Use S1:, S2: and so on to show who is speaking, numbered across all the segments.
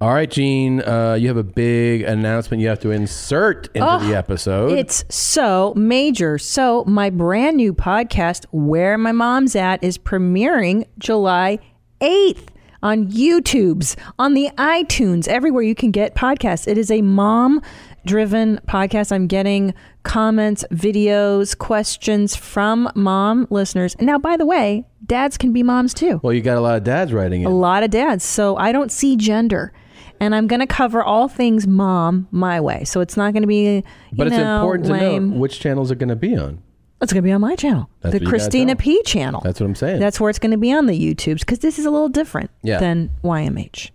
S1: All right, Gene, uh, you have a big announcement you have to insert into the episode.
S2: It's so major. So, my brand new podcast, Where My Mom's At, is premiering July 8th on YouTube's, on the iTunes, everywhere you can get podcasts. It is a mom driven podcast. I'm getting comments, videos, questions from mom listeners. Now, by the way, dads can be moms too
S1: well, you got a lot of dads writing
S2: a
S1: in.
S2: lot of dads. So I don't see gender. And I'm going to cover all things mom my way. So it's not going to be, you
S1: But it's
S2: know,
S1: important to
S2: lame.
S1: know which channels are going to be on.
S2: It's going to be on my channel,
S1: That's
S2: the
S1: what you gotta
S2: Christina
S1: tell 'em.
S2: P channel.
S1: That's what I'm saying.
S2: That's where it's going to be on the YouTubes because this is a little different
S1: Yeah.
S2: than YMH.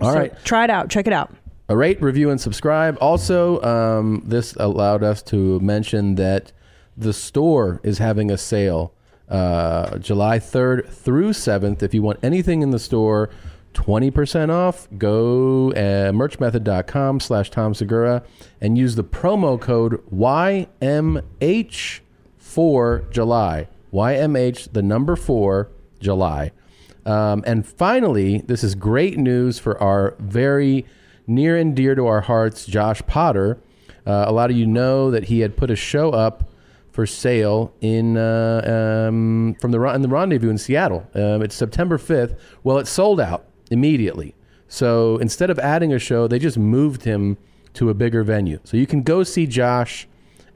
S1: All right.
S2: Try it out. Check it out.
S1: a rate, review, and subscribe. Also, um, this allowed us to mention that the store is having a sale uh, July 3rd through 7th. If you want anything in the store, 20% off, go uh, merchmethod.com slash Tom Segura and use the promo code YMH for July. YMH, the number four, July. Um, and finally, this is great news for our very near and dear to our hearts, Josh Potter. Uh, a lot of you know that he had put a show up for sale in uh, um, from the Ron- in the rendezvous in Seattle. Um, it's September 5th. Well, it sold out immediately. So instead of adding a show, they just moved him to a bigger venue. So you can go see Josh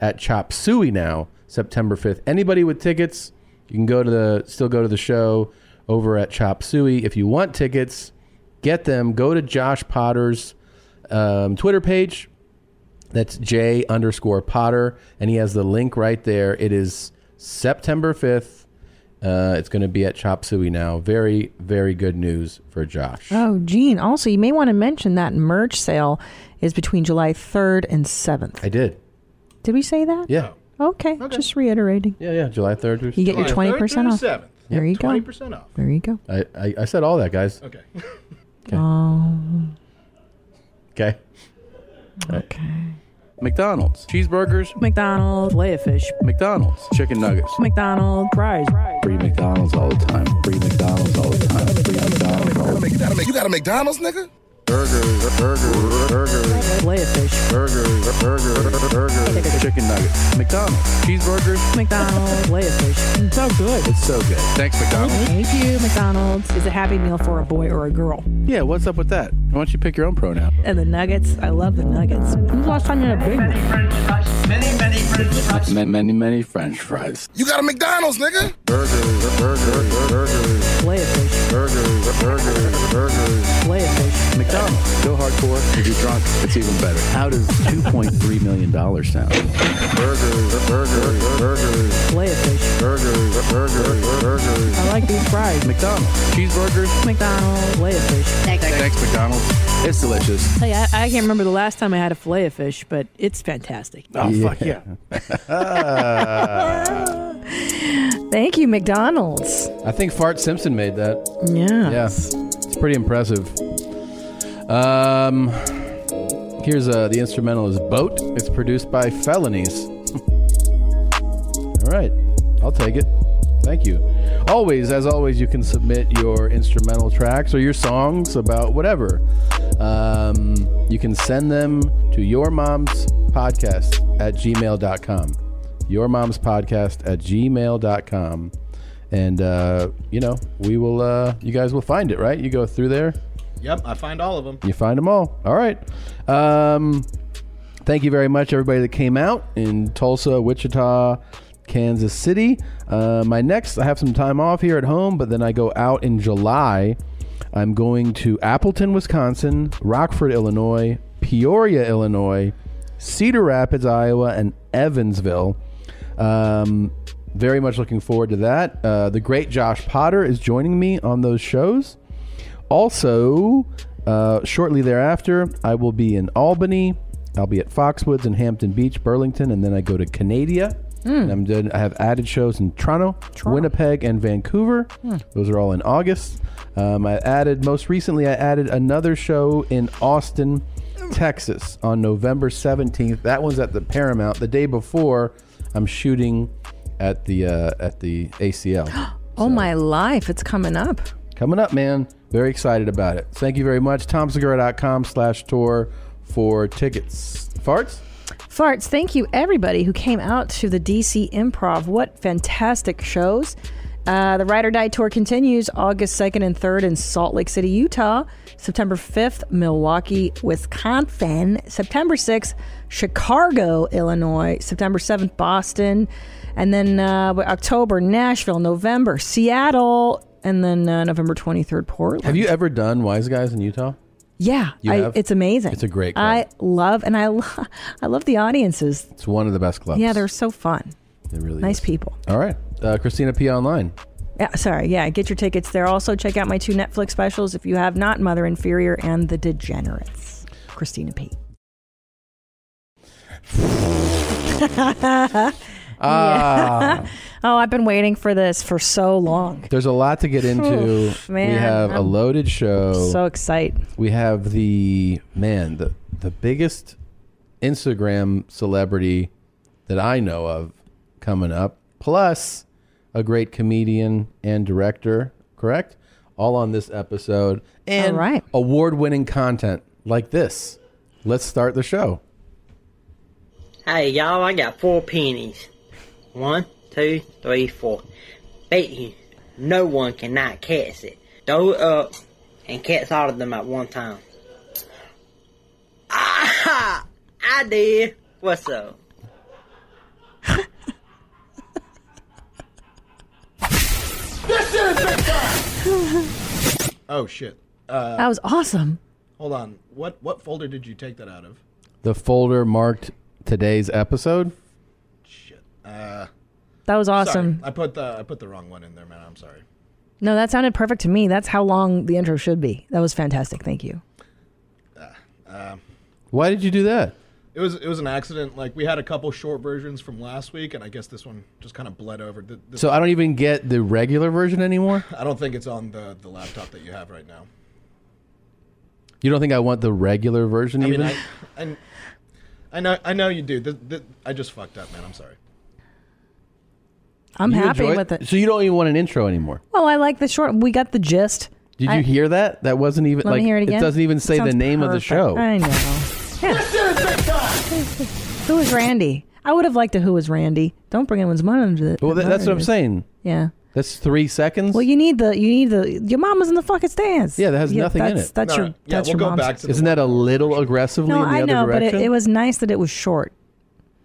S1: at Chop Suey now, September 5th. Anybody with tickets, you can go to the still go to the show over at Chop Suey. If you want tickets, get them. Go to Josh Potter's um, Twitter page. That's J underscore Potter, and he has the link right there. It is September 5th. Uh, it's going to be at Chop Suey now. Very, very good news for Josh.
S2: Oh, Gene. Also, you may want to mention that merch sale is between July 3rd and 7th.
S1: I did.
S2: Did we say that?
S1: Yeah.
S2: Okay. Just reiterating.
S1: Yeah, yeah. July 3rd. or
S2: You get your
S1: July-
S2: 20% off. There you
S3: Twenty
S2: go.
S3: percent off.
S2: There you go.
S1: I, I, I said all that, guys.
S3: Okay.
S2: Um,
S1: Okay.
S2: Okay.
S4: McDonald's. Cheeseburgers.
S5: McDonald's, filet fish,
S4: McDonald's. Chicken nuggets.
S5: McDonald's, fries,
S4: Free McDonald's all the time. Free McDonald's all the time. Free McDonald's all the time.
S6: You got a McDonald's, nigga?
S4: Burgers. Burgers. Burgers.
S5: filet fish,
S4: Burgers. Burgers. Burgers. Chicken nuggets. McDonald's. Cheeseburgers.
S5: McDonald's, filet fish. So good.
S4: It's so good. Thanks, McDonald's.
S5: Thank you, McDonald's. Is a happy meal for a boy or a girl.
S4: Yeah, what's up with that? Why don't you pick your own pronoun?
S5: And the nuggets. I love the nuggets. When's the last time you had a big Mac?
S7: Many, many French fries.
S4: Many, many, many French fries.
S6: You got a McDonald's, nigga?
S4: Burgers. Burgers. Burgers.
S5: Filet fish,
S4: Burgers. Burgers. Burgers.
S5: filet fish.
S4: McDonald's. Go hardcore. If you're drunk, it's even better. How does $2.3 million sound? Burgers, burgers, burgers,
S5: Filet fish.
S4: burgers, burgers, burgers.
S5: I like these fries.
S4: McDonald's. Cheeseburgers.
S5: McDonald's, filet fish.
S4: Thanks, McDonald's. It's delicious.
S5: Hey, I, I can't remember the last time I had a filet fish, but it's fantastic.
S4: Oh, fuck yeah.
S2: Thank you, McDonald's.
S1: I think Fart Simpson made that.
S2: Yeah.
S1: Yeah. It's pretty impressive. Um, here's uh, the instrumental is Boat. It's produced by Felonies. All right. I'll take it. Thank you. Always, as always, you can submit your instrumental tracks or your songs about whatever. Um, you can send them to your mom's podcast at gmail.com. Your mom's podcast at gmail.com. And, uh, you know, we will, uh, you guys will find it, right? You go through there.
S3: Yep, I find all of them.
S1: You find them all. All right. Um, thank you very much, everybody that came out in Tulsa, Wichita, Kansas City. Uh, my next, I have some time off here at home, but then I go out in July. I'm going to Appleton, Wisconsin, Rockford, Illinois, Peoria, Illinois, Cedar Rapids, Iowa, and Evansville. Um, very much looking forward to that. Uh, the great Josh Potter is joining me on those shows. Also, uh, shortly thereafter, I will be in Albany. I'll be at Foxwoods in Hampton Beach, Burlington, and then I go to Canada. And I'm done. I have added shows in Toronto, Winnipeg, and Vancouver. Those are all in August. Um, I added most recently. I added another show in Austin, Texas, on November 17th. That one's at the Paramount. The day before, I'm shooting at the uh, at the ACL.
S2: Oh, my life. It's coming up.
S1: coming up, man. Very excited about it. Thank you very much. TomSegura.com slash tour for tickets. Farts?
S2: Farts, thank you everybody who came out to the DC Improv. What fantastic shows. Uh, the Ride or Die Tour continues August 2nd and 3rd in Salt Lake City, Utah. September 5th, Milwaukee, Wisconsin. September 6th, Chicago, Illinois. September 7th, Boston. And then uh, October, Nashville. November, Seattle. And then uh, November 23rd, Portland.
S1: Have you ever done Wise Guys in Utah?
S2: Yeah,
S1: You
S2: I,
S1: have?
S2: it's amazing.
S1: It's a great club.
S2: I love and I, lo- I love the audiences.
S1: It's one of the best clubs.
S2: Yeah, they're so fun.
S1: It really
S2: Nice
S1: is.
S2: people.
S1: All right. Uh, Christina P. Online.
S2: Yeah, sorry. Yeah, get your tickets there. Also, check out my two Netflix specials if you have not Mother Inferior and The Degenerates. Christina P.
S1: Ah,
S2: Oh, I've been waiting for this for so long.
S1: there's a lot to get into.
S2: Oof, man,
S1: we have a
S2: I'm
S1: loaded show.
S2: So excited.
S1: we have the man, the the biggest Instagram celebrity that I know of coming up, plus a great comedian and director, correct? All on this episode. And
S2: All right.
S1: award-winning content like this. Let's start the show.
S8: Hey, y'all, I got four pennies. One, two, three, four. Bet you no one cannot catch it. Throw it up and catch all of them at one time. Ah, I did. What's up?
S3: Oh shit.
S2: that was awesome.
S3: Hold on. What what folder did you take that out of?
S1: The folder marked today's episode.
S3: Shit. Uh,
S2: That was awesome.
S3: Sorry. I put the I put the wrong one in there, man. I'm sorry.
S2: No, that sounded perfect to me. That's how long the intro should be. That was fantastic. Thank you.
S1: Why did you do that?
S3: Uh, um, It was it was an accident. Like we had a couple short versions from last week, and I guess this one just kind of bled over. Th- this-
S1: So I don't even get the regular version anymore.
S3: I don't think it's on the the laptop that you have right now.
S1: You don't think I want the regular version
S3: I mean,
S1: even?
S3: I, I, I know I know you do. Th th I just fucked up, man. I'm sorry.
S2: I'm
S1: You
S2: happy
S1: enjoy
S2: with it.
S1: So you don't even want an intro anymore.
S2: Well, Oh, I like the short. We got the gist.
S1: Did
S2: I-
S1: you hear that? That wasn't even
S2: Let
S1: like
S2: me hear it again.
S1: doesn't even say the
S2: Sounds
S1: name of the
S2: perfect.
S1: show.
S2: I know. Yeah. Who is Randy? I would have liked a Who is Randy. Don't bring anyone's money into it.
S1: well, tha- that's what I'm saying.
S2: Yeah.
S1: That's three seconds.
S2: Well, you need the you need the your mom was in the fucking stands.
S1: Yeah, that has nothing in
S2: that's,
S1: it.
S3: No,
S2: That's your
S3: no, yeah,
S2: that's
S3: we'll
S2: your
S3: go
S2: mom's.
S3: back to. the
S1: Isn't that a little aggressively
S2: no,
S1: in the
S2: I
S1: other
S2: know, but
S1: direction?
S2: it, it was nice that it was short.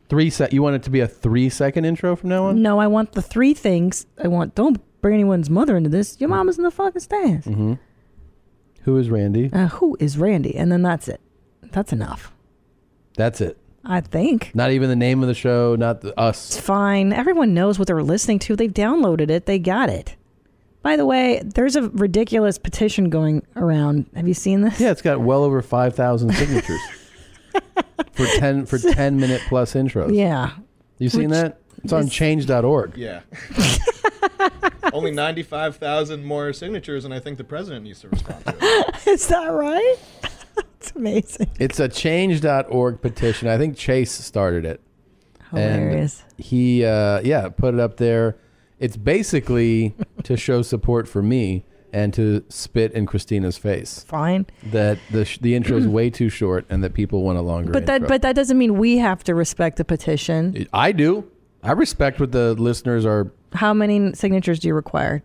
S1: three sec. You want it to be a three second intro from now on?
S2: No, I want the three things. I want don't bring anyone's mother into this. Your mom is in the fucking stands.
S1: Mm-hmm. Who is Randy?
S2: Uh, who is Randy? And then that's it. That's enough.
S1: That's it.
S2: I think.
S1: Not even the name of the show. Not the, us.
S2: It's fine. Everyone knows what they're listening to. They've downloaded it. They got it. By the way, there's a ridiculous petition going around. Have you seen this?
S1: Yeah, it's got well over five thousand signatures for ten for ten minute plus intros.
S2: Yeah.
S1: you seen
S2: which
S1: that? It's on
S2: is-
S1: Change.org.
S3: Yeah. Only 95,000 more signatures, and I think the president needs to respond to it.
S2: Is that right? it's amazing.
S1: It's a Change.org petition. I think Chase started it.
S2: Hilarious.
S1: And he, uh, yeah, put it up there. It's basically to show support for me and to spit in Christina's face
S2: fine.
S1: that the sh- the intro is way too short and that people want a longer.
S2: But that
S1: intro.
S2: but that doesn't mean we have to respect the petition.
S1: I do. I respect what the listeners are.
S2: How many signatures do you require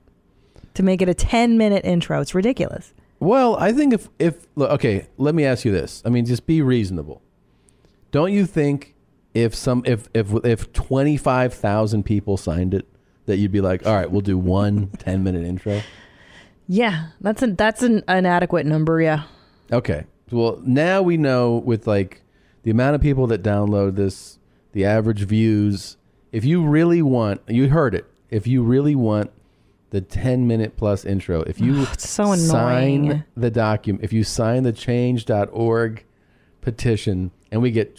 S2: to make it a 10 minute intro? It's ridiculous.
S1: Well, I think if if look, okay, let me ask you this. I mean, just be reasonable. Don't you think if some if if if twenty five thousand people signed it that you'd be like, all right, we'll do one 10 minute intro.
S2: Yeah, that's an that's an, an adequate number. Yeah.
S1: Okay. Well, now we know with like the amount of people that download this, the average views. If you really want, you heard it. If you really want the 10 minute plus intro, if you
S2: so
S1: sign
S2: annoying.
S1: the document, if you sign the change.org petition and we get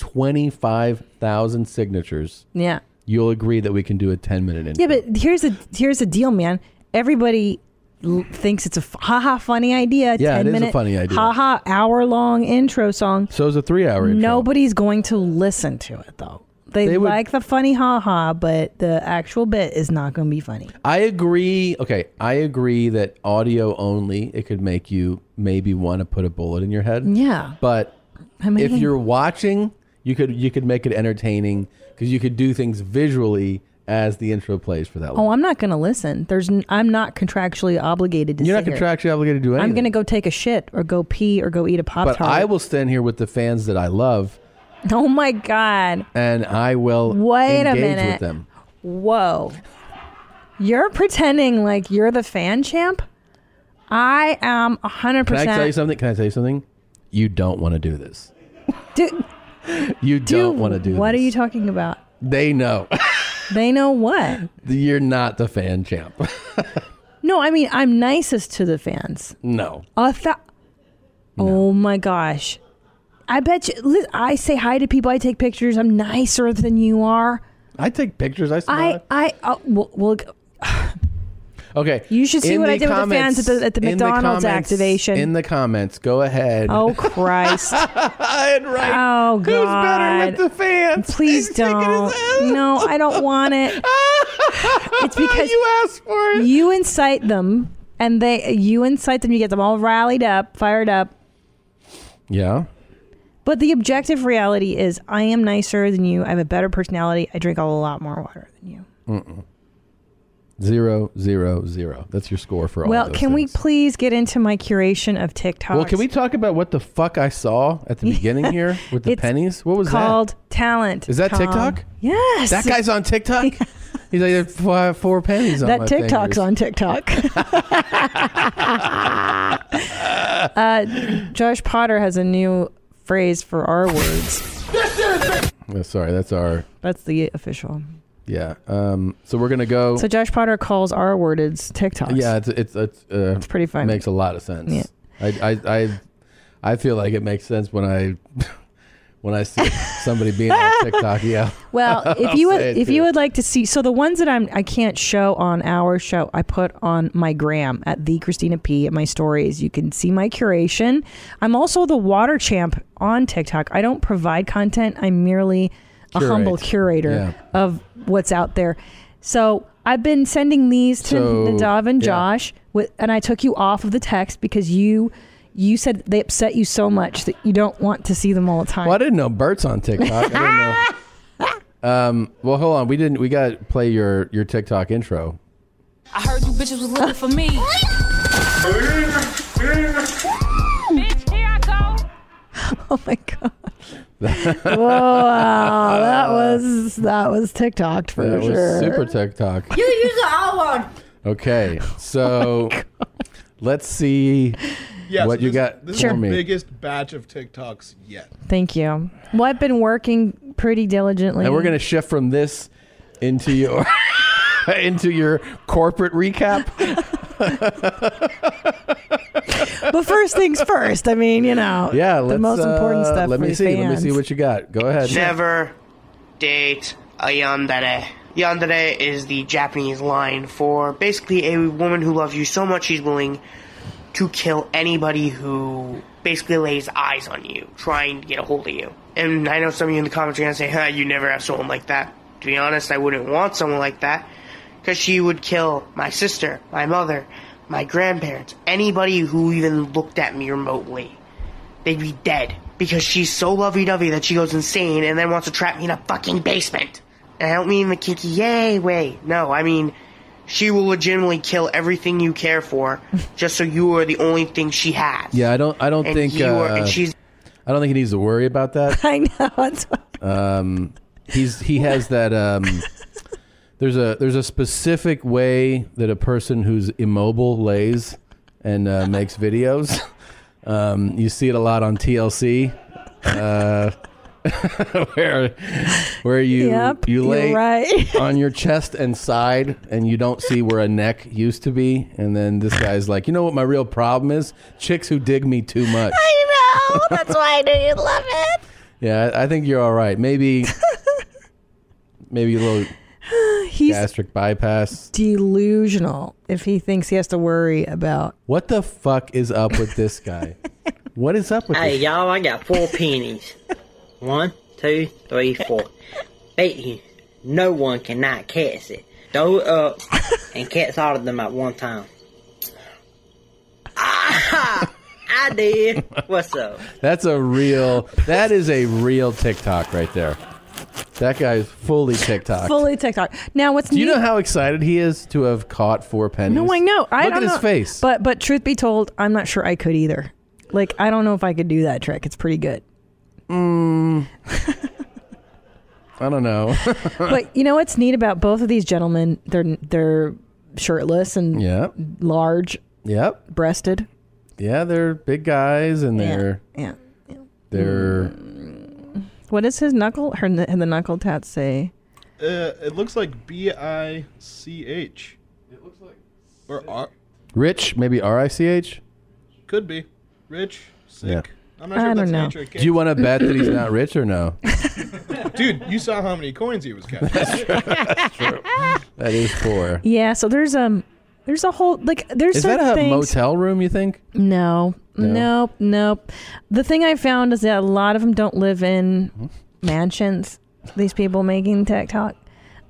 S1: 25,000 signatures,
S2: Yeah.
S1: you'll agree that we can do a 10 minute intro.
S2: Yeah, but here's the here's the deal, man. Everybody l- thinks it's a f- haha funny idea.
S1: Yeah, it is
S2: 10
S1: a
S2: minute,
S1: funny idea.
S2: Haha, hour long intro song.
S1: so is a three hour intro.
S2: Nobody's going to listen to it though. They,
S1: They would-
S2: like the funny ha ha, but the actual bit is not going to be funny.
S1: I agree. Okay, I agree that audio only it could make you maybe want to put a bullet in your head.
S2: Yeah.
S1: But
S2: I mean-
S1: if you're watching, you could you could make it entertaining because you could do things visually as the intro plays for that.
S2: Oh,
S1: one.
S2: I'm not going to listen. There's n- I'm not contractually obligated to.
S1: You're not
S2: sit here.
S1: contractually obligated to do anything.
S2: I'm going to go take a shit or go pee or go eat a pop
S1: but
S2: tart.
S1: I will stand here with the fans that I love,
S2: Oh my god!
S1: and I will
S2: Wait a
S1: engage
S2: minute.
S1: with them.
S2: Whoa. You're pretending like you're the fan champ. I am hundred
S1: Can I
S2: percent.
S1: tell you something? Can I tell you something? You don't want to do this.
S2: Do,
S1: You don't want to do
S2: What
S1: this.
S2: are you talking about?
S1: They know
S2: They know what?
S1: you're not the fan champ.
S2: No, I mean I'm nicest to the fans.
S1: no.
S2: A thou- Oh my gosh. I bet you. li- I say hi to people. I take pictures. I'm nicer than you are.
S1: I take pictures. I
S2: I,
S1: smile.
S2: I, oh, well, well,
S1: okay.
S2: You should see
S1: In
S2: what I
S1: the
S2: did with the fans at the- at the
S1: in
S2: McDonald's
S1: comments-
S2: activation.
S1: In the comments, go ahead.
S2: oh Christ!
S1: and right.
S2: Oh God!
S1: Who's better with the fans?
S2: Please
S1: He's kicking his
S2: don't.
S1: ass.
S2: No, I don't want it. It's because
S1: you asked for it.
S2: you incite them, and they you incite them. You get them all rallied up, fired up.
S1: yeah.
S2: But the objective reality is, I am nicer than you. I have a better personality. I drink a lot more water than you.
S1: Zero, zero, zero. That's your score for all.
S2: well,
S1: of those
S2: can we
S1: things.
S2: please get into my curation of TikTok?
S1: Well, can we talk about what the fuck I saw at the beginning here with the
S2: It's
S1: pennies? What was
S2: called talent?
S1: Is that
S2: Tom.
S1: TikTok?
S2: Yes.
S1: that? That guy's on TikTok. He's like "There's four, four pennies on my
S2: that
S1: fingers."
S2: TikTok's on TikTok. uh, Josh Potter has a new phrase for our words.
S1: Oh, sorry, that's our
S2: That's the official.
S1: yeah. Um, so we're gonna go.
S2: So Josh Potter calls our wordeds TikToks.
S1: yeah, it's it's it's, uh, it's
S2: pretty funny.
S1: Makes a lot of sense.
S2: Yeah.
S1: I, I I I feel like it makes sense when I when I see somebody being on TikTok. Yeah.
S2: Well, if
S1: I'll
S2: you would,
S1: say it
S2: if
S1: too.
S2: you would like to see, so the ones that I'm I can't show on our show, I put on my gram at the Christina P at my stories. You can see my curation. I'm also the water champ on TikTok. I don't provide content. I'm merely a
S1: Curate.
S2: humble curator
S1: Yeah.
S2: of what's out there. So I've been sending these to
S1: So,
S2: Nadav and
S1: yeah.
S2: Josh, with, and I took you off of the text because you. You said they upset you so much that you don't want to see them all the time.
S1: Well, I didn't know Bert's on TikTok. I didn't know. Um, well, hold on. We didn't. We got to play your your TikTok intro.
S9: I heard you bitches was looking for me. Bitch, here I go.
S2: Oh my god! wow, that was that was TikToked for
S1: That
S2: sure.
S1: was super TikTok.
S9: You use the all one.
S1: Okay,
S2: Oh
S1: so let's see.
S3: Yeah,
S1: What
S3: so
S1: you
S3: this-
S1: got
S3: This
S1: for
S3: is the
S1: me?
S3: biggest batch of TikToks yet.
S2: Thank you. Well, I've been working pretty diligently.
S1: And we're gonna shift from this into your into your corporate recap.
S2: But first things first. I mean, you know,
S1: Yeah,
S2: the
S1: let's,
S2: most important
S1: uh,
S2: stuff.
S1: Let
S2: for
S1: me
S2: the
S1: see. Let me
S2: fans.
S1: see what you got. Go ahead.
S10: Never date a yandere. Yandere is the Japanese line for basically a woman who loves you so much she's willing to kill anybody who basically lays eyes on you, trying to get a hold of you. And I know some of you in the comments are gonna say, "Huh, you never have someone like that." To be honest, I wouldn't want someone like that because she would kill my sister, my mother, my grandparents, anybody who even looked at me remotely they'd be dead because she's so lovey-dovey that she goes insane and then wants to trap me in a fucking basement. And I don't mean the kinky yay way. No, I mean she will legitimately kill everything you care for just so you are the only thing she has.
S1: Yeah, I don't. I don't
S10: and
S1: think.
S10: you are,
S1: uh,
S10: and she's
S1: I don't think he needs to worry about that.
S2: I know. It's,
S1: um, he's he has that um, there's a there's a specific way that a person who's immobile lays and uh, makes videos. Um, you see it a lot on TLC, uh, where where you
S2: yep.
S1: you lay
S2: are right.
S1: on your chest and side, and you don't see where a neck used to be. And then this guy's like, you know what my real problem is? Chicks who dig me too much.
S2: I know. That's why I know you love it.
S1: Yeah, I I think you're all right. Maybe, maybe a little
S2: He's
S1: gastric bypass.
S2: delusional if he thinks he has to worry about.
S1: What the fuck is up with this guy? what is up with
S8: Hey,
S1: this?
S8: y'all, I got four pennies. One, two, three, four. bet you no one cannot catch it. Throw it up and catch all of them at one time. Ah, I did. What's up?
S1: That's a real. That is a real TikTok right there. That guy is fully TikTok.
S2: Fully TikTok. Now, what's
S1: Do you
S2: neat-
S1: know how excited he is to have caught four pennies?
S2: No, I know. I
S1: Look at
S2: don't
S1: his
S2: know.
S1: face.
S2: But but truth be told, I'm not sure I could either. Like I don't know if I could do that trick. It's pretty good.
S1: Mm, I don't know.
S2: but you know what's neat about both of these gentlemen? They're they're shirtless and
S1: Yeah.
S2: large,
S1: yep.
S2: breasted.
S1: Yeah, they're big guys and they're
S2: Yeah.
S1: they're
S2: What does his knuckle her kn- the knuckle tat say?
S3: Uh, it looks like B I C H. It looks like. Or R.
S1: rich, maybe R I C H.
S3: Could be. Rich. Sick.
S1: Yeah.
S3: I'm not sure if that's an nature of
S1: Do you want to bet that he's not rich or no?
S3: cake. Dude, you saw how many coins he was catching. that's true.
S1: That is poor.
S2: Yeah, so there's um there's a whole like there's
S1: is
S2: some
S1: that a
S2: things-
S1: motel room? You think?
S2: No,
S1: No?
S2: nope, nope. The thing I found is that a lot of them don't live in
S1: Mm-hmm.
S2: mansions. These people making TikTok,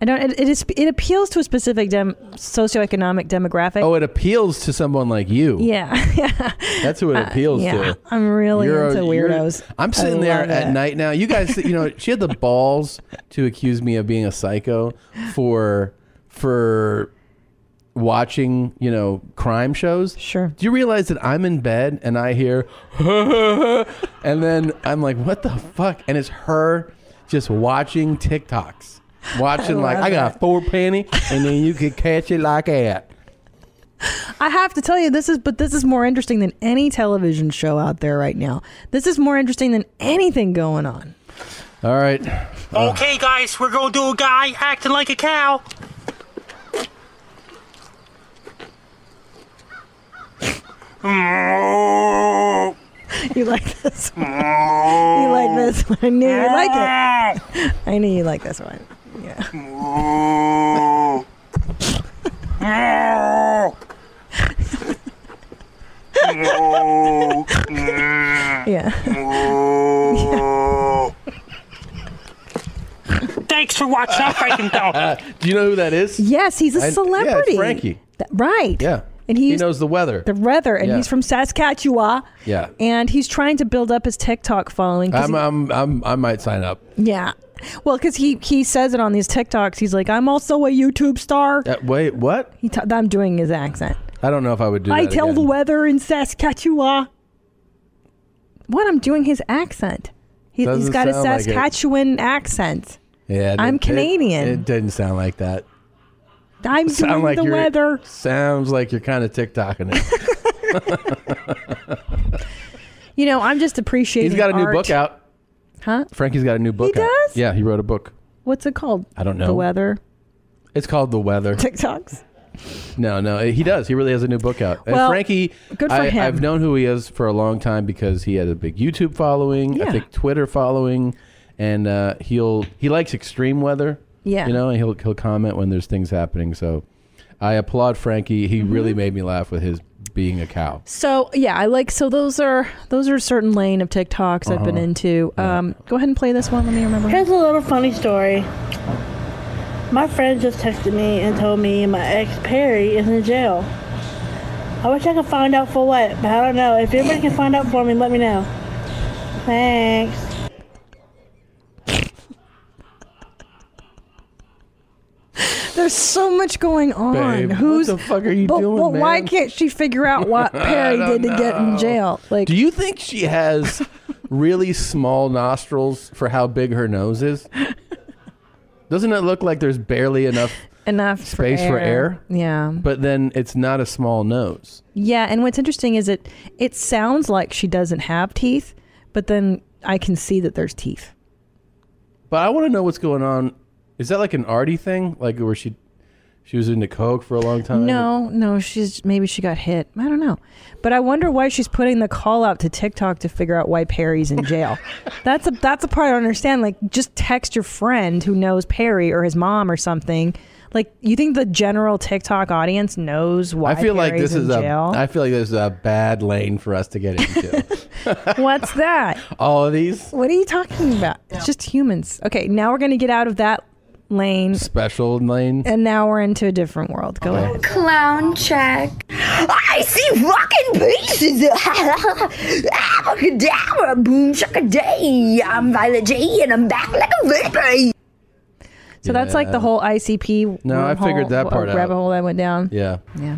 S2: I don't. It, it is. It appeals to a specific dem, socioeconomic demographic.
S1: Oh, it appeals to someone like you.
S2: yeah, Uh,
S1: That's who it appeals
S2: yeah.
S1: to.
S2: I'm really
S1: You're a-
S2: into
S1: you're-
S2: weirdos.
S1: I'm
S2: I
S1: sitting there
S2: love
S1: at
S2: it.
S1: night now. You guys, you know, she had the balls to accuse me of being a psycho for for watching, you know, crime shows. Sure. Do you realize that I'm in bed and I hear, and then I'm like, what the fuck? And it's her just watching TikToks, watching
S2: I
S1: like
S2: love
S1: I got four penny, and then you could catch it like that.
S2: I have to tell you this is but this is more interesting than any television show out there right now. This is more interesting than anything going on.
S1: All right. Uh, Ugh.
S11: Okay, guys, we're gonna do a guy acting like a cow.
S2: You like this one. You like this one. I knew you like it. I knew you like this one. Yeah.
S11: Thanks for watching. I'm breaking down.
S1: Do you know who that is?
S2: Yes, he's a
S1: I- yeah, it's
S2: celebrity.
S1: Frankie.
S2: Th- right.
S1: Yeah.
S2: And he
S1: He
S2: used-
S1: knows the weather.
S2: The weather, and
S1: Yeah.
S2: he's from Saskatchewan,
S1: Yeah.
S2: and he's trying to build up his TikTok following. 'cause
S1: I'm, I'm, I'm, I might sign up.
S2: he- yeah. Well, because he he says it on these TikToks. He's like, I'm also a YouTube star.
S1: Uh, wait, what?
S2: He t- I'm doing his accent.
S1: I don't know if I would do
S2: I
S1: that
S2: tell the
S1: again.
S2: weather in Saskatchewan. What? I'm doing his accent. He, he's
S1: Doesn't
S2: got a
S1: sound like it.
S2: Saskatchewan accent.
S1: Yeah, it
S2: I'm
S1: didn't-
S2: Canadian.
S1: It, it didn't sound like that.
S2: I'm doing
S1: Sound like
S2: the
S1: you're-
S2: weather.
S1: Sounds like you're kind of TikToking it.
S2: You know, I'm just appreciating.
S1: He's got a new
S2: art.
S1: book out.
S2: huh?
S1: Frankie's got a new book. out.
S2: does?
S1: Yeah, he wrote a book.
S2: What's it called?
S1: I don't know.
S2: The weather
S1: It's called The Weather.
S2: TikToks.
S1: No, no, eh, he does. He really has a new book out.
S2: Well,
S1: and Frankie,
S2: good for
S1: I,
S2: him.
S1: I've known who he is for a long time because he had a big YouTube following,
S2: Yeah.
S1: I think Twitter following, and uh, he'll he likes extreme weather.
S2: Yeah.
S1: you know, and he'll he'll comment when there's things happening. So, I applaud Frankie. He
S2: Mm-hmm.
S1: really made me laugh with his being a cow.
S2: So yeah, I like so those are those are a certain lane of TikToks I've been
S1: Uh-huh.
S2: into. Um, go ahead and play this one. Let me remember.
S12: Here's a little funny story. My friend just texted me and told me my ex Perry is in jail. I wish I could find out for what, but I don't know. If anybody can find out for me, let me know. Thanks.
S2: There's so much going on.
S1: Babe, what
S2: Who's
S1: the fuck are you
S2: but,
S1: doing,
S2: But why
S1: man?
S2: can't she figure out what
S1: I
S2: Perry
S1: don't
S2: did to get in
S1: know.
S2: jail? Like,
S1: Do you think she has really small nostrils for how big her nose is? Doesn't it look like there's barely enough
S2: enough
S1: space for air?
S2: Yeah,
S1: But then it's not a small nose.
S2: yeah. And what's interesting is it it sounds like she doesn't have teeth, but then I can see that there's teeth.
S1: But I want to know what's going on. Is that like an arty thing? Like where she she was into coke for a long time?
S2: No, no, she's maybe she got hit. I don't know. But I wonder why she's putting the call out to TikTok to figure out why Perry's in jail. that's a that's a part I don't understand. Like just text your friend who knows Perry or his mom or something. Like you think the general TikTok audience knows why
S1: I feel like
S2: Perry's
S1: this
S2: in
S1: is
S2: jail?
S1: a I feel like this is a bad lane for us to get into.
S2: What's that?
S1: All of these
S2: What are you talking about? It's just humans. Okay, now we're going to get out of that lane.
S1: special lane.
S2: And now we're into a different world. Go ahead.
S13: Clown check. I see rockin' pieces. Abracadabra, boom shaka day. I'm Violet J, and I'm back like a viper.
S2: So that's like
S1: Yeah.
S2: the whole ICP.
S1: No, I
S2: wormhole,
S1: figured that
S2: uh,
S1: part out.
S2: Rabbit hole that went down.
S1: Yeah.
S2: Yeah.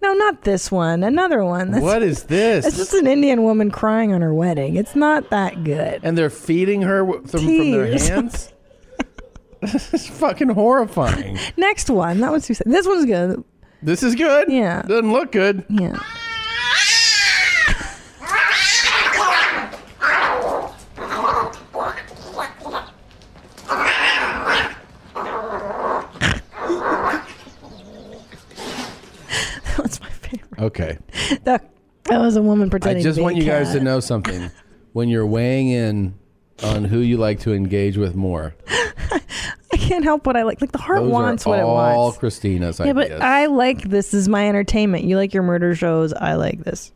S2: no, not this one. Another one.
S1: What is this?
S2: It's just an Indian woman crying on her wedding. It's not that good.
S1: And they're feeding her wi- from, from their
S2: Tears.
S1: hands. this is fucking horrifying.
S2: Next one. That was too sad. This one's good.
S1: This is good.
S2: Yeah.
S1: Doesn't look good.
S2: Yeah. That was my favorite.
S1: Okay.
S2: That, that was a woman
S1: I
S2: pretending.
S1: just
S2: to be
S1: want
S2: a
S1: you guys
S2: cat.
S1: to know something. When you're weighing in on who you like to engage with more,
S2: I can't help what I like. Like the heart
S1: those
S2: wants
S1: are
S2: what it wants.
S1: all Christina's
S2: yeah,
S1: ideas.
S2: but I like this. This is my entertainment. You like your murder shows. I like this.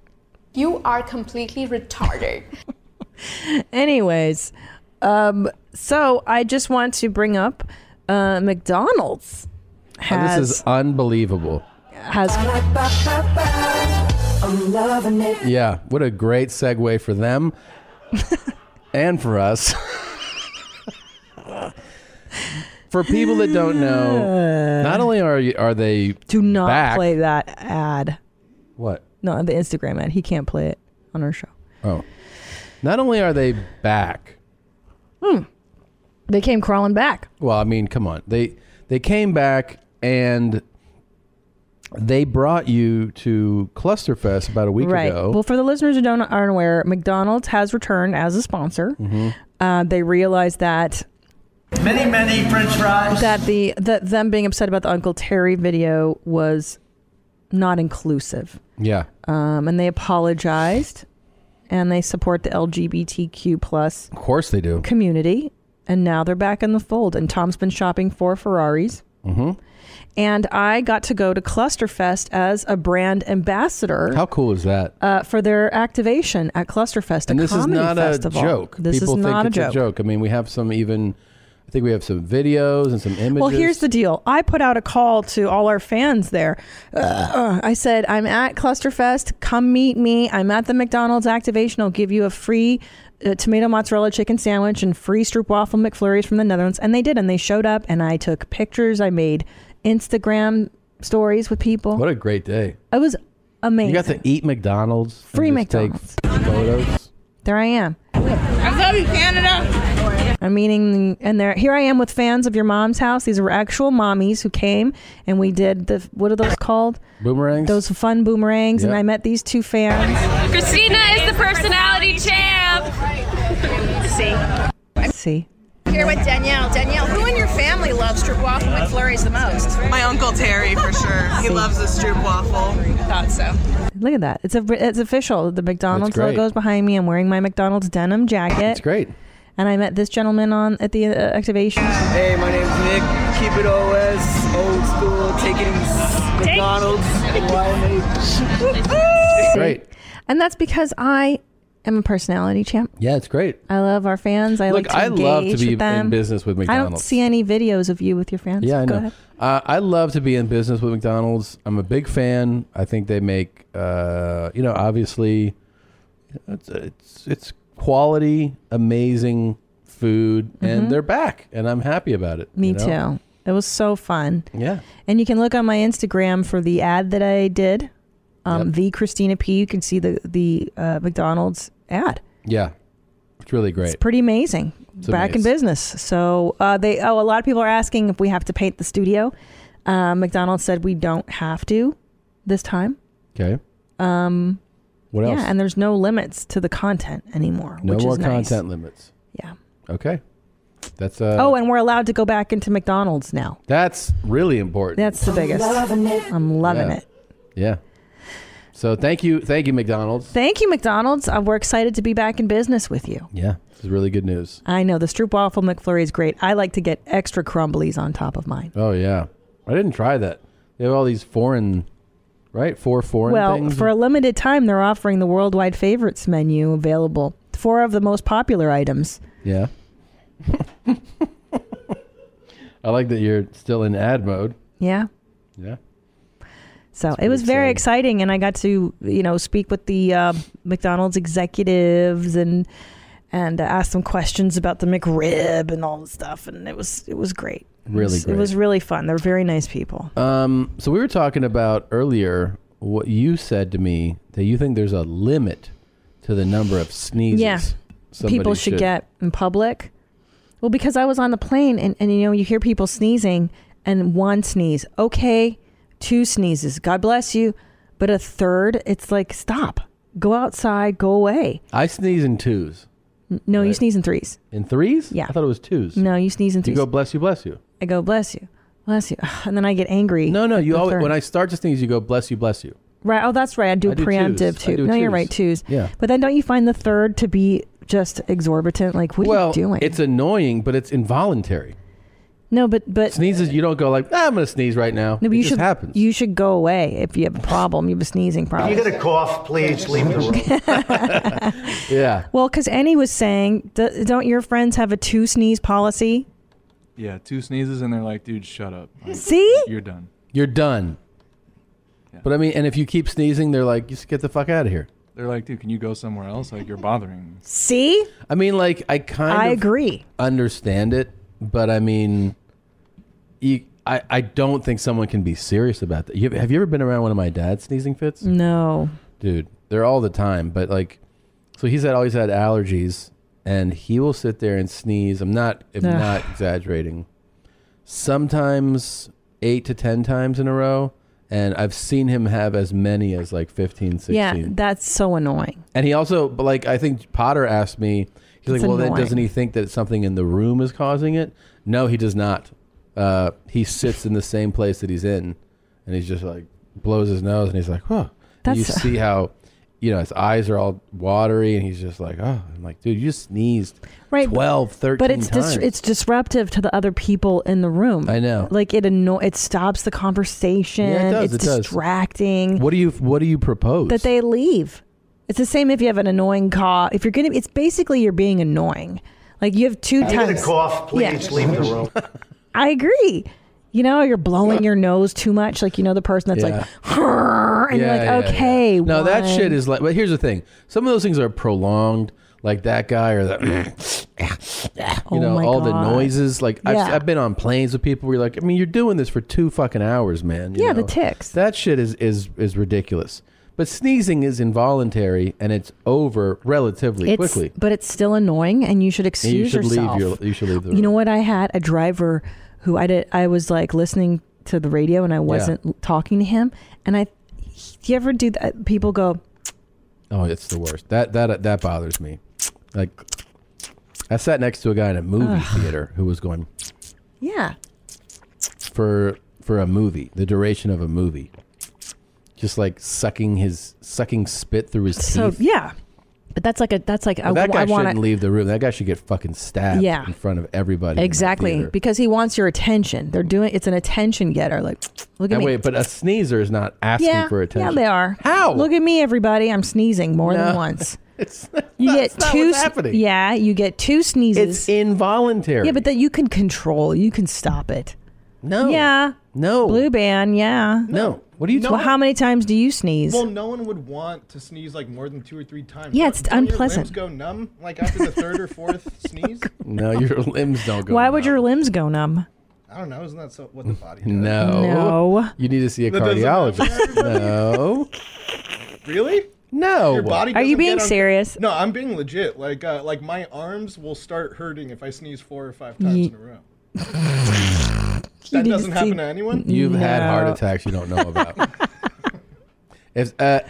S14: You are completely retarded.
S2: Anyways, um, so I just want to bring up uh, McDonald's
S1: Oh,
S2: has
S1: this is unbelievable.
S2: has. I'm loving it.
S1: Yeah, what a great segue for them and for us. for people that don't know, not only are you, are they
S2: Do not
S1: back,
S2: play that ad.
S1: what?
S2: No, the Instagram ad. He can't play it on our show.
S1: Oh, not only are they back.
S2: Hmm. They came crawling back.
S1: Well, I mean, come on. They they came back and they brought you to Clusterfest about a week
S2: right.
S1: ago.
S2: Well, for the listeners who don't aren't aware, McDonald's has returned as a sponsor.
S1: Mhm.
S2: Uh, they realized that
S15: Many, many French fries.
S2: that the that them being upset about the Uncle Terry video was not inclusive.
S1: Yeah.
S2: um, and they apologized and they support the lgbtq plus
S1: Of course they do.
S2: community and now they're back in the fold and tom's been shopping for ferraris
S1: Mhm.
S2: and i got to go to clusterfest as a brand ambassador
S1: How cool is that?
S2: uh, for their activation at clusterfest a
S1: and this is
S2: comedy
S1: not
S2: festival.
S1: a joke.
S2: this
S1: People
S2: is
S1: think
S2: not
S1: it's a joke. I mean, we have some even. I think we have some videos and some images.
S2: Well, here's the deal. I put out a call to all our fans there. Uh, I said, I'm at Clusterfest. Come meet me. I'm at the McDonald's activation. I'll give you a free uh, tomato mozzarella chicken sandwich and free stroopwafel McFlurries from the Netherlands. And they did. And they showed up. And I took pictures. I made Instagram stories with people.
S1: What a great day!
S2: it was Amazing.
S1: You got to eat McDonald's. Free McDonald's. Take photos.
S2: there I am.
S9: I love you, Canada.
S2: I'm eating, and there here I am with fans of your mom's house. These were actual mommies who came, and we did the what are those called?
S1: Boomerangs.
S2: Those fun boomerangs, and
S1: Yep.
S2: I met these two fans.
S9: Christina is the personality champ. See.
S2: See,
S16: Here with Danielle. Danielle, who in your family loves stroop waffle McFlurries the most? My uncle Terry, for sure. He loves the stroop waffle. Thought so.
S2: look at that. It's a it's official. The McDonald's
S1: great.
S2: logo is behind me. I'm wearing my McDonald's denim jacket.
S1: It's great.
S2: And I met this gentleman on at the uh, activation.
S17: Hey, my name's Nick. Keep it OS, old school, taking McDonald's.
S2: See?
S1: Great.
S2: And that's because I am a personality champ.
S1: Yeah, it's great.
S2: I love our fans. I
S1: Look,
S2: like to
S1: I
S2: engage
S1: love to be
S2: with them.
S1: in business with
S2: I don't
S1: McDonald's.
S2: see any videos of you with your fans.
S1: Yeah, I
S2: Go
S1: know.
S2: ahead.
S1: Uh, I love to be in business with McDonald's. I'm a big fan. I think they make, uh, you know, obviously, it's it's, it's quality, amazing food,
S2: Mhm.
S1: and they're back, and I'm happy about it.
S2: Me
S1: you know?
S2: too. It was so fun.
S1: Yeah.
S2: And you can look on my Instagram for the ad that I did, um, the Christina P. You can see the the uh, McDonald's ad.
S1: Yeah, it's really great.
S2: It's pretty amazing.
S1: It's
S2: Back in
S1: amazing.
S2: business. So uh, they oh, a lot of people are asking if we have to paint the studio. Uh, McDonald's said we don't have to this time.
S1: okay.
S2: Um,
S1: What else?
S2: Yeah, and there's no limits to the content anymore.
S1: no
S2: which
S1: more
S2: is nice.
S1: content limits.
S2: Yeah.
S1: Okay. That's uh.
S2: oh, and we're allowed to go back into McDonald's now.
S1: that's really important.
S2: That's the biggest.
S9: loving it.
S2: I'm loving
S1: Yeah.
S2: it.
S1: Yeah. So thank you, thank you, McDonald's.
S2: Thank you, McDonald's. Uh, we're excited to be back in business with you.
S1: Yeah, this is really good news.
S2: I know the Stroop Waffle McFlurry is great. I like to get extra crumblies on top of mine.
S1: Oh yeah, I didn't try that. They have all these foreign, right? Four foreign
S2: well,
S1: things.
S2: for a limited time, they're offering the worldwide favorites menu available. Four of the most popular items.
S1: yeah. I like that you're still in ad mode.
S2: Yeah.
S1: Yeah.
S2: So it was very exciting, and I got to you know speak with the uh, McDonald's executives and and uh, ask them questions about the McRib and all the stuff, and it was it was great.
S1: Really
S2: it was,
S1: great.
S2: It was really fun. They're very nice people.
S1: Um. So we were talking about earlier what you said to me that you think there's a limit to the number of sneezes.
S2: yeah,
S1: somebody
S2: people should, get in public. Well, because I was on the plane, and and you know you hear people sneezing, and one sneeze, okay, two sneezes, God bless you, but a third, it's like stop, go outside, go away.
S1: I sneeze in twos.
S2: N- No, you sneeze in threes.
S1: In threes? Yeah. I thought it was twos.
S2: No, you sneeze in
S1: You
S2: threes.
S1: go bless you, bless you.
S2: I go, bless you, bless you, and then I get angry.
S1: No, no. You
S2: The
S1: always
S2: third.
S1: when I start to sneeze, you go bless you, bless you.
S2: right. Oh, that's right. I do
S1: I
S2: a
S1: do
S2: preemptive
S1: twos. I
S2: too.
S1: do
S2: No, you're
S1: twos.
S2: right. Twos.
S1: Yeah.
S2: But then don't you find the third to be just exorbitant? Like, what
S1: well,
S2: are you doing?
S1: it's annoying, but it's involuntary.
S2: No, but but
S1: Sneezes, you don't go like, ah, I'm gonna sneeze right now.
S2: no, but
S1: it
S2: you
S1: just
S2: should
S1: happen.
S2: you should go away if you have a problem. You have a sneezing problem.
S7: a cough, please leave the room.
S1: Yeah.
S2: well, because Annie was saying, "D- don't your friends have a two sneeze policy?
S18: Yeah, two sneezes and they're like, dude, shut up. Like,
S2: See?
S18: You're done.
S1: You're done. But I mean, and if you keep sneezing, they're like, just get the fuck out of here.
S18: They're like, dude, can you go somewhere else? Like, you're bothering me.
S2: See?
S1: I mean, like, I kind
S2: I
S1: of
S2: agree.
S1: understand it, but I mean, you, I I don't think someone can be serious about that. You, have you ever been around one of my dad's sneezing fits?
S2: No.
S1: dude they're all the time but like so he's had always had allergies and he will sit there and sneeze i'm not i'm
S18: Ugh.
S1: not exaggerating sometimes eight to ten times in a row and i've seen him have as many as like 15 16
S2: Yeah, that's so annoying.
S1: and he also but like i think potter asked me he's
S2: It's
S1: like well then
S2: annoying.
S1: doesn't he think that something in the room is causing it no he does not uh, he sits in the same place that he's in and he's just like blows his nose and he's like huh and you
S2: That's-
S1: see how you know his eyes are all watery and he's just like oh i'm like dude you just sneezed
S2: Right, but-
S1: 12 13
S2: But it's
S1: times.
S2: dis- it's disruptive to the other people in the room.
S1: I know.
S2: Like it anno- it stops the conversation.
S1: Yeah, it does,
S2: it's
S1: it does.
S2: distracting
S1: what do you what do you propose
S2: that they leave. It's the same if you have an annoying cough. If you're gonna, it's basically you're being annoying. Like you have two
S7: If you get a
S2: times.
S7: cough, please leave the room.
S2: I agree. You know, you're blowing your nose too much. Like you know the person that's
S1: Yeah.
S2: like, and you're like, okay,
S1: No, that
S2: one."
S1: shit is like. But here's the thing: some of those things are prolonged, like that guy or that. you
S2: Oh
S1: know,
S2: my
S1: all the
S2: God.
S1: noises. Like I've,
S2: Yeah.
S1: I've been on planes with people where you're like, I mean, you're doing this for two fucking hours, man. you
S2: Yeah, the
S1: know?
S2: ticks.
S1: That shit is is is ridiculous. But sneezing is involuntary and it's over relatively
S2: It's,
S1: quickly.
S2: But it's still annoying, and you should excuse
S1: And you should
S2: yourself.
S1: leave your you should leave the
S2: you know what? I had a driver who I did. I was like listening to the radio, and I wasn't talking to him. And I, do you ever do that? People go,
S1: Oh, it's the worst. That that that bothers me. Like I sat next to a guy in a movie
S2: Ugh.
S1: theater who was going
S2: yeah,
S1: for for a movie, the duration of a movie. Just like sucking his sucking spit through his
S2: so
S1: teeth.
S2: yeah. But that's like a that's like I,
S1: But that guy
S2: I want
S1: shouldn't leave the room. That guy should get fucking stabbed
S2: Yeah.
S1: in front of everybody. in that
S2: exactly
S1: theater.
S2: because he wants your attention. They're doing it's an attention getter. Like look at
S1: And
S2: me.
S1: wait, but a sneezer is not asking
S2: yeah,
S1: for attention.
S2: Yeah, they are. How? Look at me, everybody. I'm sneezing more than
S1: No.
S2: once.
S1: it's
S2: you get
S1: not
S2: two.
S1: what's
S2: sn-
S1: happening.
S2: Yeah, you get two sneezes. It's
S1: involuntary.
S2: Yeah, but that you can control. You can stop it.
S1: No.
S2: Yeah.
S1: No.
S2: Blue band. Yeah.
S1: No. What
S3: are you
S2: Well,
S3: talking-
S2: how many times do you sneeze?
S3: Well, no one would want to sneeze like more than two or three times.
S2: Yeah,
S3: Don't-
S2: it's
S3: don't
S2: unpleasant. Oh
S3: Your limbs go numb like after the third or fourth sneeze.
S1: No, your limbs don't go.
S2: Why would your limbs go numb?
S3: I don't know. Isn't that so, what the body?
S1: No.
S2: No.
S1: You need to see a
S3: That doesn't
S1: cardiologist. no.
S3: Really?
S1: No.
S3: Your body.
S2: Are
S3: doesn't
S2: you
S3: get
S2: being
S3: un-
S2: serious?
S3: No, I'm being legit. Like, uh, like my arms will start hurting if I sneeze four or five times
S2: Ye-
S3: in a row. That
S2: need to
S3: doesn't happen to anyone.
S1: You've had heart
S3: No.
S1: attacks you don't know about. if uh,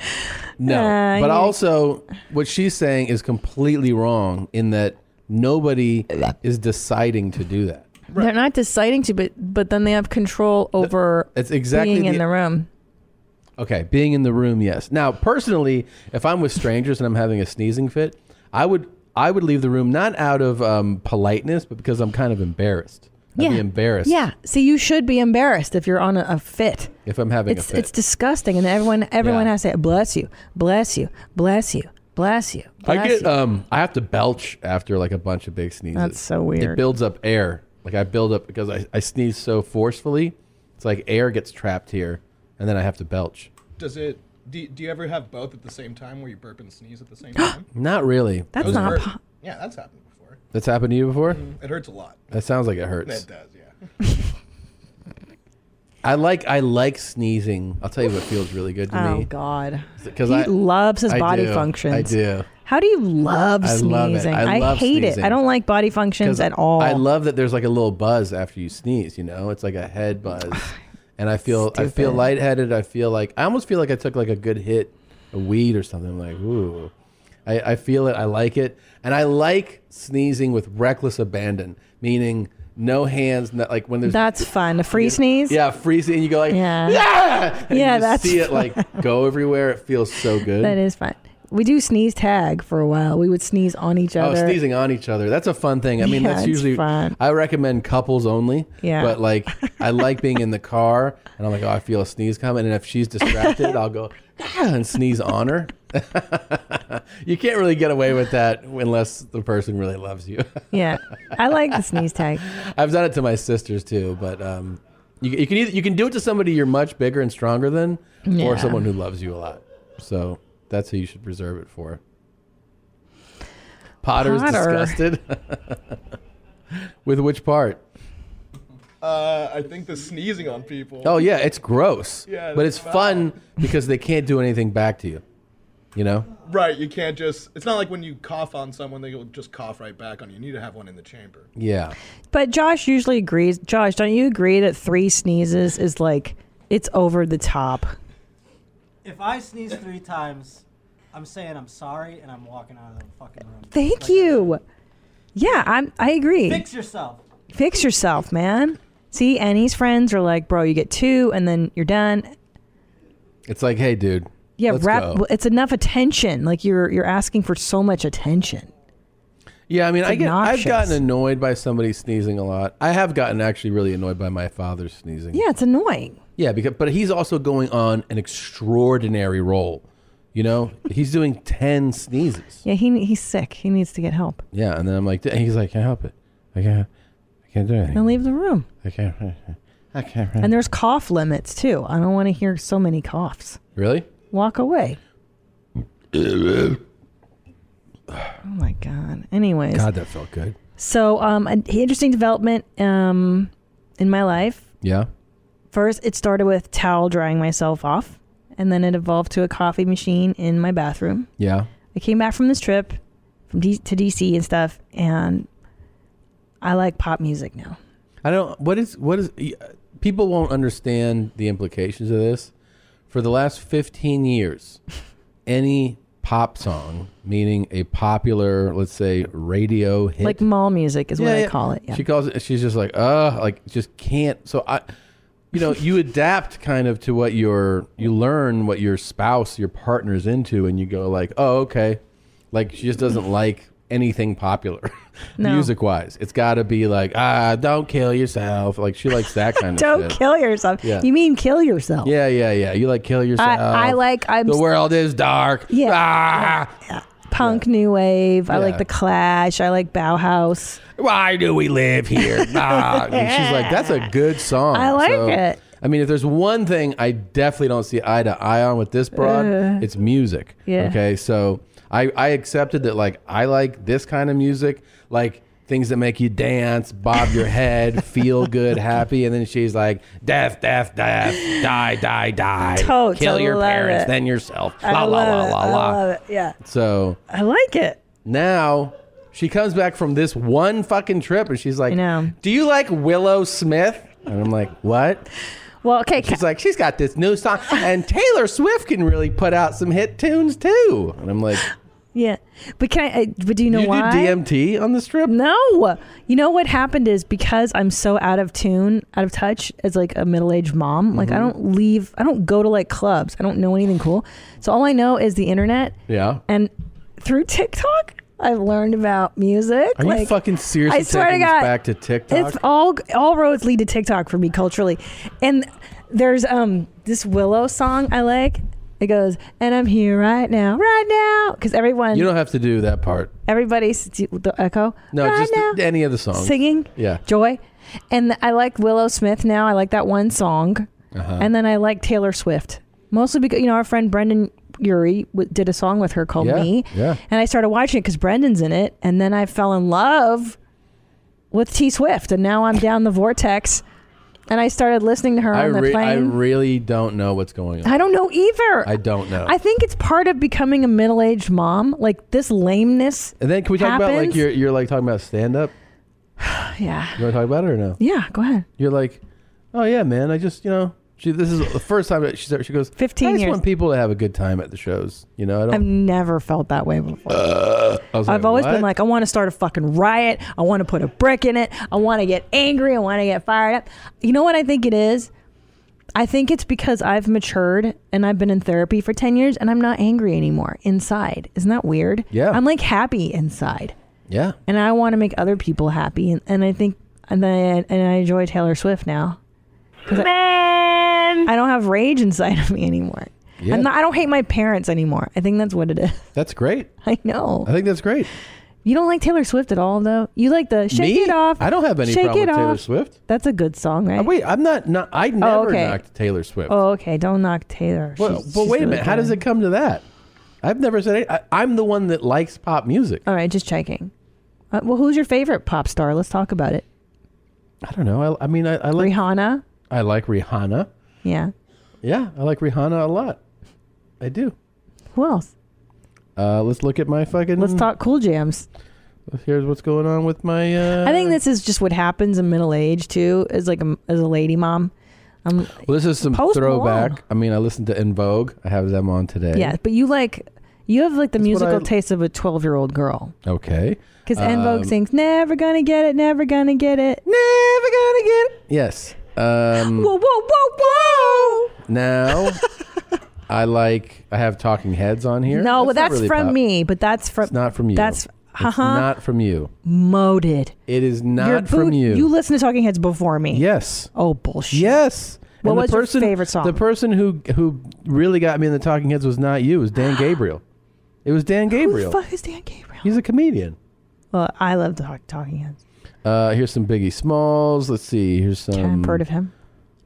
S1: no,
S3: Uh,
S1: but
S3: you-
S1: also what she's saying is completely wrong in that nobody is deciding to do that.
S2: They're not deciding to, but but then they have control over
S1: That's exactly
S2: being in
S1: the-
S2: the room.
S1: Okay, being in the room, yes. Now, personally, if I'm with strangers and I'm having a sneezing fit, I would I would leave the room not out of um, politeness, but because I'm kind of embarrassed. I'd
S2: yeah.
S1: be embarrassed.
S2: Yeah. See, you should be embarrassed if you're on a, a fit.
S1: If I'm having
S2: it's
S1: a fit.
S2: it's disgusting, and everyone everyone
S1: Yeah.
S2: has to say, "Bless you, bless you, bless you, bless you." Bless
S1: I get
S2: you."
S1: um I have to belch after like a bunch of big sneezes.
S2: That's so
S1: It
S2: weird.
S1: builds up air. Like I build up because I, I sneeze so forcefully, it's like air gets trapped here and then I have to belch.
S3: Does it? Do, do you ever have both at the same time where you burp and sneeze at the same time?
S1: Not really.
S3: Those hurt. Yeah, that's happened.
S1: That's happened to you before?
S3: It hurts a lot.
S1: That sounds like it hurts.
S3: It does. Yeah.
S1: I like I like sneezing. I'll tell you what feels really good to
S2: Oh
S1: me.
S2: God!
S1: 'Cause
S2: he
S1: I-
S2: loves his
S1: I
S2: body
S1: do.
S2: functions.
S1: I do.
S2: How do you love
S1: I
S2: sneezing?
S1: love it. I love
S2: hate
S1: sneezing.
S2: it. I don't like body functions
S1: 'Cause
S2: at all.
S1: I love that there's like a little buzz after you sneeze. You know, it's like a head buzz, and I feel I feel
S2: Stupid.
S1: lightheaded. I feel like I almost feel like I took like a good hit of weed or something. I'm like ooh, I, I feel it. I like it, and I like sneezing with reckless abandon, meaning no hands. Not, like when there's
S2: That's fun. A free sneeze.
S1: yeah freezing, and you go like
S2: Yeah.
S1: yeah, and
S2: Yeah,
S1: you
S2: that's
S1: see it
S2: fun.
S1: like go everywhere. It feels so good.
S2: That is fun. We do sneeze tag for a while. We would sneeze on each
S1: Oh,
S2: other.
S1: sneezing on each other. That's a fun thing. I mean,
S2: Yeah,
S1: that's
S2: it's
S1: usually
S2: fun.
S1: I recommend couples only.
S2: Yeah.
S1: But like I like being in the car and I'm like, oh, I feel a sneeze coming. And if she's distracted, I'll go "Ah," and sneeze on her. you can't really get away with that unless the person really loves you.
S2: Yeah, I like the sneeze tag.
S1: I've done it to my sisters too, but um you, you can either, you can do it to somebody you're much bigger and stronger than
S2: Yeah.
S1: or someone who loves you a lot. So that's who you should preserve it for. Potter's
S3: Potter.
S1: disgusted. With which part?
S3: Uh, I think the sneezing on people.
S1: Oh yeah, it's gross.
S3: Yeah,
S1: but it's
S3: it's
S1: fun because they can't do anything back to you. You know?
S3: Right, you can't just. It's not like when you cough on someone, they'll just cough right back on you. You need to have one in the chamber.
S1: Yeah.
S2: But Josh usually agrees. Josh, don't you agree that three sneezes is like it's over the top?
S6: If I sneeze three times, I'm saying I'm sorry and I'm walking out of the fucking room.
S2: Thank you. Yeah, I'm. I agree.
S6: Fix yourself.
S2: Fix yourself, man. See, and his friends are like, bro, you get two, and then you're done.
S1: It's like, hey dude.
S2: Yeah,
S1: let's
S2: wrap.
S1: go.
S2: It's enough attention. Like you're you're asking for so much attention.
S1: Yeah, I mean,
S2: It's
S1: I get, I've
S2: obnoxious.
S1: gotten annoyed by somebody sneezing a lot. I have gotten actually really annoyed by my father sneezing.
S2: Yeah, it's annoying.
S1: Yeah, because but he's also going on an extraordinary role. You know, he's doing ten sneezes.
S2: Yeah, he he's sick. He needs to get help.
S1: Yeah, and then I'm like, and he's like, I can't help it. I can't. I can't do anything.
S2: Then leave the room.
S1: I can't. I can't.
S2: And there's cough limits too. I don't want to hear so many coughs.
S1: Really?
S2: Walk away. Oh my god. Anyways.
S1: God, that felt good.
S2: So, um, an interesting development um, in my life.
S1: Yeah.
S2: First, it started with towel drying myself off and then it evolved to a coffee machine in my bathroom.
S1: Yeah.
S2: I came back from this trip from D- to DC and stuff, and I like pop music now.
S1: I don't. What is what is? y- People won't understand the implications of this. For the last fifteen years, any pop song, meaning a popular, let's say, radio hit,
S2: Like mall music is what I call it. Yeah.
S1: She calls it. She's just like, uh, like just can't. So I, you know, you adapt kind of to what your you learn what your spouse, your partner's into, and you go like, oh, okay, like she just doesn't like anything popular,
S2: No.
S1: music wise. It's got to be like, ah, don't kill yourself. Like she likes that kind of.
S2: Don't
S1: shit.
S2: kill yourself.
S1: Yeah.
S2: You mean kill yourself?
S1: Yeah, yeah, yeah. You like kill yourself.
S2: I like- I'm-
S1: the world is dark.
S2: Yeah.
S1: Ah,
S2: Punk, new wave. I
S1: Yeah.
S2: like the Clash. I like Bauhaus.
S1: why do we live here? Ah. And she's like, that's a good song.
S2: I like it.
S1: I mean, if there's one thing I definitely don't see eye to eye on with this broad,
S2: Ugh.
S1: it's music.
S2: Yeah.
S1: Okay. So I, I accepted that, like, I like this kind of music, like things that make you dance, bob your head, feel good, happy. And then she's like, death, death, death, die, die, die.
S2: Totes,
S1: Kill
S2: I
S1: your
S2: love
S1: parents,
S2: it.
S1: then yourself.
S2: I
S1: la, la, la,
S2: love it.
S1: la,
S2: I
S1: la.
S2: love it. Yeah.
S1: So
S2: I like it.
S1: Now she comes back from this one fucking trip and she's like, Do you like Willow Smith? And I'm like, What?
S2: Well, okay.
S1: She's like, She's got this new song. And Taylor Swift can really put out some hit tunes too. And I'm like,
S2: Yeah, but can I? I but do you know
S1: You did
S2: why?
S1: DMT on the strip?
S2: No. You know what happened is because I'm so out of tune, out of touch as like a middle aged mom. Like
S1: Mm-hmm.
S2: I don't leave. I don't go to like clubs. I don't know anything cool. So all I know is the internet,
S1: Yeah.
S2: and through TikTok, I've learned about music.
S1: Are you
S2: Like,
S1: fucking seriously
S2: I swear
S1: taking
S2: to God,
S1: this back to TikTok?
S2: It's all all roads lead to TikTok for me culturally. And there's um this Willow song I like. It goes, and I'm here right now, right now, because everyone
S1: you don't have to do that part.
S2: everybody's do the echo.
S1: No,
S2: right
S1: just
S2: now.
S1: any of the songs.
S2: Singing?
S1: Yeah.
S2: Joy. And I like Willow Smith now. I like that one song.
S1: Uh-huh.
S2: And then I like Taylor Swift. Mostly because, you know, our friend Brendan Urie w- did a song with her called
S1: Yeah,
S2: Me.
S1: yeah.
S2: And I started watching it because Brendan's in it. And then I fell in love with T Swift. And now I'm down the vortex. And I started listening to her
S1: I,
S2: on the
S1: re- I
S2: plane.
S1: really don't know what's going on.
S2: I don't know either.
S1: I don't know.
S2: I think it's part of becoming a middle aged mom. Like this lameness.
S1: and then can we talk about like
S2: happens.
S1: you're you're like talking about stand up?
S2: Yeah.
S1: You want to talk about it or no?
S2: Yeah, go ahead.
S1: You're like, oh yeah, man. I just you know, she. This is the first time that she's ever. She goes, fifteen. I just
S2: years.
S1: want people to have a good time at the shows. You know, I
S2: I've
S1: don't.
S2: never felt that way before.
S1: I was
S2: I've always been
S1: "What?"
S2: like, I want to start a fucking riot. I want to put a brick in it. I want to get angry. I want to get fired up. You know what I think it is? I think it's because I've matured and I've been in therapy for 10 years and I'm not angry anymore inside. Isn't that weird?
S1: Yeah.
S2: I'm like happy inside
S1: yeah.
S2: and I want to make other people happy. And, and I think, and I, and I enjoy Taylor Swift now. 'Cause I- I, don't have rage inside of me anymore.
S1: Yeah.
S2: I'm not, I don't hate my parents anymore. I think that's what it is.
S1: That's great.
S2: I know.
S1: I think that's great.
S2: You don't like Taylor Swift at all, though. You like the "Shake
S1: Me?
S2: It Off."
S1: I don't have any
S2: Shake
S1: problem
S2: It
S1: with Taylor
S2: Off.
S1: Swift. Uh, Oh,
S2: That's a good song, right? Oh,
S1: Wait, I'm not. not I never
S2: okay.
S1: knocked Taylor Swift.
S2: Oh, okay. Don't knock Taylor.
S1: Well,
S2: She's-
S1: but
S2: she's
S1: wait a
S2: really
S1: minute. How
S2: good.
S1: does it come to that? I've never said it. I, I'm the one that likes pop music.
S2: All right, just checking. Uh, well, who's your favorite pop star? Let's talk about it.
S1: I don't know. I, I mean, I, I like
S2: Rihanna.
S1: I like Rihanna.
S2: Yeah.
S1: Yeah, I like Rihanna a lot. I do.
S2: Who else?
S1: Uh, let's look at my fucking.
S2: Let's talk cool jams.
S1: Here's what's going on with my. Uh,
S2: I think this is just what happens in middle age too. As like a, as a lady mom. Um,
S1: Well, this is some
S2: Post
S1: throwback.
S2: Malone.
S1: I mean, I listened to In Vogue. I have them on today.
S2: yeah, but you like you have like the musical
S1: I-
S2: taste of a twelve year old girl.
S1: Okay.
S2: Because En Vogue
S1: Um,
S2: sings "Never gonna get it, never gonna get it,
S1: never gonna get it." Yes. Um,
S2: Whoa, whoa, whoa, whoa!
S1: now, I like. I have Talking Heads on here.
S2: No, well,
S1: not
S2: that's
S1: really
S2: from
S1: pop.
S2: me, but that's from
S1: It's not from you.
S2: That's Uh-huh.
S1: It's
S2: haha.
S1: not from you.
S2: Moded.
S1: It is not
S2: Your
S1: from
S2: boot-
S1: you.
S2: You listen to Talking Heads before me.
S1: Yes.
S2: Oh bullshit.
S1: Yes.
S2: What
S1: And the
S2: was your
S1: person-
S2: favorite song?
S1: The person who who really got me in the Talking Heads was not you. It was Dan Gabriel. It was Dan Gabriel.
S2: Who the fuck is Dan Gabriel?
S1: He's a comedian.
S2: Well, I love talk, Talking Heads.
S1: Uh, here's some Biggie Smalls. Let's see. Here's some.
S2: I've heard of him.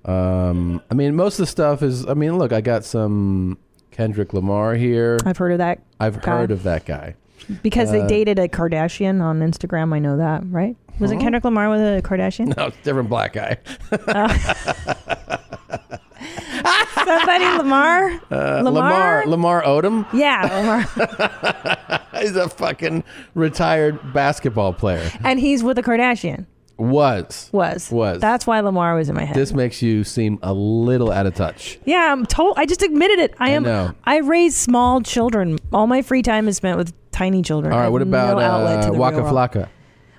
S1: Um, I mean, most of the stuff is. I mean, look, I got some Kendrick Lamar here.
S2: I've heard of that.
S1: I've
S2: guy.
S1: heard of that guy.
S2: because
S1: Uh,
S2: they dated a Kardashian on Instagram. I know that, right? Wasn't
S1: Huh?
S2: Kendrick Lamar with a Kardashian?
S1: No, it's a different black guy.
S2: Somebody, Lamar?
S1: Uh, Lamar
S2: Lamar?
S1: Lamar Odom.
S2: Yeah, Lamar.
S1: He's a fucking retired basketball player.
S2: and he's with a Kardashian.
S1: Was.
S2: Was.
S1: Was.
S2: That's why Lamar was in my head.
S1: This makes you seem a little out of touch.
S2: yeah, I'm told. I just admitted it. I
S1: I
S2: am.
S1: know.
S2: I, raise small children. All my free time is spent with tiny children.
S1: All
S2: I
S1: right,
S2: have
S1: what about
S2: no outlet to
S1: uh,
S2: the
S1: Waka
S2: real world.
S1: Flocka?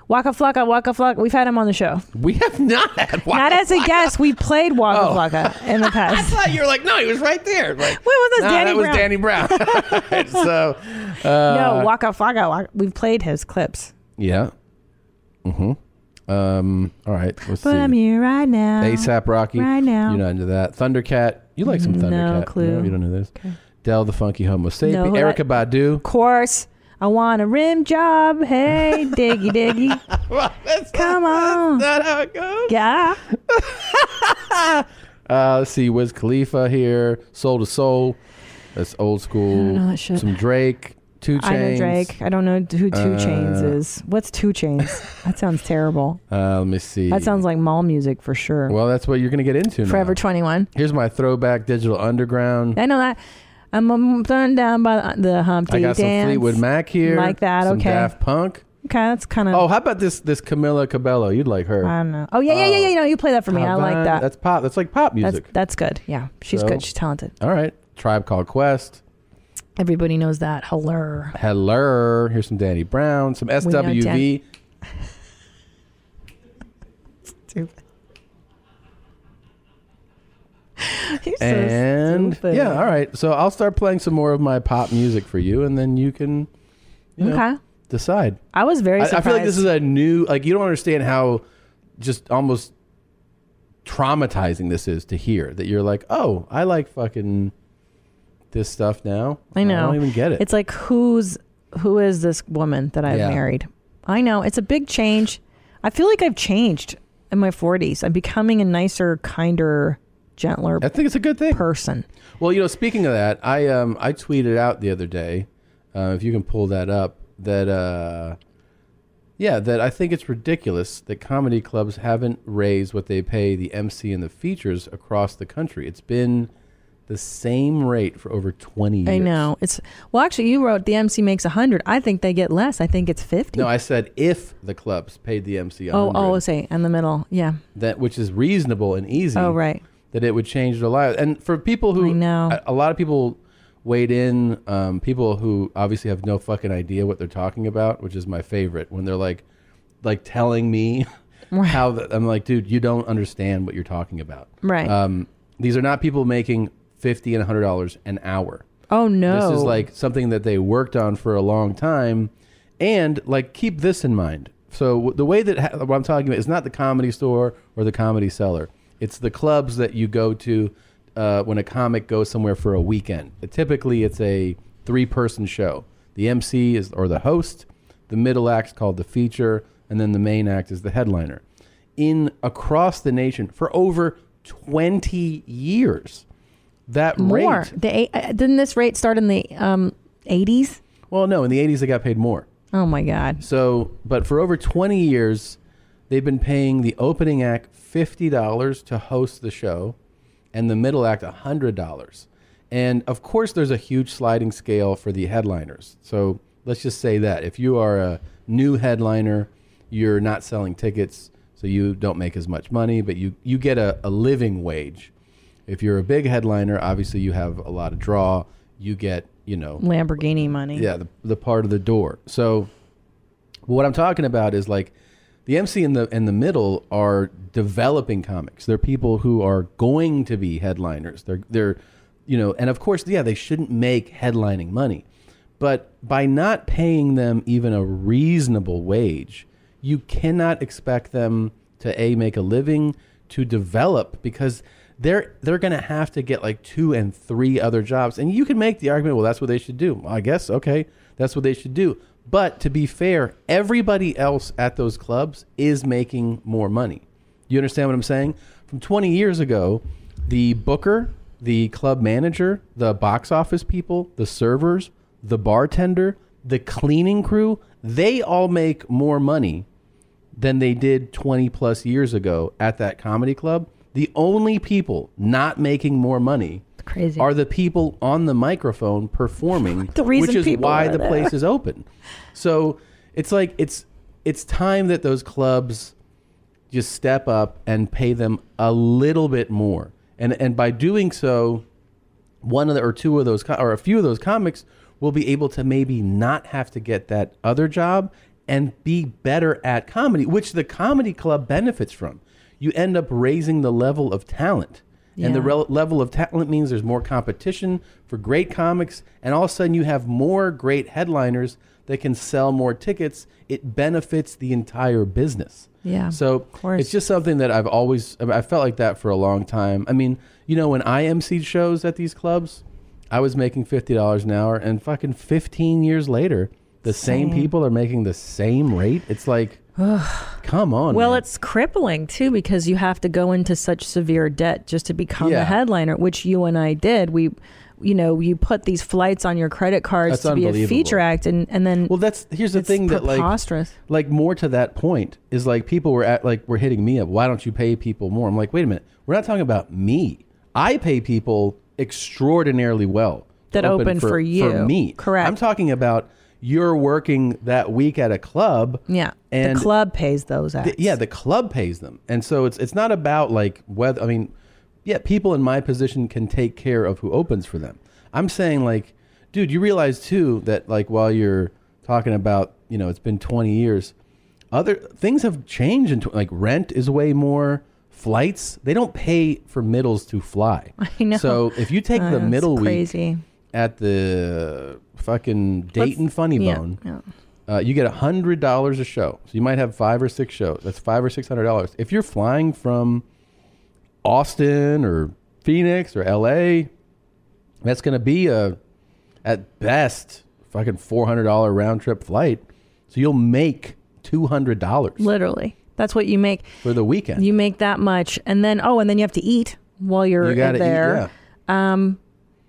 S2: Waka Flocka, Waka Flocka. We've had him on the show.
S1: We have not had Waka Oh.
S2: Not as a guest. We played Waka Flocka in the
S1: I
S2: past.
S1: thought you were like, no, he was right there. Like,
S2: when was this
S1: nah,
S2: Danny
S1: that was
S2: Brown?
S1: Danny Brown. so, uh,
S2: no, Waka Flocka. Waka, we've played his clips.
S1: Yeah. Mm-hmm. Um. All right. Let's
S2: But I'm
S1: see.
S2: here right now.
S1: ASAP Rocky.
S2: Right now.
S1: You're not into that. Thundercat. You like some
S2: No
S1: Thundercat.
S2: clue.
S1: you don't know this. Dell the Funky Homo
S2: Know
S1: Sapien.
S2: who
S1: Erica Badu.
S2: course. I want a rim job. Hey, diggy diggy. Come on.
S1: That's not how it goes.
S2: Yeah.
S1: Uh, let's see. Wiz Khalifa here. Soul to Soul. That's old school.
S2: know that shit.
S1: Some Drake. Two Chains.
S2: I know Drake. I don't know who Two Chains
S1: Uh,
S2: is. What's Two Chains? That sounds terrible.
S1: Uh, let me see.
S2: That sounds like mall music for sure.
S1: Well, that's what you're going to get into now.
S2: Forever 21.
S1: Here's my throwback digital underground.
S2: I Mm. know that. I'm um, thrown down by the Humpty
S1: I got
S2: Dance.
S1: some Fleetwood Mac here.
S2: Like that.
S1: some
S2: okay.
S1: Daft Punk.
S2: Okay, that's kind of.
S1: Oh, how about this this Camila Cabello? You'd like her.
S2: I don't know. Oh yeah, yeah, yeah, yeah. You know, you play that for me. I
S1: How
S2: like
S1: about-
S2: that.
S1: That's pop. That's like pop
S2: That's
S1: music.
S2: that's good. Yeah, she's
S1: So-
S2: good. She's talented.
S1: All right. Tribe Called Quest.
S2: Everybody knows that. Hello.
S1: Hello. Here's some Danny Brown. Some
S2: know
S1: SWV.
S2: Dan- Stupid. You're so
S1: and
S2: stupid.
S1: yeah, all right. So I'll start playing some more of my pop music for you, and then you can you know,
S2: Okay.
S1: decide.
S2: I was very.
S1: I,
S2: Surprised.
S1: I feel like this is a new like you don't understand how just almost traumatizing this is to hear that you're like, oh, I like fucking this stuff now.
S2: I know.
S1: I don't even get it.
S2: It's like who's who is this woman that I've
S1: Yeah.
S2: married? I know it's a big change. I feel like I've changed in my forties. I'm becoming a nicer, kinder, gentler. I
S1: think it's a good thing.
S2: Person.
S1: Well, you know, speaking of that, I um I tweeted out the other day, uh, if you can pull that up, that uh, yeah, that I think it's ridiculous that comedy clubs haven't raised what they pay the MC and the features across the country. It's been the same rate for over twenty years.
S2: I know it's well. Actually, you wrote the MC makes a hundred. I think they get less. I think it's fifty.
S1: No, I said if the clubs paid the MC a
S2: oh,
S1: hundred,
S2: oh, say in the middle. Yeah.
S1: that which is reasonable and easy.
S2: Oh, right.
S1: That it would change their lives, and for people who a, a lot of people weighed in. Um, people who obviously have no fucking idea what they're talking about, which is my favorite when they're like, like telling me how the, I'm like, dude, you don't understand what you're talking about.
S2: Right.
S1: Um, these are not people making fifty and hundred dollars an hour.
S2: Oh no.
S1: This is like something that they worked on for a long time, and like keep this in mind. So w- the way that ha- what I'm talking about is not the comedy store or the comedy cellar. It's the clubs that you go to uh, when a comic goes somewhere for a weekend. Typically, it's a three-person show. The MC is or the host. The middle act's called the feature, and then the main act is the headliner. In across the nation for over 20 years, that
S2: more.
S1: rate
S2: The eight, uh, didn't this rate start in the um eighties?
S1: Well, no, in the 80s they got paid more.
S2: Oh my god.
S1: So, but for over 20 years, they've been paying the opening act $50 to host the show and the middle act $100. And of course, there's a huge sliding scale for the headliners. So let's just say that if you are a new headliner, you're not selling tickets, so you don't make as much money, but you, you get a, a living wage. If you're a big headliner, obviously you have a lot of draw. You get, you know,
S2: Lamborghini money.
S1: yeah, the, the part of the door. So, what I'm talking about is like the MC in the in the middle are developing comics. They're people who are going to be headliners. They're they're you know, and of course, yeah, they shouldn't make headlining money, but by not paying them even a reasonable wage, you cannot expect them to a make a living to develop because they're they're going to have to get like two and three other jobs and you can make the argument well that's what they should do Well, i guess okay that's what they should do but to be fair everybody else at those clubs is making more money you understand what i'm saying from 20 years ago the booker the club manager the box office people the servers the bartender the cleaning crew they all make more money than they did 20 plus years ago at that comedy club. The only people not making more money
S2: Crazy.
S1: are the people on the microphone performing,
S2: The reason
S1: which is
S2: people
S1: why
S2: are
S1: the
S2: there.
S1: place is open. So it's like it's it's time that those clubs just step up and pay them a little bit more. And and by doing so, one of the, or two of those co- or a few of those comics will be able to maybe not have to get that other job and be better at comedy, which the comedy club benefits from. You end up raising the level of talent. And the
S2: Yeah.
S1: rel- level of talent means there's more competition for great comics, and all of a sudden you have more great headliners that can sell more tickets. It benefits the entire business.
S2: Yeah,
S1: So it's just something that I've always I mean, I felt like that for a long time. I mean, you know, when I emceed shows at these clubs, I was making fifty dollars an hour, and fucking fifteen years later, the same,
S2: Same.
S1: people are making the same rate. It's like, come on.
S2: Well,
S1: man.
S2: it's crippling too because you have to go into such severe debt just to become
S1: Yeah.
S2: a headliner, which you and I did. We, you know, you put these flights on your credit cards
S1: That's
S2: to be a
S1: unbelievable.
S2: feature act, and and then well,
S1: that's here's the thing that like like more to that point is like people were at like were hitting me up why don't you pay people more i'm like wait a minute we're not talking about me i pay people extraordinarily well to
S2: That open for you.
S1: me correct i'm talking about you're working that week at a club
S2: yeah,
S1: and
S2: the club pays those acts.
S1: Th- yeah, the club pays them, and so it's it's not about like whether I mean, yeah, people in my position can take care of who opens for them. I'm saying like, dude, you realize too that like while you're talking about you know it's been 20 years, other things have changed. And like rent is way more. Flights they don't pay for middles to fly. I
S2: know.
S1: So if you take
S2: I
S1: the
S2: know, it's
S1: middle
S2: crazy.
S1: week at the fucking Dayton
S2: Let's-
S1: Funny
S2: yeah,
S1: Bone,
S2: yeah.
S1: uh, you get hundred dollars a show, so you might have five or six shows. That's five or six hundred dollars. If you're flying from Austin or Phoenix or L.A., that's going to be a at best fucking four hundred dollar round trip flight. So you'll make two hundred dollars
S2: Literally, that's what you make.
S1: for the weekend.
S2: You make that much, and then oh, and then you have to eat while you're
S1: You gotta eat,
S2: there. yeah. Um,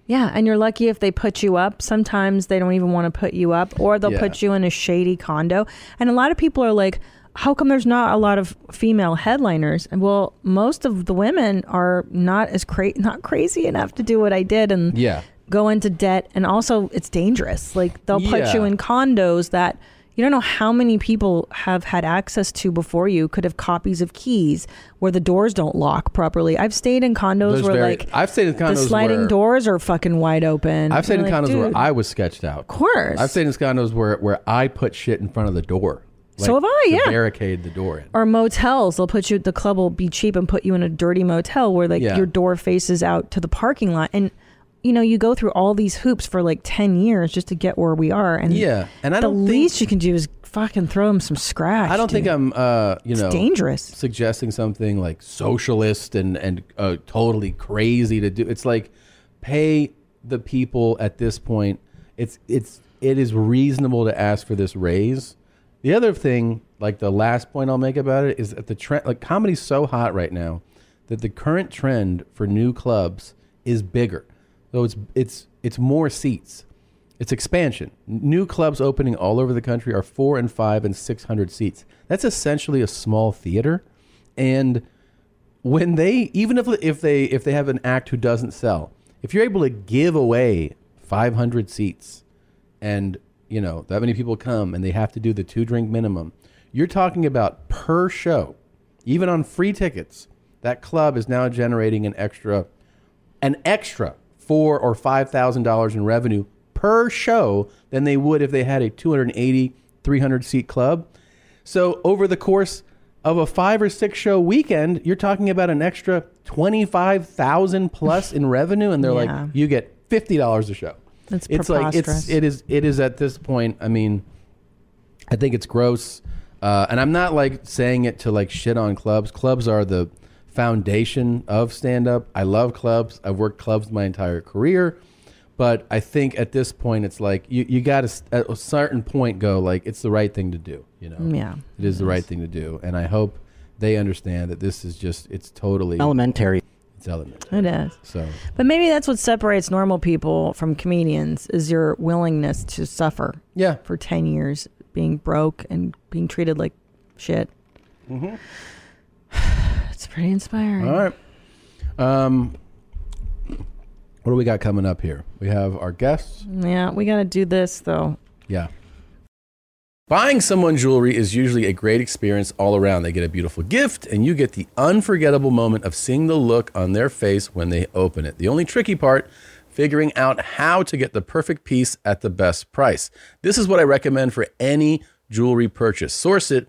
S2: yeah, and you're lucky if they put you up. Sometimes they don't even want to put you up, or they'll
S5: Yeah.
S2: put you in a shady condo. And a lot of people are like, "How come there's not a lot of female headliners?" And well, most of the women are not as cra- not crazy enough to do what I did, and
S1: Yeah.
S2: go into debt. And also, it's dangerous. Like they'll put
S1: Yeah.
S2: you in condos that you don't know how many people have had access to before you could have copies of keys where the doors don't lock properly. I've stayed in condos
S1: Those
S2: where
S1: very-
S2: like
S1: I've stayed in
S2: the
S1: condos
S2: sliding
S1: where-
S2: doors are fucking wide open.
S1: I've stayed in
S2: You're like,
S1: condos where
S2: "Dude."
S1: I was sketched out. Of
S2: course.
S1: I've stayed in condos where where I put shit in front of the door.
S2: So have I,
S1: to
S2: yeah.
S1: Barricade the door in.
S2: or motels, they'll put you. The club will be cheap and put you in a dirty motel where like
S1: Yeah.
S2: your door faces out to the parking lot, and you know you go through all these hoops for like ten years just to get where we are. And
S1: Yeah, and I
S2: the
S1: don't think-
S2: least you can do is fucking throw them some scratch.
S1: I don't think
S2: dude.
S1: I'm, uh, you
S2: It's
S1: know,
S2: dangerous.
S1: Suggesting something like socialist and and uh, totally crazy to do. It's like pay the people at this point. It's it's it is reasonable to ask for this raise. The other thing, like the last point I'll make about it, is that the trend, like comedy's so hot right now, that the current trend for new clubs is bigger. So it's it's it's more seats. It's expansion. New clubs opening all over the country are four and five and 600 seats. That's essentially a small theater. And when they, even if, if they, if they have an act who doesn't sell, if you're able to give away 500 seats and you know, that many people come and they have to do the two drink minimum, you're talking about per show, even on free tickets, that club is now generating an extra an extra four or five thousand dollars in revenue per show than they would if they had a 280 300 seat club so over the course of a five or six show weekend you're talking about an extra 25000 plus in revenue and they're
S2: Yeah.
S1: like you get $50 a show
S2: That's
S1: it's like it's
S2: preposterous.
S1: it is it is at this point i mean I think it's gross, uh, and I'm not like saying it to like shit on clubs. Clubs are the foundation of stand up. I love clubs. I've worked clubs my entire career, but I think at this point it's like you you got to at a certain point go like it's the right thing to do. You know,
S2: Yeah.
S1: it is the right thing to do, and I hope they understand that this is just it's totally
S19: Elementary.
S1: It's elementary.
S2: It is.
S1: So
S2: But maybe that's what separates normal people from comedians is your willingness to suffer.
S1: Yeah.
S2: For 10 years being broke and being treated like shit.
S1: Mhm.
S2: It's pretty inspiring.
S1: All right. Um, What do we got coming up here? We have our guests.
S2: Yeah, we got to do this though.
S1: Yeah. Buying someone jewelry is usually a great experience all around. They get a beautiful gift, and you get the unforgettable moment of seeing the look on their face when they open it. The only tricky part, figuring out how to get the perfect piece at the best price. This is what I recommend for any jewelry purchase. Source it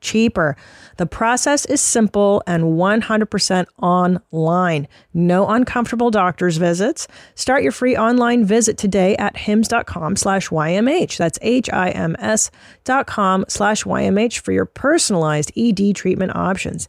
S2: cheaper. The process is simple and 100% online. No uncomfortable doctor's visits. Start your free online visit today at hims.com slash YMH. That's H-I-M-S dot com slash YMH for your personalized ED treatment options.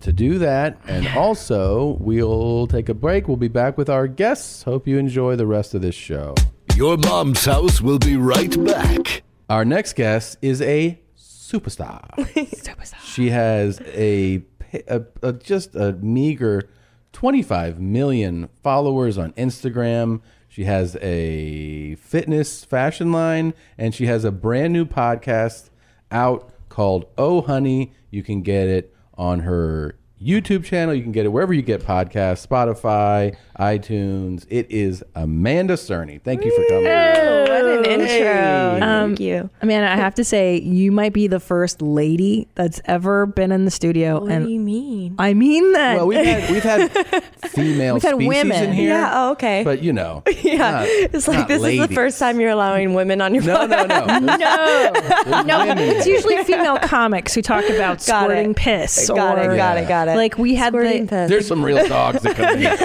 S1: to do that. And also, we'll take a break. We'll be back with our guests. Hope you enjoy the rest of this show.
S20: Your mom's house will be right back.
S1: Our next guest is a superstar. superstar. She has a, pa- a, a just a meager 25 million followers on Instagram. She has a fitness fashion line and she has a brand new podcast out called Oh Honey. You can get it on her YouTube channel. You can get it wherever you get podcasts, Spotify, iTunes. It is Amanda Cerny. Thank you for coming.
S5: what an intro.
S2: Um,
S5: Thank you.
S2: Amanda, I have to say, you might be the first lady that's ever been in the studio.
S5: What
S2: and
S5: do you mean?
S2: I mean that.
S1: Well, we've had we've had female
S5: We've had
S1: species
S5: women.
S1: in here.
S5: Yeah, oh, okay.
S1: But you know,
S5: Yeah.
S1: not-
S5: it's like
S1: not
S5: this is the
S1: ladies.
S5: first time you're allowing women on your
S1: No, no, no.
S2: no, no.
S1: women.
S2: It's usually female comics who talk about
S5: Got it.
S2: squirting piss.
S5: Got it,
S2: or-
S5: got it, got it.
S2: Like we had the
S1: There's some real dogs that come here.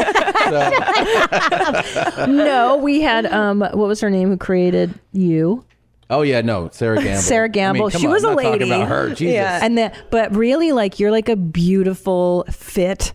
S2: no, we had um, what was her name who created you?
S1: Oh yeah, no, Sarah Gamble.
S2: Sarah Gamble.
S1: I mean, come
S2: she
S1: on,
S2: was
S1: I'm
S2: a
S1: not
S2: lady.
S1: Talking about her, Jesus.
S2: And then, but really, like you're like a beautiful, fit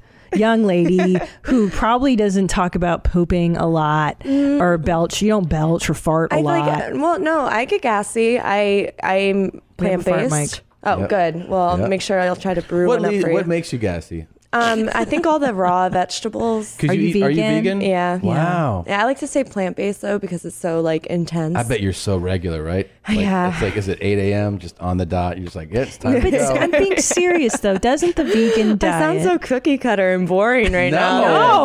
S2: young lady who probably doesn't talk about pooping a lot or belch. You don't belch or fart a
S5: Mm. I feel
S2: lot.
S5: like uh, well, no, I get gassy. I I'm
S2: We have a
S5: plant
S2: fart
S5: based.
S2: mic.
S5: Oh,
S1: Yep.
S5: good. Well, I'll
S1: Yep.
S5: make sure I'll try to brew
S1: what,
S5: one
S1: le-
S5: up for you.
S1: what makes you gassy?
S5: um, I think all the raw vegetables.
S1: Could Are you you eat- are you vegan? vegan?
S5: Yeah.
S1: Wow.
S5: Yeah, I like to say plant based though because it's so like intense.
S1: I bet you're so regular, right? Like,
S5: Yeah.
S1: It's like, is it 8 a.m. just on the dot? You're just like, yeah, it's time to
S2: but
S1: go.
S2: I'm being serious though. Doesn't the vegan
S5: I
S2: diet?
S5: sound so cookie cutter and boring right now.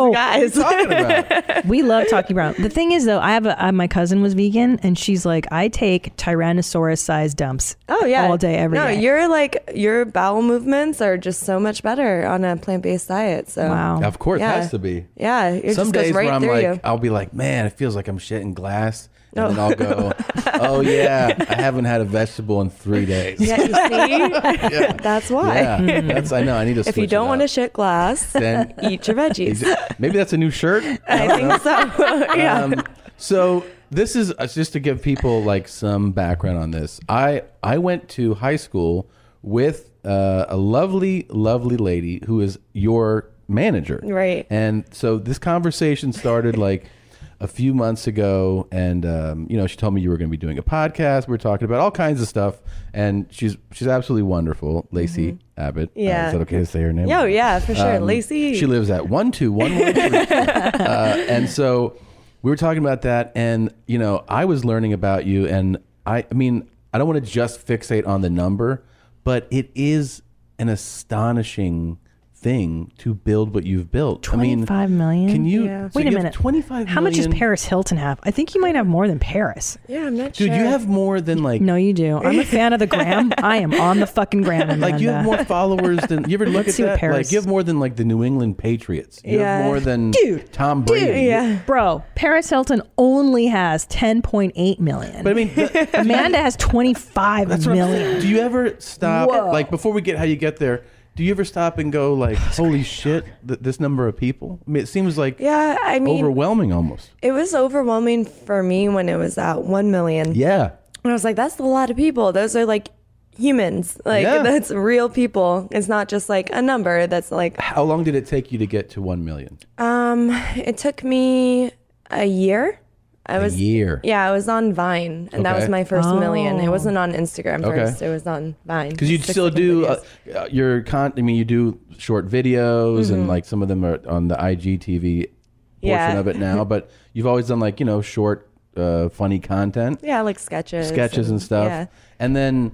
S2: No.
S5: guys.
S2: we love talking about. The thing is, though, I have a, I, my cousin was vegan, and she's like, I take Tyrannosaurus size dumps.
S5: Oh yeah,
S2: all day every day.
S5: no, your like your bowel movements are just so much better on a plant based diet. So
S1: Of course, it
S5: yeah.
S1: has to be.
S5: Yeah, it
S1: Some
S5: just goes
S1: days
S5: right
S1: where I'm
S5: through
S1: like,
S5: you.
S1: I'll be like, man, it feels like I'm shitting glass. And
S5: Oh.
S1: then I'll go, oh, yeah, I haven't had a vegetable in three days.
S5: Yeah, you see, that's why.
S1: Yeah, that's- I know, I need to
S5: If you
S1: switch it
S5: don't want to shit glass,
S1: Then-
S5: then eat your veggies.
S1: Is it- Maybe that's a new shirt.
S5: I
S1: don't know.
S5: think so. yeah.
S1: Um, so this is uh, just to give people like some background on this. I I went to high school with uh, a lovely, lovely lady who is your manager.
S5: Right.
S1: And so this conversation started like a few months ago, and um, you know she told me you were going to be doing a podcast. We were talking about all kinds of stuff, and she's she's absolutely wonderful, Lacey Abbott. Uh,
S5: Mm-hmm. Yeah.
S1: is that okay to say her name? Um,
S5: Yeah, yeah, for sure. Lacey.
S1: She lives at one two one one. Uh, and so we were talking about that, and you know I was learning about you, and I I mean I don't want to just fixate on the number, but it is an astonishing thing to build what you've built. I mean,
S2: Five million.
S1: Can you so
S2: wait a
S1: you have
S2: minute?
S1: Twenty-five.
S2: How much does
S1: million-
S2: Paris Hilton have? I think you might have more than Paris.
S5: Yeah, I'm not
S1: Dude, you have more than like.
S2: No, you do. I'm a fan of the gram. I am on the fucking gram.
S1: Like you have
S2: Amanda.
S1: more followers than you ever look
S2: Let's
S1: at
S2: see what
S1: that.
S2: Paris-
S1: Like you have more than like the New England Patriots. You
S2: Yeah.
S1: have more than
S2: Dude,
S1: Tom Brady.
S2: Bro, Paris Hilton only has 10.8 million. But
S1: I mean,
S2: Amanda has 25
S1: That's what I'm
S2: million.
S1: saying. Do you ever stop?
S2: Whoa.
S1: Like before we get how you get there, do you ever stop and go like, "Holy shit, th- this number of people"? I mean, it seems like
S5: Yeah, I mean-
S1: overwhelming almost.
S5: It was overwhelming for me when it was at 1 million.
S1: Yeah.
S5: And I was like, that's a lot of people. Those are like humans. Like,
S1: Yeah.
S5: that's real people. It's not just like a number that's like,
S1: How long did it take you to get to one million?
S5: um, it took me a year. I
S1: A
S5: was
S1: year.
S5: Yeah, I was on Vine, and that was
S1: Okay.
S5: my first million. It
S1: Oh.
S5: wasn't on Instagram
S1: Okay.
S5: first; it was on Vine.
S1: Because you
S5: Six
S1: still
S5: second
S1: do uh, uh, your con. I mean, you do short videos, and
S5: Mhm.
S1: like some of them are on the IGTV portion
S5: Yeah.
S1: of it now. But you've always done like you know short, uh, funny content,
S5: Yeah, like sketches.
S1: sketches and stuff.
S5: Yeah.
S1: And then,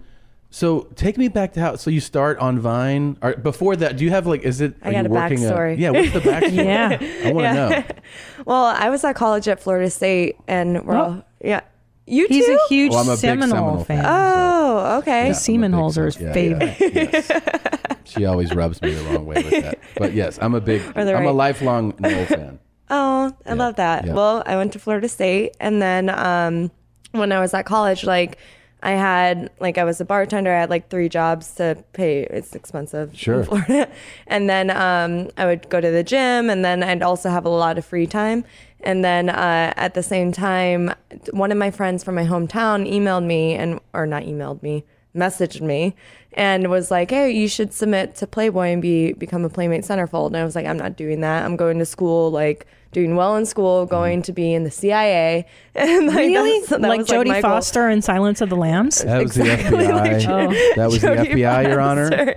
S1: so take me back to how. So you start on Vine. Or before that, do you have like? Is it?
S5: I
S1: are
S5: got
S1: you
S5: a
S1: working
S5: backstory.
S1: yeah. What's the backstory? I want to know.
S5: well, I was at college at Florida State, and we're all yeah. You
S2: Oh. He's
S5: too?
S2: a huge Well, I'm a big Seminole Seminole fan, fan,
S5: Oh, okay.
S1: Yeah,
S2: Seaman Holzer is
S1: yeah,
S2: favorite.
S1: She always rubs me the wrong way with that. But yes, I'm a big.
S5: Or the
S1: I'm a
S5: right.
S1: lifelong Noel fan.
S5: Oh, I love that.
S1: yeah.
S5: Well, I went to Florida State, and then um, when I was at college, like I had like I was a bartender. I had like three jobs to pay. It's expensive. in
S1: Sure.
S5: Florida. And then um, I would go to the gym, and then I'd also have a lot of free time. And then uh, at the same time, one of my friends from my hometown emailed me, and or not emailed me, messaged me, and was like, "Hey, you should submit to Playboy and be become a Playmate centerfold." And I was like, "I'm not doing that. I'm going to school, like doing well in school, going to be in the CIA." And like,
S2: Mm-hmm. really?
S5: that's- that
S2: like
S5: was,
S2: Jodie
S5: my goal.
S2: Foster in Silence of the Lambs?
S1: That was the FBI. That was the
S2: Jodie
S1: FBI, Your Honor.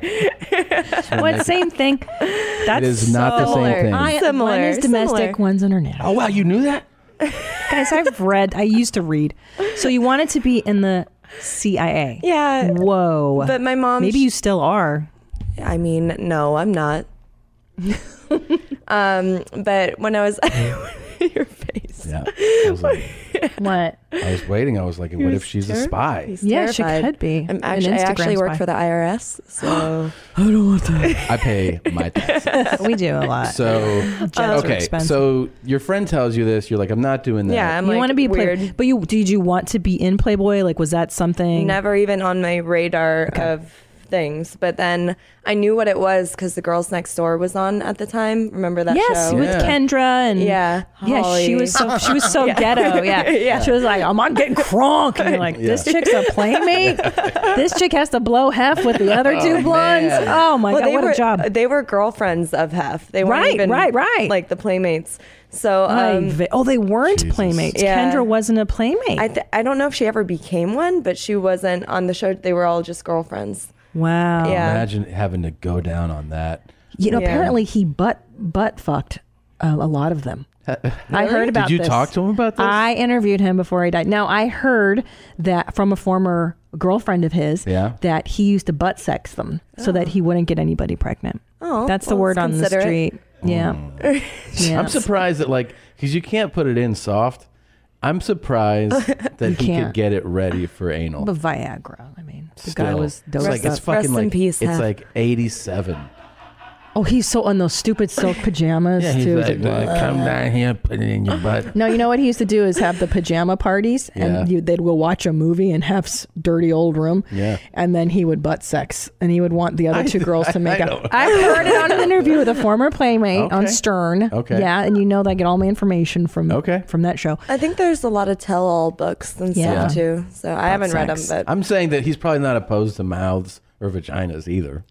S2: What same thing? That's
S1: is not the same
S2: similar.
S1: thing.
S2: I,
S5: Similar,
S2: One is domestic,
S5: similar.
S2: one's international.
S1: Oh wow, you knew that?
S2: Guys, I've read. I used to read. So you wanted to be in the CIA?
S5: Yeah.
S2: Whoa.
S5: But my mom-
S2: Maybe you still are.
S5: I mean, no, I'm not. um, but when I was your face,
S1: Yeah. I was, like,
S2: what?
S1: I was waiting. I was like, what if she's a spy?
S2: Yeah, she could be
S5: I'm
S2: an
S5: actually, I actually
S2: Instagram
S5: work
S2: spy.
S5: for the IRS, so
S1: I don't want that. I pay my taxes.
S2: we do a lot.
S1: So
S2: Jets are
S1: okay,
S2: expensive.
S1: so your friend tells you this. You're like, I'm not doing that.
S2: you want to be a Play- but you did you want to be in Playboy? Like, was that something?
S5: never even on my radar of things. But then I knew what it was because the Girls Next Door was on at the time. Remember that?
S2: yes,
S5: show?
S2: with Kendra and
S5: yeah,
S2: yeah, she
S5: Mm, Holly.
S2: was so she was so
S5: Yeah.
S2: ghetto. Yeah.
S5: Yeah.
S2: she was like, "I'm on getting crunk," and you're like, "This
S5: Yeah.
S2: chick's a playmate. this chick has to blow hef with the other two
S5: Oh,
S2: blondes.
S5: man.
S2: Oh my
S5: Well,
S2: god,
S5: they
S2: what
S5: were,
S2: a job!
S5: They were girlfriends of Hef. They weren't
S2: Right,
S5: even
S2: right, right.
S5: like the playmates. So
S2: My
S5: um,
S2: va- oh, they weren't playmates. Kendra wasn't a playmate.
S5: I th- I don't know if she ever became one, but she wasn't on the show. They were all just girlfriends.
S2: Wow.
S5: Yeah.
S1: Imagine having to go down on that.
S2: You know,
S5: Yeah.
S2: apparently he butt butt fucked uh, a lot of them. I
S1: Really?
S2: heard about.
S1: Did you
S2: this.
S1: talk to him about this?
S2: I interviewed him before he died. Now I heard that from a former girlfriend of his.
S1: Yeah. Oh.
S2: That he used to butt sex them so that he wouldn't get anybody pregnant.
S5: Oh,
S2: that's the
S5: well,
S2: word
S5: that's
S2: on the
S5: considerate.
S2: street.
S1: Oh,
S2: Yeah. Yeah.
S1: I'm surprised that like because you can't put it in soft. I'm surprised that he
S2: can't.
S1: could get it ready for anal.
S2: But Viagra. I mean, the guy
S1: Still.
S2: was
S1: it's
S2: dosed
S1: like it's
S2: up.
S1: fucking like it's like 87.
S2: oh, he's so on those stupid silk pajamas
S1: Yeah, he's
S2: too. It's
S1: like,
S2: like,
S1: "Uh, come down here, put it in your butt.
S2: No, you know what he used to do is have the pajama parties,
S1: Yeah.
S2: and you, they'd go watch a movie in Hef's dirty old room.
S1: Yeah.
S2: and then he would butt sex, and he would want the other
S1: I
S2: two
S1: th-
S2: girls
S1: I-
S2: to make
S1: I
S2: up.
S1: don't-
S2: I heard it on an interview with a former playmate on
S5: Okay.
S2: Stern.
S5: Okay.
S2: yeah, and you know that I get all my information from okay. from that show.
S5: I think there's a lot of tell-all books and
S2: Yeah.
S5: stuff too. So I haven't read them, but
S1: I'm saying that he's probably not opposed to mouths or vaginas either.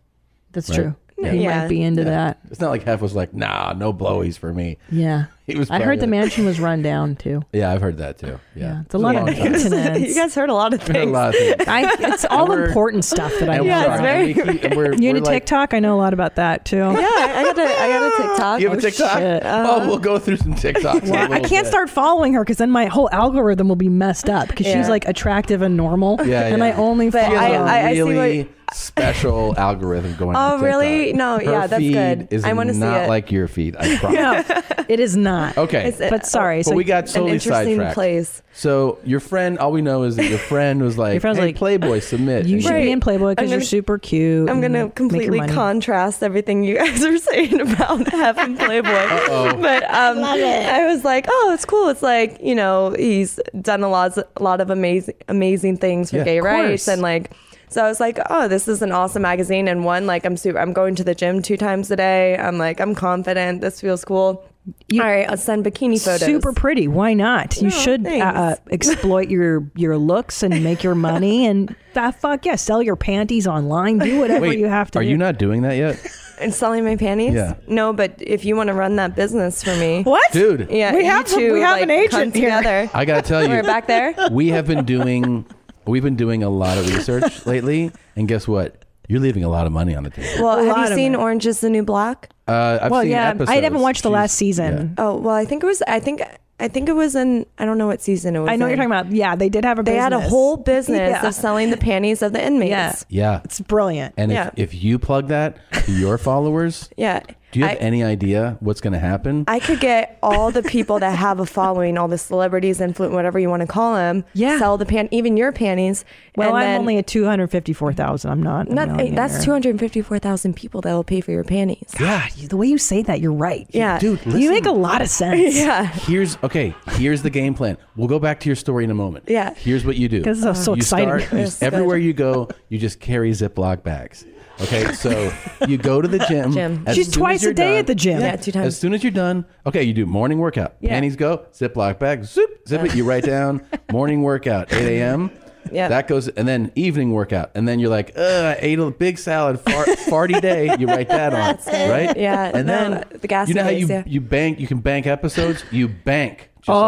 S2: That's true. He might be into that.
S1: It's not like Hef was like, nah, no blowies for me.
S2: Yeah.
S1: He was
S2: I
S1: part
S2: heard
S1: of
S2: the
S1: it.
S2: mansion was run down too.
S1: Yeah, I've heard that too. Yeah.
S2: It's a lot of
S1: long time.
S2: maintenance.
S5: You guys heard a lot of
S1: Heard a
S5: things.
S1: lot of things.
S2: I, it's all important stuff that I
S1: And we're Yeah,
S2: know.
S1: it's sorry. very- We keep- we're-
S2: you
S1: we're
S2: need a
S1: like-
S2: TikTok? I know a lot about that too. Yeah, Oh,
S5: I got a, I got a TikTok.
S1: You have a TikTok? oh, we'll go through some TikToks. in a
S2: Well, Uh, I
S1: little
S2: can't
S1: bit.
S2: start following her because then my whole algorithm will be messed up because
S5: Yeah.
S2: she's like attractive and normal.
S1: Yeah,
S2: and
S1: yeah.
S2: I only
S1: She
S2: follow.
S1: has a
S5: I- I see what-
S1: really special algorithm going.
S5: Oh,
S1: on TikTok.
S5: really? No,
S1: Her
S5: yeah, that's
S1: feed
S5: good.
S1: Is
S5: I wanna see
S1: not
S5: it.
S1: like your feed. I promise.
S2: no, it is not.
S1: Okay,
S5: uh,
S2: but sorry.
S1: But
S2: so
S1: we got totally
S2: an interesting
S1: sidetracked.
S2: place.
S1: So your friend, all we know is that your friend was like,
S2: Your friend's
S1: "Hey,
S2: like,
S1: Playboy, submit."
S2: You
S1: And
S2: should
S1: we're
S2: be
S1: like,
S2: in Playboy
S5: I'm
S2: because you're
S5: gonna-
S2: super cute.
S5: I'm
S2: and
S5: going
S2: make
S5: to
S2: your
S5: completely
S2: money.
S5: contrast everything you guys are saying about Hef and Playboy.
S1: Oh.
S5: But um,
S2: Love it.
S5: I was like, oh, it's cool. It's like, you know, he's done a lot, a lot of amazing, amazing things for
S2: Yeah,
S5: gay
S2: of course.
S5: rights. And like, so I was like, oh, this is an awesome magazine. And one, like, I'm super, I'm going to the gym two times a day. I'm like, I'm confident. This feels cool. All right, I'll send bikini photos. Oh,
S2: Super pretty. Why not? You
S5: No,
S2: should uh, uh, exploit your your looks and make your money and that fuck yeah, sell your panties online. Do whatever
S1: Wait,
S2: you have to.
S1: Are
S2: do.
S1: you not doing that yet?
S5: And selling my panties?
S1: Yeah.
S5: No, but if you want to run that business for me,
S2: what,
S1: Dude.
S5: Yeah,
S2: We
S5: you
S2: have-
S5: two,
S2: we have
S5: like,
S2: an agent
S5: come
S2: here.
S5: Together.
S1: I gotta tell you,
S5: We're back there.
S1: We have been doing, we've been doing a lot of research lately, and guess what? You're leaving a lot of money on the table.
S5: Well,
S2: lot
S5: have you
S2: of
S5: seen Orange is the New Black?
S1: Uh, I've
S2: well,
S1: seen
S2: yeah,
S1: episodes.
S2: I haven't watched the last season.
S5: Oh, well, I think it was. I think. I think it was in. I don't know what season it was.
S2: I know what
S5: in.
S2: you're talking about. Yeah, they did have a.
S5: They had a
S2: business.
S5: whole business
S2: Yeah.
S5: of selling the panties of the inmates. Yeah.
S1: Yeah,
S2: It's brilliant.
S1: and
S5: yeah.
S1: if, if you plug that to your followers,
S5: Yeah.
S1: do you have
S5: I-
S1: any idea what's going to happen?
S5: I could get all the people that have a following, all the celebrities, influence, whatever you want to call them. Yeah. Sell the pan, even your panties.
S2: Well,
S5: and
S2: I'm
S5: then-
S2: only at two hundred fifty-four thousand. I'm not. a
S5: Not, hey, that's
S2: millionaire.
S5: two hundred fifty-four thousand people that will pay for your panties.
S1: God,
S2: you- the way you say that, you're right.
S5: Yeah.
S1: Dude,
S2: you make a lot of sense.
S5: yeah.
S1: Here's okay. Here's the game plan. We'll go back to your story in a moment.
S5: Yeah.
S1: Here's what you do.
S2: 'Cause it's so
S1: you
S2: exciting.
S1: Start, you-
S2: It's good.
S1: everywhere you go, you just carry Ziploc bags. Okay, so you go to the gym.
S2: Gym.
S1: As
S2: She's
S1: soon
S2: twice
S1: as you're
S2: a day
S1: done-
S2: at the gym. Yeah, two times.
S1: As soon as you're done, okay, you do morning workout.
S2: Yeah.
S1: Panties go, Ziploc bag, zip, zip it. You write down morning workout, 8 a.m.
S5: Yeah.
S1: That goes, and then evening workout, and then you're like, Ugh, I ate a big salad, fart, farty day. You write that on,
S5: That's it.
S1: right?
S5: Yeah,
S1: and
S5: no,
S1: then
S5: the gas
S1: You know how
S5: days,
S1: you
S5: yeah.
S1: you bank you can bank episodes you bank just
S2: Oh,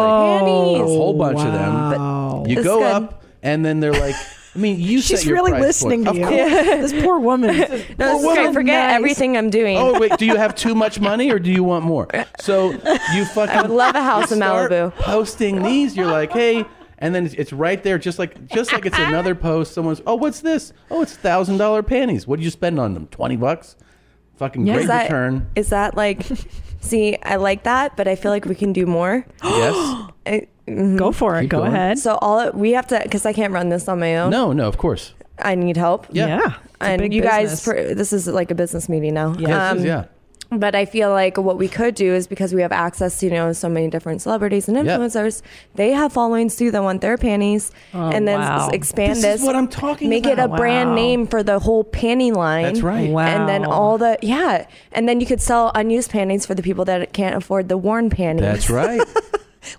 S1: like a whole bunch of them
S2: wow.
S1: you
S2: That's
S1: go
S2: good.
S1: up and then they're like i mean you
S2: She's
S1: set your
S2: really
S1: price
S2: listening
S1: point.
S2: to
S1: Of
S2: you.
S1: course.
S2: this poor woman.
S5: No, this is great. Forget everything I'm doing.
S1: oh wait do you have too much money or do you want more so you fucking
S5: I would love a house
S1: you
S5: in
S1: start
S5: Malibu.
S1: posting these you're like hey and then it's- it's right there just like just like it's another post someone's oh what's this oh it's thousand dollar panties what did you spend on them 20 bucks fucking
S5: Yeah.
S1: great
S5: Is that-
S1: return
S5: Is that like, see, I like that, but I feel like we can do more. mm-hmm.
S1: yes
S2: Go for it.
S1: Keep Go going. ahead.
S5: So all it- we have to, because I can't run this on my own.
S1: no no of course
S5: I need help.
S1: Yeah. Yeah. It's
S2: a
S5: And
S2: big
S5: you guys,
S2: business.
S5: for, this is like a business meeting now. Um,
S1: yeah, this is- yeah.
S5: But I feel like what we could do is because we have access to you know so many different celebrities and
S1: Yeah.
S5: influencers, they have followings too that want their panties,
S1: Oh,
S5: and then
S1: wow.
S5: s- expand
S1: This
S5: this.
S1: is what I'm talking
S5: Make it
S1: about.
S5: a brand
S1: Wow.
S5: name for the whole panty line.
S1: That's right.
S5: And then
S1: Wow.
S5: all the yeah, and then you could sell unused panties for the people that can't afford the worn panties.
S1: That's right.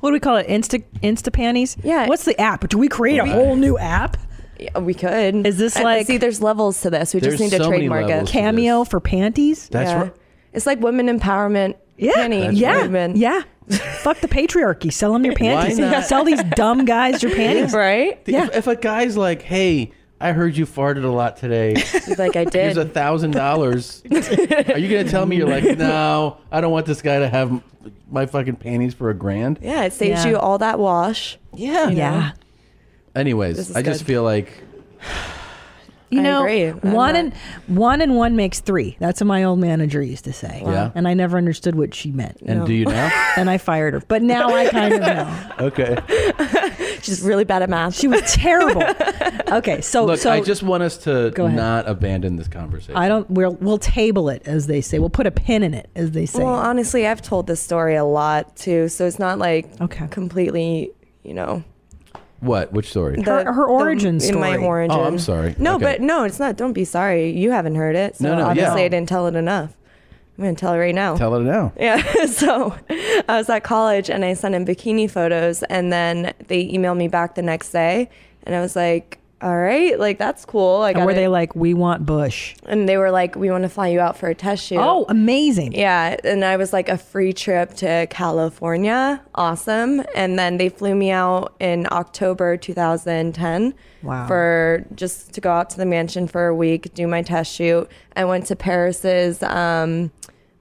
S2: What do we call it? Insta Insta panties?
S5: Yeah.
S2: What's the app? Do we create a
S5: We-
S2: whole new app?
S5: Yeah, we could. Is
S2: this like-
S5: see? There's levels to this. We just
S1: There's
S5: need to
S1: so many
S5: trademark it.
S1: levels to
S2: Cameo for panties?
S1: That's
S5: Yeah.
S1: right.
S5: It's like women empowerment.
S2: Yeah.
S5: Panty
S1: That's
S2: yeah.
S5: movement.
S2: Yeah. Fuck the patriarchy. Sell them your panties.
S1: Why not?
S2: Sell these dumb guys your panties.
S5: Right?
S1: If, if a guy's like, "Hey, I heard you farted a lot today.
S5: He's like, I
S1: Here's
S5: did.
S1: a thousand dollars. Are you gonna tell me you're like, no, I don't want this guy to have my fucking panties for a grand?"
S5: yeah, it saves
S2: Yeah.
S5: you all that wash.
S1: Yeah.
S5: You know?
S2: Yeah.
S1: Anyways,
S5: This is
S1: I just
S5: good.
S1: feel like
S2: You
S5: I
S2: know,
S5: agree. I'm
S2: one
S5: not-
S2: and one and one makes three. That's what my old manager used to say.
S1: Yeah.
S2: And I never understood what she meant.
S1: And do you now?
S2: and I fired her. But now I kind of know.
S1: okay.
S5: She's really bad at math.
S2: She was terrible. Okay, so
S1: Look,
S2: so
S1: I just want us to
S2: Go ahead.
S1: not abandon this conversation.
S2: I don't. We'll we'll table it as they say. We'll put a pin in it as they say.
S5: Well, honestly, I've told this story a lot too, so it's not like
S2: Okay.
S5: completely, you know,
S1: what? Which story?
S2: Her- her origin
S5: in my
S2: story.
S5: origin.
S1: Oh, I'm sorry.
S5: No,
S1: Okay.
S5: but no, it's not. Don't be sorry. You haven't heard it. So
S1: No, no,
S5: obviously,
S1: yeah.
S5: I didn't tell it enough. I'm gonna tell it right now.
S1: Tell it now.
S5: Yeah. So I was at college and I sent in bikini photos, and then they emailed me back the next day, and I was like, all right, like that's cool. I
S2: And were
S5: gotta-
S2: they like, we want Bush?
S5: and they were like, "We want to fly you out for a test shoot."
S2: Oh, amazing!
S5: Yeah, and I was like a free trip to California, awesome. And then they flew me out in October 2010.
S2: Wow.
S5: For just to go out to the mansion for a week, do my test shoot. I went to Paris's um,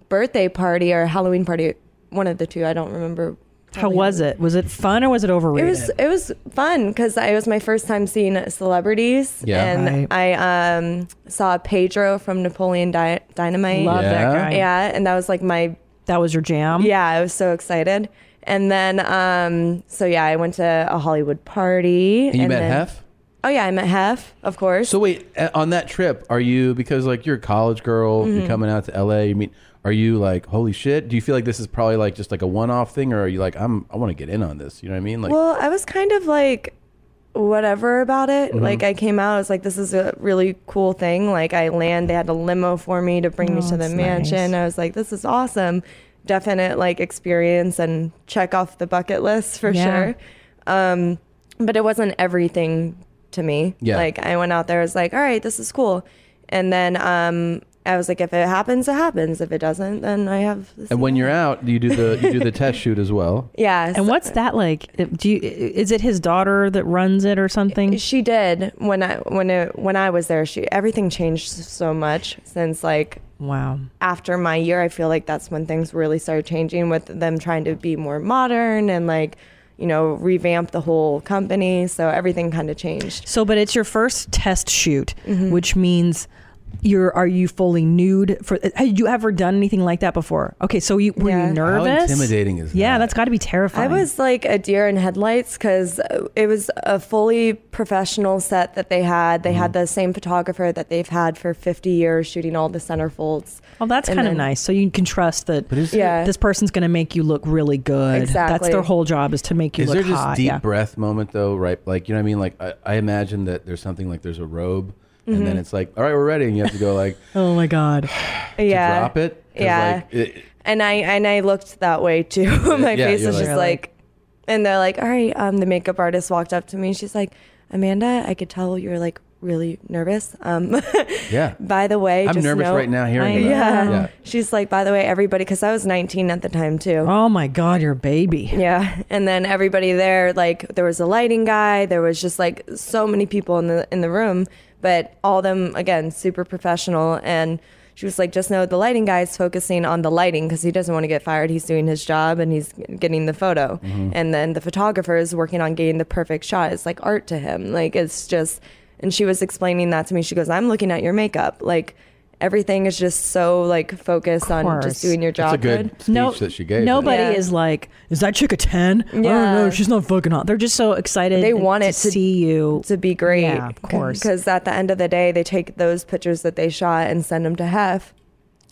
S5: birthday party or Halloween party, one of the two. I don't remember.
S2: How was it? Was it fun or was it
S5: It
S2: overrated?
S5: was it was fun because it was my first time seeing celebrities,
S2: Yeah.
S5: and I um, saw Pedro from Napoleon Di- Dynamite.
S2: Love that Yeah. guy.
S5: Yeah, and that was like my
S2: that was your jam.
S5: Yeah, I was so excited. And then, um, so yeah, I went to a Hollywood party.
S1: And you met
S5: then-
S1: Hef?
S5: Oh yeah, I met Hef, of course.
S1: So wait, a- on that trip, are you because like you're a college girl,
S5: Mhm.
S2: Mm-hmm.
S1: you're coming out to LA, you mean are you like holy shit? Do you feel like this is probably like just like a one-off thing or are you like I'm I want to get in on this, you know what I mean? Like
S5: well, I was kind of like whatever about it.
S1: Mhm.
S5: Like I came out, I was like, this is a really cool thing. Like I land, they had a limo for me to bring me
S2: Oh,
S5: to the
S2: that's
S5: mansion.
S2: nice.
S5: I was like, this is awesome. Definite like experience and check off the bucket list for
S2: Yeah.
S5: sure. Um, but it wasn't everything to me.
S2: Yeah.
S5: Like I went out there, I was like, all right, this is cool. And then um, I was like, if it happens, it happens. If it doesn't, then I have
S1: and when you're out, you do the you do the test shoot as well.
S5: Yeah.
S2: And what's that like? Do you? Is it his daughter that runs it or something?
S5: She did when I when it, when I was there. She everything changed so much since like
S2: wow
S5: after my year. I feel like that's when things really started changing with them trying to be more modern and like you know revamp the whole company. So everything kind of changed.
S2: So, but it's your first test shoot,
S5: Mm-hmm.
S2: which means you're are you fully nude for had you ever done anything like that before okay so you were you nervous
S1: intimidating is
S2: yeah that's got to be terrifying
S5: I was like a deer in headlights because it was a fully professional set that they had. They
S2: Mm-hmm.
S5: had the same photographer that they've had for 50 years shooting all the centerfolds.
S2: well Oh, that's
S5: And
S2: kind of
S5: then-
S2: nice so you can trust that
S5: it- Yeah.
S2: this person's going to make you look really good that's
S5: Exactly.
S2: their whole job is to make you
S1: Is
S2: look
S1: there this
S2: hot
S1: deep
S2: yeah
S1: breath moment though, right? Like you know what I mean? Like I, I imagine that there's something like there's a robe and then
S5: Mhm.
S1: it's like, all right, we're ready, and you have to go like
S2: Mm-hmm. oh my god
S5: yeah.
S1: drop it. 'Cause,
S5: Yeah.
S1: like, it-
S5: and I and I looked that way too. My
S1: Yeah,
S5: face
S1: you're
S5: was
S1: like-
S5: just
S1: You're
S5: like, and they're like, "All right." Um, the makeup artist walked up to me. and She's like, "Amanda, I could tell you're like really nervous. Um,
S1: yeah.
S5: by the way,
S1: I'm
S5: just
S1: nervous
S5: know-
S1: right now hearing I that.
S5: Yeah.
S1: Yeah.
S5: she's like, by the way, everybody, because I was 19 at the time too.
S2: Oh my god, you're a baby.
S5: Yeah, and then everybody there, like there was a lighting guy, there was just like so many people in the in the room, but all them again super professional. And she was like, just know the lighting guy is focusing on the lighting because he doesn't want to get fired. He's doing his job and he's getting the photo,
S1: Mm-hmm.
S2: Mhm.
S5: and then the photographer is working on getting the perfect shot. It's like art to him. Like it's just. And she was explaining that to me. She goes, "I'm looking at your makeup, like." Everything is just so like focused on
S2: course.
S5: just doing your job.
S1: That's a good
S5: good.
S1: speech that she gave.
S2: Nobody
S5: Yeah.
S2: is like, is that chick a ten? I don't know.
S5: Yeah.
S2: She's not fucking hot. They're just so excited.
S5: They want
S2: to
S5: it to-
S2: see you
S5: to be great.
S2: Yeah, of course.
S5: Because at the end of the day, they take those pictures that they shot and send them to Hef,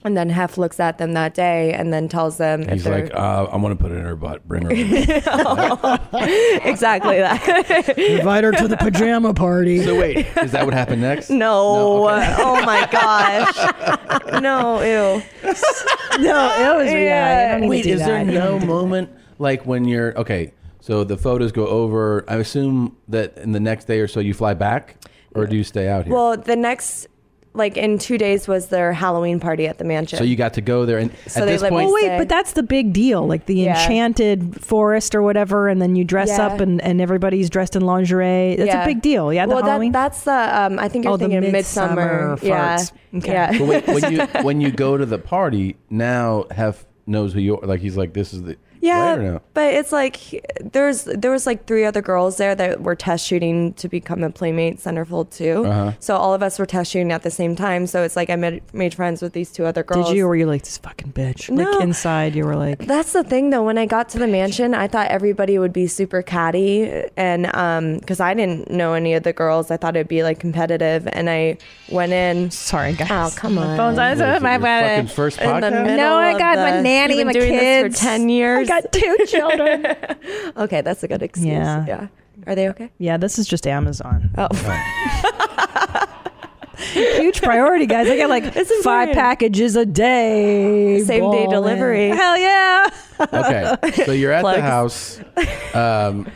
S5: and then Hef looks at them that day and then tells them if
S1: He's
S5: they're
S1: like, uh, I'm gonna put it in her butt. Bring her.
S5: exactly that.
S2: Invite her to the pajama party.
S1: So wait, is that what happened next?
S5: No. Oh my gosh. no. Ew.
S2: no. It was yeah. I don't need to
S1: Wait,
S2: do
S1: is there
S2: that. You don't
S1: no
S2: need to do
S1: moment like when you're okay? So the photos go over. I assume that in the next day or so you fly back, or do you stay out here?
S5: Well, the next, like in two days, was their Halloween party at the mansion.
S1: so you got to go there, and
S5: So
S1: at
S5: they
S1: this
S5: let me
S1: point,
S2: Oh wait, but that's the big deal, like the
S5: Yeah.
S2: enchanted forest or whatever, and then you dress
S5: Yeah.
S2: up and, and everybody's dressed in lingerie. That's
S5: Yeah.
S2: a big deal. Yeah, the
S5: well,
S2: Halloween.
S5: that, that's the. Um, I think you're
S2: Oh, the
S5: thinking
S2: midsummer
S5: midsummer. Yeah.
S2: farts. Okay.
S5: Yeah.
S1: But wait, when you when you go to the party now, Hef knows who you are. Like he's like, this is the
S5: Yeah,
S1: right or no?
S5: but it's like he- there's there was like three other girls there that were test shooting to become a playmate centerfold too.
S2: Uh-huh.
S5: So all of us were test shooting at the same time. So it's like I made made friends with these two other girls.
S2: Did you? Or were you like this fucking bitch?
S5: No.
S2: Like inside, you were like,
S5: That's the thing though. When I got to the mansion, I thought everybody would be super catty, and um, because I didn't know any of the girls, I thought it'd be like competitive. And I went in.
S2: Sorry, guys.
S5: Oh come on.
S2: phone's on. What is it,
S1: your fucking first
S5: In the
S1: podcast?
S5: middle
S2: No, I
S5: of
S2: got my
S5: the-
S2: nanny
S5: You've
S2: and
S5: been
S2: my
S5: doing this
S2: kids.
S5: for ten years.
S2: I got two children.
S5: okay, that's a good excuse.
S2: Yeah.
S5: yeah. Are they okay?
S2: yeah, this is just Amazon.
S5: Oh.
S2: Huge priority, guys. I get like five packages a day.
S5: Same day
S2: Ballin'.
S5: delivery.
S2: Hell yeah.
S1: Okay, so you're at the
S2: Plugs.
S1: house. Um,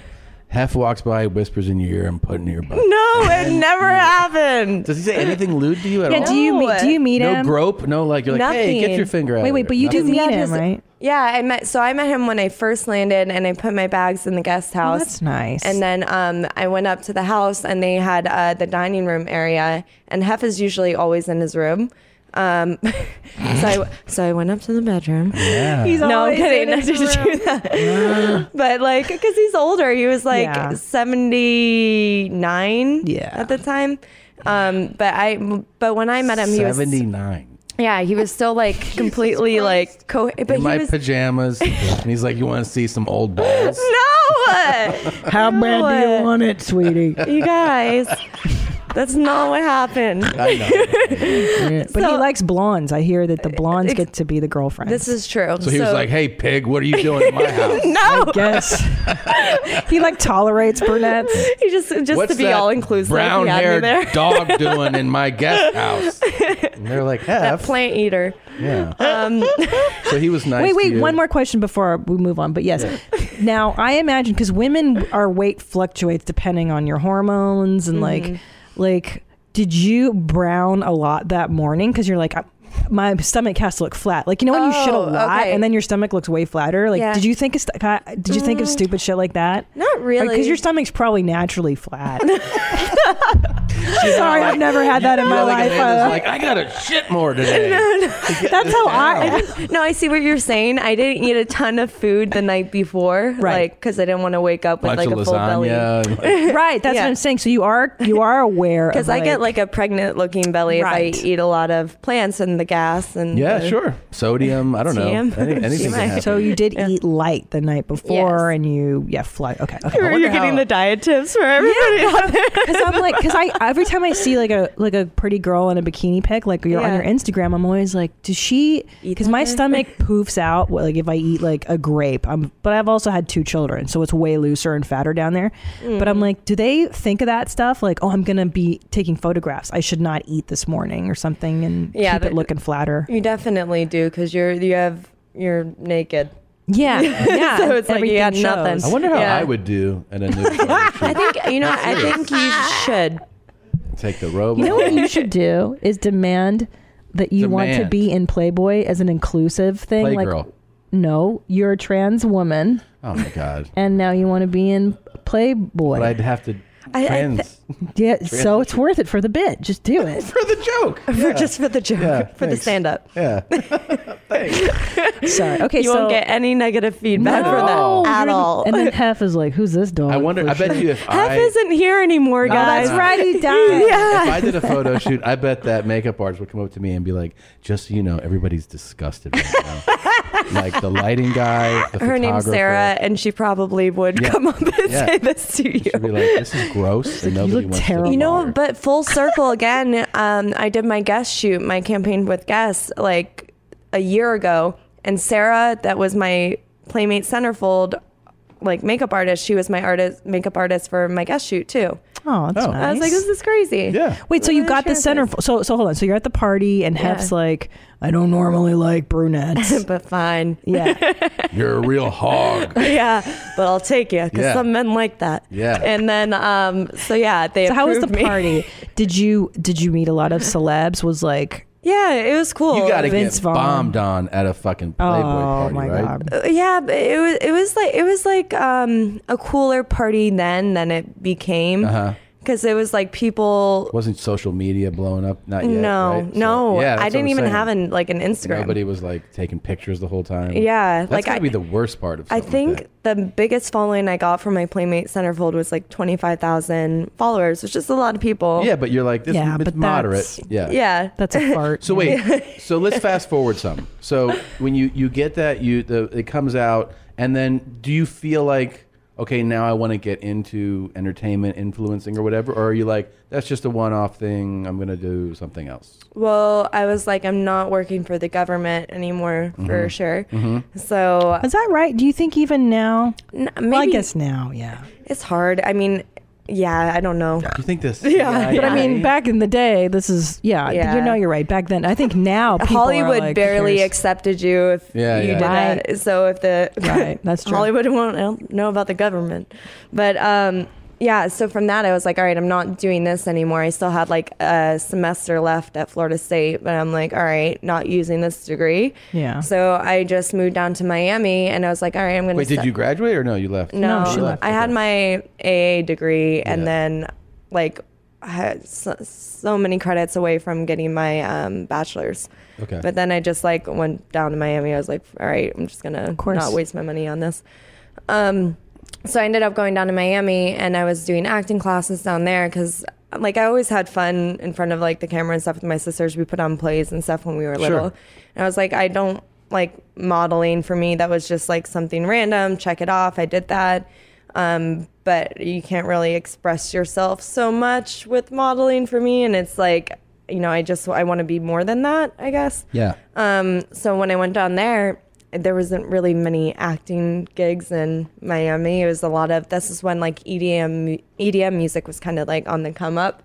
S1: Hef walks by, whispers in your ear, and put in your butt.
S5: No. No, it never happened.
S1: Does he say anything lewd to you at
S5: Yeah,
S1: all?
S5: do you meet- do you meet
S1: no
S5: him?
S1: No grope. No, like you're like, hey, get
S5: Nothing.
S1: your finger out.
S5: Wait,
S1: of
S5: wait,
S1: there."
S5: but you did
S1: Nothing?
S5: meet him, right? Yeah, I met. So I met him when I first landed, and I put my bags in the guest house.
S2: Oh, that's nice.
S5: And then um, I went up to the house, and they had uh, the dining room area, and Hef is usually always in his room. Um, so I so I went up to the bedroom.
S2: Yeah. He's
S5: no,
S2: always
S5: I'm kidding.
S2: in
S5: I
S2: his
S5: didn't do that. but like, because he's older, he was like
S2: Yeah.
S5: seventy nine. Yeah. At the time. Um, but I, but when I met him, he was
S1: Seventy-nine.
S5: yeah, he was still like completely like co. But
S1: in
S5: he
S1: my
S5: was
S1: pajamas, and he's like, "You want to see some old balls?"
S5: no.
S1: How
S5: bad do you
S1: want it, sweetie?
S5: you guys, that's not what happened.
S2: but he likes blondes. I hear that the blondes get to be the girlfriends.
S5: This is true.
S1: So he was like, "Hey, pig, what are you doing in my house?"
S5: no.
S2: Yes. he like tolerates brunettes.
S5: He just just
S1: What's
S5: to be
S1: that
S5: all inclusive.
S1: Brown
S5: he had me there.
S1: haired dog doing in my guest house. And they're like,
S5: that
S1: F.
S5: plant eater.
S1: Yeah.
S5: Um,
S1: So he was nice.
S2: wait,
S1: to
S2: wait,
S1: you.
S2: one more question before we move on. But yes, now I imagine because women, our weight fluctuates depending on your hormones and
S5: Mhm.
S2: like, like, did you brown a lot that morning? Because you're like, I, my stomach has to look flat. Like you know when you shit a
S5: Oh,
S2: lot
S5: okay.
S2: and then your stomach looks way flatter. Like,
S5: Yeah.
S2: did you think of st- ca- did you think of
S5: Mm.
S2: stupid shit like that?
S5: Not really.
S2: Because your stomach's probably naturally flat. Sorry, I've never had that in my
S1: Like,
S2: life.
S1: Amanda's
S2: uh,
S1: like, I gotta shit more today.
S5: That's how I, I. No, I see what you're saying. I didn't eat a ton of food the night before, right? because I didn't want to wake up with
S1: Bunch
S5: like
S1: of
S5: a full belly.
S1: lasagna.
S2: right. That's what I'm saying. So you are you are aware
S5: Because
S2: of,
S5: I get like a pregnant looking belly
S2: Right.
S5: if I eat a lot of plants and the gas and
S1: Yeah,
S5: the-
S1: sure. Sodium. I don't know.
S5: Damn.
S1: Any- anything can happen.
S2: So oh, you did eat light the night before, and you yeah fly. Okay, okay.
S5: You're, you're getting the diet tips for everybody out there.
S2: Because I'm like, because I every time I see like a like a pretty girl in a bikini pic, like you're on
S5: Yeah.
S2: your Instagram, I'm always like, does she? Because my
S5: that?
S2: stomach poofs out. well, Like if I eat like a grape, I'm. But I've also had two children, so it's way looser and fatter down there. But I'm
S5: Mm.
S2: like, do they think of that stuff? Like, oh, I'm gonna be taking photographs. I should not eat this morning or something, and
S5: Yeah,
S2: keep
S5: but-
S2: it looking flatter.
S5: You definitely do because you're you have you're naked.
S2: Yeah, yeah.
S5: so it's like you
S2: Everything
S5: had nothing.
S1: I wonder how
S5: Yeah.
S1: I would do at a new
S5: I think you know. I think you should.
S1: take the robe.
S2: You know what
S1: off.
S2: you should do is demand that you want to
S1: Demand.
S2: be in Playboy as an inclusive thing.
S1: Playgirl.
S2: Like, no, you're a trans woman,
S1: Oh my god.
S2: and now you want to be in Playboy.
S1: But I'd have to
S2: I- I
S1: trans.
S2: yeah, so it's worth it for the bit. Just do it
S1: for the joke.
S5: For just for the joke, for the
S2: thanks.
S5: stand up.
S1: Yeah.
S2: Sorry. Okay,
S5: You
S2: so-
S5: won't get any negative feedback
S2: No,
S5: for
S2: you're
S5: that at
S2: the-
S5: all.
S2: And then Hef is like, "Who's this dog?"
S1: I wonder.
S2: for
S1: I bet
S2: sure?
S1: you if
S5: Hef
S1: I
S5: isn't here anymore,
S1: No,
S5: guys.
S1: that's right,
S2: he died.
S1: if I
S5: yeah.
S1: did a photo shoot, I bet that makeup artist would come up to me and be like, "Just so you know, everybody's disgusted right now. like the lighting guy, the
S5: Her name's
S1: photographer.
S5: Sarah, and she probably would
S1: Yeah.
S5: come up and
S1: Yeah.
S5: say this to you.
S1: She'd be like, "This is gross." and nobody wants to.
S5: You know, but full circle again. Um, I did my guest shoot, my campaign with guests, like a year ago, and Sarah, that was my playmate centerfold, like makeup artist. She was my artist, makeup artist for my guest shoot too.
S2: Oh, that's nice.
S5: I was like, this is crazy.
S1: Yeah.
S2: Wait, so you've got the center. So, so hold on. So you're at the party, and
S5: Yeah.
S2: Hef's like, "I don't normally like brunettes,
S5: but fine."
S2: Yeah,
S1: You're a real hog.
S5: yeah, but I'll take you because
S2: Yeah.
S5: some men like that.
S1: Yeah.
S5: And then, um, so yeah, they.
S2: So how was the
S5: approved me.
S2: party? did you did you meet a lot of celebs? Was like
S5: Yeah, it was cool.
S2: Oh,
S1: You gotta get bombed on at a fucking Playboy party, right?
S5: Uh, yeah, but it was it was like it was like um, a cooler party then than it became
S1: Uh-huh.
S5: because it was like people.
S1: Wasn't social media blowing up? Not yet.
S5: no,
S1: right? So, yeah,
S5: no,
S1: that's
S5: I
S1: what I'm
S5: didn't even
S1: saying.
S5: have an like an Instagram.
S1: Nobody was like taking pictures the whole time.
S5: Yeah,
S1: that's
S5: like,
S1: gotta
S5: I-
S1: be the worst part of.
S5: I
S1: something like
S5: think the biggest following I got from my Playmate Centerfold was like twenty five thousand followers, which is a lot of people.
S1: that. Yeah, but you're like this.
S5: Yeah,
S1: it's
S5: but
S1: moderate.
S5: that's-
S1: Yeah,
S5: yeah. That's a
S2: fart.
S1: So wait, so let's fast forward some. So when you you get that, you the it comes out, and then do you feel like okay, now I want to get into entertainment influencing or whatever, or are you like that's just a one off thing? I'm gonna do something else.
S5: Well, I was like, I'm not working for the government anymore for
S1: Mhm.
S5: sure.
S1: Mhm.
S5: So
S2: is that right? Do you think even now? well, I
S5: maybe-
S2: guess now, yeah.
S5: it's hard. I mean, yeah, I don't know.
S1: You think this?
S5: Yeah,
S2: but I mean,
S5: yeah.
S2: back in the day, this is yeah.
S5: Yeah.
S2: You know, you're right. Back then, I think now people are
S5: Hollywood
S2: like,
S5: barely
S2: here's-
S5: accepted you if
S2: Yeah,
S5: you
S2: yeah.
S5: did that. So if the
S2: Right, that's true.
S5: Hollywood won't know about the government, but um, yeah, so from that, I was like, all right, I'm not doing this anymore. I still had like a semester left at Florida State, but I'm like, all right, not using this degree.
S2: Yeah.
S5: So I just moved down to Miami and I was like, all right, I'm going to
S1: Wait, did you graduate or no? You left.
S5: No,
S1: You
S5: I had my AA degree and then like I had so, so many credits away from getting my um, bachelor's.
S1: Okay.
S5: But then I just like went down to Miami. I was like, all right, I'm just gonna
S2: course.
S5: not waste my money on this. Um, so I ended up going down to Miami and I was doing acting classes down there because like I always had fun in front of like the camera and stuff with my sisters. We put on plays and stuff when we were
S4: Sure.
S5: little. And I was like, I don't like modeling for me. That was just like something random. Check it off. I did that. Um, but you can't really express yourself so much with modeling for me. And it's like, you know, I just, I want to be more than that, I guess.
S1: Yeah.
S5: Um, so when I went down there, there wasn't really many acting gigs in Miami. It was a lot of this is when like E EDM mu- EDM music was kind of like on the come up.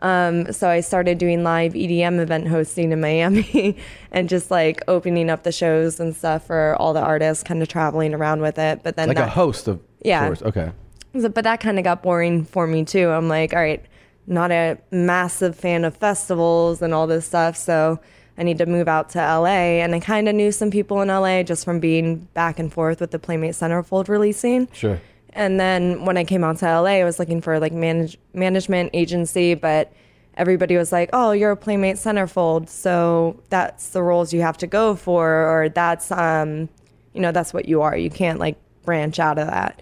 S5: Um, so I started doing live EDM event hosting in Miami and just like opening up the shows and stuff for all the artists, kind of traveling around with it. But then
S1: like a
S5: that-
S1: host of
S5: Yeah.
S1: sorts. Okay.
S5: so- but that kind of got boring for me too. I'm like, all right, not a massive fan of festivals and all this stuff, so I need to move out to LA. And I kind of knew some people in LA just from being back and forth with the Playmate Centerfold releasing.
S1: Sure.
S5: And then when I came out to LA, I was looking for like manage- management agency, but everybody was like, "Oh, you're a Playmate Centerfold, so that's the roles you have to go for, or that's um, you know, that's what you are. You can't like branch out of that."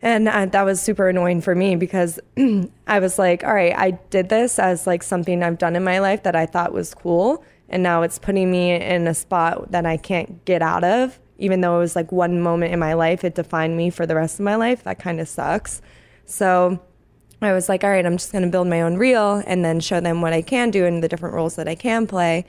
S5: And uh, that was super annoying for me because I was like, all right, I did this as like something I've done in my life that I thought was cool. And now it's putting me in a spot that I can't get out of. Even though it was like one moment in my life, it defined me for the rest of my life. That kind of sucks. So I was like, all right, I'm just going to build my own reel and then show them what I can do and the different roles that I can play.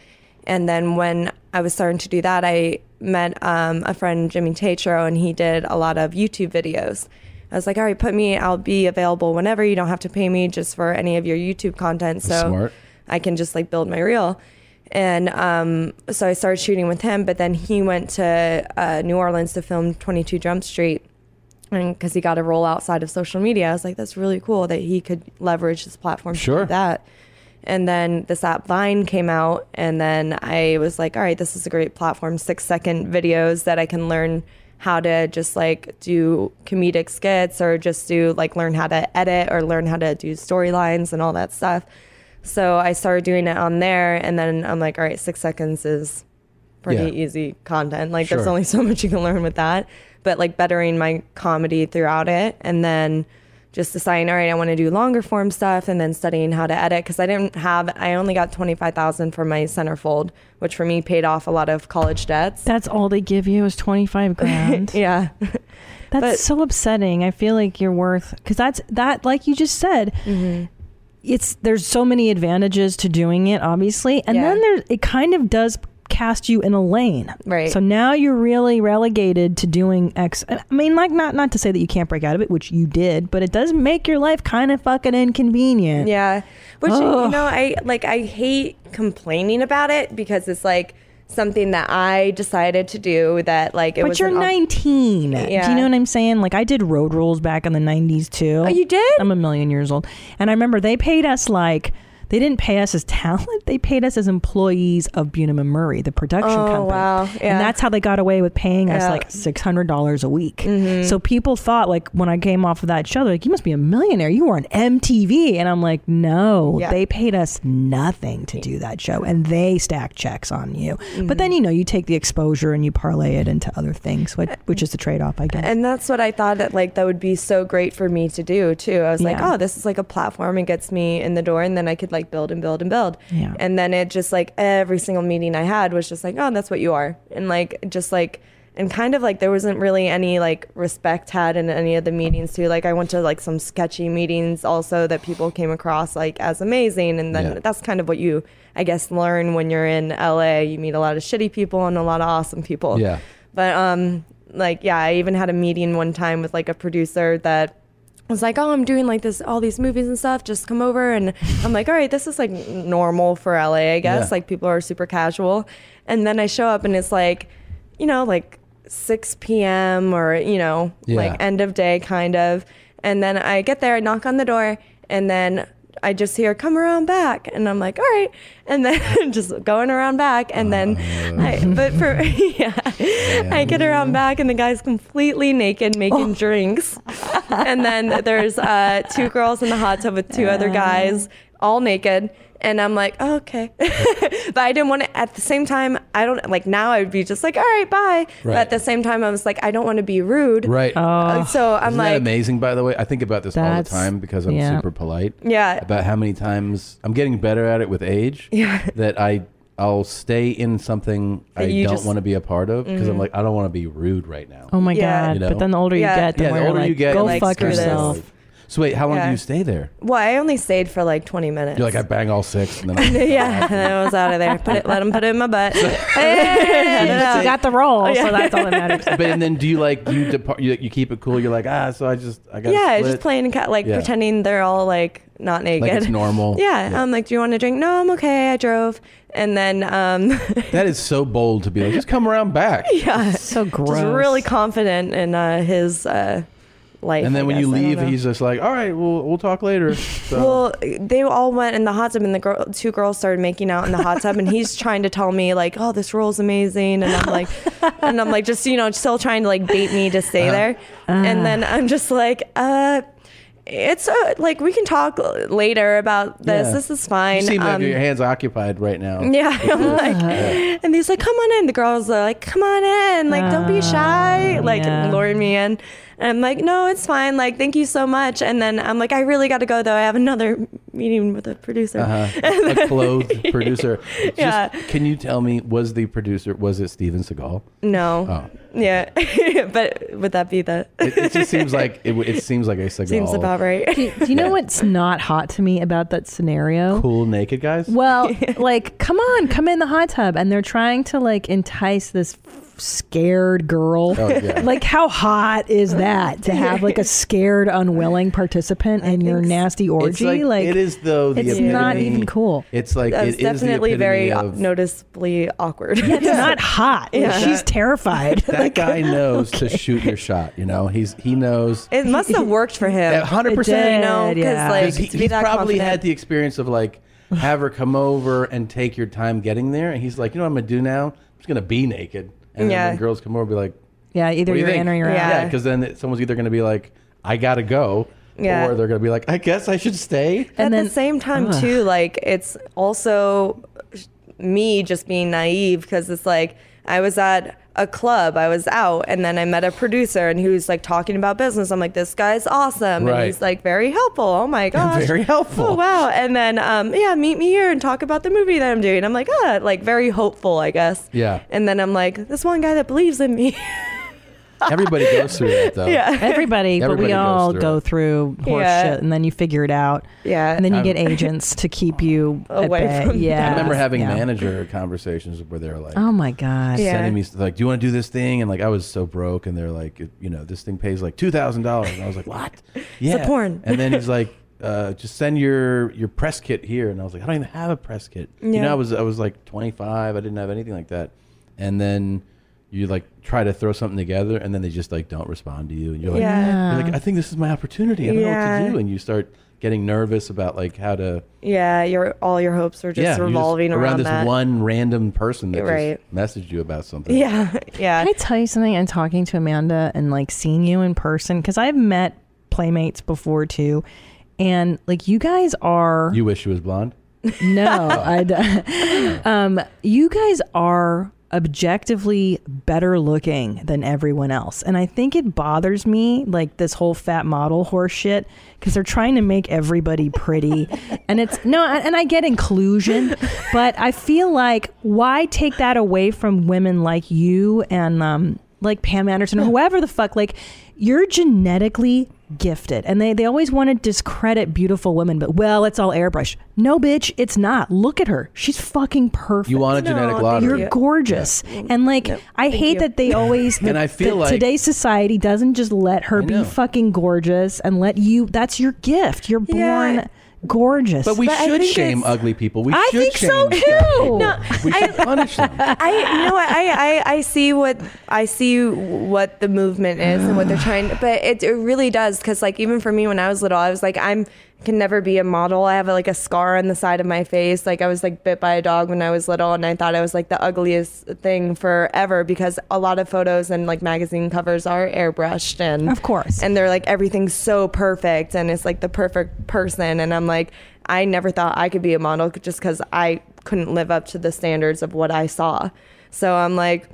S5: And then when I was starting to do that, I met um, a friend, Jimmy Tatro, and he did a lot of YouTube videos. I was like, all right, put me, I'll be available whenever. You don't have to pay me just for any of your YouTube content.
S4: That's
S5: so
S4: smart.
S5: I can just like build my reel. And um, so I started shooting with him, but then he went to uh, New Orleans to film 22 Jump Street because he got a role outside of social media. I was like, that's really cool that he could leverage this platform to
S4: Sure.
S5: do that. And then this app Vine came out, and then I was like, all right, this is a great platform, six second videos that I can learn how to just like do comedic skits or just do like learn how to edit or learn how to do storylines and all that stuff. So I started doing it on there, and then I'm like, all right, six seconds is pretty
S4: Yeah.
S5: easy content. Like, there's
S4: Sure.
S5: only so much you can learn with that, but like bettering my comedy throughout it, and then just deciding, all right, I want to do longer form stuff, and then studying how to edit because I didn't have, I only got twenty five thousand for my centerfold, which for me paid off a lot of college debts.
S2: That's all they give you is 25 grand.
S5: yeah.
S2: That's so upsetting. I feel like you're worth cuz that's that like you just said.
S5: Mm-hmm.
S2: It's there's so many advantages to doing it obviously. And then there it kind of does cast you in a lane.
S5: Right.
S2: So now you're really relegated to doing X I mean like not not to say that you can't break out of it, which you did, but it does make your life kind of fucking inconvenient.
S5: Yeah. Which you
S2: Ugh.
S5: know, I like I hate complaining about it because it's like something that I decided to do that like it
S2: but
S5: was
S2: you're
S5: an op-
S2: 19. Do
S5: Yeah.
S2: you know what I'm saying? Like I did road rules back in the 90s too. Oh,
S5: you did?
S2: I'm a million years old, and I remember they paid us like they didn't pay us as talent. They paid us as employees of Bunham and Murray, the production
S5: Oh,
S2: company.
S5: wow. Yeah.
S2: And that's how they got away with paying us
S5: Yeah.
S2: like six hundred dollars a week.
S5: Mm-hmm. Mm.
S2: So people thought like when I came off of that show, they're like, "You must be a millionaire. You were on MTV," and I'm like, "No,
S4: Yeah.
S2: they paid us nothing to do that show, and they stack checks on you." But
S5: Mm-hmm.
S2: then you know you take the exposure and you parlay it into other things,
S5: Uh,
S2: which, which is the trade off, I guess.
S5: and that's what I thought that like that would be so great for me to do too. I was like,
S2: Yeah.
S5: oh, this is like a platform. It gets me in the door, and then I could like build and build and build.
S2: Yeah.
S5: And then it just like every single meeting I had was just like, oh, that's what you are, and like just like and kind of like there wasn't really any like respect had in any of the meetings too. Like I went to like some sketchy meetings also that people came across like as amazing, and then
S4: Yeah.
S5: that's kind of what you I guess learn when you're in LA. You meet a lot of shitty people and a lot of awesome people.
S4: Yeah.
S5: But um, like yeah, I even had a meeting one time with like a producer that was like, oh, I'm doing like this, all these movies and stuff. Just come over, and I'm like, all right, this is like n- normal for LA, I guess.
S4: Yeah.
S5: Like people are super casual, and then I show up, and it's like, you know, like 6 p.m. or you know,
S4: Yeah.
S5: like end of day kind of. And then I get there, I knock on the door, and then I just hear, come around back. And I'm like, all right. And then just going around back. And then
S4: Oh,
S5: I, but for, yeah, I get around back, and the guy's completely naked
S2: Oh.
S5: making drinks. and then there's uh, two girls in the hot tub with two other guys, all naked. And I'm like, oh, okay. but I didn't want to, at the same time, I don't, like now I would be just like, all right, bye. But
S1: Right.
S5: at the same time, I was like, I don't want to be rude.
S1: Right.
S2: Oh.
S5: Uh, so I'm
S1: Isn't that
S5: like,
S1: amazing. By the way, I think about this all the
S5: That's-
S1: time because I'm
S5: yeah.
S1: super polite.
S5: Yeah.
S1: About how many times I'm getting better at it with age. Yeah. That I I'll stay in something
S2: That
S1: I
S2: you
S1: don't
S2: just-
S1: want to be a part of because I'm
S2: Mhm.
S1: like I don't want to be rude right now.
S2: Oh my God.
S1: You know?
S2: But then the older you
S5: Mm-hmm. Yeah.
S2: get, the
S1: yeah,
S2: more
S1: the
S2: you're
S1: older
S2: like,
S1: you get,
S2: go
S1: the less
S2: fuck
S1: you're
S2: yourself.
S1: polite. So wait, how long
S5: Yeah.
S1: do you stay there?
S5: well, I only stayed for like 20 minutes.
S1: You're like I bang all six and then I,
S5: yeah, and then I was out of there. Put it, let him put it in my butt.
S2: you got the role, so that's all that
S5: matters.
S1: but and then do you like you depart you, you keep it cool? You're like ah, so I just I got
S5: yeah, just playing, ca- like
S1: Yeah.
S5: pretending they're all like not naked.
S1: it's normal.
S5: Yeah,
S1: Yeah.
S5: I'm like, do you want a drink? No, I'm okay. I drove, and then um,
S1: That is so bold to be like just come around back.
S5: yeah, so
S1: gross.
S5: really confident in uh, his uh, life.
S1: And
S5: I
S1: then when you
S5: guess. I don't
S1: leave,
S5: know.
S1: he's just like, all right, we'll we'll talk later. So.
S5: Well, they all went in the hot tub, and the girl, two girls started making out in the hot tub, and he's trying to tell me like, "Oh, this role's amazing," and I'm like, and I'm like, just you know, still trying to like bait me to stay
S2: Uh-huh.
S5: there, and then I'm just like, uh. It's uh, like we can talk later about this.
S1: Yeah.
S5: This is fine.
S1: You seem
S5: Um,
S1: like your hands are occupied right now.
S5: yeah, I'm like, and he's like, "Come on in." The girls are like, "Come on in." Like, don't be
S1: Ah,
S5: shy. Like,
S2: yeah.
S5: luring me in. And I'm like, "No, it's fine. Like, thank you so much." And then I'm like, "I really got to go though. I have another meeting with a producer."
S1: Uh-huh. A clothed producer. Just,
S5: Yeah.
S1: Can you tell me, was the producer, was it Steven Seagal?
S5: No.
S1: Oh.
S5: Yeah, but would that be the?
S1: It, it just seems like, it, w- it seems like a Seagal.
S5: Seems about right.
S2: Do, do you know what's not hot to me about that scenario?
S1: Cool naked guys?
S2: Well, like, come on, come in the hot tub, and they're trying to like entice this f- scared girl.
S1: Oh, yeah.
S2: like, how hot is that to have like a scared, unwilling participant in your nasty
S1: It's
S2: orgy?
S1: like, it is though the
S2: it's not
S1: epitome-
S2: even cool.
S1: It's like
S5: That's
S1: it is the
S5: definitely very
S1: epitome
S5: uh,
S1: of-
S5: noticeably awkward.
S2: it's not hot. Like,
S5: Yeah.
S2: she's terrified.
S1: that guy knows to shoot your shot. You know, he's he knows
S5: It must have worked for him.
S1: A hundred percent.
S5: You know, because like
S1: he,
S5: to be
S1: he's
S5: that
S1: probably
S5: confident.
S1: had the experience of like have her come over and take your time getting there, and he's like, you know what I'm gonna do now? I'm just gonna be naked, and
S2: Yeah.
S1: then when girls come over, be like,
S2: yeah, either
S1: what do you
S2: you're
S1: think?
S2: in or you're out.
S1: Yeah, because then someone's either gonna be like, I gotta go,
S5: Yeah.
S1: or they're gonna be like, I guess I should stay.
S5: But at the same time,
S1: Ugh.
S5: too, like it's also me just being naive because it's like I was at a club, I was out, and then I met a producer and he was like talking about business. I'm like, this guy's awesome, and
S1: Right.
S5: he's like very helpful. Oh my gosh,
S1: Very helpful.
S5: Oh wow, and then um, yeah, meet me here and talk about the movie that I'm doing. I'm like, ah, like very hopeful, I guess.
S1: Yeah.
S5: And then I'm like, this one guy that believes in me.
S1: Everybody goes through that though.
S5: Yeah.
S2: Everybody, but
S1: Everybody
S2: we
S1: goes
S2: all
S1: through
S2: go
S1: it.
S2: through horse
S1: Yeah.
S2: shit, and then you figure it out.
S5: Yeah,
S2: and then you
S1: I'm-
S2: get agents to keep you at
S5: Away
S2: bay.
S5: from
S2: yeah,
S1: I remember having
S2: yeah.
S1: manager conversations where they're like,
S2: Oh my god!
S1: sending me like, "Do you want to do this thing?" And like, I was so broke, and they're like, it- "You know, this thing pays like two thousand dollars." And I was like, "What?" Yeah.
S5: porn.
S1: and then he's like, uh, "Just send your your press kit here." And I was like, "I don't even have a press kit." You
S5: Yeah.
S1: know, I was I was like twenty five. I didn't have anything like that. And then you like try to throw something together, and then they just like don't respond to you, and you're like,
S5: Yeah.
S1: you're like "I think this is my opportunity. I don't know what
S5: Yeah.
S1: to do," and you start getting nervous about like how to
S5: yeah, your all your hopes are just
S1: yeah, you're
S5: revolving
S1: around, this
S5: that.
S1: one random person that
S5: Right.
S1: just messaged you about something.
S5: Yeah, yeah.
S2: Can I tell you something? And talking to Amanda and like seeing you in person because I've met playmates before too, and like you guys are
S1: You wish she was blonde.
S2: no, I. d- Um, you guys are objectively better looking than everyone else, and I think it bothers me like this whole fat model horse shit because they're trying to make everybody pretty, and it's no, and and I get inclusion, but I feel like why take that away from women like you and um like Pam Anderson or whoever the fuck like you're genetically gifted and they, they always want to discredit beautiful women but well it's all airbrush no bitch it's not look at her she's fucking perfect
S1: You want a No, genetic thank lottery. you.
S2: you're gorgeous and like i hate
S1: you.
S2: that they always
S1: And
S2: that-
S1: I feel
S2: that
S1: like-
S2: today's society doesn't just let her be fucking gorgeous and let you that's your gift you're born gorgeous.
S1: But we should shame ugly people. We
S2: I
S1: should
S2: think
S1: shame
S2: so
S1: them.
S2: too.
S5: No,
S1: We should punish them.
S5: I you know what I, I I see what I see what the movement is and what they're trying, but it, it really does because like even for me when I was little, I was like I'm can never be a model. I have like a scar on the side of my face. Like I was like bit by a dog when I was little, and I thought I was like the ugliest thing forever because a lot of photos and like magazine covers are airbrushed and
S2: Of course.
S5: and they're like everything's so perfect and it's like the perfect person and i'm like i never thought i could be a model just because i couldn't live up to the standards of what i saw so i'm like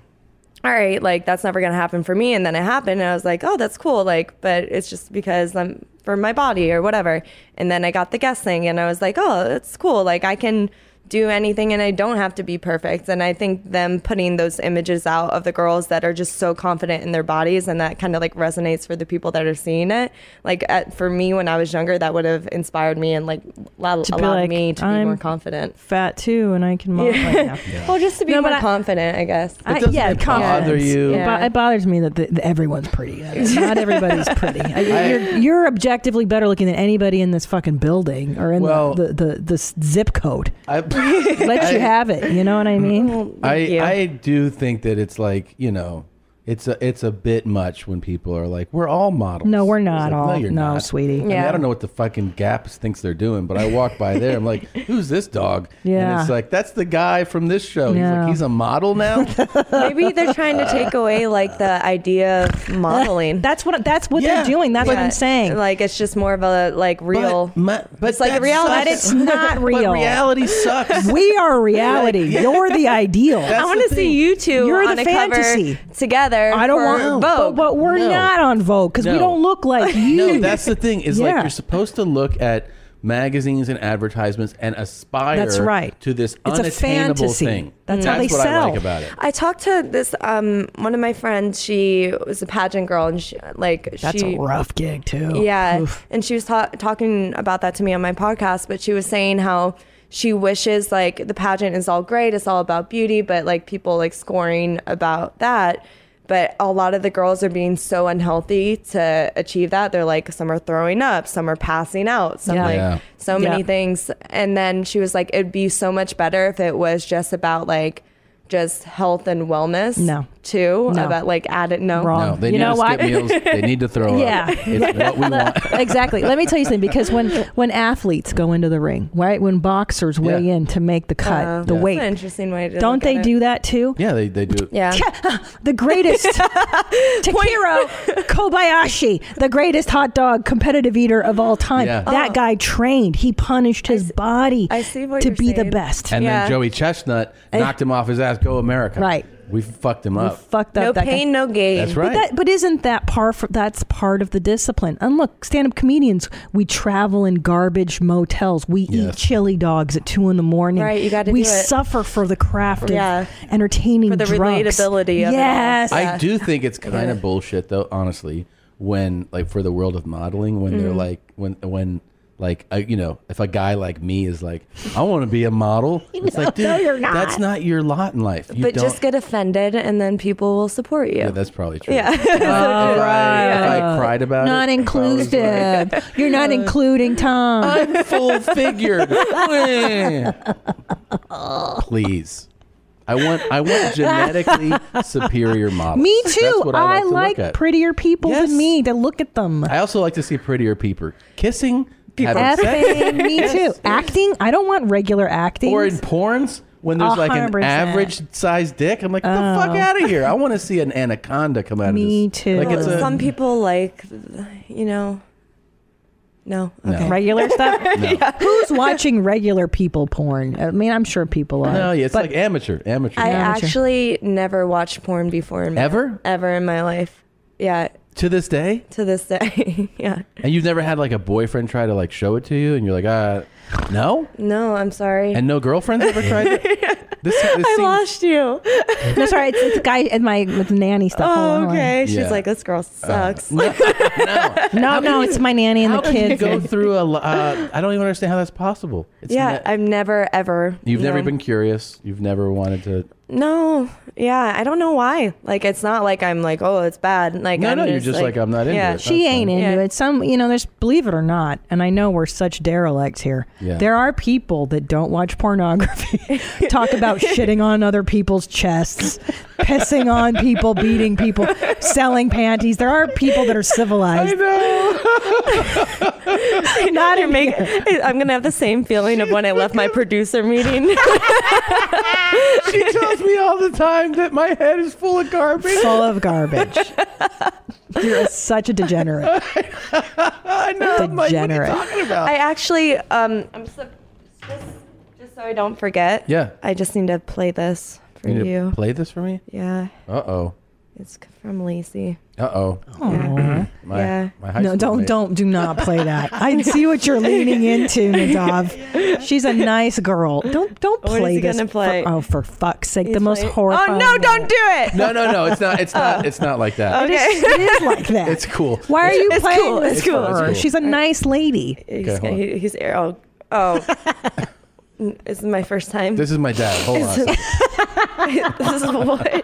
S5: all right like that's never gonna happen for me and then it happened and i was like oh that's cool like but it's just because i'm for my body or whatever and then i got the guest thing and i was like oh that's cool like i can do anything and I don't have to be perfect. And I think them putting those images out of the girls that are just so confident in their bodies and that kind of like resonates for the people that are seeing it. Like at, for me when I was younger, that would have inspired me and like lo-
S2: To be
S5: allowed
S2: like,
S5: me to
S2: "I'm
S5: be more confident.
S2: Fat too, and I can model
S5: Yeah.
S2: right now.
S5: Well, just to be
S2: No, but
S5: more
S2: I-
S5: confident, I guess.
S2: I- yeah, confidence. It, bo-
S5: Yeah.
S2: it bothers me that the, the- everyone's pretty. Not everybody's pretty. I-
S1: I-
S2: Uh, you're, you're objectively better looking than anybody in this fucking building or in the-
S1: Well-
S2: the, the, the, s- zip code.
S1: I,
S2: Let you have it. You know what I mean?
S1: I, I do think that it's like you know, it's a it's a bit much when people are like, we're all models.
S2: No, we're
S1: It's
S2: not
S1: like,
S2: all-
S1: No, you're
S2: no,
S1: not.
S2: sweetie.
S1: I, mean,
S2: Yeah.
S1: I don't know what the fucking Gaps thinks they're doing, but I walk by there. I'm like, who's this dog? and
S5: Yeah.
S1: it's like that's the guy from this show. He's like,
S5: No.
S1: he's a model now.
S5: Maybe they're trying to take away like the idea of modeling.
S2: that's what that's what they're doing. That's what I'm saying.
S5: Like it's just more of a like real. But, it's like a reality.
S2: But it's not real.
S1: sucks.
S2: We are reality.
S5: Like, yeah.
S2: You're the ideal.
S5: I want to see you 2
S2: You're
S5: on
S2: the
S5: a
S2: fantasy.
S5: cover together.
S2: I don't
S5: for
S2: want
S5: Vogue.
S2: But, but we're
S1: No.
S2: not on Vogue because we
S1: No.
S2: don't look like you.
S1: No, that's the thing. Is like
S2: Yeah.
S1: you're supposed to look at magazines and advertisements and aspire.
S5: That's right.
S1: to this
S5: It's a
S1: unattainable
S5: fantasy.
S1: thing.
S5: That's how they
S1: what I like
S5: sell.
S1: about it.
S5: Mm. I talked to this um, one of my friends. She was a pageant girl, and she, like
S2: That's
S5: she,
S2: a rough gig too.
S5: Yeah,
S2: Oof.
S5: and she was ta- talking about that to me on my podcast. But she was saying how she wishes like the pageant is all great, it's all about beauty, but like people like scoring about that. But a lot of the girls are being so unhealthy to achieve that. They're like some are throwing up, some are passing out, some
S2: Yeah.
S5: like
S2: Yeah.
S5: so many
S2: Yeah.
S5: things. And then she was like, it'd be so much better if it was just about like just health and wellness.
S2: No.
S5: too
S2: No.
S5: about like added no.
S1: No, they need to skip meals. They need to throw
S2: Yeah.
S1: up. It's what we want.
S2: exactly. Let me tell you something because when when athletes go into the ring, right? When boxers weigh in to make the cut,
S5: Uh,
S2: the
S5: that's
S2: weight.
S5: an interesting way to
S2: Don't
S5: look
S2: they
S5: at it.
S2: do that too?
S1: Yeah, they, they do.
S5: Yeah.
S2: the greatest Takiro Kobayashi, the greatest hot dog competitive eater of all time.
S1: Yeah.
S5: Oh.
S2: That guy trained. He punished his body to be the best.
S1: And then Joey Chestnut
S5: Eh.
S1: knocked him off his ass. Go America.
S2: Right.
S1: We fucked him up.
S2: fucked up.
S5: No
S2: that guy.
S5: pain, no gain.
S1: That's right.
S2: But, that, but isn't that par? For, that's part of the discipline. And look, stand-up comedians, we travel in garbage motels. We eat chili dogs at two in the morning.
S5: Right, you gotta
S2: We
S5: do it.
S2: suffer for the craft of
S5: Yeah.
S2: entertaining
S5: For the
S2: drunks.
S5: relatability of it all.
S2: yes.
S1: I do think it's kind of bullshit though, honestly. When like for the world of modeling, when
S5: Mm.
S1: they're
S2: Mhm.
S1: like when when like I, you know, if a guy like me is like, I want to be a model, it's like, dude,
S5: No, you're not.
S1: that's not your lot in life. You
S5: but
S1: don't.
S5: just get offended and then people will support you.
S1: yeah, that's probably true.
S5: Yeah.
S1: If I, if I- if I
S2: Right.
S1: cried about
S2: not
S1: it,
S2: inclusive. You're
S5: Uh.
S2: not including Tom.
S1: I'm full figured. Eh. please. I want I want genetically superior models.
S2: Me
S1: That's
S2: too.
S1: what
S2: I,
S1: I like, to
S2: like,
S1: look at.
S2: prettier people than me to look at them.
S1: I also like to see prettier people kissing, having
S2: Effing,
S1: sex.
S2: me
S1: Yes.
S2: too. Acting, I don't want regular acting.
S1: Or in porns when there's like an
S2: 100%.
S1: average sized dick, I'm like, get the fuck
S2: Oh.
S1: out of here. I want to see an anaconda come out
S2: Me
S1: of this. Like it's a,
S5: Some people like, you know, no. Okay.
S2: regular stuff.
S1: No.
S2: Who's watching regular people porn? I mean, I'm sure people are.
S1: no, yeah, it's like amateur, amateur.
S5: I actually never watched porn before. In my,
S1: Ever?
S5: Ever in my life. Yeah.
S1: to this day,
S5: To this day. yeah.
S1: and you've never had like a boyfriend try to like show it to you, and you're like, ah, No?
S5: No, I'm sorry.
S1: And no girlfriends ever tried it? This, this
S5: I lost you.
S2: no, sorry, it's, it's a guy at my with nanny stuff. Hold on,
S5: Oh,
S2: hold on.
S5: okay. She's
S1: Yeah. Uh,
S5: like, this girl sucks.
S2: No, no, it's my nanny and the kids.
S1: Go through a. lo- Uh, I don't even understand how that's possible. It's
S5: yeah,
S1: ne-
S5: I've never ever.
S1: you've never
S5: no.
S1: been curious. You've never wanted to.
S5: No, yeah, I don't know why. Like, it's not like I'm like, oh, it's bad. Like,
S1: No,
S5: I'm
S1: no, you're
S5: just
S1: just like, I'm not into
S5: yeah.
S1: it.
S2: She ain't into it. Some, you know, there's believe it or not, and I know we're such derelicts here.
S5: Yeah.
S2: There are people that don't watch pornography, talk about shitting on other people's chests, pissing on people, beating people, selling panties. There are people that are civilized.
S5: not to make. I'm gonna have the same feeling of when I left my producer meeting.
S1: she tells me all the time that my head is full of garbage.
S2: Full of garbage. You're such a degenerate.
S1: I know.
S2: I'm like, what are you Degenerate. talking
S5: I actually, um, I'm so, just, just so I don't forget.
S1: Yeah.
S5: I just need to play this for
S1: You
S5: you.
S1: need to play this for me?
S5: Yeah,
S1: Uh oh.
S5: it's from Lacey.
S1: Uh oh.
S2: Aw.
S1: Mm-hmm. My,
S5: Yeah.
S1: my high
S2: no,
S1: school
S2: don't,
S1: mate.
S2: don't, do not play that. I see what you're leaning into, Nadav. She's a nice girl. Don't, don't
S5: What is
S2: play
S5: he
S2: this.
S5: gonna play?
S2: For, oh, for fuck's sake! the most horrifying.
S5: Oh no! Don't do it.
S1: No, no, no. It's not. It's not. It's not like that.
S2: Oh. It is- it is like that.
S1: It's cool.
S2: Why are you
S5: It's
S2: playing
S5: cool,
S2: with
S5: it's cool,
S2: her?
S5: it's cool.
S2: She's a nice lady.
S5: He's,
S1: Okay, hold on.
S5: he- he's oh oh. this is my first time.
S1: This is my dad. Hold on. a
S5: this is what.
S1: second.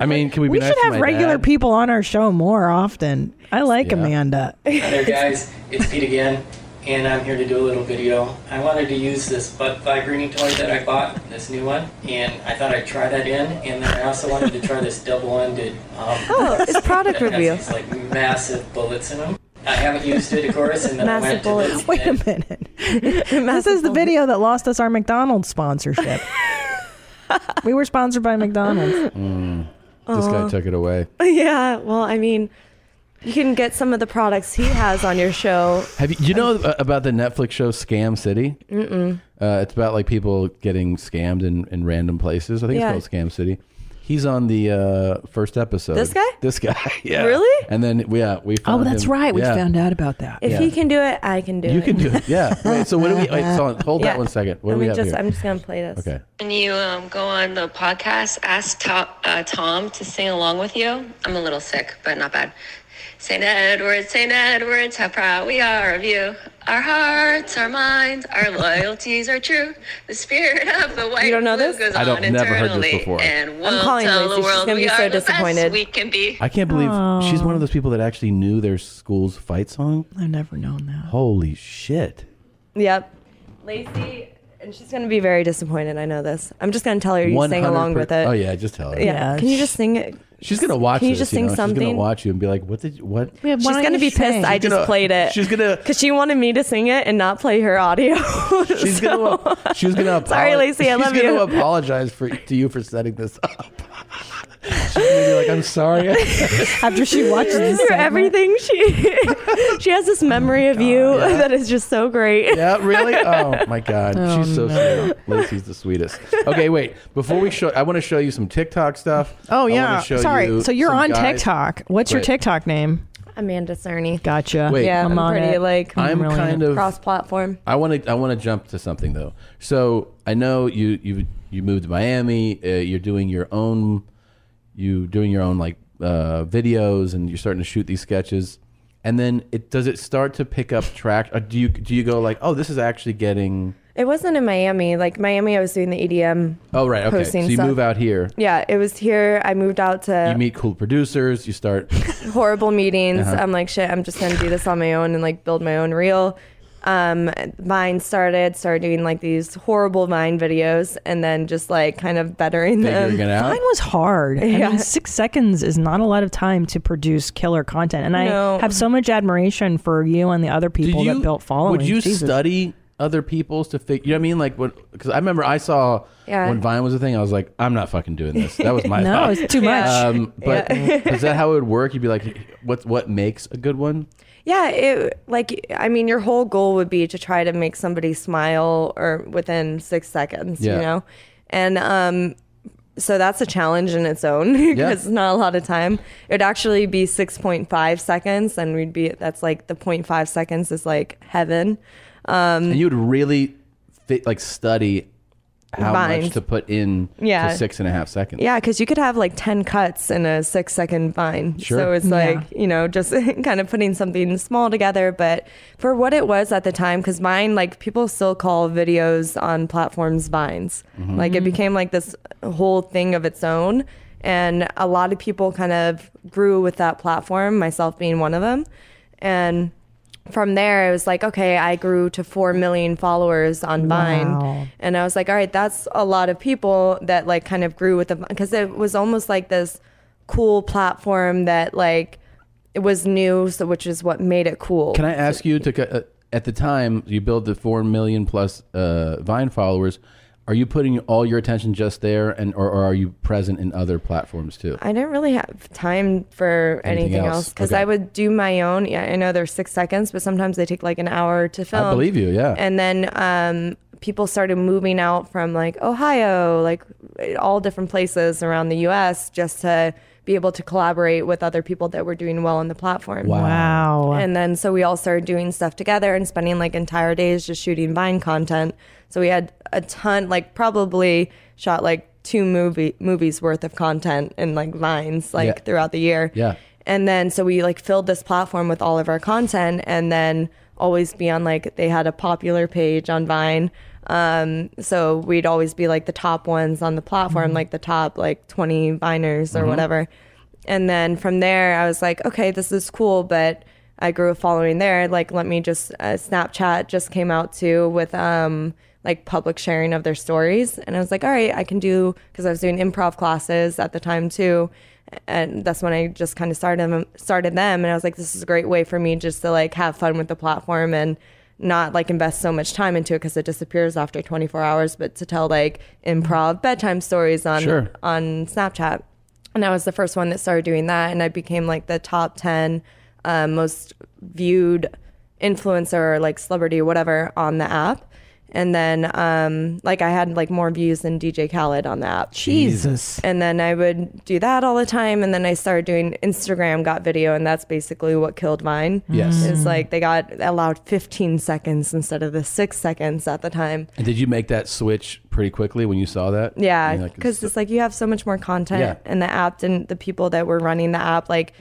S1: I mean, can we be
S2: We
S1: nice
S2: should
S1: to
S2: have
S1: my
S2: regular
S1: dad?
S2: people on our show more often. I like Amanda.
S4: Hi there, guys. It's Pete again, and I'm here to do a little video. I wanted to use this butt vibrating toy that I bought, this new one, and I thought I'd try that in, and then I also wanted to try this double-ended. Um,
S5: Oh, it's product
S4: that has
S5: review.
S4: These, like massive bullets in them. I haven't used it, of course, and then I
S5: Massive
S4: went to
S5: bullets.
S2: Wait a minute. this is the video that lost us our McDonald's sponsorship. we were sponsored by McDonald's.
S1: Mm. This guy
S5: Aw.
S1: took it away.
S5: yeah. Well, I mean, you can get some of the products he has on your show.
S1: Have you? You know uh, about the Netflix show Scam City?
S5: Mm-mm.
S1: Uh, it's about like people getting scammed in, in random places. I think
S5: Yeah.
S1: it's called Scam City. He's on the uh, first episode.
S5: This guy?
S1: This guy. Yeah.
S5: Really?
S1: And then yeah, we.
S2: Oh,
S1: Found
S2: that's
S1: him.
S2: right. We
S1: Yeah.
S2: found out about that.
S5: If
S1: Yeah.
S5: he can do it, I can do
S1: You
S5: it.
S1: can do it. Yeah. Wait, so what do we? Wait, so hold
S5: Yeah.
S1: that one second. What
S5: Let
S1: do we
S5: me
S1: have
S5: just,
S1: here?
S5: I'm just gonna play this.
S1: okay.
S9: When you um, go on the podcast, ask to- uh, Tom to sing along with you. I'm a little sick, but not bad. St. Edwards, St. Edwards, how proud we are of you. Our hearts, our minds, our loyalties are true. The spirit of the white
S5: You don't know
S9: blue
S5: this?
S9: goes
S1: I don't-
S9: on
S1: never heard this
S9: eternally,
S1: before.
S9: And we'll
S5: I'm calling
S9: tell
S5: Lacey.
S9: the
S5: She's
S9: world
S5: gonna be
S9: we
S5: so
S9: are the
S5: disappointed.
S9: best we can be.
S1: I can't believe
S5: Oh.
S9: Aw.
S1: she's one of those people that actually knew their school's fight song.
S2: I've never known that.
S1: Holy shit!
S5: Yep. Lacey, and she's gonna be very disappointed. I know this. I'm just gonna tell her you sang
S1: 100%
S5: along with it.
S1: Oh yeah, just tell her.
S5: Yeah. Can you just sing it?
S1: She's gonna watch.
S5: Can you
S1: this,
S5: just sing
S1: know? She's
S5: something?
S1: gonna watch you and be like, "What did? you- What?"
S5: she's gonna be pissed. I
S1: She's
S5: just
S1: gonna-
S5: played it.
S1: She's gonna.
S5: Because she wanted me to sing it and not play her audio.
S1: She's gonna. She's gonna. Apologize.
S5: Sorry, Lacey, I love
S1: she's
S5: you.
S1: gonna apologize for to you for setting this up. she's gonna be like, "I'm sorry."
S2: After she watches this,
S5: Through
S2: segment.
S5: everything she she has this memory
S1: Oh
S5: of you that is just so great.
S1: yeah, really? Oh my God,
S5: Oh,
S1: she's so
S5: no.
S1: sweet. Lacey's the sweetest. Okay, wait. Before we show, I want to show you some TikTok stuff. I
S2: Oh
S1: wanna
S2: yeah.
S1: show
S2: Sorry.
S1: you
S2: so you're
S1: some
S2: on
S1: guys-
S2: TikTok. What's your
S1: Wait.
S2: TikTok name?
S5: Amanda Cerny.
S2: Gotcha.
S1: Wait.
S5: yeah, I'm,
S1: I'm on
S5: pretty
S1: it.
S5: like
S1: I'm really kind on it. of-
S5: cross platform.
S1: I want to. I want to jump to something though. So I know you you you moved to Miami. Uh, you're doing your own. You doing your own like uh, videos, and you're starting to shoot these sketches. And then it does it start to pick up track? Or do you do you go like, oh, this is actually getting?
S5: It wasn't in Miami. Like Miami, I was doing the EDM.
S1: Oh right, okay.
S5: Posting
S1: so you
S5: stuff.
S1: move out here.
S5: Yeah, it was here. I moved out to
S1: You meet cool producers. You start.
S5: horrible meetings.
S1: Uh-huh.
S5: I'm like, shit, I'm just gonna do this on my own and like build my own reel. Um, mine started started doing like these horrible Vine videos and then just like kind of bettering them.
S2: Mine was hard. I
S5: Yeah.
S2: mean, six seconds is not a lot of time to produce killer content, and
S5: No.
S2: I have so much admiration for you and the other people that built following.
S1: Would you study other people's to figure? You know what I mean? Like what? Because I remember I saw
S2: Yeah.
S1: when Vine was a thing. I was like, I'm not fucking doing this. That was my
S2: No,
S1: thought.
S2: it's too much.
S1: Um, but
S5: Yeah.
S1: is that how it would work? You'd be like, what? What makes a good one?
S5: Yeah, it like I mean, your whole goal would be to try to make somebody smile or within six seconds,
S1: Yeah.
S5: you know, and um, so that's a challenge in its own because
S1: Yeah.
S5: it's not a lot of time. It'd actually be six point five seconds, and we'd be that's like the 0.5 seconds is like heaven. Um,
S1: and you would really fit, like study how
S5: Vines.
S1: much to put in
S5: Yeah.
S1: to six and a half seconds.
S5: Yeah, because you could have like 10 cuts in a six second vine.
S1: Sure.
S5: So it's
S1: Yeah.
S5: like, you know, just kind of putting something small together. But for what it was at the time, because mine, like people still call videos on platforms vines.
S10: Mhm.
S1: Mm-hmm.
S5: Like it
S10: Mhm.
S5: became like this whole thing of its own. And a lot of people kind of grew with that platform, myself being one of them. And from there, it was like, okay, I grew to 4 million followers on Vine.
S10: Wow.
S5: And I was like, all right, that's a lot of people that like kind of grew with the because it was almost like this cool platform that like it was new, so which is what made it cool.
S1: Can I ask you to, co- uh, at the time you build the four million plus uh, Vine followers, are you putting all your attention just there, and or, or are you present in other platforms too?
S5: I didn't really have time for
S1: Anything
S5: anything,
S1: else?
S5: else because
S1: Okay.
S5: I would do my own. Yeah, I know they're six seconds, but sometimes they take like an hour to film.
S1: believe you, yeah.
S5: And then um, people started moving out from like Ohio, like all different places around the U.S. just to be able to collaborate with other people that were doing well on the platform.
S10: Wow. Wow.
S5: And then so we all started doing stuff together and spending like entire days just shooting Vine content. So we had a ton, like probably shot like two movie movies worth of content and like vines like
S10: Yeah.
S5: throughout the year.
S10: Yeah.
S5: And then so we like filled this platform with all of our content and then always be on like they had a popular page on Vine. Um, so we'd always be like the top ones on the platform, like the top like 20 Viners or
S10: Mhm.
S5: whatever. And then from there, I was like, okay, this is cool, but I grew a following there. Like, let me just uh, Snapchat just came out too with um like public sharing of their stories, and I was like, all right, I can do because I was doing improv classes at the time too, and that's when I just kind of started 'em- started them, and I was like, this is a great way for me just to like have fun with the platform and not like invest so much time into it because it disappears after 24 hours but to tell like improv bedtime stories on
S10: Sure.
S5: on snapchat and I was the first one that started doing that, and I became like the top ten uh, most viewed influencer, or, like celebrity, or whatever, on the app. And then, um, like, I had like more views than DJ Khaled on the app.
S2: Jesus.
S5: And then I would do that all the time, and then I started doing Instagram got video, and that's basically what killed mine.
S1: Yes.
S5: it's like they got allowed 15 seconds instead of the six seconds at the time.
S1: And did you make that switch pretty quickly when you saw that? And
S5: Yeah,
S1: you're like,
S5: because it's like you have so much more content,
S1: Yeah.
S5: and the app didn't. The people that were running the app like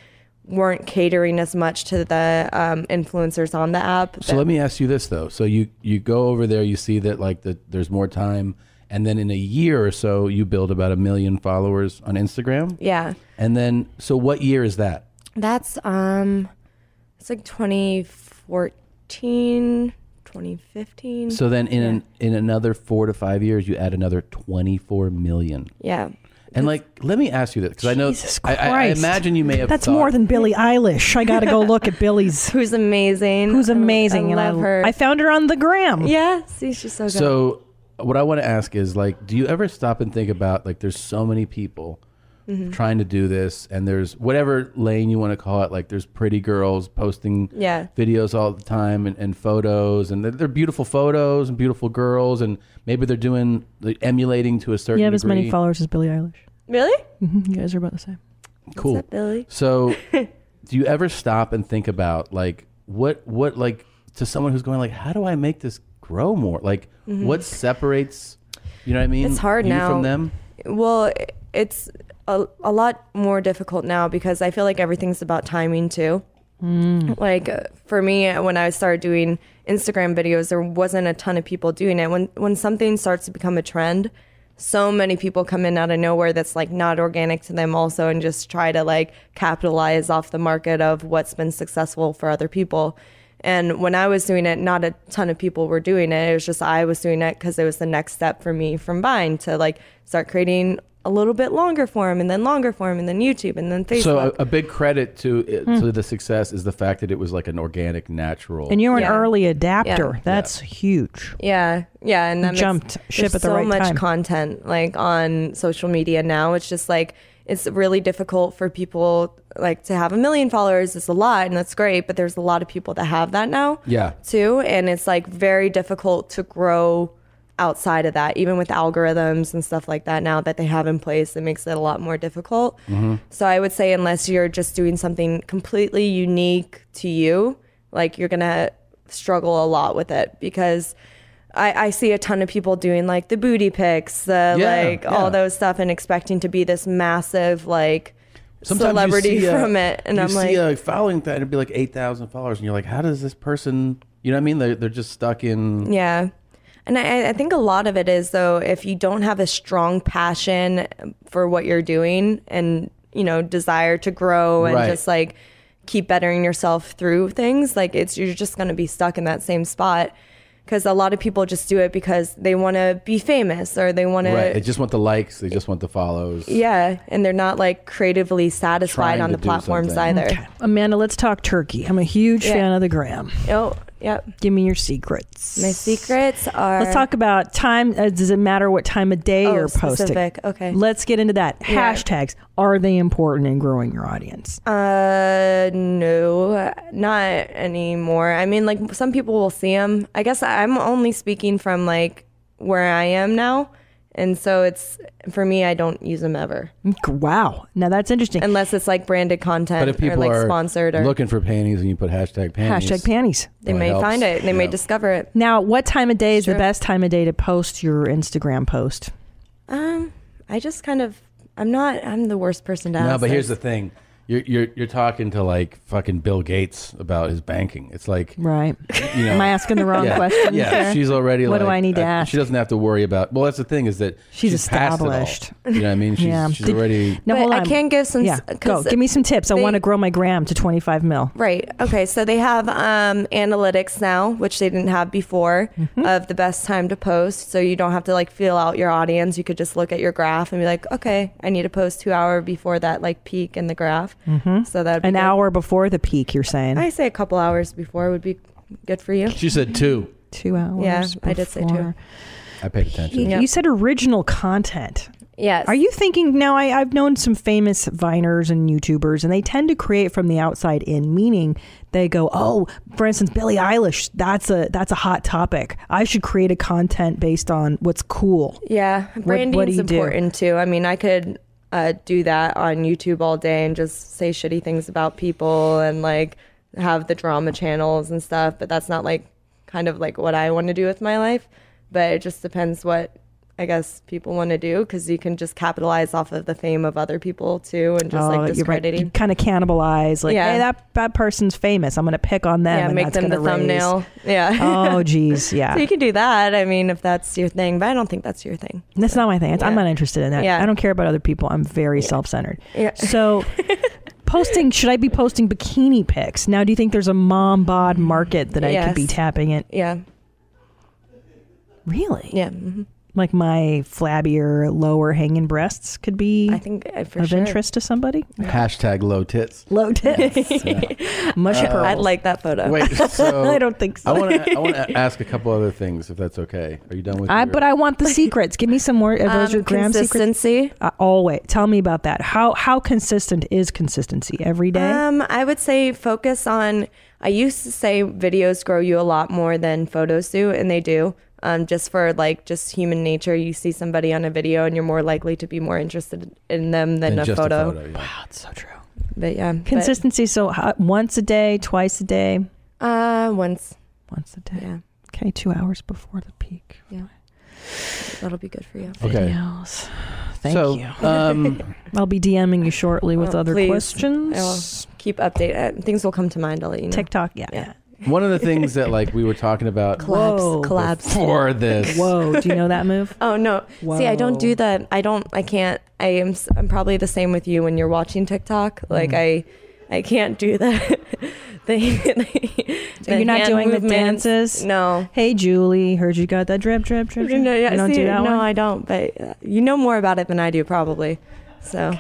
S5: weren't catering as much to the um, influencers on the app.
S1: So let me ask you this though. So you you go over there, you see that like that there's more time, and then in a year or so, you build about a million followers on Instagram.
S5: Yeah, Mm-hmm.
S1: And then, so what year is that?
S5: that's um, it's like 2014, 2015.
S1: So then, in an, in another four to five years, you add another 24 million.
S5: yeah,
S1: And like, let me ask you this because I know I, I- I
S2: Christ.
S1: imagine you may have
S2: That's
S1: thought-
S2: more than Billie Eilish. I got to go look at Billie's.
S5: Who's amazing.
S2: Who's amazing. and
S5: love her.
S2: I found her on the gram.
S5: yeah. See, she's so good.
S1: So, what I want to ask is like, do you ever stop and think about like, there's so many people
S5: Mhm.
S1: trying to do this, and there's whatever lane you want to call it, like, there's pretty girls posting
S5: Yeah.
S1: videos all the time and, and photos, and they're, they're beautiful photos and beautiful girls, and maybe they're doing like, emulating to a certain
S2: You have as many
S1: degree.
S2: followers as Billie Eilish.
S5: Really?
S2: Mm-hmm. You guys are about the same.
S1: Cool.
S5: up, Billy?
S1: So, do you ever stop and think about like what what like to someone who's going like how do I make this grow more? Like
S5: Mhm.
S1: what separates you know what I mean?
S5: It's hard
S1: you
S5: now.
S1: from them.
S5: Well, i- it's a, a lot more difficult now because I feel like everything's about timing too.
S1: Mm-hmm.
S5: Like uh, for me, when I started doing Instagram videos, there wasn't a ton of people doing it. When when something starts to become a trend, so many people come in out of nowhere that's like not organic to them also, and just try to like capitalize off the market of what's been successful for other people. And when I was doing it, not a ton of people were doing it. It was just I was doing it because it was the next step for me from Vine to like start creating a little bit longer form and then longer form and then YouTube and then Facebook.
S1: So uh, a, a big credit to it,
S5: Hmm.
S1: to the success is the fact that it was like an organic, natural.
S2: And you were an
S5: Yeah.
S2: early adapter.
S5: Yeah.
S2: That's huge.
S5: Yeah, yeah, and
S2: You
S5: that makes-
S2: jumped ship
S5: there's
S2: at the
S5: so
S2: right
S5: much
S2: time.
S5: content like on social media now. It's just like it's really difficult for people like to have a million followers. It's a lot, and that's great. But there's a lot of people that have that now
S10: Yeah.
S5: too, and it's like very difficult to grow outside of that, even with algorithms and stuff like that now that they have in place. It makes it a lot more difficult.
S1: Mm-hmm.
S5: So I would say unless you're just doing something completely unique to you, like you're gonna struggle a lot with it because I, I see a ton of people doing like the booty pics, the
S1: Yeah,
S5: like
S1: yeah.
S5: all those stuff, and expecting to be this massive like
S1: Sometimes you
S5: celebrity
S1: see, uh,
S5: from it. And
S1: you
S5: I'm
S1: see
S5: like,
S1: a following that it'd be like eight thousand followers, and you're like, how does this person? You know what I mean? They're, they're just stuck in.
S5: Yeah. And I, I think a lot of it is, though, if you don't have a strong passion for what you're doing and, you know, desire to grow and
S10: Right.
S5: just like keep bettering yourself through things, like it's, you're just going to be stuck in that same spot. Because a lot of people just do it because they want to be famous or they want
S1: Right. They
S5: to,
S1: just want the likes. They just want the follows.
S5: yeah. And they're not like creatively satisfied
S1: Trying
S5: on
S1: to
S5: the
S1: do
S5: platforms
S1: something.
S5: either.
S1: Okay.
S2: Amanda, let's talk turkey. I'm a huge
S5: Yeah.
S2: fan of the gram.
S5: Oh, yep.
S2: Give me your secrets.
S5: My secrets are.
S2: Let's talk about time. Uh, does it matter what time of day
S5: Oh,
S2: you're posting?
S5: specific. Okay.
S2: Let's get into that.
S5: Yeah.
S2: Hashtags. Are they important in growing your audience?
S5: Uh, no, not anymore. I mean, like some people will see them. I guess I'm only speaking from like where I am now, and so it's for me. I don't use them ever.
S2: Wow. Now that's interesting.
S5: Unless it's like branded content
S1: But if
S5: or
S1: people
S5: like
S1: are
S5: sponsored or
S1: looking for panties, and you put hashtag panties,
S2: Hashtag panties.
S5: they may find it. They may discover it.
S2: Now, what time of day is the
S5: Sure.
S2: best time of day to post your Instagram post?
S5: Um, I just kind of. I'm not. I'm the worst person to ask.
S1: No, but here's the
S5: this.
S1: thing. You're, you're you're talking to like fucking Bill Gates about his banking. It's like
S2: right.
S1: You know,
S2: Am I asking the wrong
S1: yeah,
S2: questions
S1: Yeah,
S2: here?
S1: she's already.
S2: What do
S1: like- uh,
S2: I need to ask?
S1: She doesn't have to worry about. Well, that's the thing is that
S2: She's
S1: past it all.
S2: established.
S1: You know what I mean? She's,
S2: Yeah.
S1: she's
S2: Did-
S1: already.
S2: Now,
S5: But
S2: hold
S5: I
S2: on.
S5: can give some-
S2: Yeah,
S5: 'cause
S2: go. Give me some tips. I
S5: they-
S2: want to grow my gram to 25 mil.
S5: Right. Okay. So they have um, analytics now, which they didn't have before,
S2: Mm-hmm.
S5: of the best time to post. So you don't have to like feel out your audience. You could just look at your graph and be like, okay, I need to post two hour before that like peak in the graph.
S2: Mm-hmm.
S5: So that
S2: An hour before the peak, you're saying?
S5: I say a couple hours before would be good for you.
S1: She said two.
S2: Two hours.
S5: Yeah, I did say two.
S2: before.
S1: I paid attention.
S2: You said original content.
S5: Yes.
S2: Are you thinking now? I, I've known some famous Viners and YouTubers, and they tend to create from the outside in, meaning they go, "Oh, for instance, Billie Eilish. That's a that's a hot topic. I should create a content based on what's cool."
S5: Yeah,
S2: What-
S5: branding's
S2: what do you do?
S5: important too. I mean, I could uh, do that on YouTube all day and just say shitty things about people and like have the drama channels and stuff, but that's not like kind of like what I want to do with my life. But it just depends what I guess people want to do because you can just capitalize off of the fame of other people too and just
S2: Oh,
S5: like
S2: you're right.
S5: discrediting.
S2: You kind of cannibalize, like,
S5: Yeah.
S2: hey, that, that person's famous. I'm going to pick on them.
S5: Yeah,
S2: and
S5: make
S2: that's
S5: them the
S2: gonna raise-
S5: thumbnail. Yeah.
S2: oh, geez. Yeah.
S5: So you can do that. I mean, if that's your thing, but I don't think that's your thing.
S2: That's not my thing. It's, I'm
S5: Yeah.
S2: not interested in that.
S5: Yeah.
S2: I don't care about other people. I'm very self-centered.
S5: Yeah.
S2: So posting, should I be posting bikini pics? Now, do you think there's a mom bod market that I could be
S5: Yes.
S2: tapping in?
S5: Yeah.
S2: Really?
S5: Yeah. mhm.
S2: Like my flabbier, lower hanging breasts could be I
S5: think uh, for
S2: of
S5: sure.
S2: interest to somebody?
S1: Hashtag low tits.
S2: Low tits. Mush
S1: Uh,
S2: pearls.
S1: I'd like
S5: that photo.
S1: Wait, so
S2: I don't think so.
S1: I want to I want to ask a couple other things if that's okay. Are you done with?
S2: I,
S1: your-
S2: but I want the secrets. Give me some more. Are those
S5: Um,
S2: your gram secrets?
S5: consistency.
S2: Uh, always. Tell me about that. How how consistent is consistency every day?
S5: Um, I would say focus on. I used to say videos grow you a lot more than photos do, and they do. Um, just for like just human nature, you see somebody on a video, and you're more likely to be more interested in them than
S2: Than
S5: a,
S2: just a
S5: photo.
S2: photo, yeah. Wow,
S5: it's
S2: so true.
S5: But yeah, but-
S2: consistency. so how, once a day, twice a day.
S5: uh, once.
S2: Once a day.
S5: Yeah.
S2: Okay, two hours before the peak.
S5: Yeah. That'll be good for you.
S1: Okay.
S2: Videos. Thank
S1: So,
S2: you.
S1: um,
S2: I'll be DMing you shortly with
S5: Oh,
S2: other
S5: please.
S2: questions.
S5: I'll keep update. Uh, things will come to mind. I'll let you know.
S2: TikTok. Yeah. yeah.
S1: One of the things that like we were talking about
S5: Collabs,
S1: Whoa.
S5: collabs.
S1: before this.
S2: Whoa. Do you know that move?
S5: Oh no! See, I don't
S2: Whoa.
S5: do that. I don't. I can't. I am. s- I'm probably the same with you when you're watching TikTok.
S2: Mm.
S5: Like I, I can't do that. thing.
S2: So you're not doing the dances?
S5: No.
S2: Hey, Julie, heard you got that drip, drip, drip. drip.
S5: No, yeah,
S2: you don't
S5: see,
S2: do that
S5: no,
S2: one?
S5: I don't. But uh, you know more about it than I do, probably. So,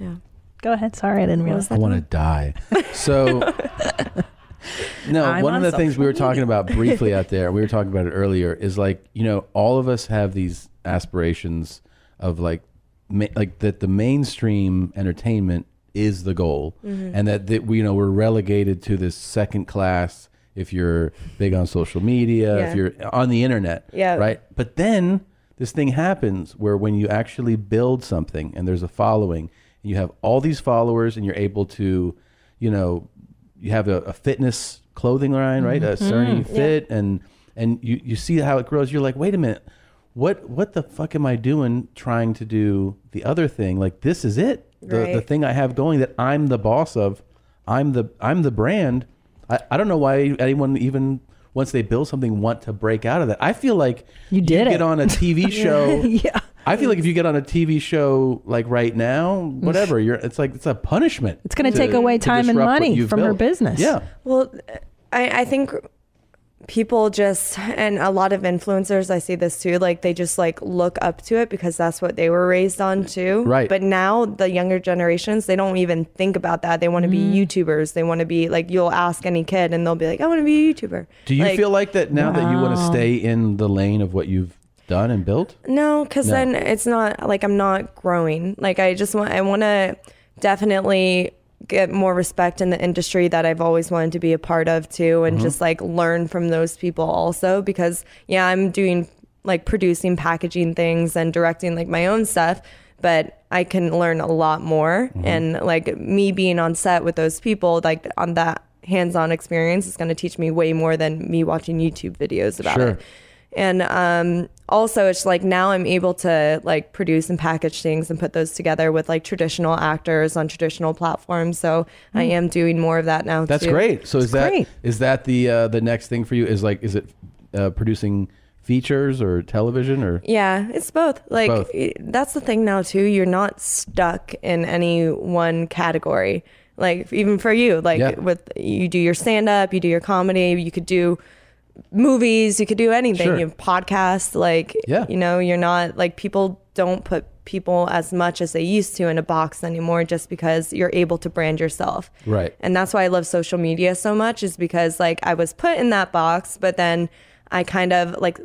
S5: yeah.
S2: Go ahead. Sorry, I didn't
S5: What was
S2: realize
S1: I want to die. So, no,
S2: I'm
S1: one of
S2: on
S1: the things we were
S2: social
S1: talking
S2: media.
S1: about briefly out there, we were talking about it earlier, is like, you know, all of us have these aspirations of like, ma- like that the mainstream entertainment is the goal
S20: Mhm.
S1: and that, that we, you know, we're relegated to this second class if you're big on social media,
S20: Yeah.
S1: if you're on the internet.
S20: Yeah.
S1: Right. But then this thing happens where when you actually build something and there's a following, and you have all these followers and you're able to, you know, you have a, a fitness clothing line, right? A cerny
S10: Mhm. Yeah.
S1: fit, and and you you see how it grows. You're like, wait a minute, what what the fuck am I doing trying to do the other thing? Like this is it, the the
S10: Right.
S1: thing I have going that I'm the boss of. I'm the I'm the brand. I, I don't know why anyone even once they build something want to break out of that. I feel like you
S2: did
S1: get
S2: it.
S1: on a TV show.
S2: yeah.
S1: I feel like if you get on a TV show like right now, whatever, you're it's like it's a punishment.
S2: It's going to take away
S1: to
S2: time and
S1: disrupt what
S2: money
S1: you've
S2: from her
S1: built.
S2: business.
S1: Yeah.
S5: Well, I, I think people just, and a lot of influencers, I see this too, like they just like look up to it because that's what they were raised on too.
S19: Right.
S5: But now the younger generations, they don't even think about that. They want to
S2: Mm.
S5: be YouTubers. They want to be like, you'll ask any kid and they'll be like, I want to be a YouTuber.
S1: Do you feel like that now that you want to
S5: Wow.
S1: stay in the lane of what you've done and built?
S5: No, because
S1: No.
S5: then it's not like I'm not growing. Like I just want, I want to definitely get more respect in the industry that I've always wanted to be a part of too, and
S21: Mhm.
S5: just like learn from those people also. Because yeah, I'm doing like producing, packaging things, and directing like my own stuff, but I can learn a lot more.
S21: Mhm.
S5: And like me being on set with those people, like on that hands-on experience is going to teach me way more than me watching YouTube videos about
S21: Sure.
S5: it and um, also it's like now i'm able to like produce and package things and put those together with like traditional actors on traditional platforms so i
S1: Mm.
S5: am doing more of that now
S1: That's
S5: too.
S1: great. So is that is that the uh, the next thing for you? Is like is it uh, producing features or television or
S5: yeah it's both like
S1: both.
S5: y- that's the thing now too you're not stuck in any one category like even for you like
S1: Yeah.
S5: with you do your stand-up you do your comedy you could do movies you could do anything
S21: Sure.
S5: you have podcasts like
S21: Yeah.
S5: you know you're not like people don't put people as much as they used to in a box anymore just because you're able to brand yourself
S21: Right.
S5: and that's why I love social media so much is because like I was put in that box, but then I kind of like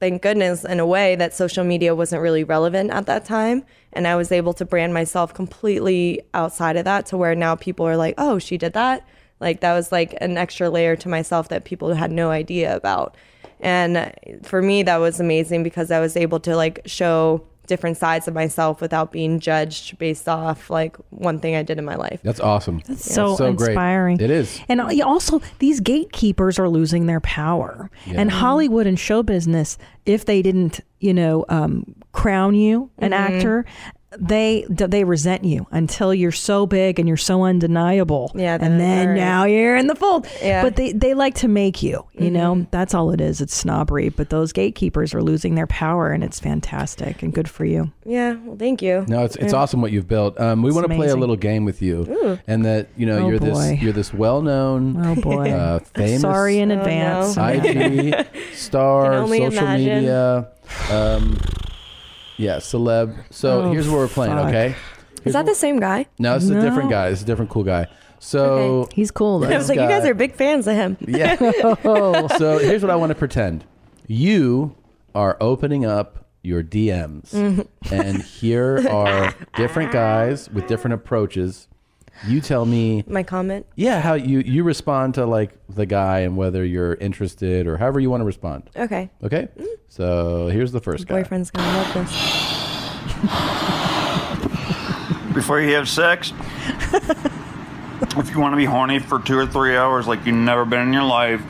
S5: thank goodness in a way that social media wasn't really relevant at that time and I was able to brand myself completely outside of that to where now people are like, "Oh, she did that." Like that was like an extra layer to myself that people had no idea about. And for me that was amazing because I was able to like show different sides of myself without being judged based off like one thing I did in my life.
S1: That's awesome.
S5: That's
S2: so
S1: great.
S2: inspiring.
S1: It is.
S2: And al- also, these gatekeepers are losing their power.
S1: Yeah.
S2: And Hollywood and show business, if they didn't, you know, um, crown you an
S5: Mhm.
S2: actor, they d- they resent you until you're so big and you're so undeniable. Yeah, and then
S5: they're-
S2: now you're in the fold.
S5: Yeah.
S2: But they they like to make you. You know, that's all it is. It's snobbery. But those gatekeepers are losing their power, and it's fantastic and good for you.
S5: Yeah, well, thank you.
S1: No, it's it's
S5: Yeah.
S1: awesome what you've built. Um, we
S5: It's
S1: want to play a
S5: amazing.
S1: little game with you,
S5: Ooh.
S1: and that you know
S2: Oh,
S1: you're
S2: boy.
S1: this you're this well known,
S2: Oh, boy.
S1: uh, famous.
S2: Sorry in Oh, advance. no.
S1: IG star,
S2: Can only
S1: social
S2: imagine.
S1: media, um, yeah, celeb. So
S5: Oh,
S1: here's where we're playing.
S5: fuck.
S1: Okay,
S5: Is that the same guy?
S1: no, it's a different
S5: No.
S1: guy. It's a different cool guy. So
S2: he's cool.
S5: I was like, you guys are big fans of him.
S1: Yeah. so here's what I want to pretend. You are opening up your DMs,
S5: Mhm.
S1: and here are different guys with different approaches. You tell me,
S5: My comment.
S1: yeah, how you you respond to like the guy and whether you're interested or however you want to respond.
S5: Okay.
S1: Okay. So here's the first guy.
S5: Boyfriend's gonna love this.
S22: Before you have sex, if you want to be horny for two or three hours like you've never been in your life,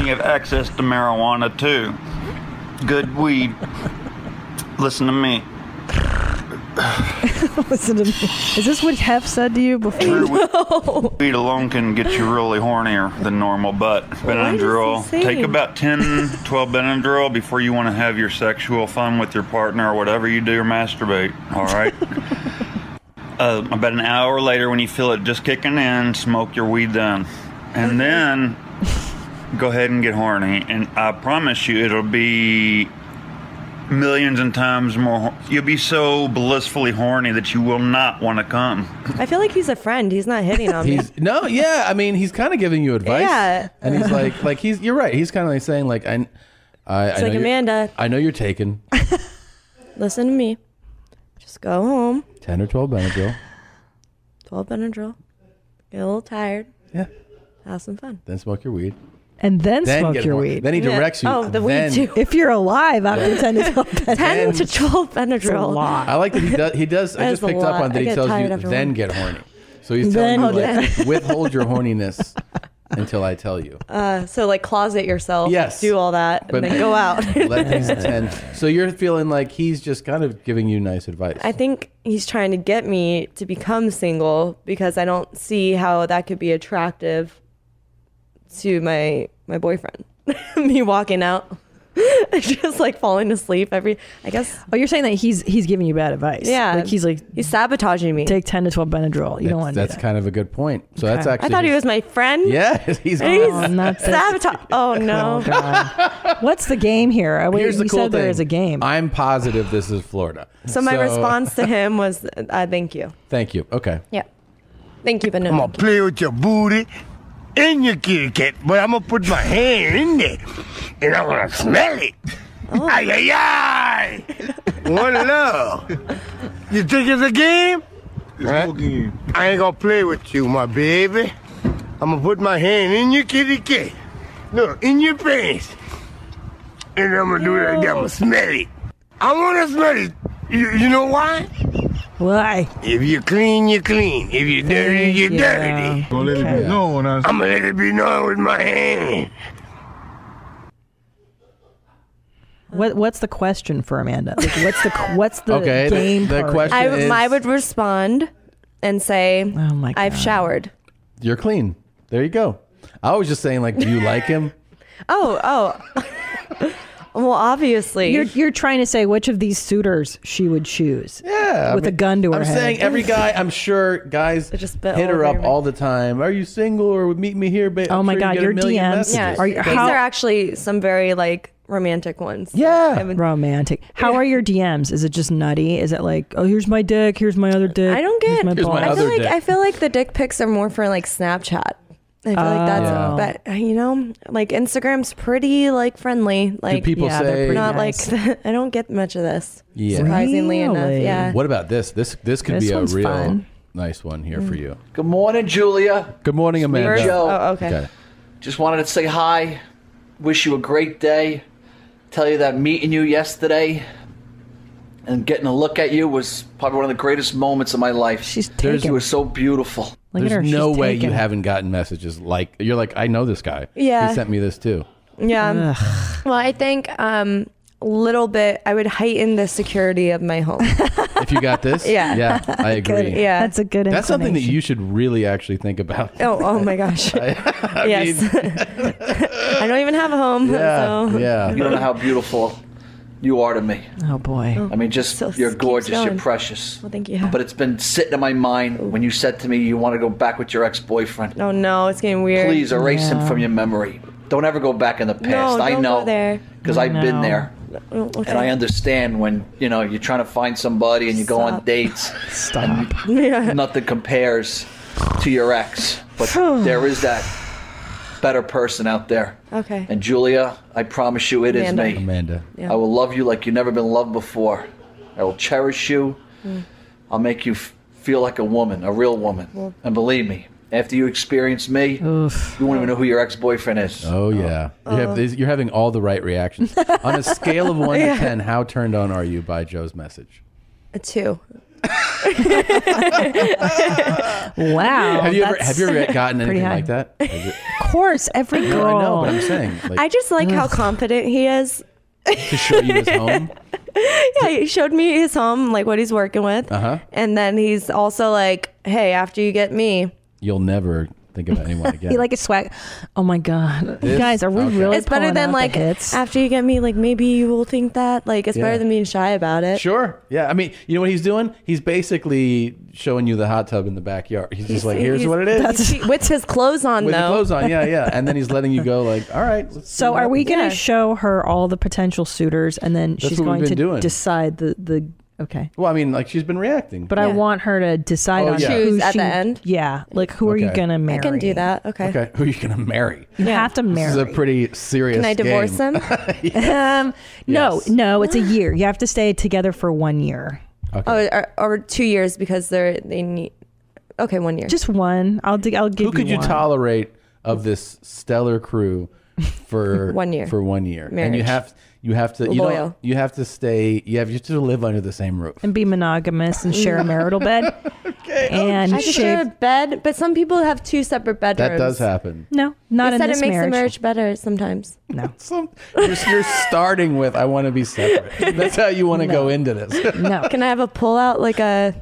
S22: you have access to marijuana too. Good weed. Listen to me.
S2: Listen to me. Is this what Hef said to you before?
S22: Weed alone can get you really hornier than normal, but Benadryl.
S2: he
S22: Take
S2: saying?
S22: about 10, 12 Benadryl before you want to have your sexual fun with your partner or whatever you do or masturbate, all right? uh, about an hour later, when you feel it just kicking in, smoke your weed then. And then go ahead and get horny. And I promise you, it'll be millions and times more. You'll be so blissfully horny that you will not want to come.
S5: I feel like he's a friend. He's not hitting on me.
S1: He's no, yeah. I mean, he's kind of giving you advice.
S5: Yeah.
S1: And he's like, like he's you're right. He's kind of like saying like I, I, I
S5: It's
S1: know
S5: like,
S1: you're-
S5: Amanda.
S1: I know you're taking
S5: Listen to me. Just go home.
S1: ten or twelve Benadryl,
S5: Twelve Benadryl. Get a little tired.
S1: Yeah.
S5: Have some fun.
S1: then smoke your weed.
S2: And then,
S1: Then
S2: smoke
S1: get
S2: your
S1: more-
S2: weed.
S1: then he Yeah. directs you.
S5: Oh, the weed
S1: Then- too.
S2: If you're alive after
S1: Yeah.
S2: 10 to 12 Benadryl.
S5: 10 to 12 Benadryl.
S1: I like that he does. He does. I
S5: That
S1: just
S5: is a
S1: picked up
S5: lot.
S1: on
S5: I
S1: that. He
S5: get
S1: tells
S5: tired
S1: you
S5: after
S1: then
S5: one.
S1: get horny. So he's telling
S5: Then
S1: you
S5: get-
S1: like, withhold your horniness until I tell you.
S5: Uh, so like closet yourself.
S1: Yes.
S5: Do all that and Uh, then go out.
S1: let these attend. So you're feeling like he's just kind of giving you nice advice.
S5: I think he's trying to get me to become single because I don't see how that could be attractive to my my boyfriend. me walking out, just like falling asleep every. I guess.
S2: Oh, you're saying that he's he's giving you bad advice.
S5: Yeah.
S2: like he's like
S5: he's sabotaging me.
S2: Take ten to twelve Benadryl. You don't want to
S1: that's kind of a good point. So that's
S5: I
S1: actually.
S5: thought he was my friend.
S1: Yes, he's-
S5: And he's
S1: Oh, not this.
S5: sabotage. Oh no.
S2: What's the game here? I-
S1: Here's
S2: you
S1: the cool
S2: said
S1: thing.
S2: there is a game.
S1: I'm positive this is Florida.
S5: So my response to him was, uh, "Thank you,
S1: Thank you. Okay.
S5: yeah, thank you, but no."
S8: gonna play with your booty and your kitty cat, but I'm gonna put my hand in there and I'm gonna smell it.
S5: Oh.
S8: Ay, ay, ay! One love. You think it's a game? It's a game. I ain't gonna play with you, my baby. I'm gonna put my hand in your kitty cat. Look, in your pants. And I'm gonna do that again. I'm gonna smell it. I wanna smell it. You, you know why?
S2: Why?
S8: If you clean, you clean. If you dirty, you
S18: Thank you.
S8: dirty.
S18: Don't let it be Okay. known as-
S8: I'm gonna let it be known with my hand.
S2: What what's the question for Amanda? Like, what's the what's the game? part?
S5: I, would- I would respond and say,
S2: "Oh my,
S5: I've showered."
S1: You're clean. There you go. I was just saying, like, do you like him?
S5: Oh, oh. well, obviously,
S2: you're you're trying to say which of these suitors she would choose.
S1: Yeah, I
S2: with
S1: mean,
S2: a gun to her
S1: I'm
S2: head.
S1: saying every guy, I'm sure guys
S5: bit
S1: hit
S5: all
S1: her
S5: over
S1: up
S5: your-
S1: all the time. Are you single or would meet me here? Ba-
S2: Oh
S1: I'm
S2: my
S1: sure you
S2: God,
S1: get a
S2: your
S1: million
S2: DMs.
S1: messages.
S5: yeah.
S2: Are you-
S5: These
S2: how-
S5: are actually some very like romantic ones.
S1: Yeah,
S2: romantic. How are your DMs? Is it just nutty? Is it like, oh, here's my dick, here's my other dick?
S5: I don't
S2: here's
S5: get.
S2: my balls.
S5: I feel like I feel like the dick pics are more for like Snapchat. I feel like
S2: Oh.
S5: that's, but uh, you know, like Instagram's pretty like friendly. Like
S1: people Yeah, they're say- pretty
S5: not
S1: nice.
S5: like I don't get much of this.
S1: Yeah.
S5: surprisingly enough. Yeah,
S1: What about this? This this could
S5: This
S1: be a
S5: one's
S1: real
S5: fun.
S1: nice one here
S8: Mm.
S1: for you.
S8: Good morning, Julia.
S1: Good morning,
S8: Sweet
S1: Amanda.
S8: Joe. Oh, okay. Just wanted to say hi. Wish you a great day. Tell you that meeting you yesterday and getting a look at you was probably one of the greatest moments of my life. She's
S1: taken.
S8: You were so beautiful.
S1: There's no way you haven't gotten messages like you're like I know this guy.
S5: Yeah.
S1: he sent me this too.
S5: yeah. Well, I think um, a little bit. I would heighten the security of my home.
S1: if you got this,
S5: Yeah.
S1: yeah, I
S5: Good-
S1: agree.
S5: yeah. That's a good
S1: That's something that
S5: inclination.
S1: you should really actually think about.
S5: oh, oh my gosh. yes. I don't even have a home. so.
S8: You don't know how beautiful you are to me.
S2: Oh boy.
S8: I mean, just you're gorgeous. You're
S5: going.
S8: precious.
S5: Well, thank you.
S8: But it's been sitting in my mind when you said to me you want to go back with your ex-boyfriend.
S5: Oh no, it's getting weird.
S8: Please erase him from your memory. Don't ever go back in the past.
S5: No,
S8: I
S5: don't
S8: know
S5: go there.
S8: because I've been
S5: No.
S8: there,
S5: Oh, okay.
S8: and I understand when you know you're trying to find somebody and you go on
S5: Stop.
S8: dates. Stop. Nothing compares to your ex, but there is that better person out there.
S5: Okay.
S8: And Julia, I promise you, it is
S5: Amanda.
S8: me.
S1: Amanda.
S5: Yeah.
S8: I will love you like you've never been loved before. I will cherish you.
S5: Mm.
S8: I'll make you f- feel like a woman, a real woman.
S5: Well-
S8: and believe me, after you experience me, you won't even know who your ex-boyfriend is.
S1: Oh yeah, you have,
S8: Oh.
S1: these- you're having all the right reactions. on a scale of one
S5: Yeah.
S1: to ten, how turned on are you by Joe's message?
S5: A two.
S2: Wow.
S1: have you ever
S2: that's
S1: have you ever gotten
S2: pretty
S1: anything
S2: high.
S1: like that? Have you-
S2: Of course, every
S1: No,
S2: girl.
S1: I know, but I'm saying like,
S5: I just like how confident he is.
S1: to show you his home.
S5: Yeah, he showed me his home, like what he's working with.
S1: Uh huh.
S5: And then he's also like, hey, after you get me.
S1: You'll never think about anyone again.
S2: You like a swag. Oh my god,
S1: This-
S2: you guys, are we really?
S5: it's better
S2: pulling
S5: than
S2: out the
S5: like
S2: hits?
S5: after you get me like maybe you will think that like it's
S1: Yeah.
S5: better than being shy about it
S1: Sure. Yeah. I mean, you know what he's doing? He's basically showing you the hot tub in the backyard. He's just like, here's
S5: He's-
S1: what it is.
S5: he- with his clothes on
S1: With
S5: though
S1: the clothes on. Yeah. Yeah. And then he's letting you go, like, all right. Let's see
S2: So
S1: what
S2: are we
S1: happens."
S2: going to show her all the potential suitors, and then
S1: That's
S2: she's
S1: what we've
S2: going
S1: been
S2: to
S1: doing.
S2: decide the the okay.
S1: Well, I mean, like, she's been reacting.
S2: But I want her to decide
S1: Oh,
S2: on
S1: yeah.
S2: who
S1: Choose
S5: at the
S2: she-
S5: end?
S2: Yeah, like who are you
S1: Okay.
S2: going to marry?
S5: I can do that. Okay.
S1: Okay. Who are you going to marry?
S2: You have to
S1: This is a
S2: marry.
S1: pretty serious
S2: Can I divorce
S1: game.
S5: him?
S2: um, no, no, it's a year. You have to stay together for one year.
S5: Oh, or, or two years because they're they need. Okay, one year.
S2: Just one. I'll dig. I'll give.
S1: Who could you
S2: one.
S1: tolerate of this stellar crew for
S5: One year.
S1: For one year, and you
S2: Marriage.
S1: have you have to you
S2: Loyal.
S1: don't, you have to stay you have you have to live under the same roof.
S2: and be monogamous and share a marital bed. and
S5: Oh, I could share a
S2: shave.
S5: bed, but some people have two separate bedrooms.
S1: That does happen.
S2: No, not
S5: they
S2: in
S5: said
S2: this
S5: it makes
S2: marriage.
S5: the marriage better sometimes.
S2: No.
S1: You're, you're starting with I want to be separate. That's how you want to go into this.
S2: No.
S5: Can I have a pull out like a?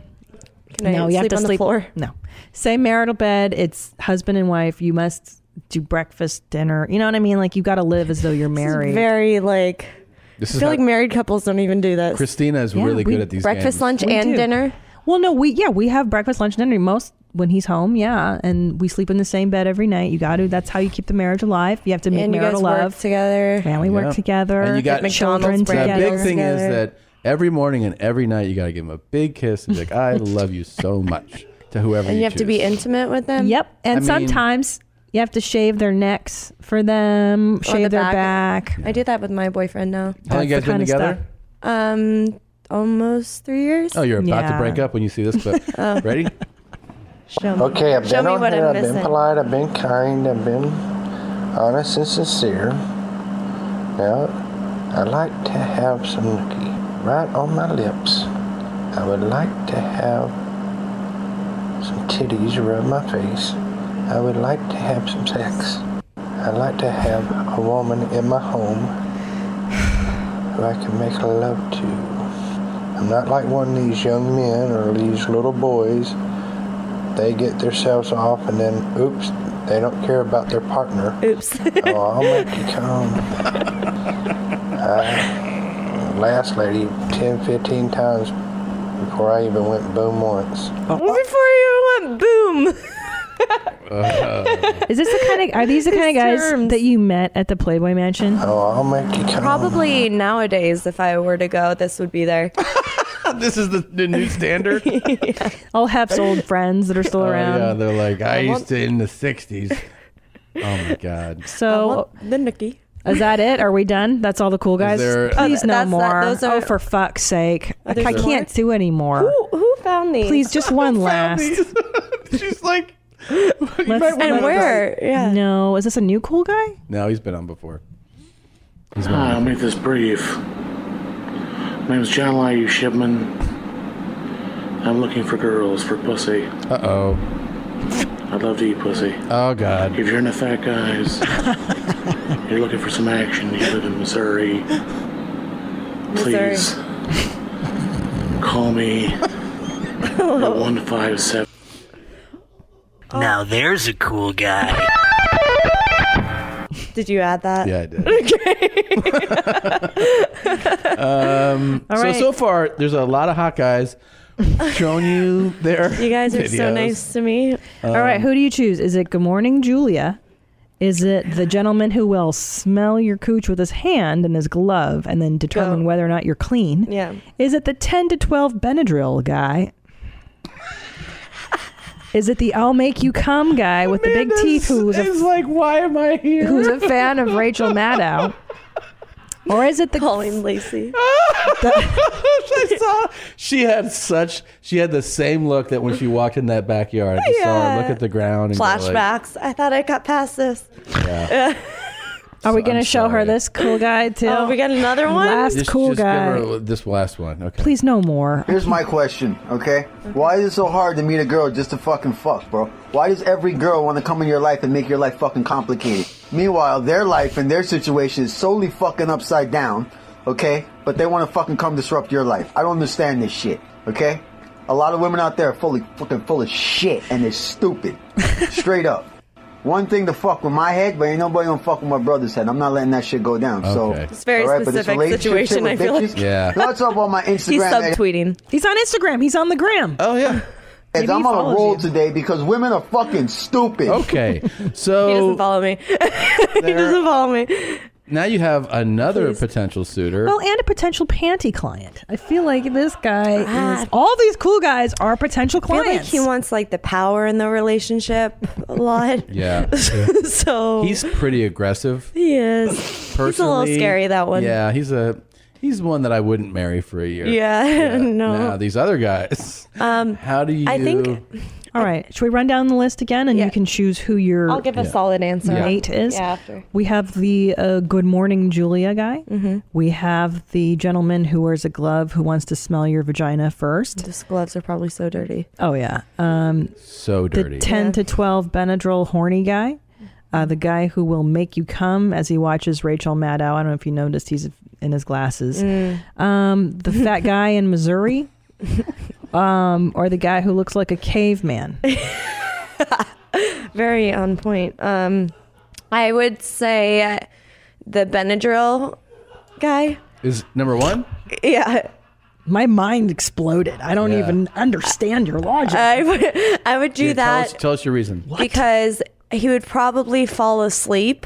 S5: Can I
S2: Uh, no, you
S5: sleep
S2: have to
S5: on
S2: sleep.
S5: the floor?
S2: No, same marital bed. It's husband and wife. You must do breakfast, dinner. You know what I mean? Like you got to live as though you're married.
S5: Very like.
S1: This
S5: I
S1: is
S5: feel
S1: how-
S5: like married couples don't even do that.
S1: Christina is
S2: Yeah,
S1: really
S2: we-
S1: good at these
S5: breakfast,
S1: games.
S5: lunch,
S2: We
S5: and
S2: do.
S5: dinner.
S2: Well, no, we yeah we have breakfast, lunch, dinner most when he's home. Yeah, and we sleep in the same bed every night. You got to. That's how you keep the marriage alive. You have to make
S5: And you
S2: marital
S5: guys work
S2: love
S5: together.
S2: Family
S1: Yeah.
S2: work together.
S1: And you got The
S2: children together.
S1: big thing is that every morning and every night you got to give them a big kiss and be like, "I love you so much" to whoever.
S5: And you have to be
S1: choose.
S5: intimate with them.
S2: Yep, and
S1: I mean-
S2: sometimes you have to shave their necks for them,
S5: On
S2: shave
S5: the
S2: their back.
S5: I do that with my boyfriend now.
S1: How long you guys
S2: That's
S1: been
S2: the kind of
S1: together?
S2: stuff.
S5: Um, almost three years.
S1: Oh, you're about to break up when you see this clip.
S5: Oh.
S1: Ready?
S5: Show me.
S7: Okay, I've
S5: Show
S7: been
S5: me
S7: on
S5: what
S7: here.
S5: I'm
S7: I've been
S5: missing.
S7: polite. I've been kind. I've been honest and sincere. Now, I like to have some nookie right on my lips. I would like to have some titties rub my face. I would like to have some sex. I'd like to have a woman in my home who I can make love to. I'm not like one of these young men or these little boys they get themselves off and then oops they don't care about their partner
S5: oops
S7: oh i'll make you come I, Uh, last lady 10 15 times before i even went boom once
S5: Before you went boom. Uh-huh.
S2: Is this the kind of? Are these the kind of guys that you met at the Playboy Mansion?
S7: Oh, I'll make you come.
S5: Probably nowadays, if I were to go, this would be there.
S1: this is the, the new standard.
S2: All Hef's old friends that are still
S1: Oh,
S2: around.
S1: yeah, they're like, I
S2: I
S1: used
S2: want-
S1: to in the '60s. Oh my God.
S2: So
S5: the Uh, Nikki.
S2: Is that it? Are we done? That's all the cool guys.
S1: there- Oh,
S2: Please,
S1: th-
S2: no
S1: that's- that-
S2: more.
S1: those
S2: oh, for fuck's sake! I,
S1: there
S2: I
S1: more?
S2: can't do anymore.
S5: Who, who found these?
S2: Please, just one last.
S1: She's like,
S5: might wanna- And where? Yeah.
S2: No, is this a new cool guy?
S1: No, he's been on before.
S10: Hi, I'll make this brief. My name's John Liu Shipman. I'm looking for girls for pussy.
S1: Uh oh.
S10: I'd love to eat pussy.
S1: Oh God.
S10: If you're into fat guys, you're looking for some action. You live in Missouri.
S5: Missouri.
S10: Please call me at one five seven.
S11: Now there's a cool guy.
S5: Did you add that?
S1: Yeah, I did.
S5: okay.
S1: Um,
S5: All
S1: So
S5: right.
S1: so far, there's a lot of hot guys showing you their.
S5: you guys are so
S1: videos. Um,
S5: nice to me.
S2: all right, who do you choose? Is it Good Morning Julia? Is it the gentleman who will smell your cooch with his hand and his glove and then determine whether or not you're clean?
S5: Oh. Yeah.
S2: Is it the 10 to 12 Benadryl guy? Is it the I'll make you come guy with the big teeth who's a,
S1: like why am I here?
S2: Who's a fan of Rachel Maddow? Or is it the
S5: Colleen Lacey?
S1: I saw she had such she had the same look that when she walked in that backyard. I just saw her look
S5: Yeah.
S1: at the ground and go like-
S5: Flashbacks. I thought I got past this.
S1: yeah.
S2: Are we gonna show her this cool guy too?
S5: Oh, we got another one?
S2: Last
S1: Just-
S2: cool
S1: just give
S2: guy.
S1: her this last one. Okay.
S2: Please no more.
S19: Here's my question, okay? Why is it so hard to meet a girl just to fucking fuck, bro? Why does every girl want to come in your life and make your life fucking complicated? Meanwhile, their life and their situation is solely fucking upside down, okay? But they want to fucking come disrupt your life. I don't understand this shit, okay? A lot of women out there are fully fucking full of shit and they're stupid. Straight up. One thing to fuck with my head, but ain't nobody gonna fuck with my brother's head. I'm not letting that shit go down. So
S5: It's very
S19: All right, but this
S5: specific
S19: relationship shit
S5: situation,
S19: with
S5: I feel like.
S19: bitches, That's up on my Instagram.
S5: He's
S19: at-
S5: subtweeting.
S2: He's on Instagram. He's on the gram.
S1: Oh yeah.
S19: Guys, I'm on a roll today because women are fucking stupid.
S1: Okay,
S5: He
S1: so
S5: doesn't follow me. he doesn't follow me.
S1: now you have another potential suitor.
S2: Well, and a potential panty client. I feel like this guy is. All these cool guys are potential
S5: I feel like
S2: clients.
S5: he wants like the power in the relationship a lot.
S1: yeah,
S5: so
S1: he's pretty aggressive.
S5: he is.
S1: Personally,
S5: He's a little scary that one.
S1: Yeah, he's a he's one that I wouldn't marry for a year.
S5: Yeah, no.
S1: Now these other guys.
S5: Um,
S1: How do you?
S5: I think
S2: All right. Should we run down the list again, and you can choose who your
S5: I'll give a Yeah. solid answer.
S2: Mate
S5: Yeah.
S2: is.
S5: Yeah, after.
S2: We have the uh, Good Morning Julia guy.
S5: Mhm.
S2: We have the gentleman who wears a glove who wants to smell your vagina first.
S5: Those gloves are probably so dirty.
S2: Oh yeah. Um,
S1: so dirty.
S2: The ten to twelve Benadryl horny guy. Uh, the guy who will make you come as he watches Rachel Maddow. I don't know if you noticed he's in his glasses.
S5: Mm.
S2: Um, the fat guy in Missouri, um, or the guy who looks like a caveman.
S5: Very on point. Um, I would say uh, the Benadryl guy.
S1: Is number one?
S5: Yeah.
S2: My mind exploded. I don't
S1: Yeah.
S2: even understand your logic.
S5: I would, I would do
S1: Yeah,
S5: that.
S1: Tell us, tell us your reason.
S5: because he would probably fall asleep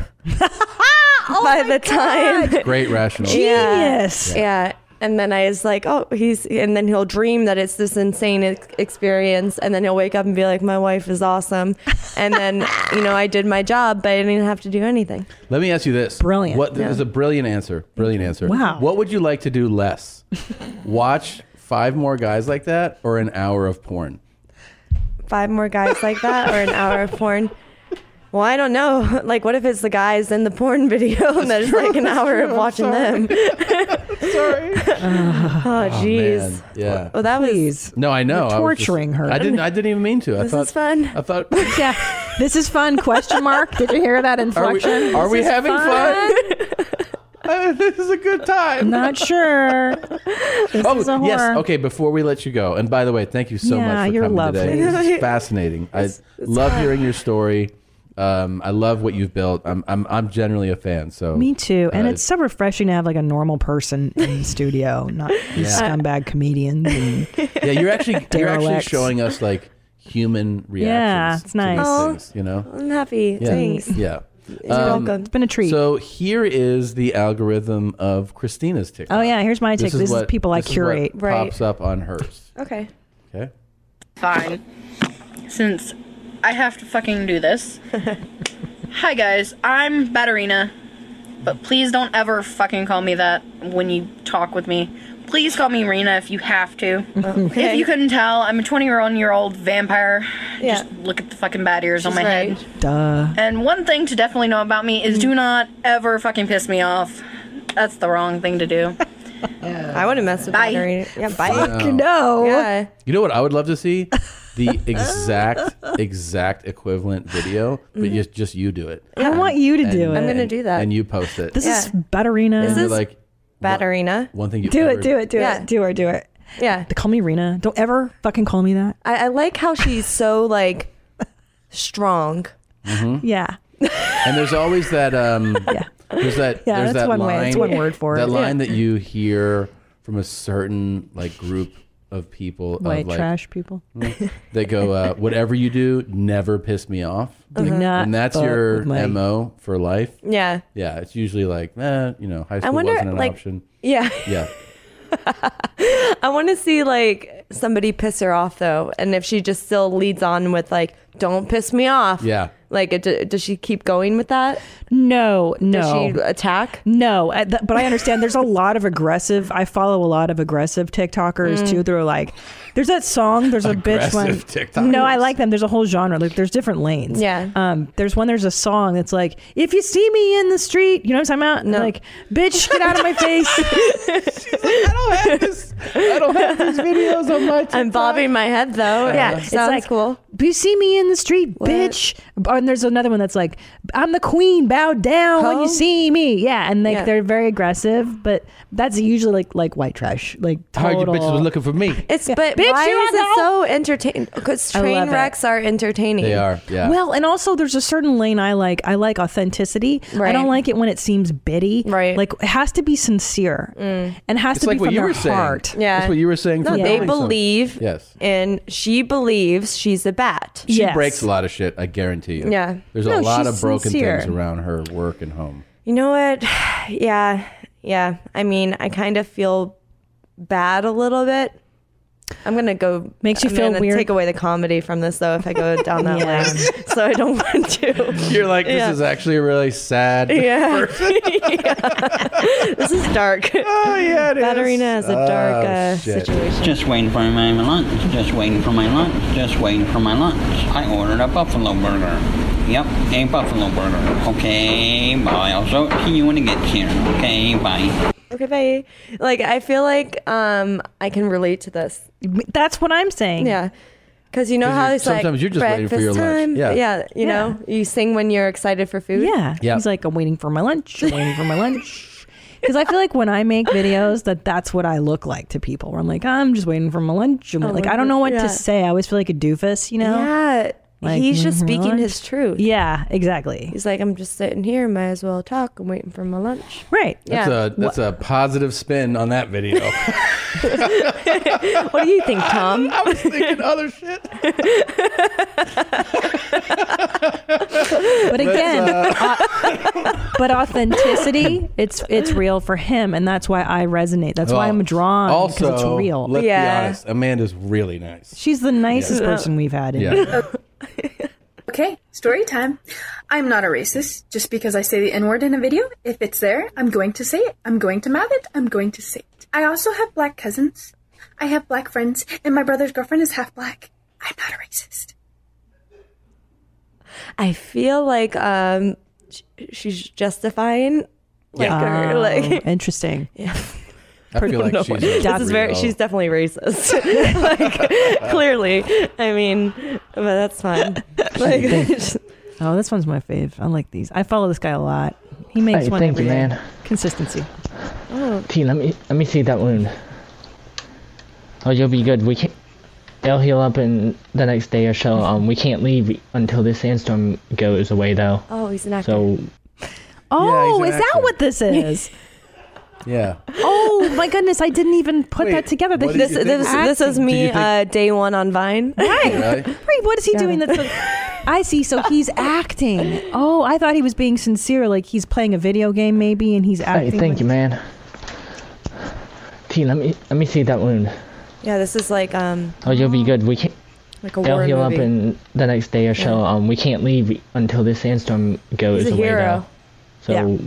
S2: Oh
S5: by the time.
S1: Great rational.
S5: Yeah. yeah. And then I was like, oh, he's, and then he'll dream that it's this insane ex- experience. And then he'll wake up and be like, my wife is awesome. And then, you know, I did my job, but I didn't have to do anything.
S1: Let me ask you this. Brilliant. What
S5: Yeah.
S1: this is a brilliant answer. Brilliant answer.
S5: Wow.
S1: What would you like to do less? Watch five more guys like that or an hour of porn?
S5: Five more guys like that or an hour of porn. Well, I don't know. Like, what if it's the guys in the porn video and there's like an
S12: that's
S5: hour
S12: true.
S5: of
S12: I'm
S5: watching
S1: Oh,
S5: them? oh, jeez.
S1: man. yeah.
S5: Well, that was
S1: no, I know.
S2: You're
S1: I was just-
S2: torturing her.
S1: I didn't I didn't even mean to. I
S2: This
S1: thought
S2: is fun.
S1: I thought
S2: yeah. This is fun? Question mark. Did you hear that
S1: Are we-
S2: inflection?
S1: are
S2: This
S1: we
S2: is
S1: having Uh, this is a good time.
S2: Not sure. This
S1: oh
S2: is a
S1: yes.
S2: horror.
S1: Okay. Before we let you go, and by the way, thank you so
S2: Yeah,
S1: much for
S2: you're
S1: coming today.
S2: lovely.
S1: This is fascinating. I love hearing your story. Um, I love what you've built. I'm I'm I'm generally a fan. So
S2: Me too. And
S1: uh,
S2: it's so refreshing to have like a normal person in the studio, not these
S1: Yeah.
S2: scumbag comedians. And
S1: yeah, you're actually you're actually
S2: Derelicts.
S1: showing us like human reactions.
S2: Yeah, it's
S1: to these
S2: nice.
S5: Oh.
S1: things, you know.
S5: I'm happy.
S1: Yeah.
S5: Thanks.
S1: Yeah.
S5: You're welcome. It's
S2: been a treat.
S1: Um, So here is the algorithm of Christina's TikTok.
S2: Oh, yeah, here's my
S1: tick.
S2: TikTok. This is people I curate.
S1: right.
S2: Right.
S1: Pops up on hers.
S5: Okay.
S1: Okay.
S13: Fine. Since I have to fucking do this. Hi guys, I'm Batterina. But please don't ever fucking call me that when you talk with me. Please call me Rena if you have to.
S5: Okay.
S13: If you couldn't tell, I'm a 21 year old vampire. Just look at the fucking bat ears on
S5: She's
S13: my
S5: right. Mm.
S13: head.
S2: Duh.
S13: And one thing to definitely know about me is do not ever fucking piss me off. That's the wrong thing to do. I
S5: wouldn't mess with
S13: Batterina.
S5: Yeah,
S1: Fuck
S2: no.
S5: Yeah.
S1: You know what I would love to see? The exact exact equivalent video, but just just you do it.
S2: I want you to Mm-hmm. do it.
S1: and- And you post it.
S2: This is Batterina.
S1: And you're like
S5: Batterina.
S1: one thing you
S2: do
S1: ever-
S2: it, do it, do
S5: Yeah.
S2: it, do her, do it.
S5: Yeah.
S2: Call me Rena. Don't ever fucking call me that.
S5: I, I like how she's so like strong.
S1: Mhm.
S2: Yeah.
S1: And there's always that um there's that
S2: Yeah,
S1: there's
S2: that's
S1: that
S2: one
S1: line
S2: way- that's one word for it.
S1: that
S2: Yeah.
S1: line that you hear from a certain like group of people of,
S2: White
S1: like,
S2: trash people.
S1: Mm. they go uh, whatever you do never piss me off
S5: Do
S1: Like,
S5: not
S1: and that's
S5: fuck
S1: your
S5: with my-
S1: mo for life
S5: Yeah.
S1: Uh-huh. yeah it's usually like eh, you know high
S5: I
S1: school
S5: wonder
S1: wasn't an
S5: like
S1: option
S5: yeah.
S1: yeah
S5: I want to see like somebody piss her off though, and if she just still leads on with like "Don't piss me off."
S1: Yeah.
S5: Like, it, does she keep going with that?
S2: No, no.
S5: Does she attack?
S2: No, I, th- but I understand there's a lot of aggressive. I follow a lot of aggressive TikTokers
S5: Mm.
S2: too. They're like, there's that song. There's a bitch one.
S1: Aggressive
S2: No, I
S1: TikTokers.
S2: like them. There's a whole genre. Like there's different lanes.
S5: Yeah.
S2: Um. There's one. There's a song that's like, if you see me in the street, you know what I'm talking about? No. Like, bitch, get out of my face.
S1: I don't have these videos on my.
S5: I'm bobbing my head though.
S2: yeah, it's
S5: sounds
S2: like,
S5: cool.
S2: You see me in the street, bitch. And there's another one that's like, I'm the queen, bow down when you see me. Yeah, and like
S5: Yeah.
S2: they're very aggressive, but that's usually like like white trash, like
S1: heard
S2: total.
S1: you bitches was looking for me
S5: It's but
S2: Bitch,
S5: why
S2: you
S5: is
S2: don't
S5: it so entertaining? Because
S2: I
S5: train
S2: love it.
S5: wrecks are entertaining.
S1: They are, yeah.
S2: Well, and also there's a certain lane I like. I like authenticity. I don't like it when it seems bitty. Right. Like it has to be sincere and has
S1: it's
S2: to
S1: like
S2: be
S1: what
S2: from
S1: you
S2: their
S1: were saying
S2: heart.
S5: Mm. Yeah.
S1: that's what you were saying
S5: No,
S1: from
S5: they
S1: Robinson.
S5: believe.
S1: yes
S5: And she believes she's a bat.
S1: she breaks a lot of shit i guarantee you
S5: Yeah.
S1: there's
S5: No,
S1: a lot
S5: she's
S1: of broken
S5: sincere.
S1: things around her work and home
S5: You know what? yeah. Yeah. I mean, I kind of feel bad a little bit I'm gonna go.
S2: Makes you
S5: I'm
S2: feel
S5: gonna
S2: weird.
S5: Take away the comedy from this though, if I go down that
S2: Yeah.
S5: lane. So I don't want to.
S1: You're like, this
S5: Yeah.
S1: is actually really sad.
S5: Yeah. Yeah. This is dark. Oh yeah, it Ballerina is a dark
S1: Oh,
S5: uh,
S1: shit.
S5: situation.
S11: Just waiting for my lunch. Just waiting for my lunch. Just waiting for my lunch. I ordered a buffalo burger. Yep, a buffalo burger. Okay, bye. I'll show it to you when it gets here. Okay, bye.
S5: Okay, bye. Like I feel like um I can relate to this.
S2: That's what I'm saying.
S5: Yeah. Because you know
S2: 'Cause
S5: how
S2: you're-
S5: it's like
S2: sometimes you're just waiting for
S5: breakfast
S2: your lunch.
S5: time.
S2: Yeah.
S5: yeah, you
S2: Yeah.
S5: know, you sing when you're excited for food.
S2: Yeah. He's like, I'm waiting for my lunch. I'm waiting for my lunch. Because I feel like when I make videos, that that's what I look like to people. Where I'm like, I'm just waiting for my lunch. I'm
S5: Oh,
S2: like,
S5: my
S2: I don't know what
S5: goodness.
S2: to
S5: Yeah.
S2: say. I always feel like a doofus, you know?
S5: Yeah.
S2: Like,
S5: he's just
S2: mhm,
S5: speaking
S2: lunch.
S5: his truth.
S2: Yeah, exactly.
S5: He's like, I'm just sitting here, might as well talk. I'm waiting for my lunch.
S2: Right.
S1: That's a that's a positive spin on that video.
S5: what, what do you think, Tom? I
S1: was thinking other shit.
S2: but again, au- but authenticity, it's it's real for him, and that's why I resonate. That's why
S1: Well,
S2: I'm drawn
S1: Also,
S2: because it's real.
S1: Let's be honest, Amanda's really nice.
S2: she's the nicest
S1: Yeah.
S2: person we've had. In
S1: Yeah.
S12: Okay, story time. I'm not a racist. Just because I say the N word in a video, if it's there, I'm going to say it. I'm going to mouth it. I'm going to say it. I also have black cousins. I have black friends, and my brother's girlfriend is half black. I'm not a racist.
S5: I feel like um, sh- she's justifying, like,
S2: Yeah.
S5: her, like
S2: Oh, interesting.
S5: Yeah.
S2: I feel like
S5: don't know
S2: she's
S5: why.
S2: a
S5: this is very
S2: real-
S5: she's definitely racist. like clearly, I mean, but that's fine. Like,
S2: Oh, this one's my fave. I like these. I follow this guy a lot. He makes
S23: Hey,
S2: one
S23: thank
S2: every
S23: you,
S2: day.
S23: man.
S2: Consistency.
S23: Oh. T, let me let me see that wound. Oh, you'll be good. We can. They'll heal up in the next day or so. Um, we can't leave until this sandstorm goes away, though.
S5: oh, he's an actor.
S23: So
S2: Oh,
S23: he's
S2: is
S23: an
S2: that what this is?
S1: yeah.
S2: oh my goodness, I didn't even put that together. That
S5: this
S2: he's
S5: this, this is
S2: acting.
S5: me uh, day one on Vine.
S2: Right. Right, what is he doing? That's so- I see. So he's acting. Oh, I thought he was being sincere, like he's playing a video game maybe, and he's
S23: hey,
S2: acting.
S23: thank you, man. T, let me let me see that wound.
S5: Yeah, this is like um
S23: Oh, you'll be good. We can.
S5: like a
S23: They'll
S5: war
S23: heal up
S5: movie.
S23: in the next day or so.
S5: Yeah.
S23: Um, we can't leave until this sandstorm goes
S5: He's a
S23: away,
S5: hero.
S23: though. So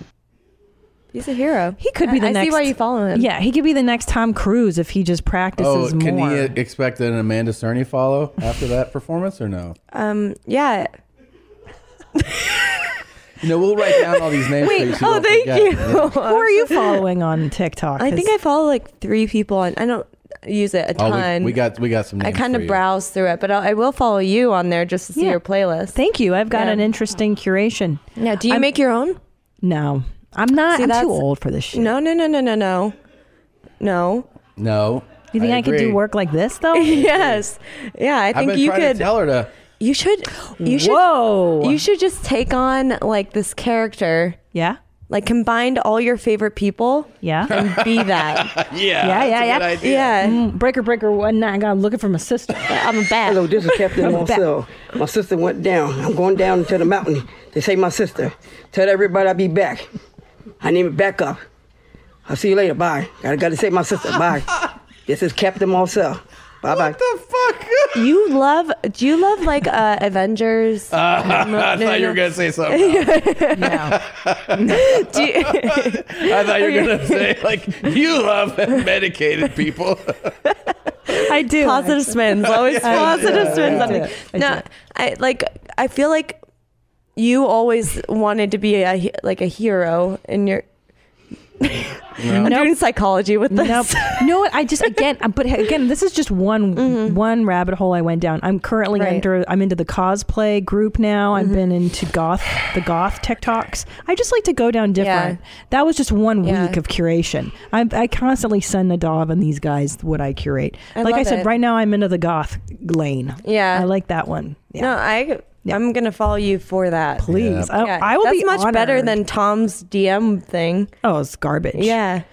S5: He's a hero.
S2: He could be the
S5: I,
S2: next.
S5: I see why you follow him.
S2: Yeah, he could be the next Tom Cruise if he just
S1: Oh,
S2: practices
S1: can
S2: more.
S1: he expect an Amanda Cerny follow after that performance or no?
S5: Um. Yeah.
S1: You know, we'll write down all these names. for you
S5: Wait.
S1: so
S5: Oh,
S1: don't
S5: thank
S1: forget.
S5: you.
S1: Yeah.
S2: Who are you following on TikTok?
S5: I think I follow like three people on. I don't use it a
S1: Oh,
S5: ton.
S1: we, we got we got some.
S5: I
S1: names
S5: kind
S1: for
S5: of
S1: you.
S5: browse through it, but I'll, I will follow you on there just to see
S2: Yeah.
S5: your playlist.
S2: Thank you. I've got
S5: Yeah.
S2: an interesting curation.
S5: Now, do you
S2: I'm-
S5: make your own?
S2: No, I'm not.
S5: See,
S2: Uh, I'm
S5: that's-
S2: too old for this shit.
S5: No, no, no, no, no, no, no.
S1: No.
S2: You think I, could do
S1: agree.
S2: work like this though?
S5: yes. Yeah, I
S1: I've
S5: think
S1: been
S5: you
S1: trying to
S5: could.
S1: tell her to.
S5: You should. You should.
S2: Whoa.
S5: You should just take on like this character.
S2: Yeah.
S5: Like combined all your favorite people.
S2: Yeah.
S5: And be that.
S2: Uh, yeah, yeah, yeah.
S5: Yeah.
S2: Mm, breaker, breaker, one night. I'm looking for my sister. I'm a bad.
S24: Hello, this is Captain Marcel. My sister went down. I'm going down to the mountain. They say my sister. Tell everybody I'll be back. I need to back up. I'll see you later. Bye. Gotta gotta save my sister. Bye. this is Captain Marcel. Bye bye.
S5: You love? Do you love like uh, Avengers?
S1: Uh, I thought you were gonna say something.
S5: Do you-
S1: I thought you were gonna say like you love medicated people.
S5: I do. Positive spins. Always
S1: Yeah, I
S5: positive
S1: do.
S5: spins.
S1: Yeah.
S5: on me.
S1: I
S5: No, I like. I feel like you always wanted to be a he- like a hero, and you're. I'm doing psychology with this.
S2: Nope. no, I just again, but again, this is just one one rabbit hole I went down. I'm currently
S5: Right.
S2: under. I'm into the cosplay group now. I've been into goth, the goth TikToks. I just like to go down different. That was just one
S5: Yeah.
S2: week of curation. I, I constantly send Nadav and these guys what I curate.
S5: I
S2: like I
S5: love
S2: said,
S5: it.
S2: right now I'm into the goth lane.
S5: Yeah.
S2: I like that one.
S5: No, I. I'm gonna follow you for that.
S2: Please. I- I will
S5: That's
S2: be
S5: much better
S2: honored.
S5: than Tom's DM thing.
S2: Oh, it's garbage.
S5: Yeah.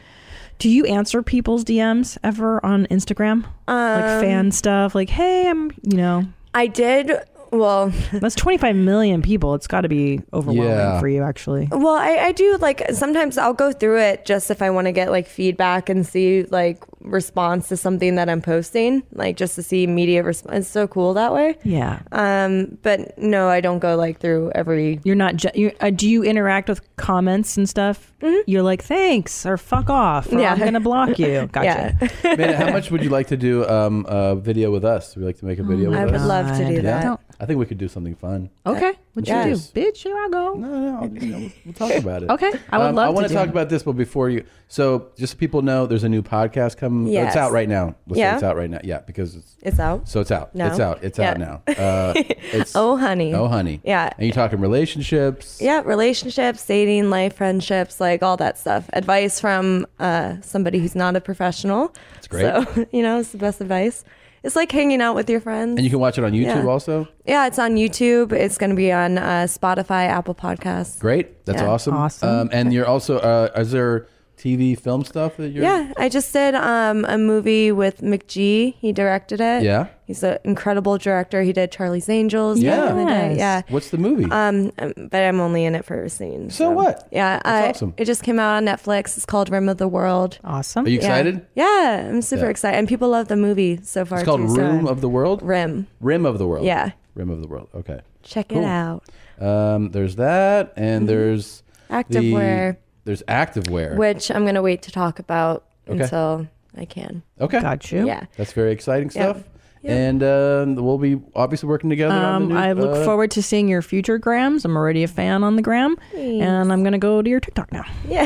S2: Do you answer people's DMs ever on Instagram? like
S5: Um,
S2: fan stuff, like, hey, I'm, you know.
S5: I did. Well,
S2: that's 25 million people. It's got to be overwhelming
S5: Yeah.
S2: for you, actually.
S5: Well, I, I do like sometimes I'll go through it just if I want to get like feedback and see like response to something that I'm posting, like just to see media response. It's so cool that way.
S2: Yeah.
S5: Um, but no, I don't go like through every.
S2: You're not. Ju- you uh, do you interact with comments and stuff? You're like thanks or fuck off. Or,
S5: Mm-hmm. Yeah.
S2: I'm gonna block you. Gotcha.
S1: Man, how much would you like to do um, a video with us? Would you like to make a video with
S2: my
S1: us?
S2: Oh, I would love to do
S1: Yeah?
S2: that.
S1: I think we could do something fun.
S2: Okay. What you do,
S1: Yes.
S2: bitch? Here I go. No,
S1: no. we'll talk about it.
S2: Okay. I would
S1: Um,
S2: love
S1: I
S2: to
S1: want
S2: do
S1: to talk
S2: it.
S1: about this, but before you, so just so people know, there's a new podcast coming.
S5: Yes.
S1: It's out right now. Let's say
S5: Yeah.
S1: it's out right now. Yeah, because it's
S5: It's out.
S1: so it's out.
S5: No.
S1: It's out. It's out
S5: Yeah.
S1: now. Uh, it's
S5: oh honey.
S1: oh honey.
S5: Yeah.
S1: And you're talking relationships.
S5: Yeah, relationships, dating, life, friendships, like all that stuff. Advice from uh, somebody who's not a professional. It's
S1: great.
S5: So, you know, it's the best advice. It's like hanging out with your friends.
S1: And you can watch it on YouTube
S5: Yeah.
S1: also.
S5: Yeah, it's on YouTube. It's going to be on uh, Spotify, Apple Podcasts.
S1: Great. That's
S5: Yeah.
S1: awesome. Awesome. Um, and you're also, uh, is there TV film stuff that you're?
S5: Yeah, I just did um, a movie with McGee. He directed it.
S1: Yeah.
S5: He's an incredible director. He did Charlie's Angels. back in the day. Yeah.
S1: What's the movie?
S5: Um, um, but I'm only in it for a scene. So,
S1: what?
S5: Yeah,
S1: That's
S5: I-
S1: awesome.
S5: It just came out on Netflix. It's called Rim of the World.
S2: Awesome.
S1: Are you excited?
S5: Yeah, I'm super
S1: Yeah.
S5: excited, and people love the movie so far.
S1: it's called
S5: too, so-
S1: Room of the World.
S5: Rim.
S1: Rim of the World.
S5: Yeah.
S1: Rim of the World. Okay.
S5: Check it
S1: Cool.
S5: out. Mm-hmm.
S1: Um, there's that, and there's
S5: Activewear.
S1: The, there's activewear.
S5: Which I'm gonna wait to talk about
S1: Okay.
S5: until I can.
S1: okay,
S2: got
S5: Yeah.
S1: That's very exciting
S5: Yeah.
S1: stuff. And um, we'll be obviously working together. on
S2: Um,
S1: the new,
S2: I look
S1: uh,
S2: forward to seeing your future grams. I'm already a fan on the gram, and I'm gonna go to your TikTok now.
S5: Yeah.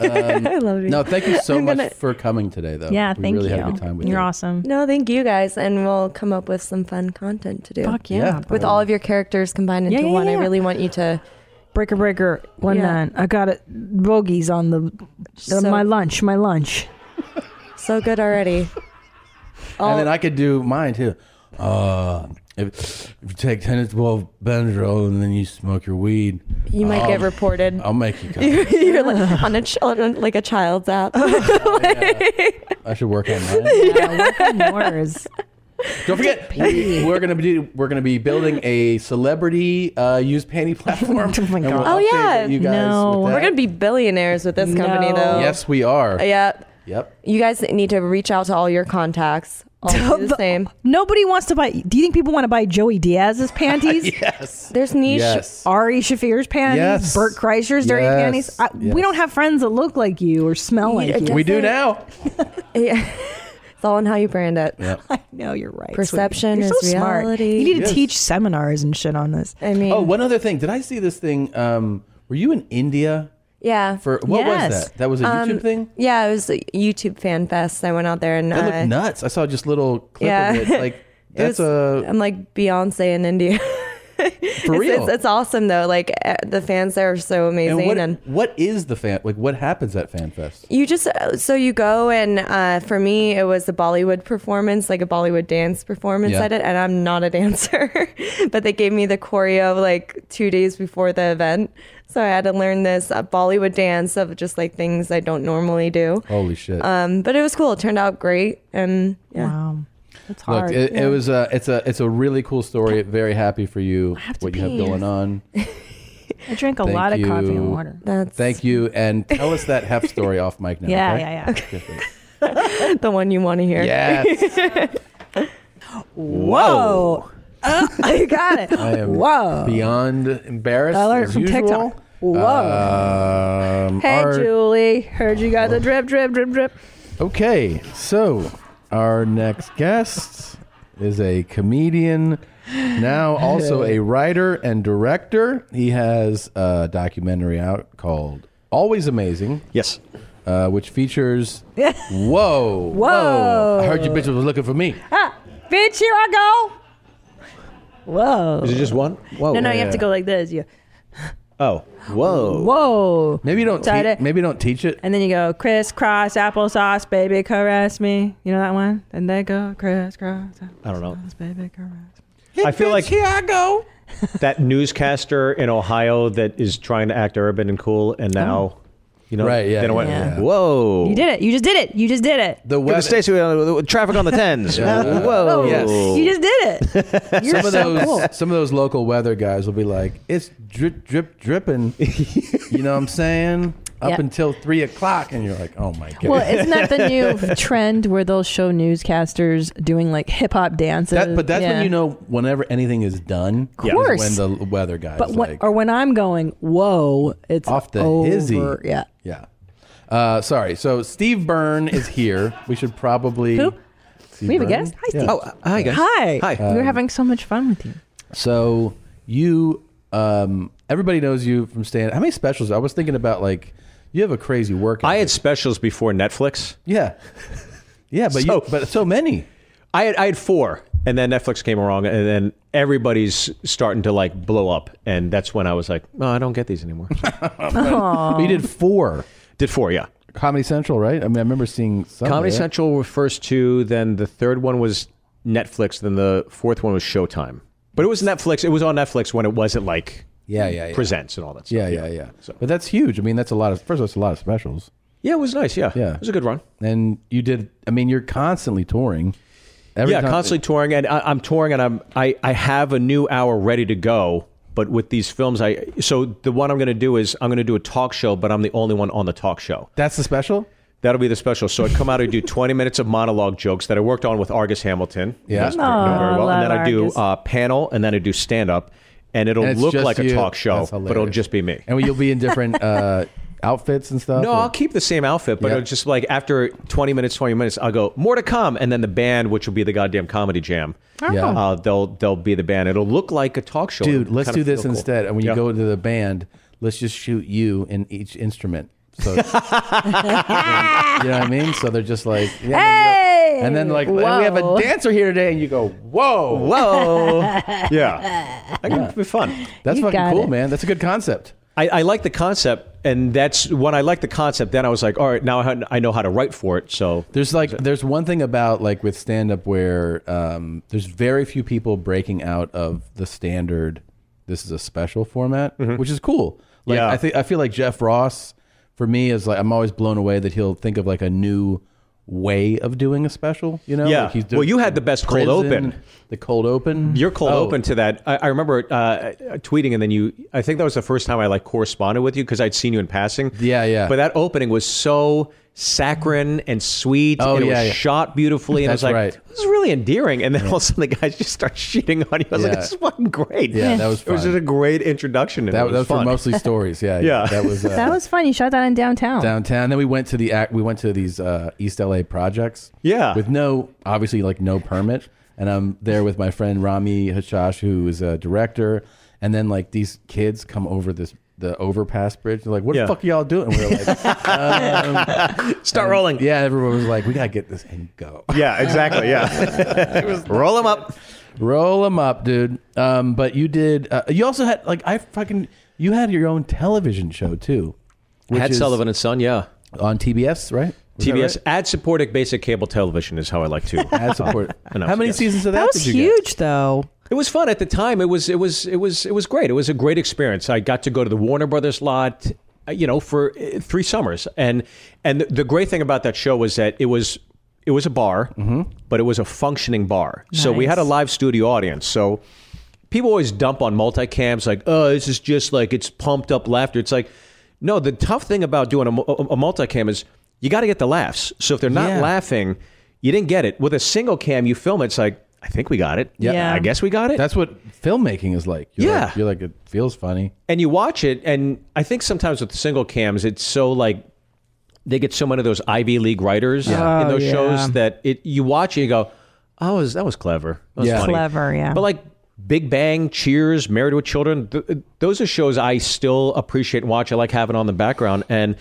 S1: um,
S5: I love you.
S1: No, thank you so
S5: I'm
S1: much
S5: gonna-
S1: for coming today, though.
S5: Yeah,
S1: we
S5: thank
S1: really had
S5: you.
S1: a good time with
S2: You're
S1: you.
S2: awesome.
S5: No, thank you guys, and we'll come up with some fun content to do.
S2: Fuck yeah, Yeah.
S5: With all of your characters combined into
S2: yeah,
S5: one,
S2: yeah.
S5: I really want you to.
S2: Breaker breaker one
S5: Yeah.
S2: nine. I got it. Bogies on the uh,
S5: So-
S2: my lunch. My lunch.
S5: So good already.
S1: and
S5: Oh.
S1: then I could do mine too. Uh, if, if you take ten to twelve Benadryl and then you smoke your weed,
S5: You might get
S1: I'll-
S5: reported.
S1: I'll make you. come.
S5: You're, you're like on a ch- on like a child's app.
S1: I should work on that.
S2: Yours.
S1: Don't forget, we, we're gonna be we're gonna be building a celebrity uh, used panty platform. oh my
S5: Oh, yeah.
S1: you guys
S5: no,
S1: with
S5: we're
S1: that.
S5: gonna be billionaires with this company though. Uh,
S1: Yes, we are.
S5: Yeah.
S1: Yep.
S5: You guys need to reach out to all your contacts. All do the same.
S2: Nobody wants to buy. Do you think people want to buy Joey Diaz's panties?
S1: yes.
S5: There's niche.
S1: Yes.
S2: Ari Shafir's panties,
S1: Yes.
S2: Bert Kreischer's dirty
S1: Yes.
S2: panties. I,
S1: Yes.
S2: We don't have friends that look like you or smell like
S5: Yeah,
S2: you.
S1: We do now.
S5: yeah. It's all in how you brand it.
S1: Yep.
S2: I know you're right. sweetie.
S5: Perception
S2: You're
S5: is
S2: so smart.
S5: reality.
S2: You need to
S1: Yes.
S2: teach seminars and shit on this.
S5: I mean,
S1: Oh, one other thing. Did I see this thing? Um, were you in India?
S5: Yeah.
S1: For- what was Yes. that? That was a YouTube
S5: Um,
S1: thing?
S5: Yeah, it was a YouTube fan fest. I went out there and
S1: That
S5: uh,
S1: looked nuts. I saw just little clip
S5: yeah.
S1: of it. Like
S5: It
S1: that's
S5: was-
S1: a
S5: I'm like Beyonce in India.
S1: for
S5: it's,
S1: real.
S5: It's, it's awesome though. Like eh, the fans there are so amazing
S1: and what,
S5: and
S1: what is the fan? Like what happens at FanFest?
S5: You just uh, so you go and uh, for me it was a Bollywood performance, like a Bollywood dance performance
S1: Yeah.
S5: at it, and I'm not a dancer, but they gave me the choreo like two days before the event, so I had to learn this uh, Bollywood dance of just like things I don't normally do.
S1: Holy shit.
S5: Um, but it was cool. It turned out great, and yeah.
S2: wow, that's
S1: Look, it, it was a, it's a it's a really cool story. Very happy for you. what you have
S2: pee.
S1: going on.
S2: I drank a
S1: Thank
S2: lot of coffee and
S1: you.
S2: water.
S1: Thank you, and tell us that hef story off mic now.
S2: Yeah,
S1: okay?
S2: yeah, yeah.
S1: Okay, great.
S5: the one you want to hear.
S1: Yes.
S2: Whoa.
S5: Oh,
S2: Uh, I got it.
S1: I am
S2: Whoa.
S1: beyond embarrassed.
S2: I learned
S1: as
S2: from
S1: usual.
S2: TikTok. Whoa.
S1: Um,
S2: Hey,
S1: our-
S2: Julie. Heard you got the drip, drip, drip, drip.
S1: Okay, so our next guest is a comedian, now also a writer and director. He has a documentary out called Always Amazing.
S25: Yes.
S1: Uh, which features. whoa, whoa. I heard you bitches was looking for me.
S2: Ah, bitch, here I go. Whoa.
S25: Is it just one?
S1: Oh,
S25: Whoa.
S2: No, no, you have to go like this. You,
S25: Oh, whoa.
S2: whoa.
S1: Maybe you don't.
S2: Try
S1: Te-
S2: it.
S1: maybe you don't teach it.
S2: And then you go crisscross applesauce, baby, caress me. You know that one? And they go crisscross
S25: I don't know.
S2: applesauce, baby, caress.
S25: I feel like
S2: Here I go.
S25: that newscaster in Ohio that is trying to act urban and cool, and now, you know,
S1: Right, yeah,
S25: then I went,
S1: yeah.
S25: whoa.
S2: You did it. You just did it. You just did it. Oh,
S1: The
S25: Give the station uh, traffic on the tens.
S1: Yeah.
S25: Whoa.
S1: Yes.
S2: You just did it. You're
S1: some of
S2: so
S1: those
S2: cool.
S1: some of those local weather guys will be like, "It's drip, drip, dripping." you know what I'm saying? up
S2: Yeah.
S1: until three o'clock, and you're like, oh my god.
S2: Well, isn't that the new trend where they'll show newscasters doing like hip hop dances?
S1: That, but that's
S2: Yeah.
S1: when you know whenever anything is done. Of
S2: course.
S1: When the weather guy
S2: But
S1: is
S2: when,
S1: like
S2: or when I'm going, whoa, it's
S1: off the
S2: over.
S1: hizzy.
S2: Yeah.
S1: Yeah. Uh, sorry. So Steve Byrne is here. We should probably.
S2: Who?
S1: Steve
S2: we have a
S1: Byrne?
S2: guest. Hi,
S1: Yeah. Oh,
S2: Steve. Oh, uh, Hi. We're having so much fun with you.
S1: So you, um, everybody knows you from stand. How many specials? I was thinking about like you have a crazy work.
S25: I had specials before Netflix.
S1: Yeah, yeah, but you, but so many.
S25: I had I had four, and then Netflix came along, and then everybody's starting to like blow up, and that's when I was like, no, I don't get these anymore.
S1: But you did four.
S25: Did four, yeah.
S1: Comedy Central, right? I mean, I remember seeing some
S25: Comedy
S1: there.
S25: Central were first two, then the third one was Netflix, then the fourth one was Showtime. But it was Netflix. It was on Netflix when it wasn't like
S1: Yeah, yeah, yeah.
S25: presents and all that stuff.
S1: Yeah, yeah, yeah. But that's huge. I mean, that's a lot of. First, of all, it's a lot of specials.
S25: Yeah, it was nice. Yeah,
S1: yeah, it
S25: was a good run.
S1: And you did. I mean, you're constantly touring. Every
S25: yeah,
S1: time-
S25: constantly touring, and I, I'm touring, and I'm I, I have a new hour ready to go. But with these films, I so the one I'm going to do is I'm going to do a talk show, but I'm the only one on the talk show.
S1: That's the special.
S25: That'll be the special. So I come out and do 20 minutes of monologue jokes that I worked on with Argus Hamilton. You
S1: Yeah.
S25: guys know very
S1: Aw,
S25: well. And then
S1: love
S25: I do
S1: Argus.
S25: uh, panel, and then I do stand up, and it'll
S1: And it's
S25: look
S1: just
S25: like
S1: you.
S25: a talk show,
S1: That's
S25: but it'll
S1: hilarious.
S25: just be me.
S1: And you'll be in different uh, outfits and stuff.
S25: No,
S1: or-
S25: I'll keep the same outfit, but
S1: Yeah.
S25: it'll just like after 20 minutes, 20 minutes, I'll go more to come, and then the band, which will be the goddamn comedy jam,
S1: Oh. Yeah.
S25: uh, they'll they'll be the band. It'll look like a talk show,
S1: dude.
S25: It'll
S1: Let's
S25: kind
S1: do
S25: of
S1: this
S25: feel cool.
S1: instead. And when you
S25: Yeah.
S1: go to the band, let's just shoot you in each instrument. So, you know what I mean? So they're just like, yeah,
S2: hey,
S1: and then like we have a
S2: Whoa.
S1: dancer here today, and you go, whoa,
S25: whoa, yeah, I can be fun.
S1: That's
S25: You
S1: fucking
S25: got
S1: cool,
S25: it.
S1: man. That's a good concept.
S25: I, I like the concept, and that's when I like the concept. Then I was like, all right, now I had- I know how to write for it. So
S1: There's like there's one thing about like with stand up where um, there's very few people breaking out of the standard. This is a special format, which is cool. Like
S25: Mm-hmm. Yeah.
S1: I think I feel like Jeff Ross for me is like I'm always blown away that he'll think of like a new way of doing a special. You know,
S25: Yeah.
S1: Like, he's
S25: Well, you had the best cold
S1: prison,
S25: open.
S1: The cold open.
S25: You're cold
S1: Oh.
S25: open to that. I, I remember uh, tweeting, and then you. I think that was the first time I like corresponded with you because I'd seen you in passing.
S1: Yeah, yeah.
S25: But that opening was so saccharine and sweet,
S1: Oh,
S25: and it
S1: yeah,
S25: was
S1: yeah.
S25: shot beautifully, and
S1: That's
S25: I was like,
S1: right.
S25: "This is really endearing." And then all of a sudden, the guys just start shitting on you. I was like,
S1: Yeah.
S25: "This is fucking great."
S1: Yeah, that was
S25: It was
S1: fun.
S25: just a great introduction. and
S1: That,
S25: it was
S1: that was for
S25: fun.
S1: mostly stories. Yeah,
S25: Yeah.
S1: That was uh,
S2: that was fun. You shot that in downtown.
S1: downtown. Then we went to the act. We went to these uh, East LA projects.
S25: Yeah,
S1: with no obviously like no permit, and I'm there with my friend Rami Hashash, who is a director. And then like these kids come over this the overpass bridge. They're like, "What
S25: Yeah.
S1: the fuck are y'all doing?" And we're like, um,
S25: "Start rolling."
S1: Yeah, everyone was like, "We gotta get this and go."
S25: Yeah, exactly. Yeah, roll them up.
S1: Roll them up, dude. Um, but you did. Uh, you also had like I fucking you had your own television show too. which
S25: Had
S1: is
S25: Sullivan and Son, yeah,
S1: on TBS, right? Was that
S25: TBS
S1: right?
S25: ad-supported basic cable television is how I like to
S1: Ad-supported. How many seasons of
S2: That
S1: that
S2: was
S1: did you get?
S2: huge, though.
S25: It was fun at the time. It was it was it was it was great. It was a great experience. I got to go to the Warner Brothers lot, uh, you know, for uh, three summers. And and the, the great thing about that show was that it was it was a bar, but it was a functioning bar. So we had a live studio audience. So people always dump on multicams like, "Oh, this is just like it's pumped up laughter." It's like, no. The tough thing about doing a, mu- a, a multicam is you got to get the laughs. So if they're not
S1: Yeah.
S25: laughing, you didn't get it. With a single cam, you film it, it's like. I think we got it.
S1: Yeah.
S25: I guess we got it.
S1: That's what filmmaking is like. You're
S25: Yeah.
S1: like, you're like it feels funny.
S25: and you watch it, and I think sometimes with the single cams, it's so like they get so many of those Ivy League writers
S2: Yeah.
S25: in
S2: Oh,
S25: those
S2: yeah.
S25: shows that it you watch it, you go, "Oh, that was that was clever, that was
S2: Yeah.
S25: funny."
S2: Clever, yeah.
S25: But like Big Bang, Cheers, Married with Children, th- uh, those are shows I still appreciate and watch. I like having on the background. And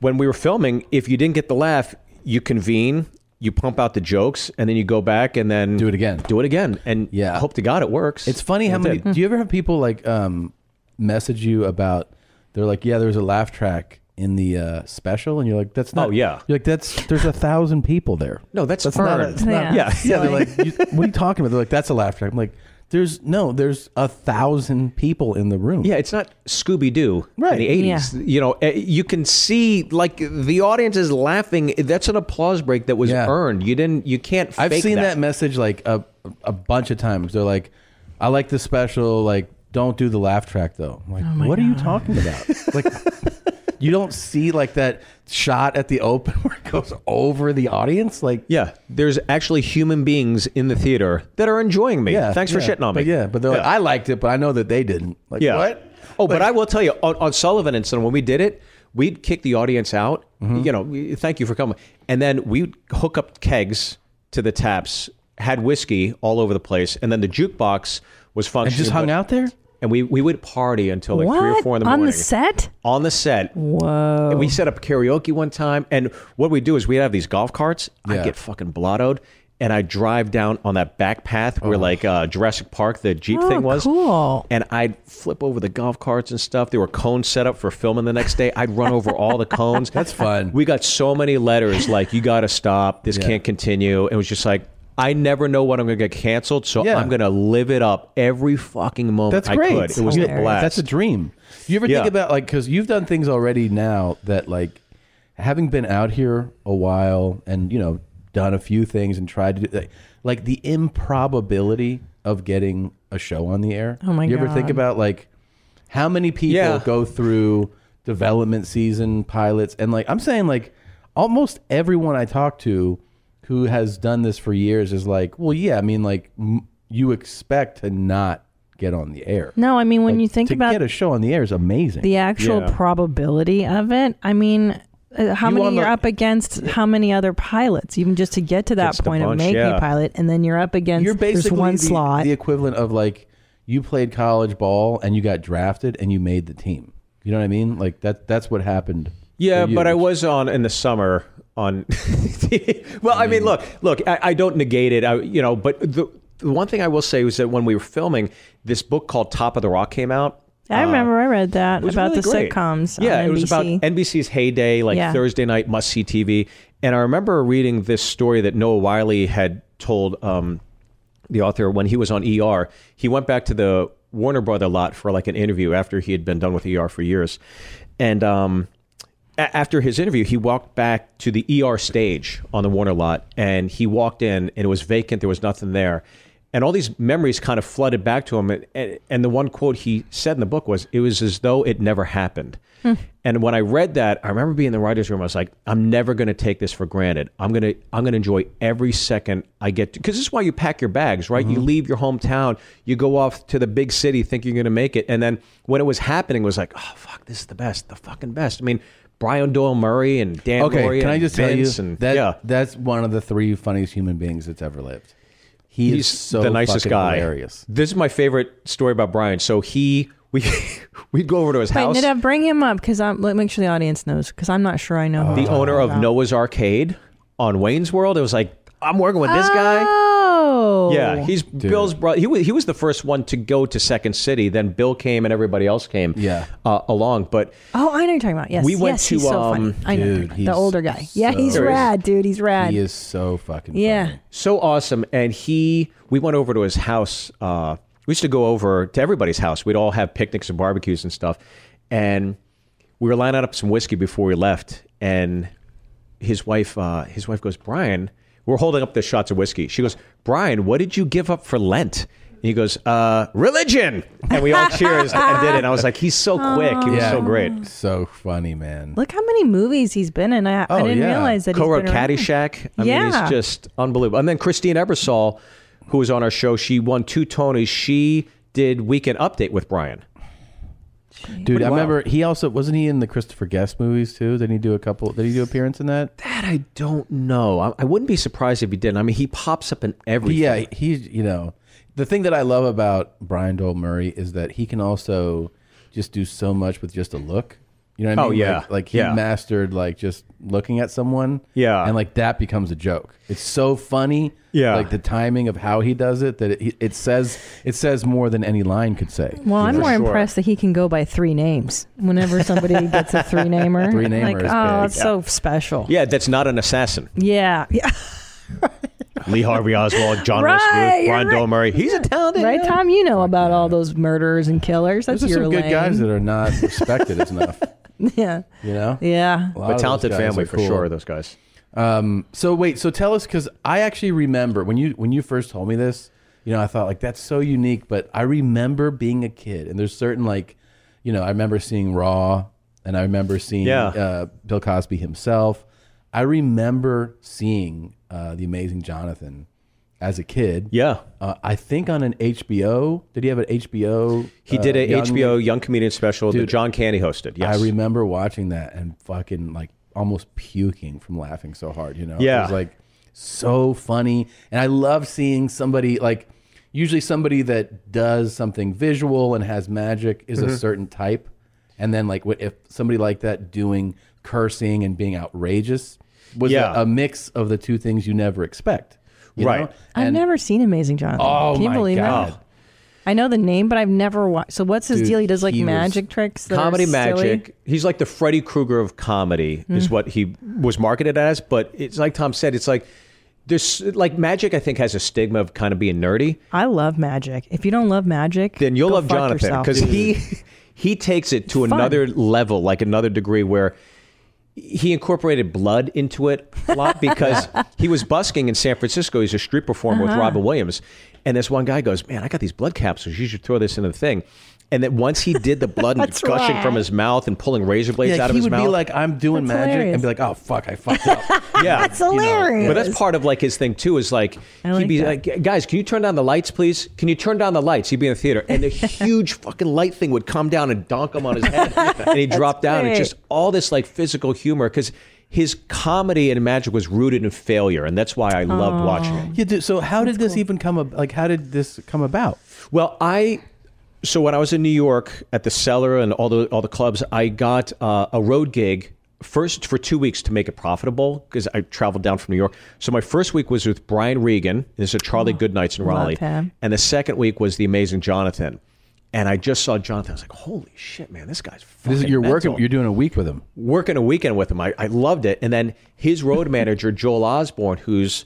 S25: when we were filming, if you didn't get the laugh, you convene. You pump out the jokes, and then you go back, and then do it
S1: again.
S25: Do it again, and yeah, hope to God it works.
S1: It's funny how
S25: It
S1: many.
S25: did.
S1: Do you ever have people like um, message you about? They're like, yeah, there's a laugh track in the uh, special, and you're like, that's not.
S25: Oh, yeah.
S1: You're like, that's there's a thousand people there.
S25: No, that's
S1: that's not. A,
S25: fun.
S1: it's not-
S25: Yeah.
S1: yeah. They're
S25: Yeah.
S1: like, you, what are you talking about? They're like, that's a laugh track. I'm like, there's no, there's a thousand people in the room.
S25: Yeah, it's not Scooby Doo
S1: Right.
S25: in the 80s. You know, eh, you can see like the audience is laughing. That's an applause break that was earned. You didn't you can't fake
S1: I've seen that.
S25: that.
S1: message like a a bunch of times. They're like, I like this
S2: Oh
S1: special. Like, don't do the laugh track though. I'm like, what are you talking about? like, you don't see like that shot at the open where it goes over the audience. Like
S25: yeah, there's actually human beings in the theater that are enjoying me.
S1: Yeah,
S25: Thanks for
S1: yeah.
S25: shitting on me.
S1: But yeah, but they're like, I liked it, but I know that they didn't. Like what?
S25: Oh, but I will tell you on, on Sullivan and Son when we did it, we'd kick the audience out.
S1: Mm-hmm.
S25: You know, we- thank you for coming, and then we'd hook up kegs to the taps, had whiskey all over the place, and then the jukebox was functioning.
S1: just hung out there.
S25: And we, we would party until like three or
S2: What?
S25: four in the
S2: On the
S25: morning.
S2: set?
S25: On the set. Whoa. And we set up karaoke one time. And what we do is we'd have these golf carts.
S1: Yeah.
S25: i get fucking blottoed. And I drive down on that back path
S1: Oh.
S25: where like uh, Jurassic Park, the Jeep
S2: Oh,
S25: thing was.
S2: cool.
S25: And I'd flip over the golf carts and stuff. There were cones set up for filming the next day. I'd run over all the cones. That's fun. We got so many letters like, you got to stop. This can't continue. It was just like, I never know when I'm going to get canceled. So
S1: Yeah.
S25: I'm going to live it up every fucking moment
S1: That's
S25: I
S1: great.
S25: could. It was
S1: You-
S25: a blast.
S1: That's a dream. Do you ever
S25: Yeah.
S1: think about like because you've done things already now that like having been out here a while and you know done a few things and tried to do like, like the improbability of getting a show on the air.
S2: Oh my
S1: You ever think
S2: God.
S1: about like how many people go through development season pilots and like I'm saying like almost everyone I talk to who has done this for years is like, well, yeah, I mean like m- you expect to not get on the air.
S2: No, I mean when you think
S1: to
S2: about
S1: get a show on the air is amazing.
S2: the actual probability of it, I mean, uh, how
S1: You
S2: many
S1: wanna-
S2: you're up against? How many other pilots? Even just to get to that
S1: the
S2: point
S1: bunch,
S2: of making
S1: yeah.
S2: a pilot, and then you're up against
S1: You're
S2: there's
S1: basically
S2: one
S1: the,
S2: slot.
S1: the equivalent of like you played college ball and you got drafted and you made the team. You know what I mean? Like that. That's what happened.
S25: Yeah,
S1: for you.
S25: but I was on in the summer on. well, I
S2: Mm-hmm.
S25: mean, look, look, I, I don't negate it, I, you know. But the, the one thing I will say was that when we were filming, this book called Top of the Rock came out.
S2: I remember I read that
S25: It was
S2: about
S25: really
S2: the
S25: great.
S2: sitcoms.
S25: Yeah,
S2: on
S25: it was about
S2: NBC.
S25: NBC's heyday, like
S2: Yeah.
S25: Thursday night must see TV. And I remember reading this story that Noah Wiley had told um, the author when he was on ER. He went back to the Warner Brother lot for like an interview after he had been done with ER for years, and um, a- after his interview, he walked back to the ER stage on the Warner lot, and he walked in, and it was vacant. There was nothing there, and all these memories kind of flooded back to him. And- And, and the one quote he said in the book was, "It was as though it never happened."
S26: Hmm.
S25: And when I read that, I remember being in the writers' room. I was like, "I'm never going to take this for granted. I'm gonna I'm gonna enjoy every second I get to." Because this is why you pack your bags, right?
S1: Mm-hmm.
S25: You leave your hometown, you go off to the big city, think you're going to make it, and then when it was happening, it was like, "Oh fuck, this is the best, the fucking best." I mean, Brian Doyle Murray and Dan.
S1: okay,
S25: Laurie
S1: can I
S25: and
S1: just tell you
S25: Vince and,
S1: that
S25: yeah,
S1: that's one of the three funniest human beings that's ever lived. He
S25: he's
S1: is so
S25: the nicest
S1: fucking
S25: guy.
S1: Hilarious.
S25: This is my favorite story about Brian. So he we we'd go over to his
S2: Wait,
S25: house.
S2: Nadav, bring him up because I'm. Let make sure the audience knows because I'm not sure I know. who
S25: the
S2: I'm talking
S25: owner of
S2: about.
S25: Noah's Arcade on Wayne's World. It was like I'm working with this guy.
S2: Oh,
S25: Yeah, he's Bill's brother. He was he was the first one to go to Second City. Then Bill came and everybody else came. Yeah. Uh, along, but
S2: Oh, I know you're talking about. Yes,
S25: We went
S2: yes,
S25: to,
S2: he's so
S25: um,
S2: funny. I know
S25: Dude, he's
S2: the older guy. Yeah,
S25: so-
S2: he's
S25: There he is.
S2: rad, dude. He's rad.
S1: is so fucking
S2: Yeah.
S25: so awesome. And he, we went over to his house. Uh, we used to go over to everybody's house. We'd all have picnics and barbecues and stuff. And we were lining up some whiskey before we left. And his wife, uh, his wife goes, Brian, we're holding up the shots of whiskey. She goes, Brian, what did you give up for Lent? And he goes, uh, religion. And we all cheers and did it. And I was like, he's so quick. He was
S1: Yeah.
S25: so great.
S1: So funny, man.
S2: Look how many movies he's been in. I,
S25: Oh,
S2: I didn't realize that.
S25: Co-wrote
S2: he's been around.
S25: Caddyshack. I mean,
S2: Yeah.
S25: he's just unbelievable. And then Christine Ebersol, who was on our show, she won two Tonys. She did Weekend Update with Brian.
S1: Dude,
S25: Pretty
S1: I
S25: wild.
S1: remember he also wasn't he in the Christopher Guest movies too? Did he do a couple? Did he do appearance in that?
S25: That I don't know. I, I wouldn't be surprised if he didn't. I mean, he pops up in everything.
S1: Yeah, he's you know the thing that I love about Brian Dole Murray is that he can also just do so much with just a look. You know what I
S25: Oh,
S1: mean?
S25: yeah.
S1: like, like he
S25: Yeah.
S1: mastered like just looking at someone.
S25: Yeah,
S1: and like that becomes a joke. It's so funny.
S25: Yeah.
S1: like the timing of how he does it that it, it says it says more than any line could say.
S2: Well, I'm
S1: For
S2: more
S1: sure.
S2: impressed that he can go by three names. Whenever somebody gets a three namer,
S25: Three-namer
S2: like,
S25: is
S2: oh,
S25: big.
S2: it's so special.
S25: Yeah, that's not an assassin.
S2: Yeah, yeah,
S25: Lee Harvey Oswald, John
S2: Right,
S25: Russ Booth,
S2: you're
S25: Brian
S2: right. Uh,
S25: Doyle Murray. He's a talented
S2: right, Tom. You know about all those murderers and killers. That's
S1: Those are
S2: your
S1: some good
S2: lane.
S1: guys that are not respected enough.
S2: yeah,
S1: You know?
S2: Yeah.
S1: A lot
S2: But
S1: of those
S25: talented
S1: guys
S25: family
S1: are
S25: for sure, those guys.
S1: Um, so wait, so tell us because I actually remember when you when you first told me this, you know, I thought like that's so unique, but I remember being a kid and there's certain like, you know, I remember seeing Raw and I remember seeing uh, Bill Cosby himself. I remember seeing uh, the Amazing Jonathan as a kid.
S25: Yeah,
S1: uh, I think on an HBO. Did he have an HBO?
S25: He did
S1: uh,
S25: a
S1: young-
S25: HBO Young Comedian special that
S1: Dude,
S25: John Candy hosted. Yes.
S1: I remember watching that and fucking like almost puking from laughing so hard, you know? It
S25: Yeah.
S1: was like so funny. And I love seeing somebody like usually somebody that does something visual and has magic is a
S25: Mhm.
S1: certain type. And then like what if somebody like that doing cursing and being outrageous was
S25: Yeah.
S1: a, a mix of the two things you never expect. you
S25: Right.
S1: know?
S2: I've
S1: And-
S2: never seen Amazing Jonathan.
S1: Oh
S2: Can you
S1: my
S2: believe
S1: God.
S2: that? I know the name, but I've never watched. So what's his
S25: Dude,
S2: deal? He does like
S25: he was-
S2: magic tricks. that are
S25: comedy
S2: silly?
S25: magic. He's like the Freddy Krueger of comedy, is
S2: Mm.
S25: what he was marketed as. But it's like Tom said, it's like there's like magic. I think has a stigma of kind of being nerdy.
S2: I love magic. If you don't love magic,
S25: Then you'll
S2: go
S25: love
S2: fuck
S25: Jonathan
S2: yourself,
S25: because
S2: dude.
S25: he he takes it to
S2: Fun.
S25: another level, like another degree where. He incorporated blood into it a lot because he was busking in San Francisco. He's a street performer with
S26: Uh-huh.
S25: Robin Williams. And this one guy goes, Man, I got these blood capsules. You should throw this into the thing. And then once he did the blood and it's
S1: That's
S25: gushing
S1: rad.
S25: from his mouth and pulling razor blades
S1: Yeah,
S25: out of
S1: he
S25: his
S1: would
S25: mouth.
S1: be like, I'm doing
S25: That's
S1: magic,
S25: hilarious.
S1: and be like, oh fuck, I fucked up.
S25: yeah,
S1: That's you know. hilarious.
S25: But that's part of like his thing too. Is like he'd be like, guys, can you turn down the lights, please? Can you turn down the lights? He'd be in the theater, and the huge fucking light thing would come down and donk him on his head, and he dropped down.
S26: great.
S25: And just all this like physical humor because his comedy and magic was rooted in failure, and that's why I loved watching it.
S1: Yeah, dude, so how did this even come up? Like, how did this come about?
S25: Well, I so when I was in New York at the Cellar and all the all the clubs, I got uh, a road gig first for two weeks to make it profitable because I traveled down from New York. So my first week was with Brian Regan. This is Charlie Goodnight's in
S26: Oh, love
S25: Raleigh,
S26: him.
S25: and the second week was the Amazing Jonathan. And I just saw Jonathan. I was like, holy shit, man, this guy's
S1: This is,
S25: fucking
S1: you're
S25: mental
S1: working. You're doing a week with him.
S25: working a weekend with him. I, I loved it. And then his road manager, Joel Osborne, who's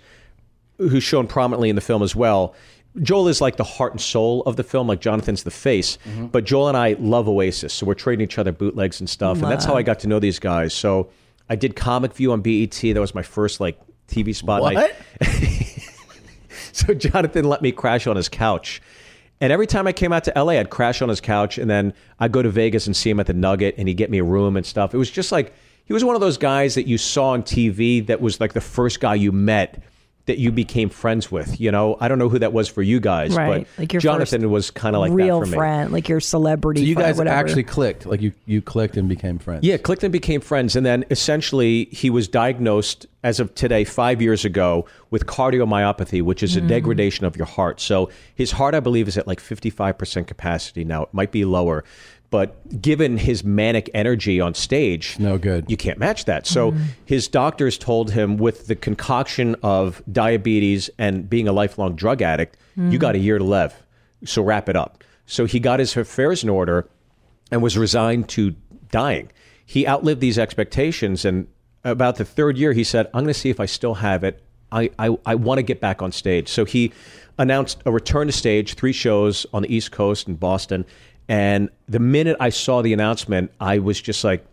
S25: who's shown prominently in the film as well. Joel is like the heart and soul of the film, like Jonathan's the face.
S1: Mm-hmm.
S25: But Joel and I love Oasis, so we're trading each other bootlegs and stuff. And that's how I
S26: Love.
S25: got to know these guys. So I did Comic View on BET. That was my first like TV spot. And I-
S26: What?
S25: so Jonathan let me crash on his couch. And every time I came out to LA, I'd crash on his couch, and then I'd go to Vegas and see him at the Nugget, and he'd get me a room and stuff. It was just like he was one of those guys that you saw on TV that was like the first guy you met that you became friends with. You know, I don't know who that was for you guys,
S2: Right,
S25: but
S2: like your
S25: Jonathan
S2: first
S25: was kind of like
S2: real
S25: that for me.
S2: friend, like your celebrity.
S1: So you
S2: friend,
S1: guys
S2: whatever.
S1: actually clicked. Like you, you clicked and became friends.
S25: Yeah, Clifton became friends, and then essentially he was diagnosed as of today, five years ago, with cardiomyopathy, which is a
S26: Mm.
S25: degradation of your heart. So his heart, I believe, is at like fifty-five percent capacity now. It might be lower, but given his manic energy on stage,
S1: no good.
S25: You can't match that. So
S2: Mm.
S25: his doctors told him, with the concoction of diabetes and being a lifelong drug addict, you
S26: Mm.
S25: got a year to live. So wrap it up. So he got his affairs in order and was resigned to dying. He outlived these expectations. And about the third year, he said, I'm going to see if I still have it. I, I, I want to get back on stage. So he announced a return to stage, three shows on the East Coast in Boston. And the minute I saw the announcement, I was just like,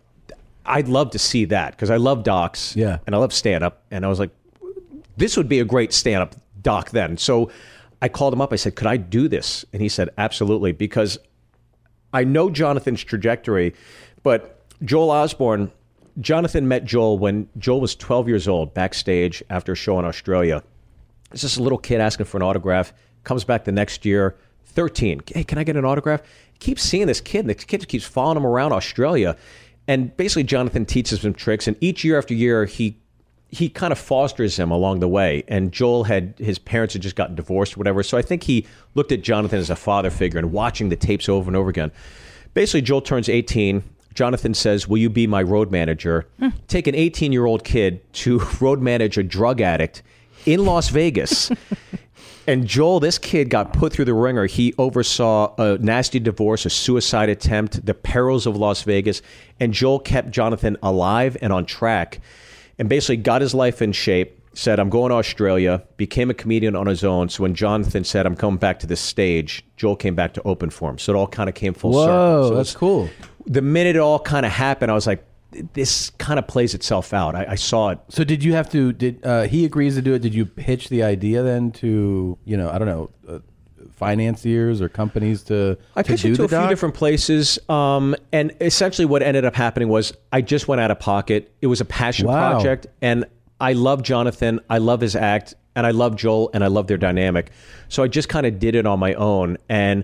S25: I'd love to see that because I love docs. Yeah. And I love stand up. And I was like, this would be a great stand up doc then. So I called him up. I said, could I do this? And he said, absolutely. Because I know Jonathan's trajectory, but Joel Osborne, Jonathan met Joel when Joel was 12 years old backstage after a show in Australia. It's just a little kid asking for an autograph. Comes back the next year, 13. Hey, can I get an autograph? Keeps seeing this kid. and The kid keeps following him around Australia. And basically, Jonathan teaches him tricks. And each year after year, he he kind of fosters him along the way. And Joel had his parents had just gotten divorced, or whatever. So I think he looked at Jonathan as a father figure and watching the tapes over and over again. Basically, Joel turns 18. Jonathan says, Will you be my road manager? Take an 18 year old kid to road manage a drug addict in Las Vegas. And Joel, this kid got put through the ringer. He oversaw a nasty divorce, a suicide attempt, the perils of Las Vegas. And Joel kept Jonathan alive and on track and basically got his life in shape. Said, I'm going to Australia, became a comedian on his own. So when Jonathan said, I'm coming back to the stage, Joel came back to open for him. So it all kind of came full circle.
S1: Whoa,
S25: So
S1: that's
S25: it's-
S1: cool.
S25: The minute it all kind of happened, I was like, this kind of plays itself out. I, I saw it
S1: So did you have to? Did uh, he agrees to do it? Did you pitch the idea then to you know I don't know uh, financiers or companies to
S25: I
S1: to
S25: pitched it
S1: do
S25: to
S1: the
S25: a few
S1: doc?
S25: different places, um, and essentially what ended up happening was I just went out of pocket. It was a passion
S1: Wow.
S25: project, and I love Jonathan. I love his act, and I love Joel, and I love their dynamic. So I just kind of did it on my own, and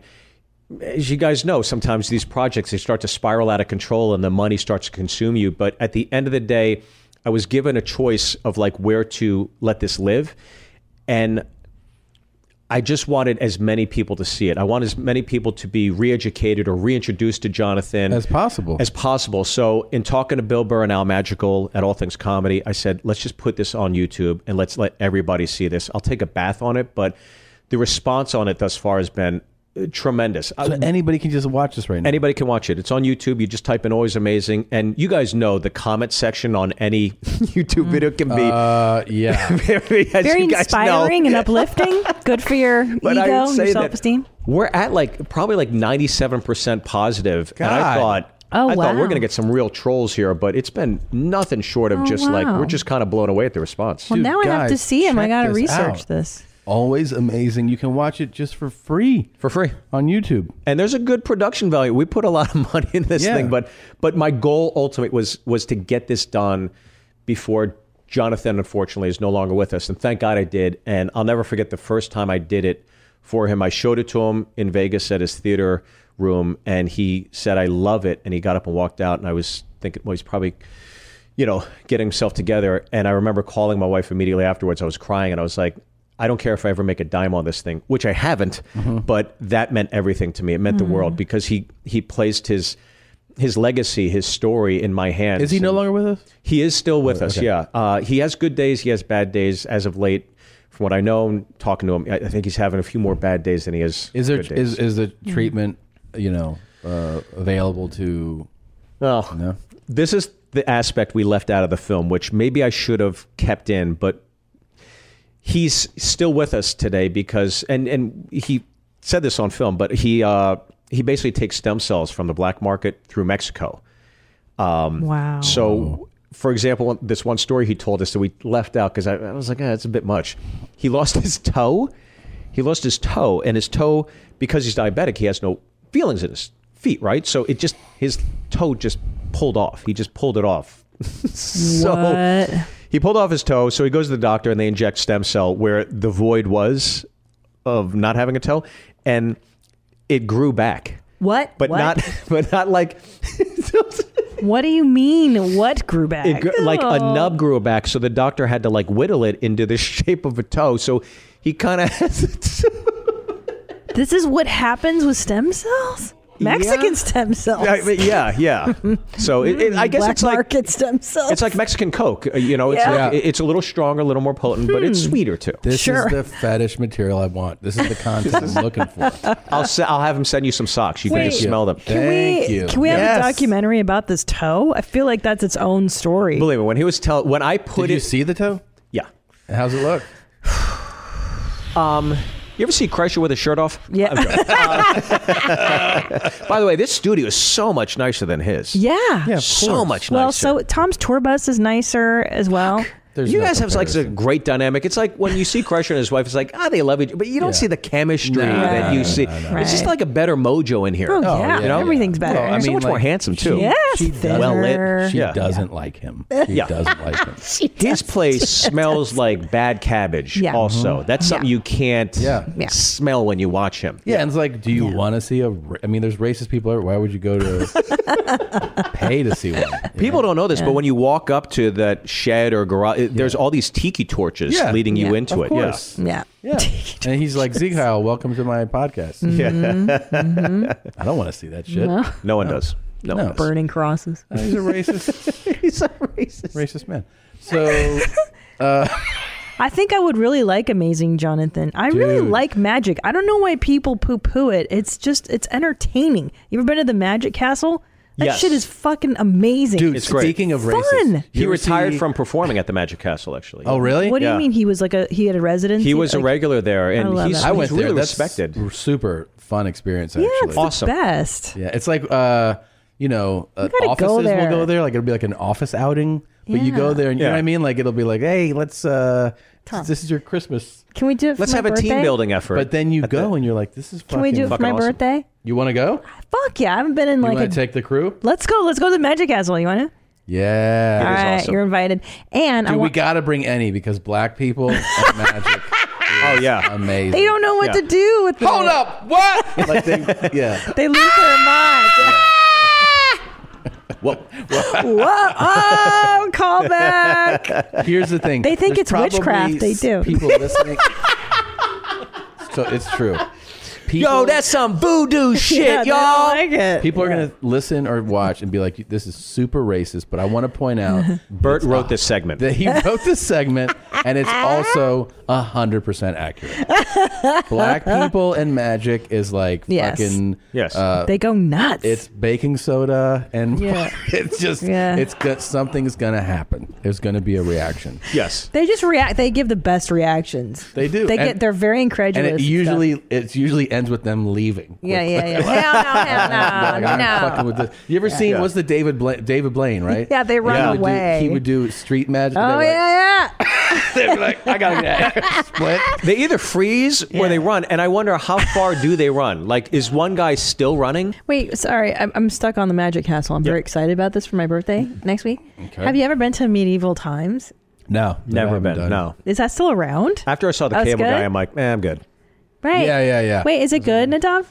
S25: as you guys know, sometimes these projects they start to spiral out of control, and the money starts to consume you. But at the end of the day, I was given a choice of like where to let this live, and I just wanted as many people to see it. I want as many people to be re-educated or reintroduced to Jonathan as
S1: possible.
S25: As possible. So, in talking to Bill Burr and Al Magical at All Things Comedy, I said, let's just put this on YouTube and let's let everybody see this. I'll take a bath on it, but the response on it thus far has been uh, tremendous.
S1: So
S25: Uh,
S1: anybody can just watch this right now.
S25: Anybody can watch it. It's on YouTube. You just type in "always amazing," and you guys know the comment section on any YouTube
S2: Hmm.
S25: video can be,
S1: uh, yeah,
S25: very, as
S2: Very
S25: you guys know.
S2: inspiring and uplifting. Good for your
S25: But I
S2: ego,
S25: would say
S2: your
S25: that-
S2: self esteem.
S25: We're at like probably like ninety seven percent positive, and I
S2: God.
S25: thought,
S2: Oh,
S25: I thought
S2: wow.
S25: we're gonna get some real trolls here, but it's been nothing short of
S2: Oh,
S25: just like
S2: wow.
S25: we're just kind of blown away at the response.
S2: Well, now I have to see him. I got to research this.
S1: Always amazing. You can watch it just for free.
S25: For free
S1: on YouTube.
S25: And there's a good production value. We put a lot of money in this
S1: Yeah.
S25: thing, but but my goal ultimate was was to get this done before Jonathan unfortunately is no longer with us. And thank God I did. And I'll never forget the first time I did it for him. I showed it to him in Vegas at his theater room and he said I love it and he got up and walked out and I was thinking well he's probably you know, getting himself together. And I remember calling my wife immediately afterwards. I was crying and I was like, I don't care if I ever make a dime on this thing, which I haven't, but that meant everything to me. It meant the world because he he placed his his legacy, his story in my hands.
S1: Is he no longer with us?
S25: He is still with us.
S1: okay.
S25: Yeah, uh, he has good days. He has bad days. As of late, from what I know, and talking to him, I I think he's having a few more bad days than he is.
S1: Is there
S25: good days.
S1: is is the treatment you know uh, available to?
S25: Oh, this is the aspect we left out of the film, which maybe I should have kept in, but he's still with us today because, and and he said this on film, but he uh, he basically takes stem cells from the black market through Mexico. Um,
S2: Wow.
S25: So, for example, this one story he told us that we left out because I, I was like, eh, that's a bit much. He lost his toe. He lost his toe, and his toe, because he's diabetic, he has no feelings in his feet, right? So it just, his toe just pulled off. He just pulled it off. so
S2: What?
S25: he pulled off his toe. So he goes to the doctor, and they inject stem cell where the void was of not having a toe, and it grew back.
S2: What?
S25: But
S2: What?
S25: not, but not like
S2: what do you mean? What grew back?
S25: it gr- like a
S2: Oh.
S25: nub grew back, so the doctor had to like whittle it into the shape of a toe. So he kind of has.
S2: This is what happens with stem cells. Mexican stem cells.
S25: I mean, yeah, yeah. So it, it, I guess
S2: Black
S25: it's like
S2: market stem cells.
S25: it's like Mexican Coke. uh, You know, it's
S2: Yeah.
S25: like, it's a little stronger, a little more potent, but it's
S2: Hmm.
S25: sweeter too.
S1: This is the fetish material I want. This is the content I'm looking for.
S25: I'll se- I'll have him send you some socks. You can
S2: Wait,
S25: just smell them.
S2: Can we can we have a documentary about this toe? I feel like that's its own story.
S25: Believe me, when he was tell when I put
S1: Did
S25: it.
S1: you see the toe?
S25: Yeah.
S1: How's it look?
S25: Um, you ever see Kreischer with his shirt off? Uh,
S2: Yeah.
S25: By the way, this studio is so much nicer than his.
S2: Yeah.
S25: so much nicer.
S2: Well, so Tom's tour bus is nicer as well.
S25: you guys have like a great dynamic. It's like when you see Crusher and his wife, it's like, ah, they love each but you don't see the chemistry
S2: No,
S25: that
S2: no,
S25: you
S2: no,
S25: see.
S2: no,
S25: It's
S2: no.
S25: just
S2: Right.
S25: like a better mojo in here.
S2: Oh, Oh, yeah.
S25: You know?
S2: Everything's better. Well, I
S25: so
S2: mean,
S25: much more
S2: like,
S25: handsome, too.
S2: Yes, she does.
S25: well lit.
S1: She
S25: Yeah.
S1: doesn't like him. She
S25: Yeah.
S1: doesn't like him.
S25: His place smells like bad cabbage,
S1: Yeah.
S25: also.
S1: Mhm.
S25: That's something you can't
S1: Yeah. Yeah.
S25: smell when you watch him.
S1: Yeah, and it's like, do you want to see a? ra- I mean, there's racist people. everywhere. Why would you go to pay to see one?
S25: People don't know this,
S1: Yeah.
S25: but when you walk up to that shed or garage, it- there's all these tiki torches
S1: Yeah.
S25: leading you
S1: Yeah.
S25: into
S1: Of
S25: it.
S1: course.
S2: Yeah.
S1: Yeah. and he's like, Zeke Heil, welcome to my podcast.
S25: Yeah.
S1: I don't want to see that shit.
S2: No.
S25: No one does. No, one does.
S2: Burning crosses.
S1: Uh, he's a racist.
S25: he's a racist.
S1: Racist man. So, uh,
S2: I think I would really like Amazing Jonathan. I really
S1: Dude.
S2: like magic. I don't know why people poo poo it. It's just, it's entertaining. You ever been to the Magic Castle? That
S25: Yes.
S2: shit is fucking amazing.
S25: Dude, it's great.
S1: speaking of
S2: Fun.
S1: racist,
S25: He
S1: you ever
S25: retired
S1: see- Oh,
S25: from performing at the Magic Castle, actually.
S2: What do
S25: Yeah.
S2: you mean he was like a, he had a residency?
S25: He was a
S2: Like-
S25: regular there, and
S2: love
S25: he's,
S2: that.
S1: I went
S25: he's really
S1: there. That's
S25: respected.
S1: super fun experience.
S2: Yeah,
S1: Actually,
S2: it's the Awesome. best.
S1: Yeah, it's like uh, you know, uh,
S2: gotta go
S1: offices
S2: there.
S1: will go there. Like it'll be like an office outing. But you go
S2: Yeah.
S1: there, and you know what I mean. Like it'll be like, hey, let's. uh
S2: Tom.
S1: This is your Christmas.
S2: Can we do it for my birthday?
S25: effort.
S1: But then you go and you're like, this is.
S2: Can we
S1: fucking-
S2: do it for my birthday?
S1: You want to go?
S2: Fuck yeah! I haven't been in
S1: you
S2: like a.
S1: want to take the crew?
S2: let's go. Let's go to the Magic Castle. You want to?
S1: Yeah.
S2: All right, you're invited. And I
S1: Dude, we
S2: want,
S1: gotta bring any because black people at magic. oh yeah, amazing.
S2: they don't know what to do with.
S1: Hold
S2: up! What?
S1: Like they, yeah.
S2: they lose their minds.
S1: Whoa.
S2: Whoa! Oh, call back.
S1: Here's the thing.
S2: They think
S1: There's
S2: it's
S1: probably
S2: witchcraft. They
S1: s-
S2: do.
S1: People listening. so it's true.
S25: Yo, that's some voodoo shit, y'all.
S1: People are gonna listen or watch and be like, "This is super racist." But I want to point out,
S25: Bert wrote this segment.
S1: that he wrote this segment, and it's also hundred percent accurate. Black people and magic is like
S2: Yes.
S1: fucking yes. Uh,
S2: They go nuts.
S1: It's baking soda, and
S2: Yeah.
S1: it's just
S2: Yeah.
S1: it's got something's gonna happen. There's gonna be a reaction.
S25: Yes,
S2: They just react. They give the best reactions.
S1: They do.
S2: They
S1: And-
S2: get. They're very
S1: and
S2: incredulous.
S1: it usually it usually ends with them leaving.
S2: Yeah, yeah, yeah. Hell
S1: Like,
S2: no,
S1: I'm
S2: hell no,
S1: fucking
S2: no.
S1: with this. You ever seen
S2: Yeah.
S1: what's the David Bla- David Blaine right?
S2: Yeah, they run
S1: He would do-
S2: away.
S1: he would do street magic.
S2: Oh
S1: They're like,
S2: yeah, yeah.
S25: They're like, I gotta get out. Split. They either freeze or they run, and I wonder how far do they run? Like, is one guy still running?
S2: Wait, sorry, I'm, I'm stuck on the Magic Castle. I'm very excited about this for my birthday next week.
S25: Okay.
S2: Have you ever been to medieval times?
S1: No,
S25: never been. No.
S2: Is that still around?
S25: After I saw the
S2: That's
S25: cable
S2: good?
S25: guy, I'm like, man, I'm good.
S2: Right.
S25: Yeah, yeah, yeah.
S2: Wait, is it good, Nadav?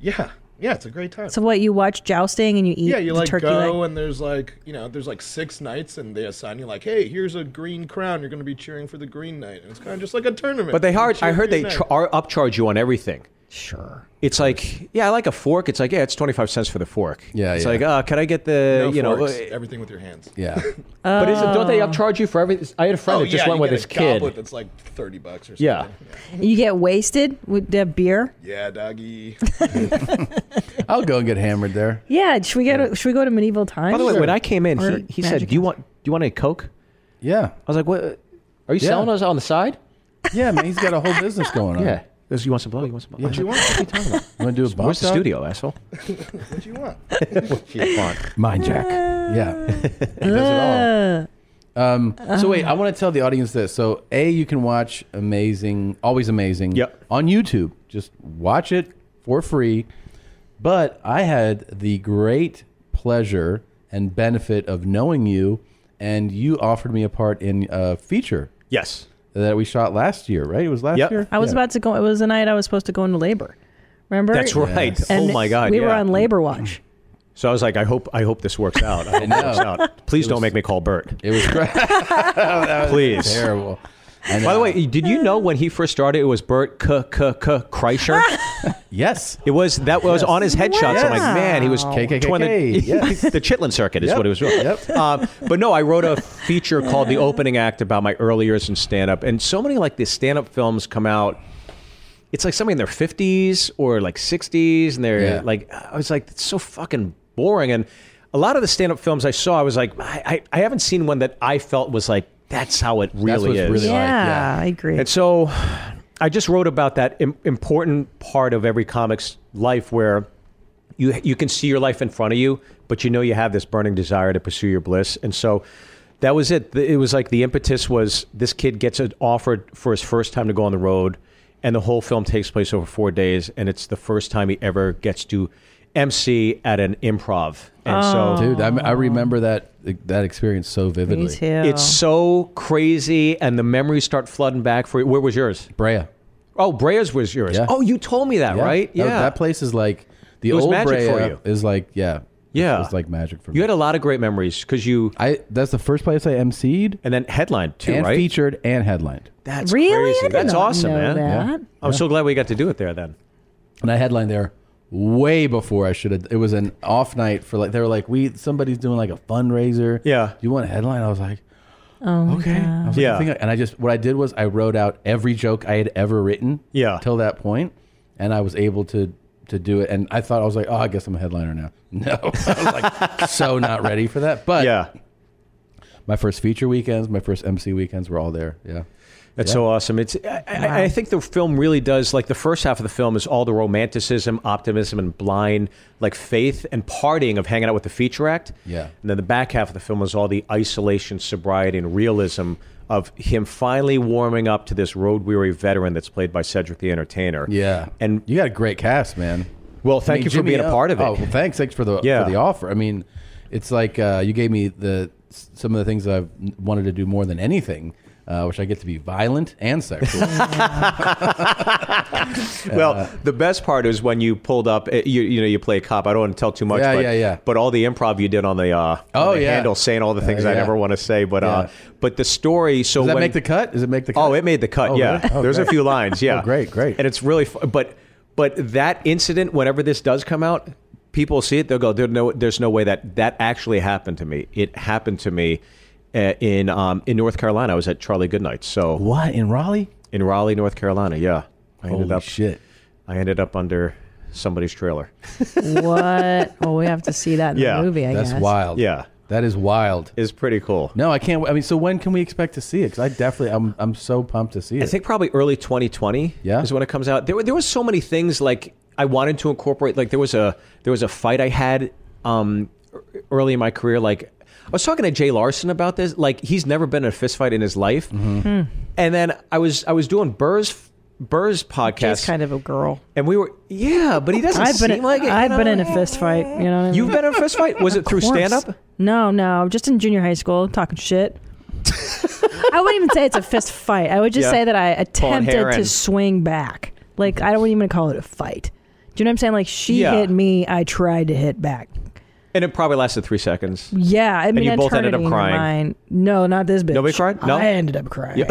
S3: Yeah, yeah, it's a great time.
S2: So what? You watch jousting and you eat
S3: yeah, you
S2: the
S3: like
S2: turkey
S3: go
S2: leg.
S3: and there's like you know there's like six knights and they assign you like hey here's a green crown you're gonna be cheering for the green knight and it's kind of just like a tournament.
S25: But they
S3: You
S25: hard.
S3: cheer
S25: I
S3: for
S25: heard
S3: your
S25: they
S3: knight.
S25: tr- are upcharge you on everything.
S2: Sure.
S25: It's like, yeah, I like a fork. It's like, yeah, it's twenty five cents for the fork. Yeah, it's
S3: yeah.
S25: like, uh, can I get the,
S3: no
S25: you know,
S3: forks,
S25: uh,
S3: everything with your hands.
S1: Yeah.
S25: but is it, don't
S2: Oh.
S25: they upcharge you for everything? I had a friend
S3: oh,
S25: that just
S3: yeah,
S25: went
S3: you
S25: with
S3: get
S25: his
S3: a goblet
S25: kid.
S3: That's like thirty bucks or something.
S25: Yeah,
S2: You get wasted with the beer.
S3: Yeah, doggy.
S1: I'll go and get hammered there.
S2: Yeah. Should we go? To, should we go to medieval times?
S25: By the way, when I came in,
S2: Or
S25: he, he
S2: Magic
S25: said, "Do you want do you want a coke?"
S1: Yeah. I
S25: was like, "What? uh, Are you
S1: Yeah.
S25: selling us on the side?"
S1: Yeah, man, he's got a whole business going on.
S25: Yeah. He goes, You want some blow? You want some blow?
S1: Yeah.
S25: I was like, What are you talking about?
S1: You want to do a bomb
S25: Where's the
S1: shot?
S25: studio, asshole?
S3: what do you want?
S25: what you want?
S1: Mind Jack.
S2: Uh,
S1: Yeah. he does it all. Um, so wait,
S2: Uh-huh.
S1: I want to tell the audience this. So a, you can watch amazing, always amazing, on YouTube. Just watch it for free. But I had the great pleasure and benefit of knowing you, and you offered me a part in a feature.
S25: Yes,
S1: that we shot last year, right? It was last year.
S2: I was
S1: Yeah.
S2: about to go. It was the night I was supposed to go into labor. Remember?
S25: That's right.
S2: Yes.
S25: Oh
S2: And
S25: my God,
S2: We were
S25: yeah.
S2: on labor watch.
S25: So I was like, I hope I hope this works out. I hope
S1: know.
S25: it works out. Please don't make me call Bert.
S1: It was great.
S25: Please.
S1: terrible.
S25: By the way, did you know when he first started it was Bert K K K Kreischer?
S1: yes.
S25: It was that was on his headshots. I'm like,
S1: Wow.
S25: man, he was
S1: KKK,
S25: twirling the,
S1: yes.
S25: the Chitlin circuit is
S1: Yep,
S25: what it was. really.
S1: yep.
S25: Um, but no, I wrote a feature called The Opening Act about my early years in stand up. And so many like these stand up films come out. It's like somebody in their 50s or like 60s. And they're
S1: Yeah.
S25: like, I was like, it's so fucking boring. And a lot of the stand up films I saw, I was like, I, I, I haven't seen one that I felt was like, that's how it really
S1: what it's
S25: is.
S1: really like,
S2: yeah, I agree.
S25: And so I just wrote about that Im- important part of every comic's life where you you can see your life in front of you, but you know you have this burning desire to pursue your bliss. And so that was it. The- It was like the impetus was this kid gets an offer for his first time to go on the road, and the whole film takes place over four days, and it's the first time he ever gets to MC at an improv. And
S2: Oh.
S25: so,
S1: dude, I, I remember that that experience so vividly.
S25: It's so crazy, and the memories start flooding back for you. Where was yours?
S1: Brea.
S25: Oh, Brea's was yours.
S1: Yeah.
S25: Oh, you told me that,
S1: Yeah.
S25: right?
S1: That- that place is like the
S25: It was
S1: old
S25: magic
S1: Brea
S25: for you.
S1: is like yeah,
S25: Yeah.
S1: it's like magic for me.
S25: You had a lot of great memories because you.
S1: I that's the first place I emceed,
S25: and then headlined too,
S1: and
S25: right?
S1: featured and headlined.
S25: That's
S2: Really? I
S25: crazy.
S2: did
S25: That's
S2: not
S25: awesome,
S2: know
S25: man.
S2: that. Yeah.
S25: I'm so glad we got to do it there then.
S1: and I headlined there way before I should have. It was an off night for like they were like we somebody's doing like a fundraiser. Yeah, do you want a headline? I was like,
S2: Oh, okay.
S1: I was like, I think I- and I just what I did was I wrote out every joke I had ever written. Yeah, till that point, and I was able to to do it. And I thought I was like, oh, I guess I'm a headliner now. No, I was like so not ready for that. But yeah. my first feature weekends, my first MC weekends were all there. Yeah.
S25: That's
S1: Yeah.
S25: so awesome. It's I, I, I think the film really does like the first half of the film is all the romanticism, optimism, and blind like faith and partying of hanging out with the feature act.
S1: Yeah.
S25: And then the back half of the film was all the isolation, sobriety, and realism of him finally warming up to this road weary veteran that's played by Cedric the Entertainer.
S1: Yeah.
S25: And
S1: you got a great cast, man.
S25: Well, thank
S1: I mean,
S25: you for
S1: Jimmy
S25: being a
S1: O-
S25: part of it.
S1: Oh, well, thanks, thanks for the
S25: Yeah.
S1: for the offer. I mean, it's like uh, you gave me the s- some of the things I've n- wanted to do more than anything, uh, which I get to be violent and sexual.
S25: well, the best part is when you pulled up. eh, You you know you play a cop. I don't want to tell too much.
S1: Yeah,
S25: but,
S1: yeah, yeah.
S25: But all the improv you did on the uh, on
S1: Oh,
S25: the
S1: yeah.
S25: handle, saying all the things I
S1: yeah.
S25: never want to say. But uh, but the story. So
S1: Does that
S25: when-
S1: make the cut? Does it make the cut?
S25: Oh, it made the cut.
S1: Oh,
S25: yeah,
S1: really? Oh,
S25: there's a
S1: great.
S25: few lines. Yeah,
S1: Oh, great, great.
S25: And it's really, fu- but but that incident, whenever this does come out, people see it. They'll go, "There's no, there's no way that that actually happened to me. It happened to me uh, in um, in North Carolina. I was at Charlie Goodnight. So
S1: what in Raleigh?
S25: In Raleigh, North Carolina. Yeah, I
S1: Holy shit.
S25: I ended up under somebody's trailer.
S2: what? Well, we have to see that in the movie. I
S1: that's
S2: guess.
S1: wild.
S25: Yeah,
S1: that is wild.
S25: Is pretty cool.
S1: No, I can't. I mean, so when can we expect to see it? Because I definitely, I'm, I'm so pumped to see it.
S25: I think probably early 2020 yeah. is when it comes out. There were there was so many things like I wanted to incorporate. Like there was a there was a fight I had um, e- early in my career. Like I was talking to Jay Larson about this. Like he's never been in a fist fight in his life.
S1: Mm-hmm.
S2: Hmm.
S25: And then I was I was doing Burr's Burr's podcast.
S2: Jay's kind of a girl.
S25: And we were yeah, but he doesn't
S2: I've
S25: seem
S2: been in,
S25: like it. you
S2: I've
S25: know?
S2: been in a fist fight. You know. what I
S25: You've
S2: mean?
S25: been in a fist fight? Was it
S2: Of
S25: through
S2: course.
S25: stand-up?
S2: No, no, just in junior high school, talking shit. I wouldn't even say it's a fist fight. I would just
S25: Yeah.
S2: say that I
S25: Pulling hair
S2: attempted to
S25: and-
S2: swing back. Like I don't even call it a fight. Do you know what I'm saying? Like she
S25: Yeah.
S2: hit me, I tried to hit back.
S25: And it probably lasted three seconds.
S2: Yeah, I
S25: And
S2: mean,
S25: you both ended up
S2: eternity in
S25: crying.
S2: mine. No, not this bitch.
S25: Nobody cried? No?
S2: I ended up crying.
S25: Yeah.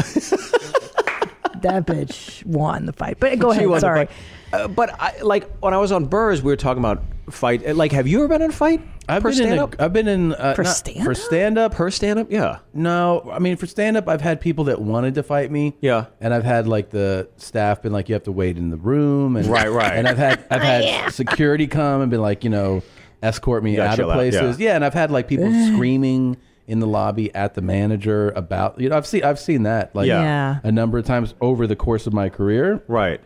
S2: that bitch won the fight. But go
S25: She
S2: ahead.
S25: won the
S2: Sorry.
S25: fight. Uh, but I, like when I was on Burrs, we were talking about fight. uh, Like, have you ever been in a fight?
S1: I've
S25: per
S1: been in. A,
S25: stand-up?
S1: I've been in uh,
S25: For
S1: not- For stand up.
S25: Per stand up. Yeah.
S1: No, I mean for stand up, I've had people that wanted to fight me.
S25: Yeah.
S1: And I've had like the staff been like, you have to wait in the room. And
S25: Right, right.
S1: And I've had
S25: Oh,
S1: I've had security come and been like, you know, escort me
S25: You gotta
S1: out of
S25: chill out, yeah.
S1: places. Yeah. and I've had like people
S25: Eh.
S1: screaming in the lobby at the manager about you know I've seen I've seen that like
S25: Yeah. Yeah.
S1: a number of times over the course of my career.
S25: Right.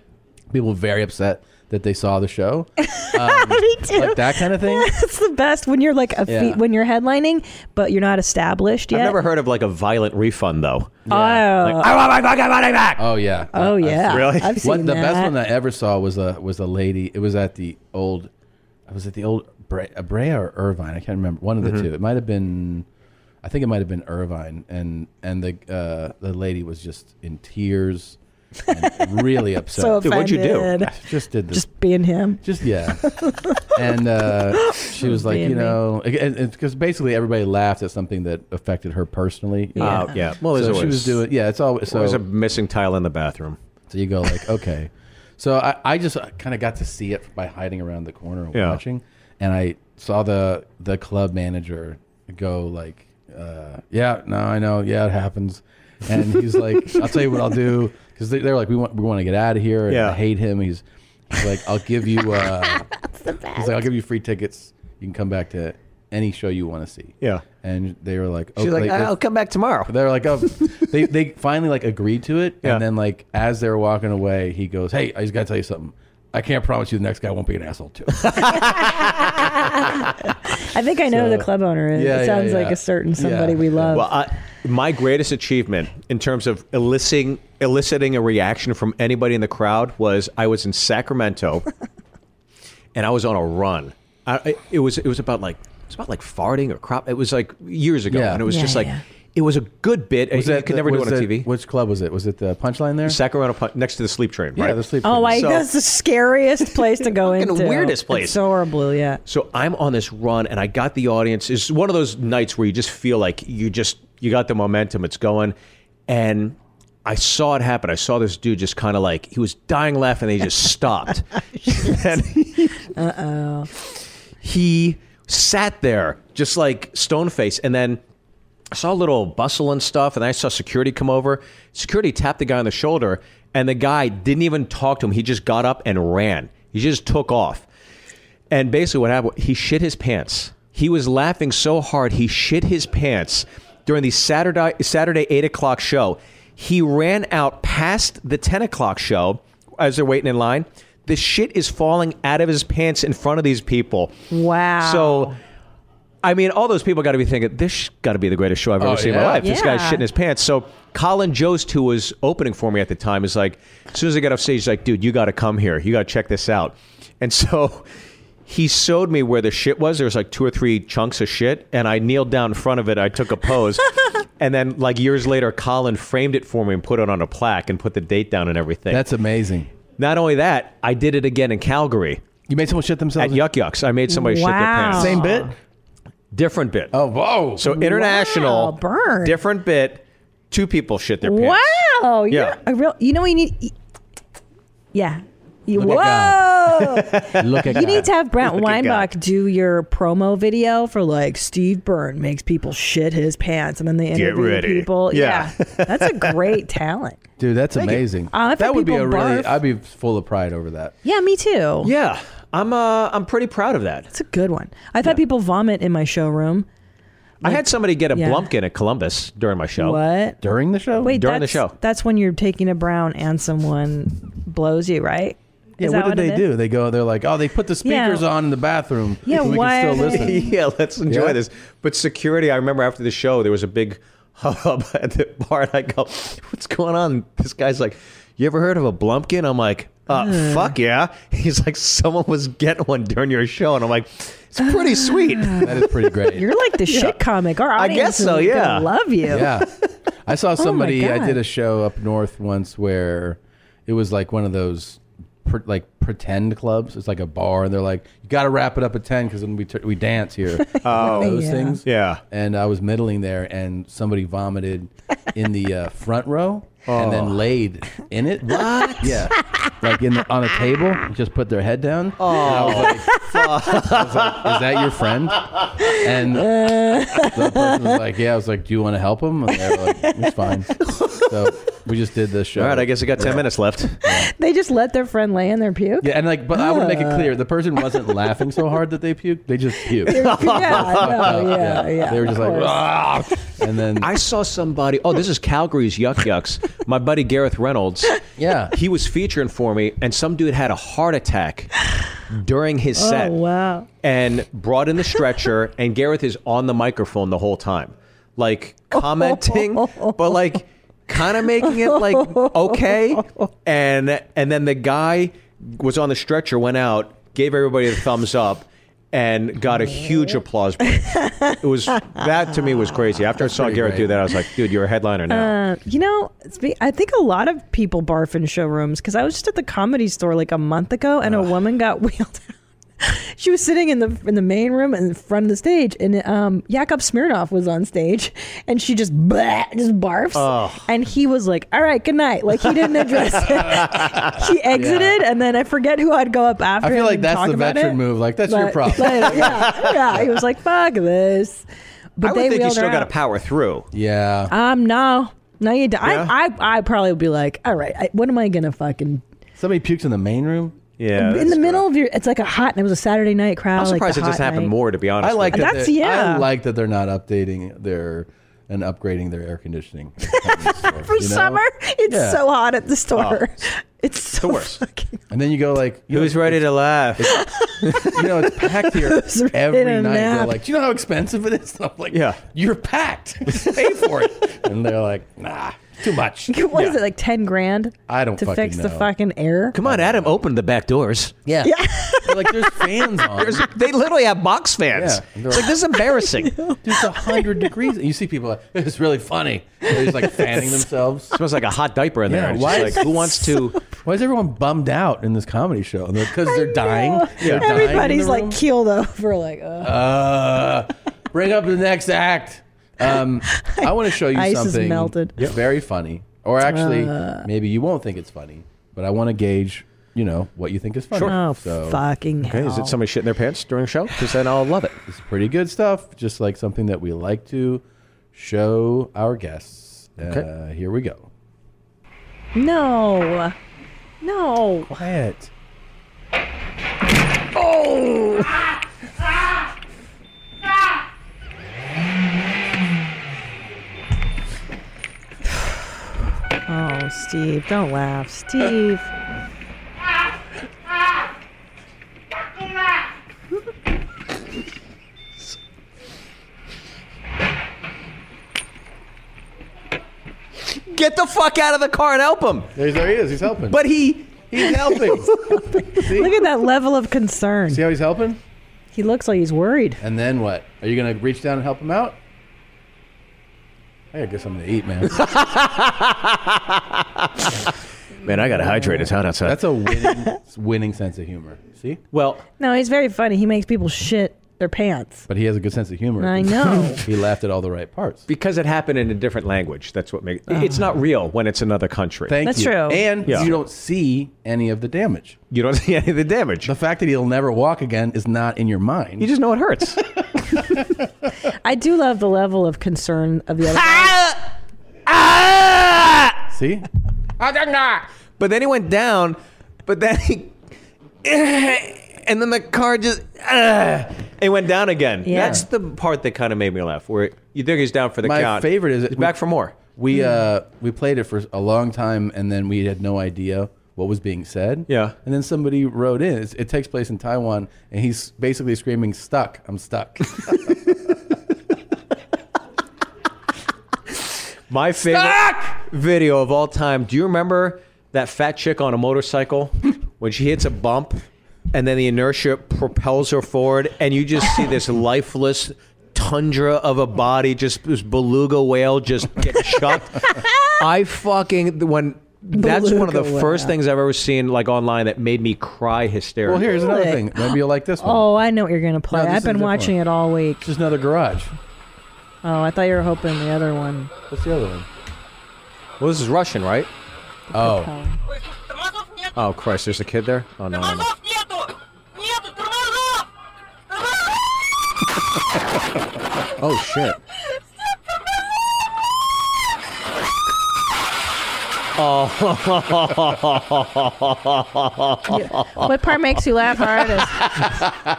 S1: People very upset that they saw the show.
S2: Me too.
S1: like that kind of thing.
S2: it's the best when you're like a
S25: Yeah.
S2: fe- when you're headlining, but you're not established yet.
S25: I've never heard of like a violent refund though.
S2: Oh.
S25: Like, I want my fucking money back.
S1: Oh yeah.
S2: Oh,
S1: I've
S2: yeah.
S1: seen-
S2: Really? I've seen
S1: What- the best
S2: that.
S1: one I ever saw was a was a lady. It was at the old, I was at the old Brea, uh, Brea or Irvine. I can't remember one of the
S25: Mhm.
S1: two. It might have been, I think it might have been Irvine. And and the uh, the lady was just in tears, and really upset.
S2: So offended.
S1: I just did this.
S2: Just being him.
S1: Just yeah. and uh, she was like,
S2: Damn
S1: you
S2: me.
S1: know, because basically everybody laughed at something that affected her personally. you
S25: Yeah.
S1: know?
S25: Oh, yeah. Well, there's
S1: so she
S25: always-
S1: was doing. Yeah, it's always so.
S25: Always a missing tile in the bathroom.
S1: So you go like, okay. So I, I just kind of got to see it by hiding around the corner and
S25: Yeah.
S1: watching, and I saw the the club manager go like, uh, yeah, no, I know, yeah, it happens, and he's like, I'll tell you what I'll do because they, they're like, we want we want to get out of here, and I
S25: Yeah.
S1: hate him. He's, he's like, I'll give you, uh, he's like, I'll give you free tickets. You can come back to any show you want to see.
S25: Yeah.
S1: And they were like,
S25: She's like, "I'll come back tomorrow.
S1: They're like, oh, they they finally like agreed to it, and then like as they were walking away, he goes, "Hey, I just gotta tell you something. I can't promise you the next guy won't be an asshole too."
S2: I think I know who the club owner is. it sounds like a certain somebody we love.
S25: Well, I, my greatest achievement in terms of eliciting eliciting a reaction from anybody in the crowd was I was in Sacramento, and I was on a run. I, I- it was it was about like it's about like farting or crop. It was like years ago, and it was
S1: Yeah,
S25: just like
S1: yeah.
S25: it was a good bit.
S1: Was
S25: you
S1: that
S25: could
S1: the-
S25: never do
S1: was
S25: it on
S1: that-
S25: TV.
S1: Which club was it? Was it the Punchline there?
S25: Sacramento Pun- next to the Sleep Train.
S1: Yeah,
S25: right?
S1: the Sleep
S2: oh, like
S25: So-
S2: that's the scariest place to go
S25: Fucking
S2: into.
S25: weirdest place.
S2: It's so horrible. Yeah.
S25: So I'm on this run, and I got the audience. It's one of those nights where you just feel like you just you got the momentum. It's going, and I saw it happen. I saw this dude just kind of like he was dying laughing, and he just stopped.
S2: Uh oh.
S25: he sat there just like stone face and then I saw a little bustle and stuff, and I saw security come over. Security tapped the guy on the shoulder, and the guy didn't even talk to him. He just got up and ran. He just took off. And basically, what happened? He shit his pants. He was laughing so hard he shit his pants, during the Saturday Saturday eight o'clock show. He ran out past the ten o'clock show as they're waiting in line. The shit is falling out of his pants in front of these people.
S2: Wow.
S25: So, I mean, all those people got to be thinking, this got to be the greatest show I've ever
S2: Oh,
S25: seen in
S2: yeah.
S25: my life. This guy's
S2: Yeah.
S25: shitting his pants. So, Colin Jost, who was opening for me at the time, is like, as soon as I got off stage, he's like, dude, you got to come here. You got to check this out. And so he showed me where the shit was. There was like two or three chunks of shit. And I kneeled down in front of it. I took a pose. and then, like, years later, Colin framed it for me and put it on a plaque and put the date down and everything.
S1: That's amazing.
S25: Not only that, I did it again in Calgary.
S1: You made someone shit themselves
S25: at Yuck Yucks. I made somebody shit their
S1: Wow.
S25: pants.
S1: Same bit?
S25: different bit. Oh,
S1: whoa!
S25: So international,
S2: Wow, burn.
S25: different bit. Two people shit their pants.
S2: Wow.
S25: Yeah.
S2: You're a real. You know what you need. Yeah. You,
S25: Look
S2: whoa.
S25: uh, Look
S2: you need to have Brent
S25: Look at God.
S2: Weinbach do your promo video for like Steve Byrne makes people shit his pants, and then they
S1: Get
S2: interview the
S1: ready.
S2: people.
S1: Yeah.
S2: that's a great talent.
S1: Dude, that's
S2: Thank you.
S1: amazing.
S2: Uh, I've
S1: that
S2: had
S1: would be
S2: people
S1: a really.
S2: barf.
S1: I'd be full of pride over that.
S2: Yeah, me too.
S25: Yeah, I'm. Uh, I'm pretty proud of that.
S2: It's a good one. I've had people vomit in my showroom.
S25: I had somebody get a
S2: Yeah.
S25: blumpkin at Columbus during my show.
S2: What?
S1: During the show?
S2: Wait,
S25: Oh. during the
S2: that's-
S25: show.
S2: That's when you're taking a brown and someone blows you, right?
S1: Yeah,
S2: Is
S1: what
S2: that
S1: did they
S2: it is?
S1: do? They go. They're like, oh, they put the
S2: Yeah.
S1: speakers on in the bathroom.
S2: Yeah,
S1: so we
S2: why
S1: can
S2: are
S1: still
S2: they-
S1: listen.
S25: yeah, let's enjoy
S1: Yeah.
S25: this. But security, I remember after the show, there was a big hubbub at the bar, and I go, "What's going on?" This guy's like, "You ever heard of a blumpkin?" I'm like, "Uh,
S2: Ugh.
S25: fuck yeah." He's like, "Someone was getting one during your show," and I'm like, "It's pretty sweet."
S1: That is pretty great.
S2: Ah. You're like the shit comic. Our
S25: I
S2: audience
S25: guess so,
S2: is gonna
S25: yeah.
S2: love you.
S1: Yeah. I saw
S2: my
S1: somebody. I
S2: God.
S1: did a show up north once where it was like one of those pre, like pretend clubs. It's like a bar, and they're like, "You got to wrap it up at ten because then we tur- we dance here."
S25: Oh.
S1: those
S25: Yeah.
S1: things.
S25: Yeah.
S1: And I was middling there, and somebody vomited in the uh, front row, and
S25: Oh.
S1: then laid in it. What? Yeah. Like in the, on a table, just put their head down. Oh, is that your friend? And the person was like, yeah. I was like, do you want to help him? And they were like, it's fine. So we just did this show.
S25: All right, I guess I got 10 minutes left.
S2: They just let their friend lay in their puke.
S1: Yeah, and like, but I would make it
S2: Uh.
S1: clear the person wasn't laughing so hard that they puked. They just puked.
S2: Yeah, I know, yeah, yeah,
S1: They were just
S2: of
S1: like,
S2: course.
S1: "Ah." and then
S25: I saw somebody. Oh, this is Calgary's Yuck Yucks. My buddy Gareth Reynolds.
S1: Yeah.
S25: he was featuring for me, and some dude had a heart attack during his
S2: Oh,
S25: set.
S2: wow.
S25: And brought in the stretcher, and Gareth is on the microphone the whole time, like
S2: Oh,
S25: commenting, but like kind of making it like okay. And and then the guy was on the stretcher, went out, gave everybody the thumbs up. And got a huge applause break. It was that to me was crazy. After I saw
S1: pretty
S25: Gareth
S1: great.
S25: do that, I was like, "Dude, you're a headliner now."
S2: Uh, you know, it's be- I think a lot of people barf in showrooms because I was just at the comedy store like a month ago, and a woman got wheeled out. she was sitting in the in the main room in front of the stage, and um, Yakov Smirnoff was on stage, and she just bleh, just barfs,
S26: Oh.
S2: and he was like, "All right, good night." Like he didn't address it. she exited, and then I forget who I'd go up after.
S1: I feel
S2: him
S1: like
S2: and
S1: that's
S2: talk
S1: the
S2: about
S1: veteran
S2: it.
S1: move. Like, that's your
S2: But-
S1: problem.
S2: but, yeah, yeah. He was like, "Fuck this." But
S25: I
S2: they
S25: would think you
S2: wheeled her
S25: still got
S2: out.
S25: to power through.
S1: Yeah.
S2: Um, no, no, you don't.
S25: Yeah?
S2: I, I, I probably would be like, all right, I, what am I gonna fucking
S1: somebody pukes in the main room.
S25: Yeah.
S2: in the middle of your? It's like a hot, and it was a Saturday night crowd.
S25: I'm
S2: like the
S25: surprised it
S2: hot
S25: doesn't happen
S2: night.
S25: more, to be honest.
S1: I like
S25: with you.
S1: that.
S2: That's-
S1: they-
S2: yeah.
S1: I like that they're not updating their and upgrading their air conditioning
S2: For summer, it's
S1: Yeah. Oh,
S2: so hot at the store. it's so
S1: And then you go like,
S25: who's ready to laugh?
S1: you know, it's packed here
S2: Who's ready
S1: every
S2: to
S1: night. They're
S2: nap?
S1: like, do you know how expensive it is? And I'm like,
S25: Yeah.
S1: you're packed. Just Pay for it. and they're like, nah, too much.
S2: What is it like ten grand?
S1: I don't
S2: to
S1: fucking
S2: fix the
S1: know.
S2: fucking air.
S25: Come on, Adam, open the back doors.
S1: Yeah. like there's fans on.
S25: There's, they literally have box fans.
S1: Yeah.
S25: It's like, this is embarrassing.
S1: Dude, it's 100 degrees. You see people, like, it's really funny. They're just like fanning themselves.
S25: Smells like a hot diaper in there. It's just like, who wants to?
S1: Why is everyone bummed out in this comedy show? Because they're dying. They're dying in the
S2: Everybody's like
S1: room.
S2: keeled over, like uh,
S1: Uh, bring up the next act. Um, I want to show you
S2: Ice is
S1: something
S2: melted.
S1: very funny, or actually,
S2: Uh.
S1: maybe you won't think it's funny, but I want to gauge, you know, what you think is funny.
S25: Sure. Oh,
S2: fucking
S25: Okay, is it somebody shitting their pants during a show? Because
S1: then I'll love it. It's pretty good stuff. Just like something that we like to show our guests. Uh,
S25: Okay.
S1: here we go.
S2: no, no.
S1: Quiet.
S2: Oh, Oh, Steve, don't laugh. Steve.
S26: Get the fuck out of the car and help him.
S1: There he is. He's helping.
S26: But he
S1: He's helping.
S2: Look at that level of concern. See
S1: how he's helping?
S2: He looks like he's worried.
S1: And then what? Are you gonna reach down and help him out? I gotta get something to eat, man.
S26: Ah!
S25: Man, I gotta hydrate. It's hot outside.
S1: That's a winning, winning sense of humor. See?
S25: Well,
S2: No, he's very funny. He makes people shit their pants.
S1: but he has a good sense of humor.
S2: I know.
S1: he laughed at all the right parts. Uh-huh.
S25: Because it happened in a different language. That's what makes it's not real when it's another country.
S1: Thank you. And
S25: Yeah.
S1: you don't see any of the damage.
S25: You don't see any of the damage.
S1: The fact that he'll never walk again is not in your mind. You
S25: just know it hurts.
S2: I do love the level of concern of the other guy.
S26: Ah!
S1: see?
S26: But then he went down, but then he. And then the car just.
S25: It went down again.
S26: Yeah.
S25: That's the part that kind of made me laugh. Where you think he's down for the
S1: My
S25: count.
S1: favorite is
S25: he's back for more.
S1: We uh we played it for a long time, and then we had no idea what was being said. Yeah, and then somebody wrote in. It's, it takes place in Taiwan, and he's basically screaming, "Stuck! I'm stuck."
S25: My favorite video of all time. Do you remember that fat chick on a motorcycle when she hits a bump and then the inertia propels her forward and you just see this lifeless tundra of a body, just this beluga whale just get chucked. I fucking when that's one of the
S1: Beluga whale.
S25: first things I've ever seen like online that made me cry hysterically.
S1: well, here's another thing. Maybe you'll like this one.
S2: Oh, I know what you're going to play.
S1: No, this
S2: I've
S1: is a
S2: been
S1: different
S2: watching
S1: one.
S2: it all week.
S1: Just another garage.
S2: Oh, I thought you were hoping the other one.
S1: What's the other one?
S25: Well, this is Russian, right?
S2: Oh.
S25: Oh Christ, there's a kid there? Oh no. no, no. oh shit.
S26: Oh.
S2: What part makes you laugh hardest?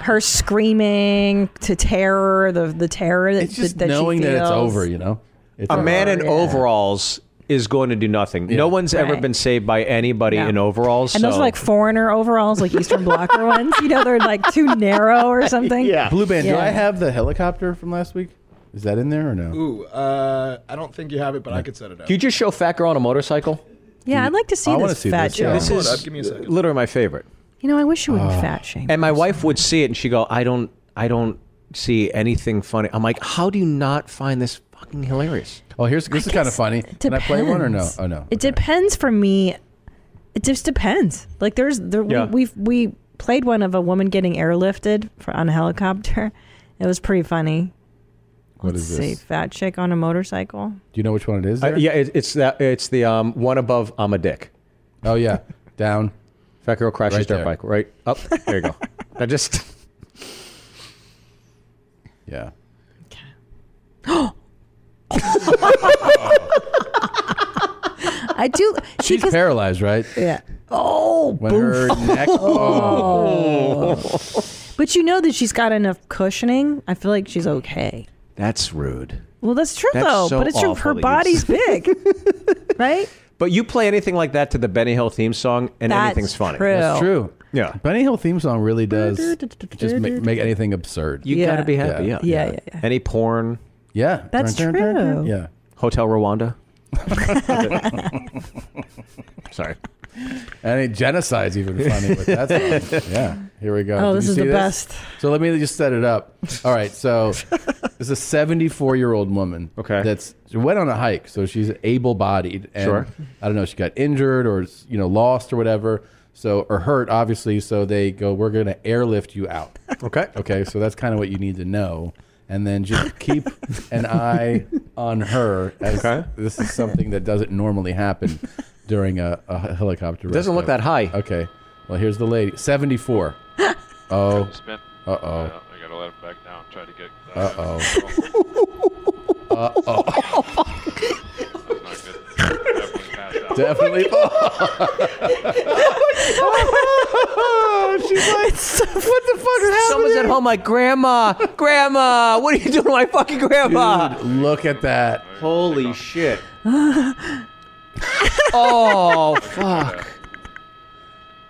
S2: Her screaming to terror, the the terror that, that
S25: knowing
S2: she
S25: that
S2: feels.
S25: it's
S1: Over, you know. It's
S25: a man in
S2: Yeah.
S25: overalls is going to do nothing. No one's ever
S2: Right.
S25: been saved by anybody
S2: No.
S25: in overalls.
S2: And those
S25: so-
S2: are like foreigner overalls, like Eastern Blocker ones. You know, they're like too narrow or something.
S1: Blue band. Do
S2: Yeah.
S1: I have the helicopter from last week? Is that in there or no?
S3: Ooh, uh, I don't think you have it, but I could set it up.
S25: Do you just show Fat Girl on a motorcycle?
S2: Yeah, I'd like to see
S25: I wanna
S2: this fat
S25: yeah.
S2: show.
S25: This is
S3: Give me a second.
S25: literally my favorite.
S2: you know, I wish you wouldn't
S25: Oh.
S2: fat shame.
S25: And my wife would see it and she go, "I don't, I don't see anything funny." I'm like, "How do you not find this fucking hilarious?"
S1: Oh, here's this is kind of funny.
S2: It
S1: Can I play one or no?
S2: depends.
S1: Oh no.
S2: It depends for me. It just depends. Like there's there
S1: Yeah.
S2: we we we played one of a woman getting airlifted for, on a helicopter. It was pretty funny.
S1: What
S2: Let's
S1: is
S2: see,
S1: this?
S2: fat chick on a motorcycle.
S1: Do you know which one it is?
S25: Uh,
S1: There?
S25: yeah, it, it's that. It's the um, one above. I'm a dick.
S1: Oh yeah, down.
S25: Fat girl crashes
S1: Right
S25: dirt
S1: there.
S25: bike. Right up. There you go. I just.
S1: Yeah.
S2: I do. She
S1: She's paralyzed, right?
S2: Yeah. Oh,
S1: When her
S2: boof.
S1: neck.
S2: Oh.
S1: Oh.
S2: But you know that she's got enough cushioning. I feel like she's okay.
S25: That's rude.
S2: Well, that's true
S25: That's
S2: though.
S25: so
S2: but it's true. Her
S25: awful that you-
S2: body's big, right?
S25: But you play anything like that to the Benny Hill theme song, and
S2: That's
S25: anything's funny.
S2: true.
S1: That's true.
S25: Yeah.
S1: Benny Hill theme song really does just make, make anything absurd.
S25: You gotta be happy. Yeah.
S1: Yeah.
S25: Any porn?
S1: Yeah.
S2: That's Dun, dun, dun, dun, dun. true.
S1: Yeah.
S25: Hotel Rwanda.
S1: Sorry. And genocide's even funny. But that's yeah. Here we go.
S2: Oh,
S1: Did
S2: this
S1: you
S2: is
S1: see
S2: the best.
S1: So let me just set it up. All right. So there's a 74 year old woman. Okay. That's she went on a hike, so she's able bodied.
S25: Sure.
S1: I don't know. She got injured or you know lost or whatever. So or hurt obviously. So they go, we're going to airlift you out.
S25: Okay.
S1: Okay. So that's kind of what you need to know. And then just keep an eye on her. As This is something that doesn't normally happen during a, a helicopter.
S25: Doesn't look that
S1: rescue.
S25: high.
S1: Okay. Well, here's the lady, 74. Oh.
S16: Spin.
S1: Uh
S16: I
S1: oh.
S16: gotta let him back down. Try to get.
S1: Uh oh. Uh oh.
S16: That's not good. Definitely passed out.
S1: Definitely. Oh.
S26: She's
S25: like,
S26: what the fuck is happening?
S25: Someone's at home like, Grandma, Grandma, what are you doing to my fucking grandma?
S1: Dude, look at that.
S25: Holy shit. oh fuck.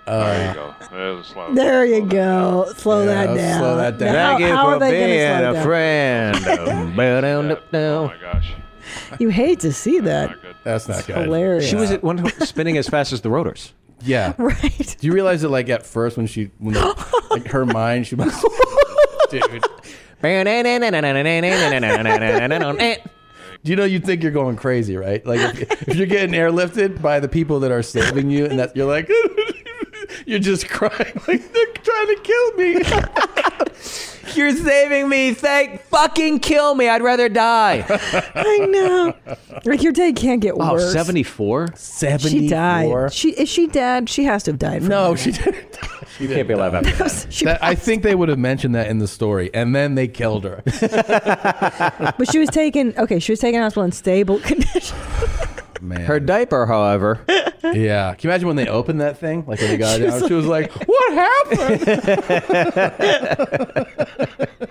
S7: Uh,
S16: there you go. There's a slow.
S2: There you go. Slow that down.
S25: Slow that down.
S2: Now,
S25: Thank you
S2: how are
S25: for
S2: they gonna
S25: being
S2: slow
S25: a
S2: down?
S25: friend. Oh my gosh.
S2: You hate to see that.
S1: That's not good.
S2: hilarious.
S25: She was at one spinning as fast as the rotors.
S1: Yeah.
S2: Right.
S1: Do you realize that, like, at first when she, when the, like, her mind, she must, dude. Do you know you think you're going crazy, right? Like, if, if you're getting airlifted by the people that are saving you, and that you're like, you're just crying, like they're trying to kill me.
S26: You're saving me. Thank fucking kill me. I'd rather die.
S2: I know. Like your day can't get
S1: Oh,
S25: Wow,
S2: worse.
S25: 74?
S2: She died. She is she dead? She has to have died. From
S1: no, she didn't.
S25: You can't be alive after
S2: that.
S1: That- I think they would have mentioned that in the story, and then they killed her.
S2: But she was taken. Okay, she was taken to the hospital in stable condition.
S25: Her diaper, however.
S1: yeah. Can you imagine when they opened that thing? Like when they got
S26: She
S1: it
S26: was
S1: out, she was like, "What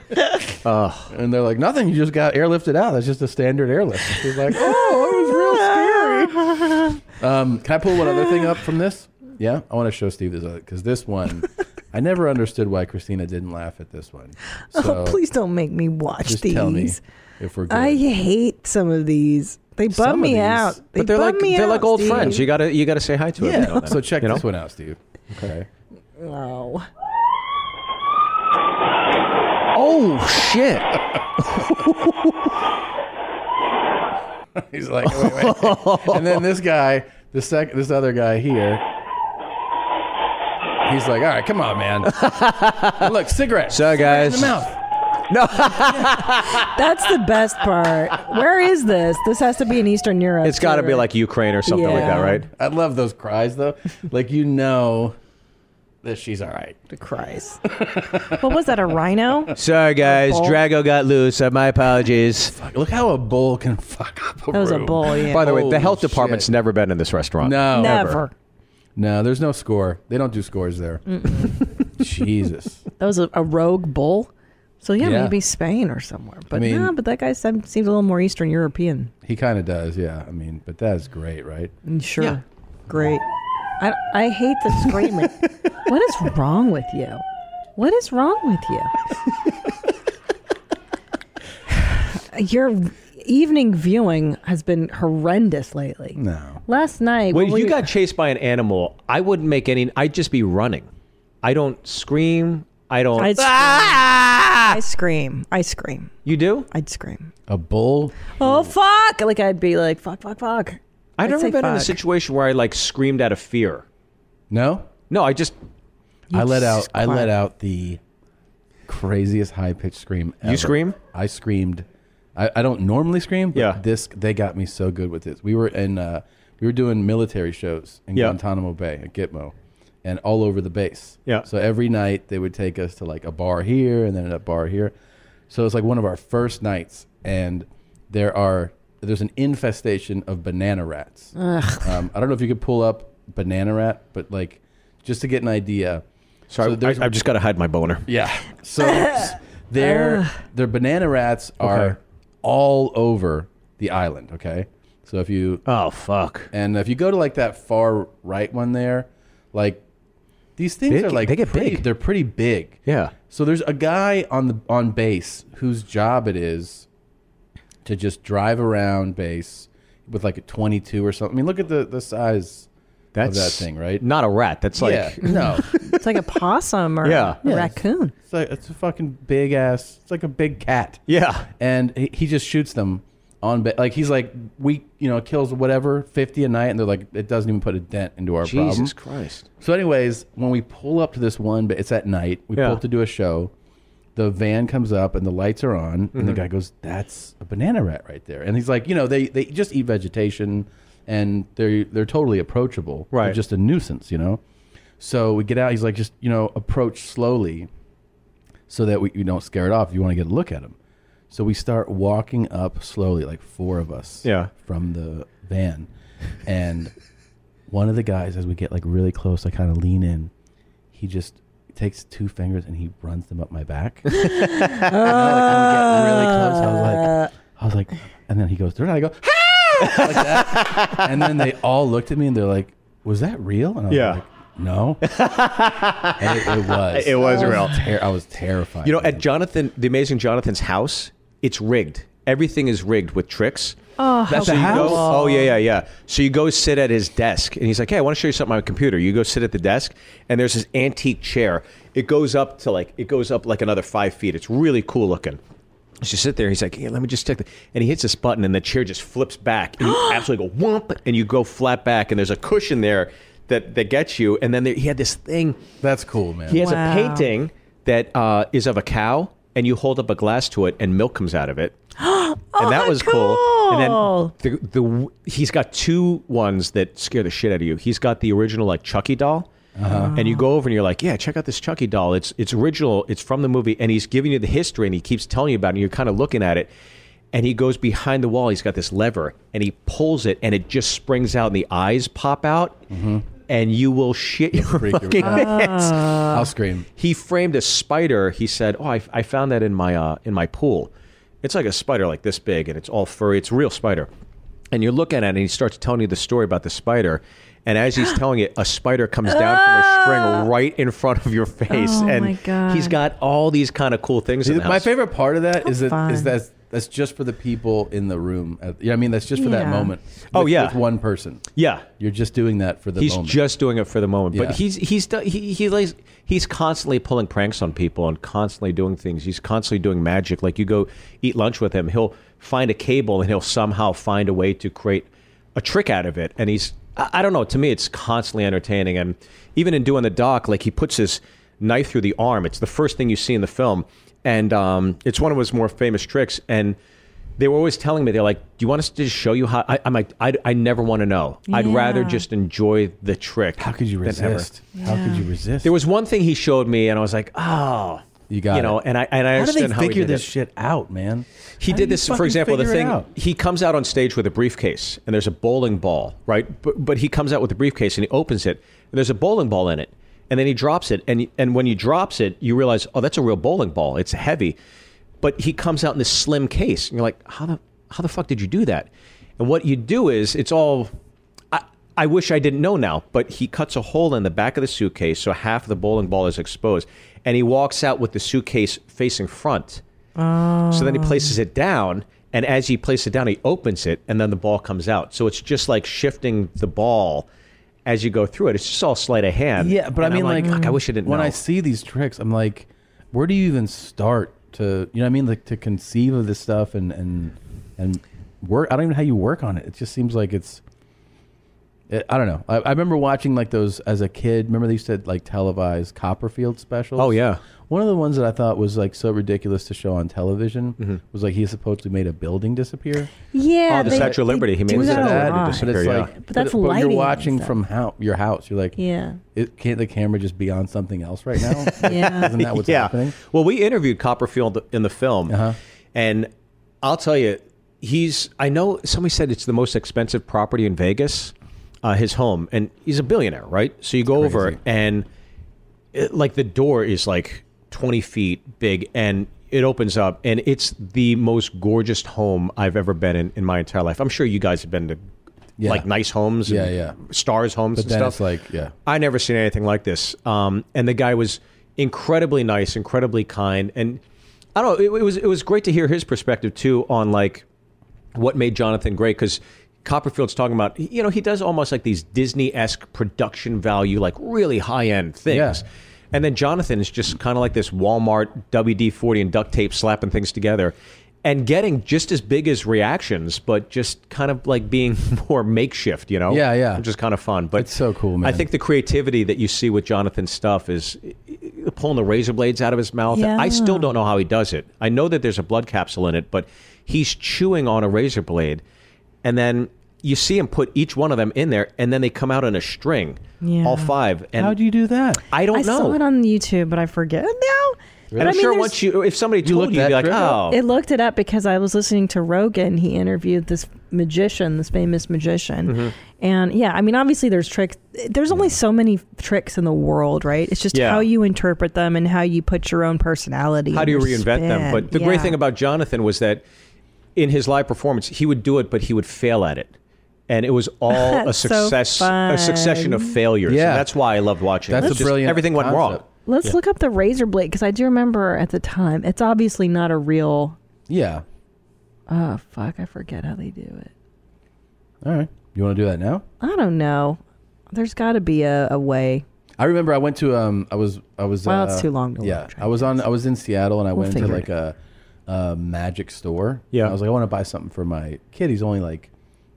S1: happened?" and they're like, "Nothing. You just got airlifted out. That's just a standard airlift." And She's like,
S26: Oh, it was real scary.
S1: um, "Can I pull one other thing up from this?" Yeah, I want to show Steve this because this one, I never understood why Christina didn't laugh at this one. So
S2: oh, please don't make me watch
S1: just
S2: these.
S1: tell me if we're good.
S2: I hate some of these. They bum
S1: Some of
S2: me
S1: these.
S2: out. They
S25: but they're
S2: bum
S25: like
S2: me
S25: they're
S2: out,
S25: like old
S2: Steve.
S25: friends. You gotta you gotta say hi to
S1: Yeah.
S25: them.
S1: So check
S25: you
S1: this one out, Steve. Okay.
S2: Wow.
S25: Oh shit.
S1: He's like, wait, wait. and then this guy, the sec, this other guy here, he's like, all right, come on, man. Look, cigarette. So
S25: guys,
S1: in the mouth.
S25: No.
S2: That's the best part. Where is this? This has to be in Eastern Europe.
S25: It's got to
S2: too,
S25: be
S2: right?
S25: like Ukraine or something like that,
S2: Yeah.
S25: right?
S1: I love those cries though. like you know that she's all right.
S2: The cries. what was that? A rhino?
S25: Sorry, guys.
S2: bull?
S25: Drago got loose. Uh, my apologies.
S1: Look how a bull can fuck up
S2: That was a room. bull, Oh, yeah.
S25: By the way, the
S1: Holy
S25: health department's never been in this restaurant.
S1: No,
S2: Never.
S1: No, there's no score. They don't do scores there. Jesus.
S2: That was a, a rogue bull. So yeah,
S1: Yeah.
S2: maybe Spain or somewhere. But
S1: mean-
S2: no, but that guy sem- seems a little more Eastern European.
S1: He kind of does, yeah. I mean, but that is great, right?
S2: Mm, Sure. Great. I, I hate the screaming. what is wrong with you? What is wrong with you? Your evening viewing has been horrendous lately.
S1: No.
S2: Last night,
S25: When
S2: what were
S25: you got chased by an animal, I wouldn't make any. I'd just be running. I don't scream. I don't. Ah!
S2: I'd scream. I scream. I scream.
S25: You do?
S2: I'd scream.
S1: A bull?
S25: Hmm.
S2: Oh fuck! Like I'd be like fuck, fuck, fuck.
S25: I've
S2: I'd
S25: never
S2: say
S25: been in a
S2: fuck.
S25: situation where I like screamed out of fear.
S1: No.
S25: No, I just.
S1: I let out. I
S25: quiet.
S1: let out the craziest high pitched scream.
S25: You
S1: ever.
S25: scream?
S1: I screamed. I, I don't normally scream. But yeah. This they got me so good with this. We were in. Uh, we were doing military shows in
S25: Yeah.
S1: Guantanamo Bay at Gitmo, and all over the base.
S25: Yeah.
S1: So every night they would take us to like a bar here and then a bar here. So it's like one of our first nights, and there are there's an infestation of banana rats.
S2: Ugh.
S1: Um, I don't know if you could pull up banana rat, but like just to get an idea.
S25: Sorry,
S1: there's-
S25: I, I've just got to hide my boner.
S1: yeah. So s- their
S25: Ugh.
S1: their banana rats are
S25: Okay.
S1: all over the island. Okay. So if you
S25: oh fuck,
S1: and if you go to like that far right one there, like these things
S25: They
S1: are
S25: get-
S1: like
S25: they get
S1: pretty-
S25: big.
S1: They're pretty big.
S25: Yeah.
S1: So there's a guy on the on base whose job it is to just drive around base with like a 22 or something. I mean, look at the the size of that
S25: That's
S1: thing, right?
S25: Not a rat. That's like
S1: Yeah, no.
S2: it's like a possum or
S1: Yeah.
S2: a
S1: Yeah.
S2: raccoon.
S1: It's like it's a fucking big ass. It's like a big cat.
S25: Yeah.
S1: And he, he just shoots them on ba- like he's like we you know kills whatever fifty a night, and they're like it doesn't even put a dent into our problem.
S25: Jesus Christ.
S1: So, anyways, when we pull up to this one, but it's at night. We
S25: Yeah.
S1: pull up to do a show. The van comes up and the lights are on, and the
S25: Mhm.
S1: guy goes, "That's a banana rat right there." And he's like, "You know, they they just eat vegetation, and they're they're totally approachable. They're
S25: Right.
S1: just a nuisance, you know." So we get out. He's like, "Just you know, approach slowly, so that we you don't scare it off. If you want to get a look at him." So we start walking up slowly, like four of us,
S25: Yeah.
S1: from the van, and one of the guys, as we get like really close, I kind of lean in. He just takes two fingers and he runs them up my back. and I, like, I would get really close. I was like, I was like, and then he goes through, and I go, like that. And then they all looked at me and they're like, "Was that real?" And I was
S25: Yeah.
S1: like, "No." And it, it was.
S25: It was
S2: Oh.
S1: I
S25: real.
S1: ter- I was terrified.
S25: You know, at Jonathan, the amazing Jonathan's house, it's rigged. Everything is rigged with tricks.
S2: Oh,
S25: That's
S2: how
S25: you go-
S2: cool.
S25: oh yeah, yeah, yeah. So you go sit at his desk, and he's like, "Hey, I want to show you something on my computer." You go sit at the desk, and there's this antique chair. It goes up to like it goes up like another five feet. It's really cool looking. So you sit there. He's like, "Hey, let me just check." The, and he hits this button, and the chair just flips back. And you absolutely go whoomp, and you go flat back, and there's a cushion there that that gets you. And then there, he had this thing.
S1: That's cool, man.
S25: He has
S1: Wow.
S25: a painting that uh, is of a cow, and you hold up a glass to it, and milk comes out of it. and that was cool. And then the, the he's got two ones that scare the shit out of you. He's got the original like Chucky doll.
S26: Uh-huh.
S25: And you go over and you're like, yeah, check out this Chucky doll. It's it's original. It's from the movie, and he's giving you the history, and he keeps telling you about it. And you're kind of looking at it, and he goes behind the wall. He's got this lever, and he pulls it, and it just springs out, and the eyes pop out, and you will shit your fucking pants.
S1: Ah. I'll scream.
S25: He framed a spider. He said, "Oh, I, I found that in my uh, in my pool. It's like a spider like this big, and it's all furry. It's a real spider." And you're looking at it, and he starts telling you the story about the spider. And as he's telling it, a spider comes down from a string right in front of your face.
S1: Ah! Oh,
S25: and
S1: my God.
S25: he's got all these kind of cool things. In the
S1: my
S25: house.
S1: favorite part of that is that
S25: fun.
S1: is that that's just for the people in the room. Uh, Yeah, I mean that's just for that
S25: Yeah.
S1: moment.
S25: Oh,
S1: With-
S25: yeah.
S1: with one person.
S25: Yeah,
S1: you're just doing that for the
S25: he's
S1: moment.
S25: just doing it for the moment.
S1: Yeah.
S25: But he's he's do- he, he lays, he's constantly pulling pranks on people and constantly doing things. He's constantly doing magic. Like you go eat lunch with him, he'll find a cable and he'll somehow find a way to create a trick out of it. And he's I, I don't know. To me, it's constantly entertaining. And even in doing the doc, like he puts his knife through the arm. It's the first thing you see in the film, and um, it's one of his more famous tricks. And they were always telling me they're like, "Do you want us to just show you how?" I, I'm like, I, I never want to know. I'd rather
S1: Yeah.
S25: just enjoy the trick. How could you
S1: resist? How could you resist?
S25: There was one thing he showed me, and I was like, "Oh, you
S1: got
S25: you know."
S1: it.
S25: And I and I
S1: how do they
S25: understand how he
S1: figure
S25: did
S1: this
S25: it.
S1: shit out, man?
S25: He
S1: How do
S25: did
S1: you
S25: this, for
S1: fucking
S25: example, the
S1: figure it
S25: thing
S1: out?
S25: he comes out on stage with a briefcase, and there's a bowling ball, right? But, but he comes out with a briefcase and he opens it, and there's a bowling ball in it, and then he drops it, and and when he drops it, you realize, oh, that's a real bowling ball. It's heavy, but he comes out in this slim case, and you're like, how the how the fuck did you do that? And what you do is, it's all. I I wish I didn't know now, but he cuts a hole in the back of the suitcase, so half of the bowling ball is exposed, and he walks out with the suitcase facing front. So
S7: Oh.
S25: then he places it down, and as he places it down, he opens it, and then the ball comes out. So it's just like shifting the ball as you go through it. It's just all sleight of hand.
S1: Yeah, but
S25: And
S1: I mean,
S25: I'm
S1: like,
S25: "Fuck, I wish I didn't.
S1: When
S25: know.
S1: I see these tricks, I'm like, where do you even start to, you know, what I mean, like to conceive of this stuff and and and work. I don't even know how you work on it. It just seems like it's. It, I don't know. I, I remember watching like those as a kid. Remember they used to like televise Copperfield specials.
S25: Oh, yeah.
S1: One of the ones that I thought was like so ridiculous to show on television was like he supposedly made a building disappear.
S2: Yeah,
S25: Mm-hmm. Oh, the they- Statue of they Liberty. He made do the that a Statue of Liberty lot. disappear,
S1: But it's
S25: yeah.
S1: like,
S2: But that's
S1: but you're
S2: lighting and
S1: watching
S2: stuff.
S1: from how, your house. You're like,
S2: Yeah.
S1: it, can't the camera just be on something else right now?
S2: Yeah.
S1: Isn't that what's
S25: yeah.
S1: happening? Uh-huh.
S25: Well, we interviewed Copperfield in the film, and I'll tell you, he's. I know somebody said it's the most expensive property in Vegas, uh, his home, and he's a billionaire, right? So you go over and it, like the door is like twenty feet big, and it opens up, and it's the most gorgeous home I've ever been in in my entire life. I'm sure you guys have been to.
S1: Yeah.
S25: Like nice homes, and
S1: Yeah, yeah.
S25: stars homes,
S1: But
S25: and
S1: then
S25: stuff.
S1: it's like, yeah.
S25: I never seen anything like this. Um, and the guy was incredibly nice, incredibly kind, and I don't know. It, it was it was great to hear his perspective too on like what made Jonathan great because Copperfield's talking about you know he does almost like these Disney esque production value like really high end things. And then Jonathan is just kind of like this Walmart WD 40 and duct tape slapping things together and getting just as big as reactions, but just kind of like being more makeshift, you know?
S1: Yeah, yeah.
S25: Which is kind of fun. But it's so cool,
S1: man.
S25: I think the creativity that you see with Jonathan's stuff is pulling the razor blades out of his mouth. I still
S1: Yeah.
S25: don't know how he does it. I know that there's a blood capsule in it, but he's chewing on a razor blade, and then you see him put each one of them in there, and then they come out on a string,
S2: Yeah.
S25: all five. And
S1: How do you do that?
S25: I don't know.
S2: saw it on YouTube, but I forget now. But
S25: I'm
S2: I
S25: sure
S2: mean, there's-
S25: once you, if somebody told
S1: looked
S25: you, you'd
S1: that
S25: be like,
S1: trip
S25: oh,
S2: It looked it up because I was listening to Rogan. He interviewed this magician, this famous magician.
S1: Mm-hmm.
S25: Mhm.
S2: And yeah, I mean, obviously there's tricks. There's only so many tricks in the world, right? It's just
S25: Yeah.
S2: how you interpret them and how you put your own personality.
S25: How
S2: and
S25: do you
S2: your
S25: reinvent them?
S2: spin.
S25: But the great
S2: Yeah.
S25: thing about Jonathan was that in his live performance, he would do it, but he would fail at it. And it was all a
S2: So
S25: success, a succession of
S2: fun.
S25: failures.
S1: Yeah.
S25: and that's why I loved watching.
S1: That's
S25: it.
S1: a
S25: It's just
S1: brilliant
S25: Everything went wrong.
S1: concept.
S2: Let's look up the razor blade because I do remember at the time it's obviously not a real.
S1: Yeah.
S2: Oh fuck! I forget how they do it.
S1: All right. You want to do that now?
S2: I don't know. There's got to be a, a way.
S1: I remember I went to um I was I was
S2: Well,
S1: uh,
S2: it's too long to
S1: yeah I was on I was in Seattle and I
S2: We'll
S1: went into
S2: figure
S1: like a, a magic store
S25: yeah
S1: I was like I want to buy something for my kid he's only like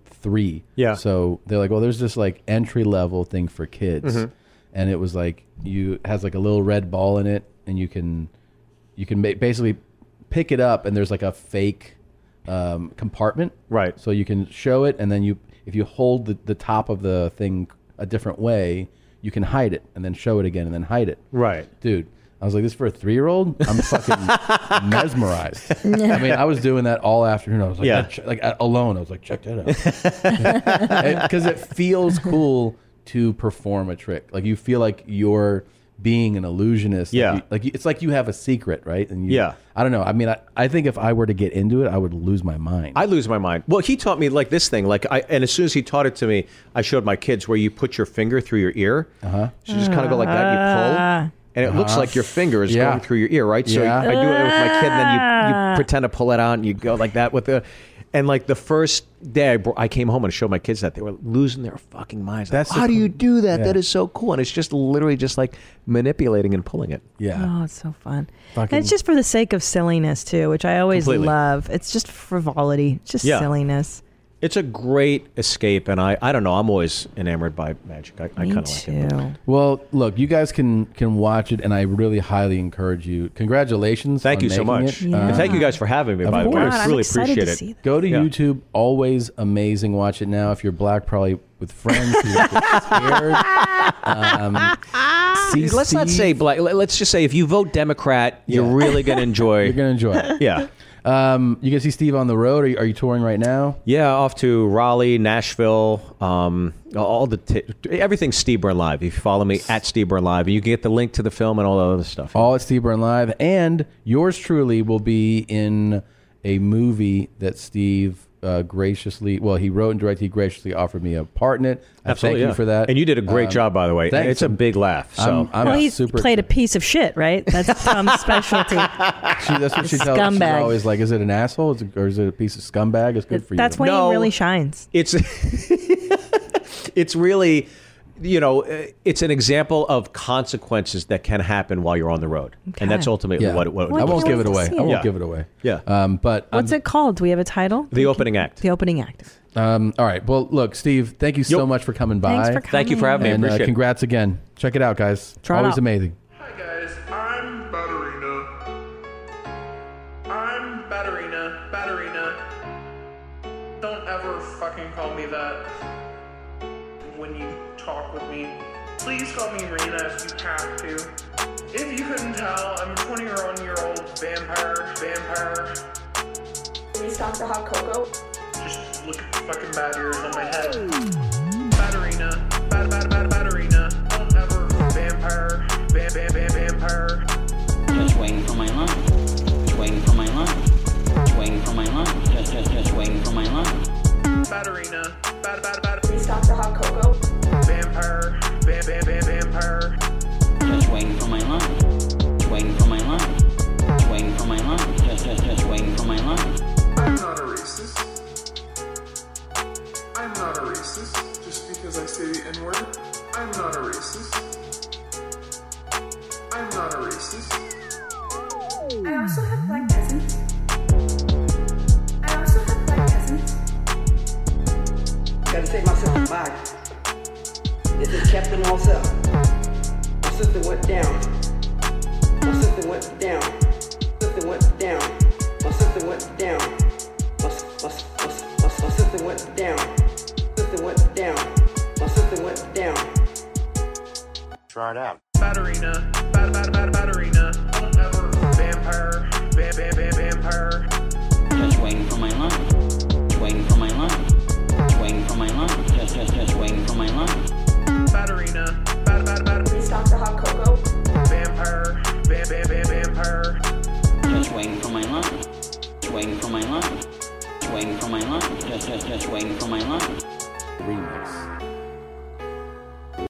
S1: three
S25: Yeah.
S1: so they're like well there's this like entry level thing for kids
S25: Mhm.
S1: and it was like you it has like a little red ball in it and you can you can ba- basically pick it up and there's like a fake um, compartment
S25: right
S1: so you can show it and then you if you hold the, the top of the thing a different way you can hide it and then show it again and then hide it
S25: right
S1: dude i was like this for a three-year-old i'm fucking mesmerized i mean i was doing that all afternoon i was like
S25: Yeah.
S1: "Ch- like uh, alone i was like check that out because it feels cool to perform a trick like you feel like you're being an illusionist Like
S25: Yeah.
S1: you- like you- it's like you have a secret right and you,
S25: Yeah.
S1: i don't know i mean I, I think if i were to get into it i would lose my mind
S25: I lose my mind. Well, he taught me like this thing, like I, and as soon as he taught it to me, I showed my kids where you put your finger through your ear. Uh-huh. So you just kind of go like that, you
S2: Ah.
S25: pull, and it looks
S1: Uh-huh.
S25: like your finger is
S1: Yeah.
S25: going through your ear, right? So
S1: Yeah.
S25: I do it with my kid, and then you,
S2: Ah.
S25: you pretend to pull it out, and you go like that with the, and like the first day I, br- I came home and showed my kids that they were losing their fucking minds. That's how do you do that? That is so cool, and it's just literally just like manipulating and pulling it.
S2: Oh, it's so fun.
S25: Fucking-
S2: and it's just for the sake of silliness too, which I always
S25: Completely.
S2: love. It's just frivolity, it's just
S25: Yeah.
S2: silliness.
S25: It's a great escape, and I, I don't know. I'm always enamored by magic. I, I kind of like it.
S1: Well, look, you guys can can watch it, and I really highly encourage you. Congratulations!
S25: Thank
S1: on
S25: you so
S1: making
S25: much.
S1: it. Uh,
S25: Yeah. And thank you guys for having me,
S1: Of
S25: by the way. I
S1: course.
S25: God, really I'm excited appreciate to it. see that.
S1: Go to
S25: Yeah.
S1: YouTube. Always amazing. Watch it now. If you're black, probably with friends. who get scared. Um, see
S25: Let's not
S1: Steve.
S25: say black. let- Let's just say if you vote Democrat, you're really going to enjoy. you're
S1: going to enjoy. It.
S25: Yeah.
S1: Um, you can see Steve on the road. Are you, are you touring right now?
S25: Yeah, off to Raleigh, Nashville, um, all the t- everything Steve Burn Live. If you follow me at Steve Burn Live, you can get the link to the film and all the other stuff.
S1: All at Steve Burn Live, and yours truly will be in a movie that Steve uh, graciously, well, he wrote and directed. He graciously offered me a part in it. I
S25: Absolutely,
S1: thank you
S25: yeah.
S1: for that,
S25: And you did a great
S1: Um,
S25: job, by the way.
S1: thanks.
S25: It's a big laugh. So
S1: I'm- I'm
S2: well, he
S1: super
S2: played a piece of shit, right? That's Tom's specialty.
S1: She, that's what she tells. She's
S2: Scumbag.
S1: always like, "Is it an asshole? Is it- or is it a piece of scumbag? It's good for you."
S2: That's when
S25: No.
S2: he really shines.
S25: it's it's really you know uh, it's an example of consequences that can happen while you're on the road and that's
S2: Okay.
S25: ultimately
S1: Yeah.
S25: what, what
S1: I won't give it away. I won't
S25: Yeah.
S1: give it away.
S25: Yeah.
S1: Um, but
S2: What's it called? Do we have a title?
S25: the opening act
S2: The opening act.
S1: Um, all right. Well, look, Steve. Thank you so much for coming by.
S2: Thanks for Thank you for coming. having me.
S1: And, uh,
S2: Appreciate it.
S1: congrats again. Check it out, guys.
S2: Try it
S1: Always
S2: out.
S1: amazing.
S18: I'm Batterina. Batterina. Don't ever fucking call me that when you talk with me. Please call me Rena if you have to. If you couldn't tell, I'm a 21 year old vampire. Vampire.
S12: Can we stop the hot cocoa?
S18: Just look at the fucking bat ears on my head. Batterina. Bat, bat, bat, batterina. Don't ever. Vampire. Bam, bam, bam, vampire.
S11: Just waiting for my lunch. Just waiting for my lunch. Just waiting for my lunch. Just, just, just waiting for my lunch.
S18: Batterina. Bat, bat, bat. Can we stop the hot cocoa? Vampire. Bam, bam, bam, vampire.
S11: Just waiting for my lunch. Just waiting for my lunch. Just waiting for my lunch. Just, just, just waiting for my lunch.
S18: I'm not a racist. I'm not a racist just because I say the N word. I'm not a racist. I'm not a racist.
S12: I also have black cousins. I also have black cousins.
S24: Gotta take my sister back. This is Captain Marcel. My sister went down. My sister went down. My sister went down. My sister went down. My, s- my, s- my, s- my, s- my sister went down. My sister went down. My sister went down.
S18: Try it out. Batterina, bat, bat, bat, batterina. Don't ever vampire, bam, bam, bam, vampire.
S11: Just waiting for my lunch. Just waiting for my lunch. Just waiting for my lunch. Just, just, just waiting for my lunch.
S18: Batterina, bat, bat, bat. Can we stop the hot cocoa? Vampire, bam, bam, bam, vampire.
S11: Just waiting for my lunch. Just waiting for my lunch. waiting for my lunch. Just, just, just waiting for my lunch.
S1: Remix.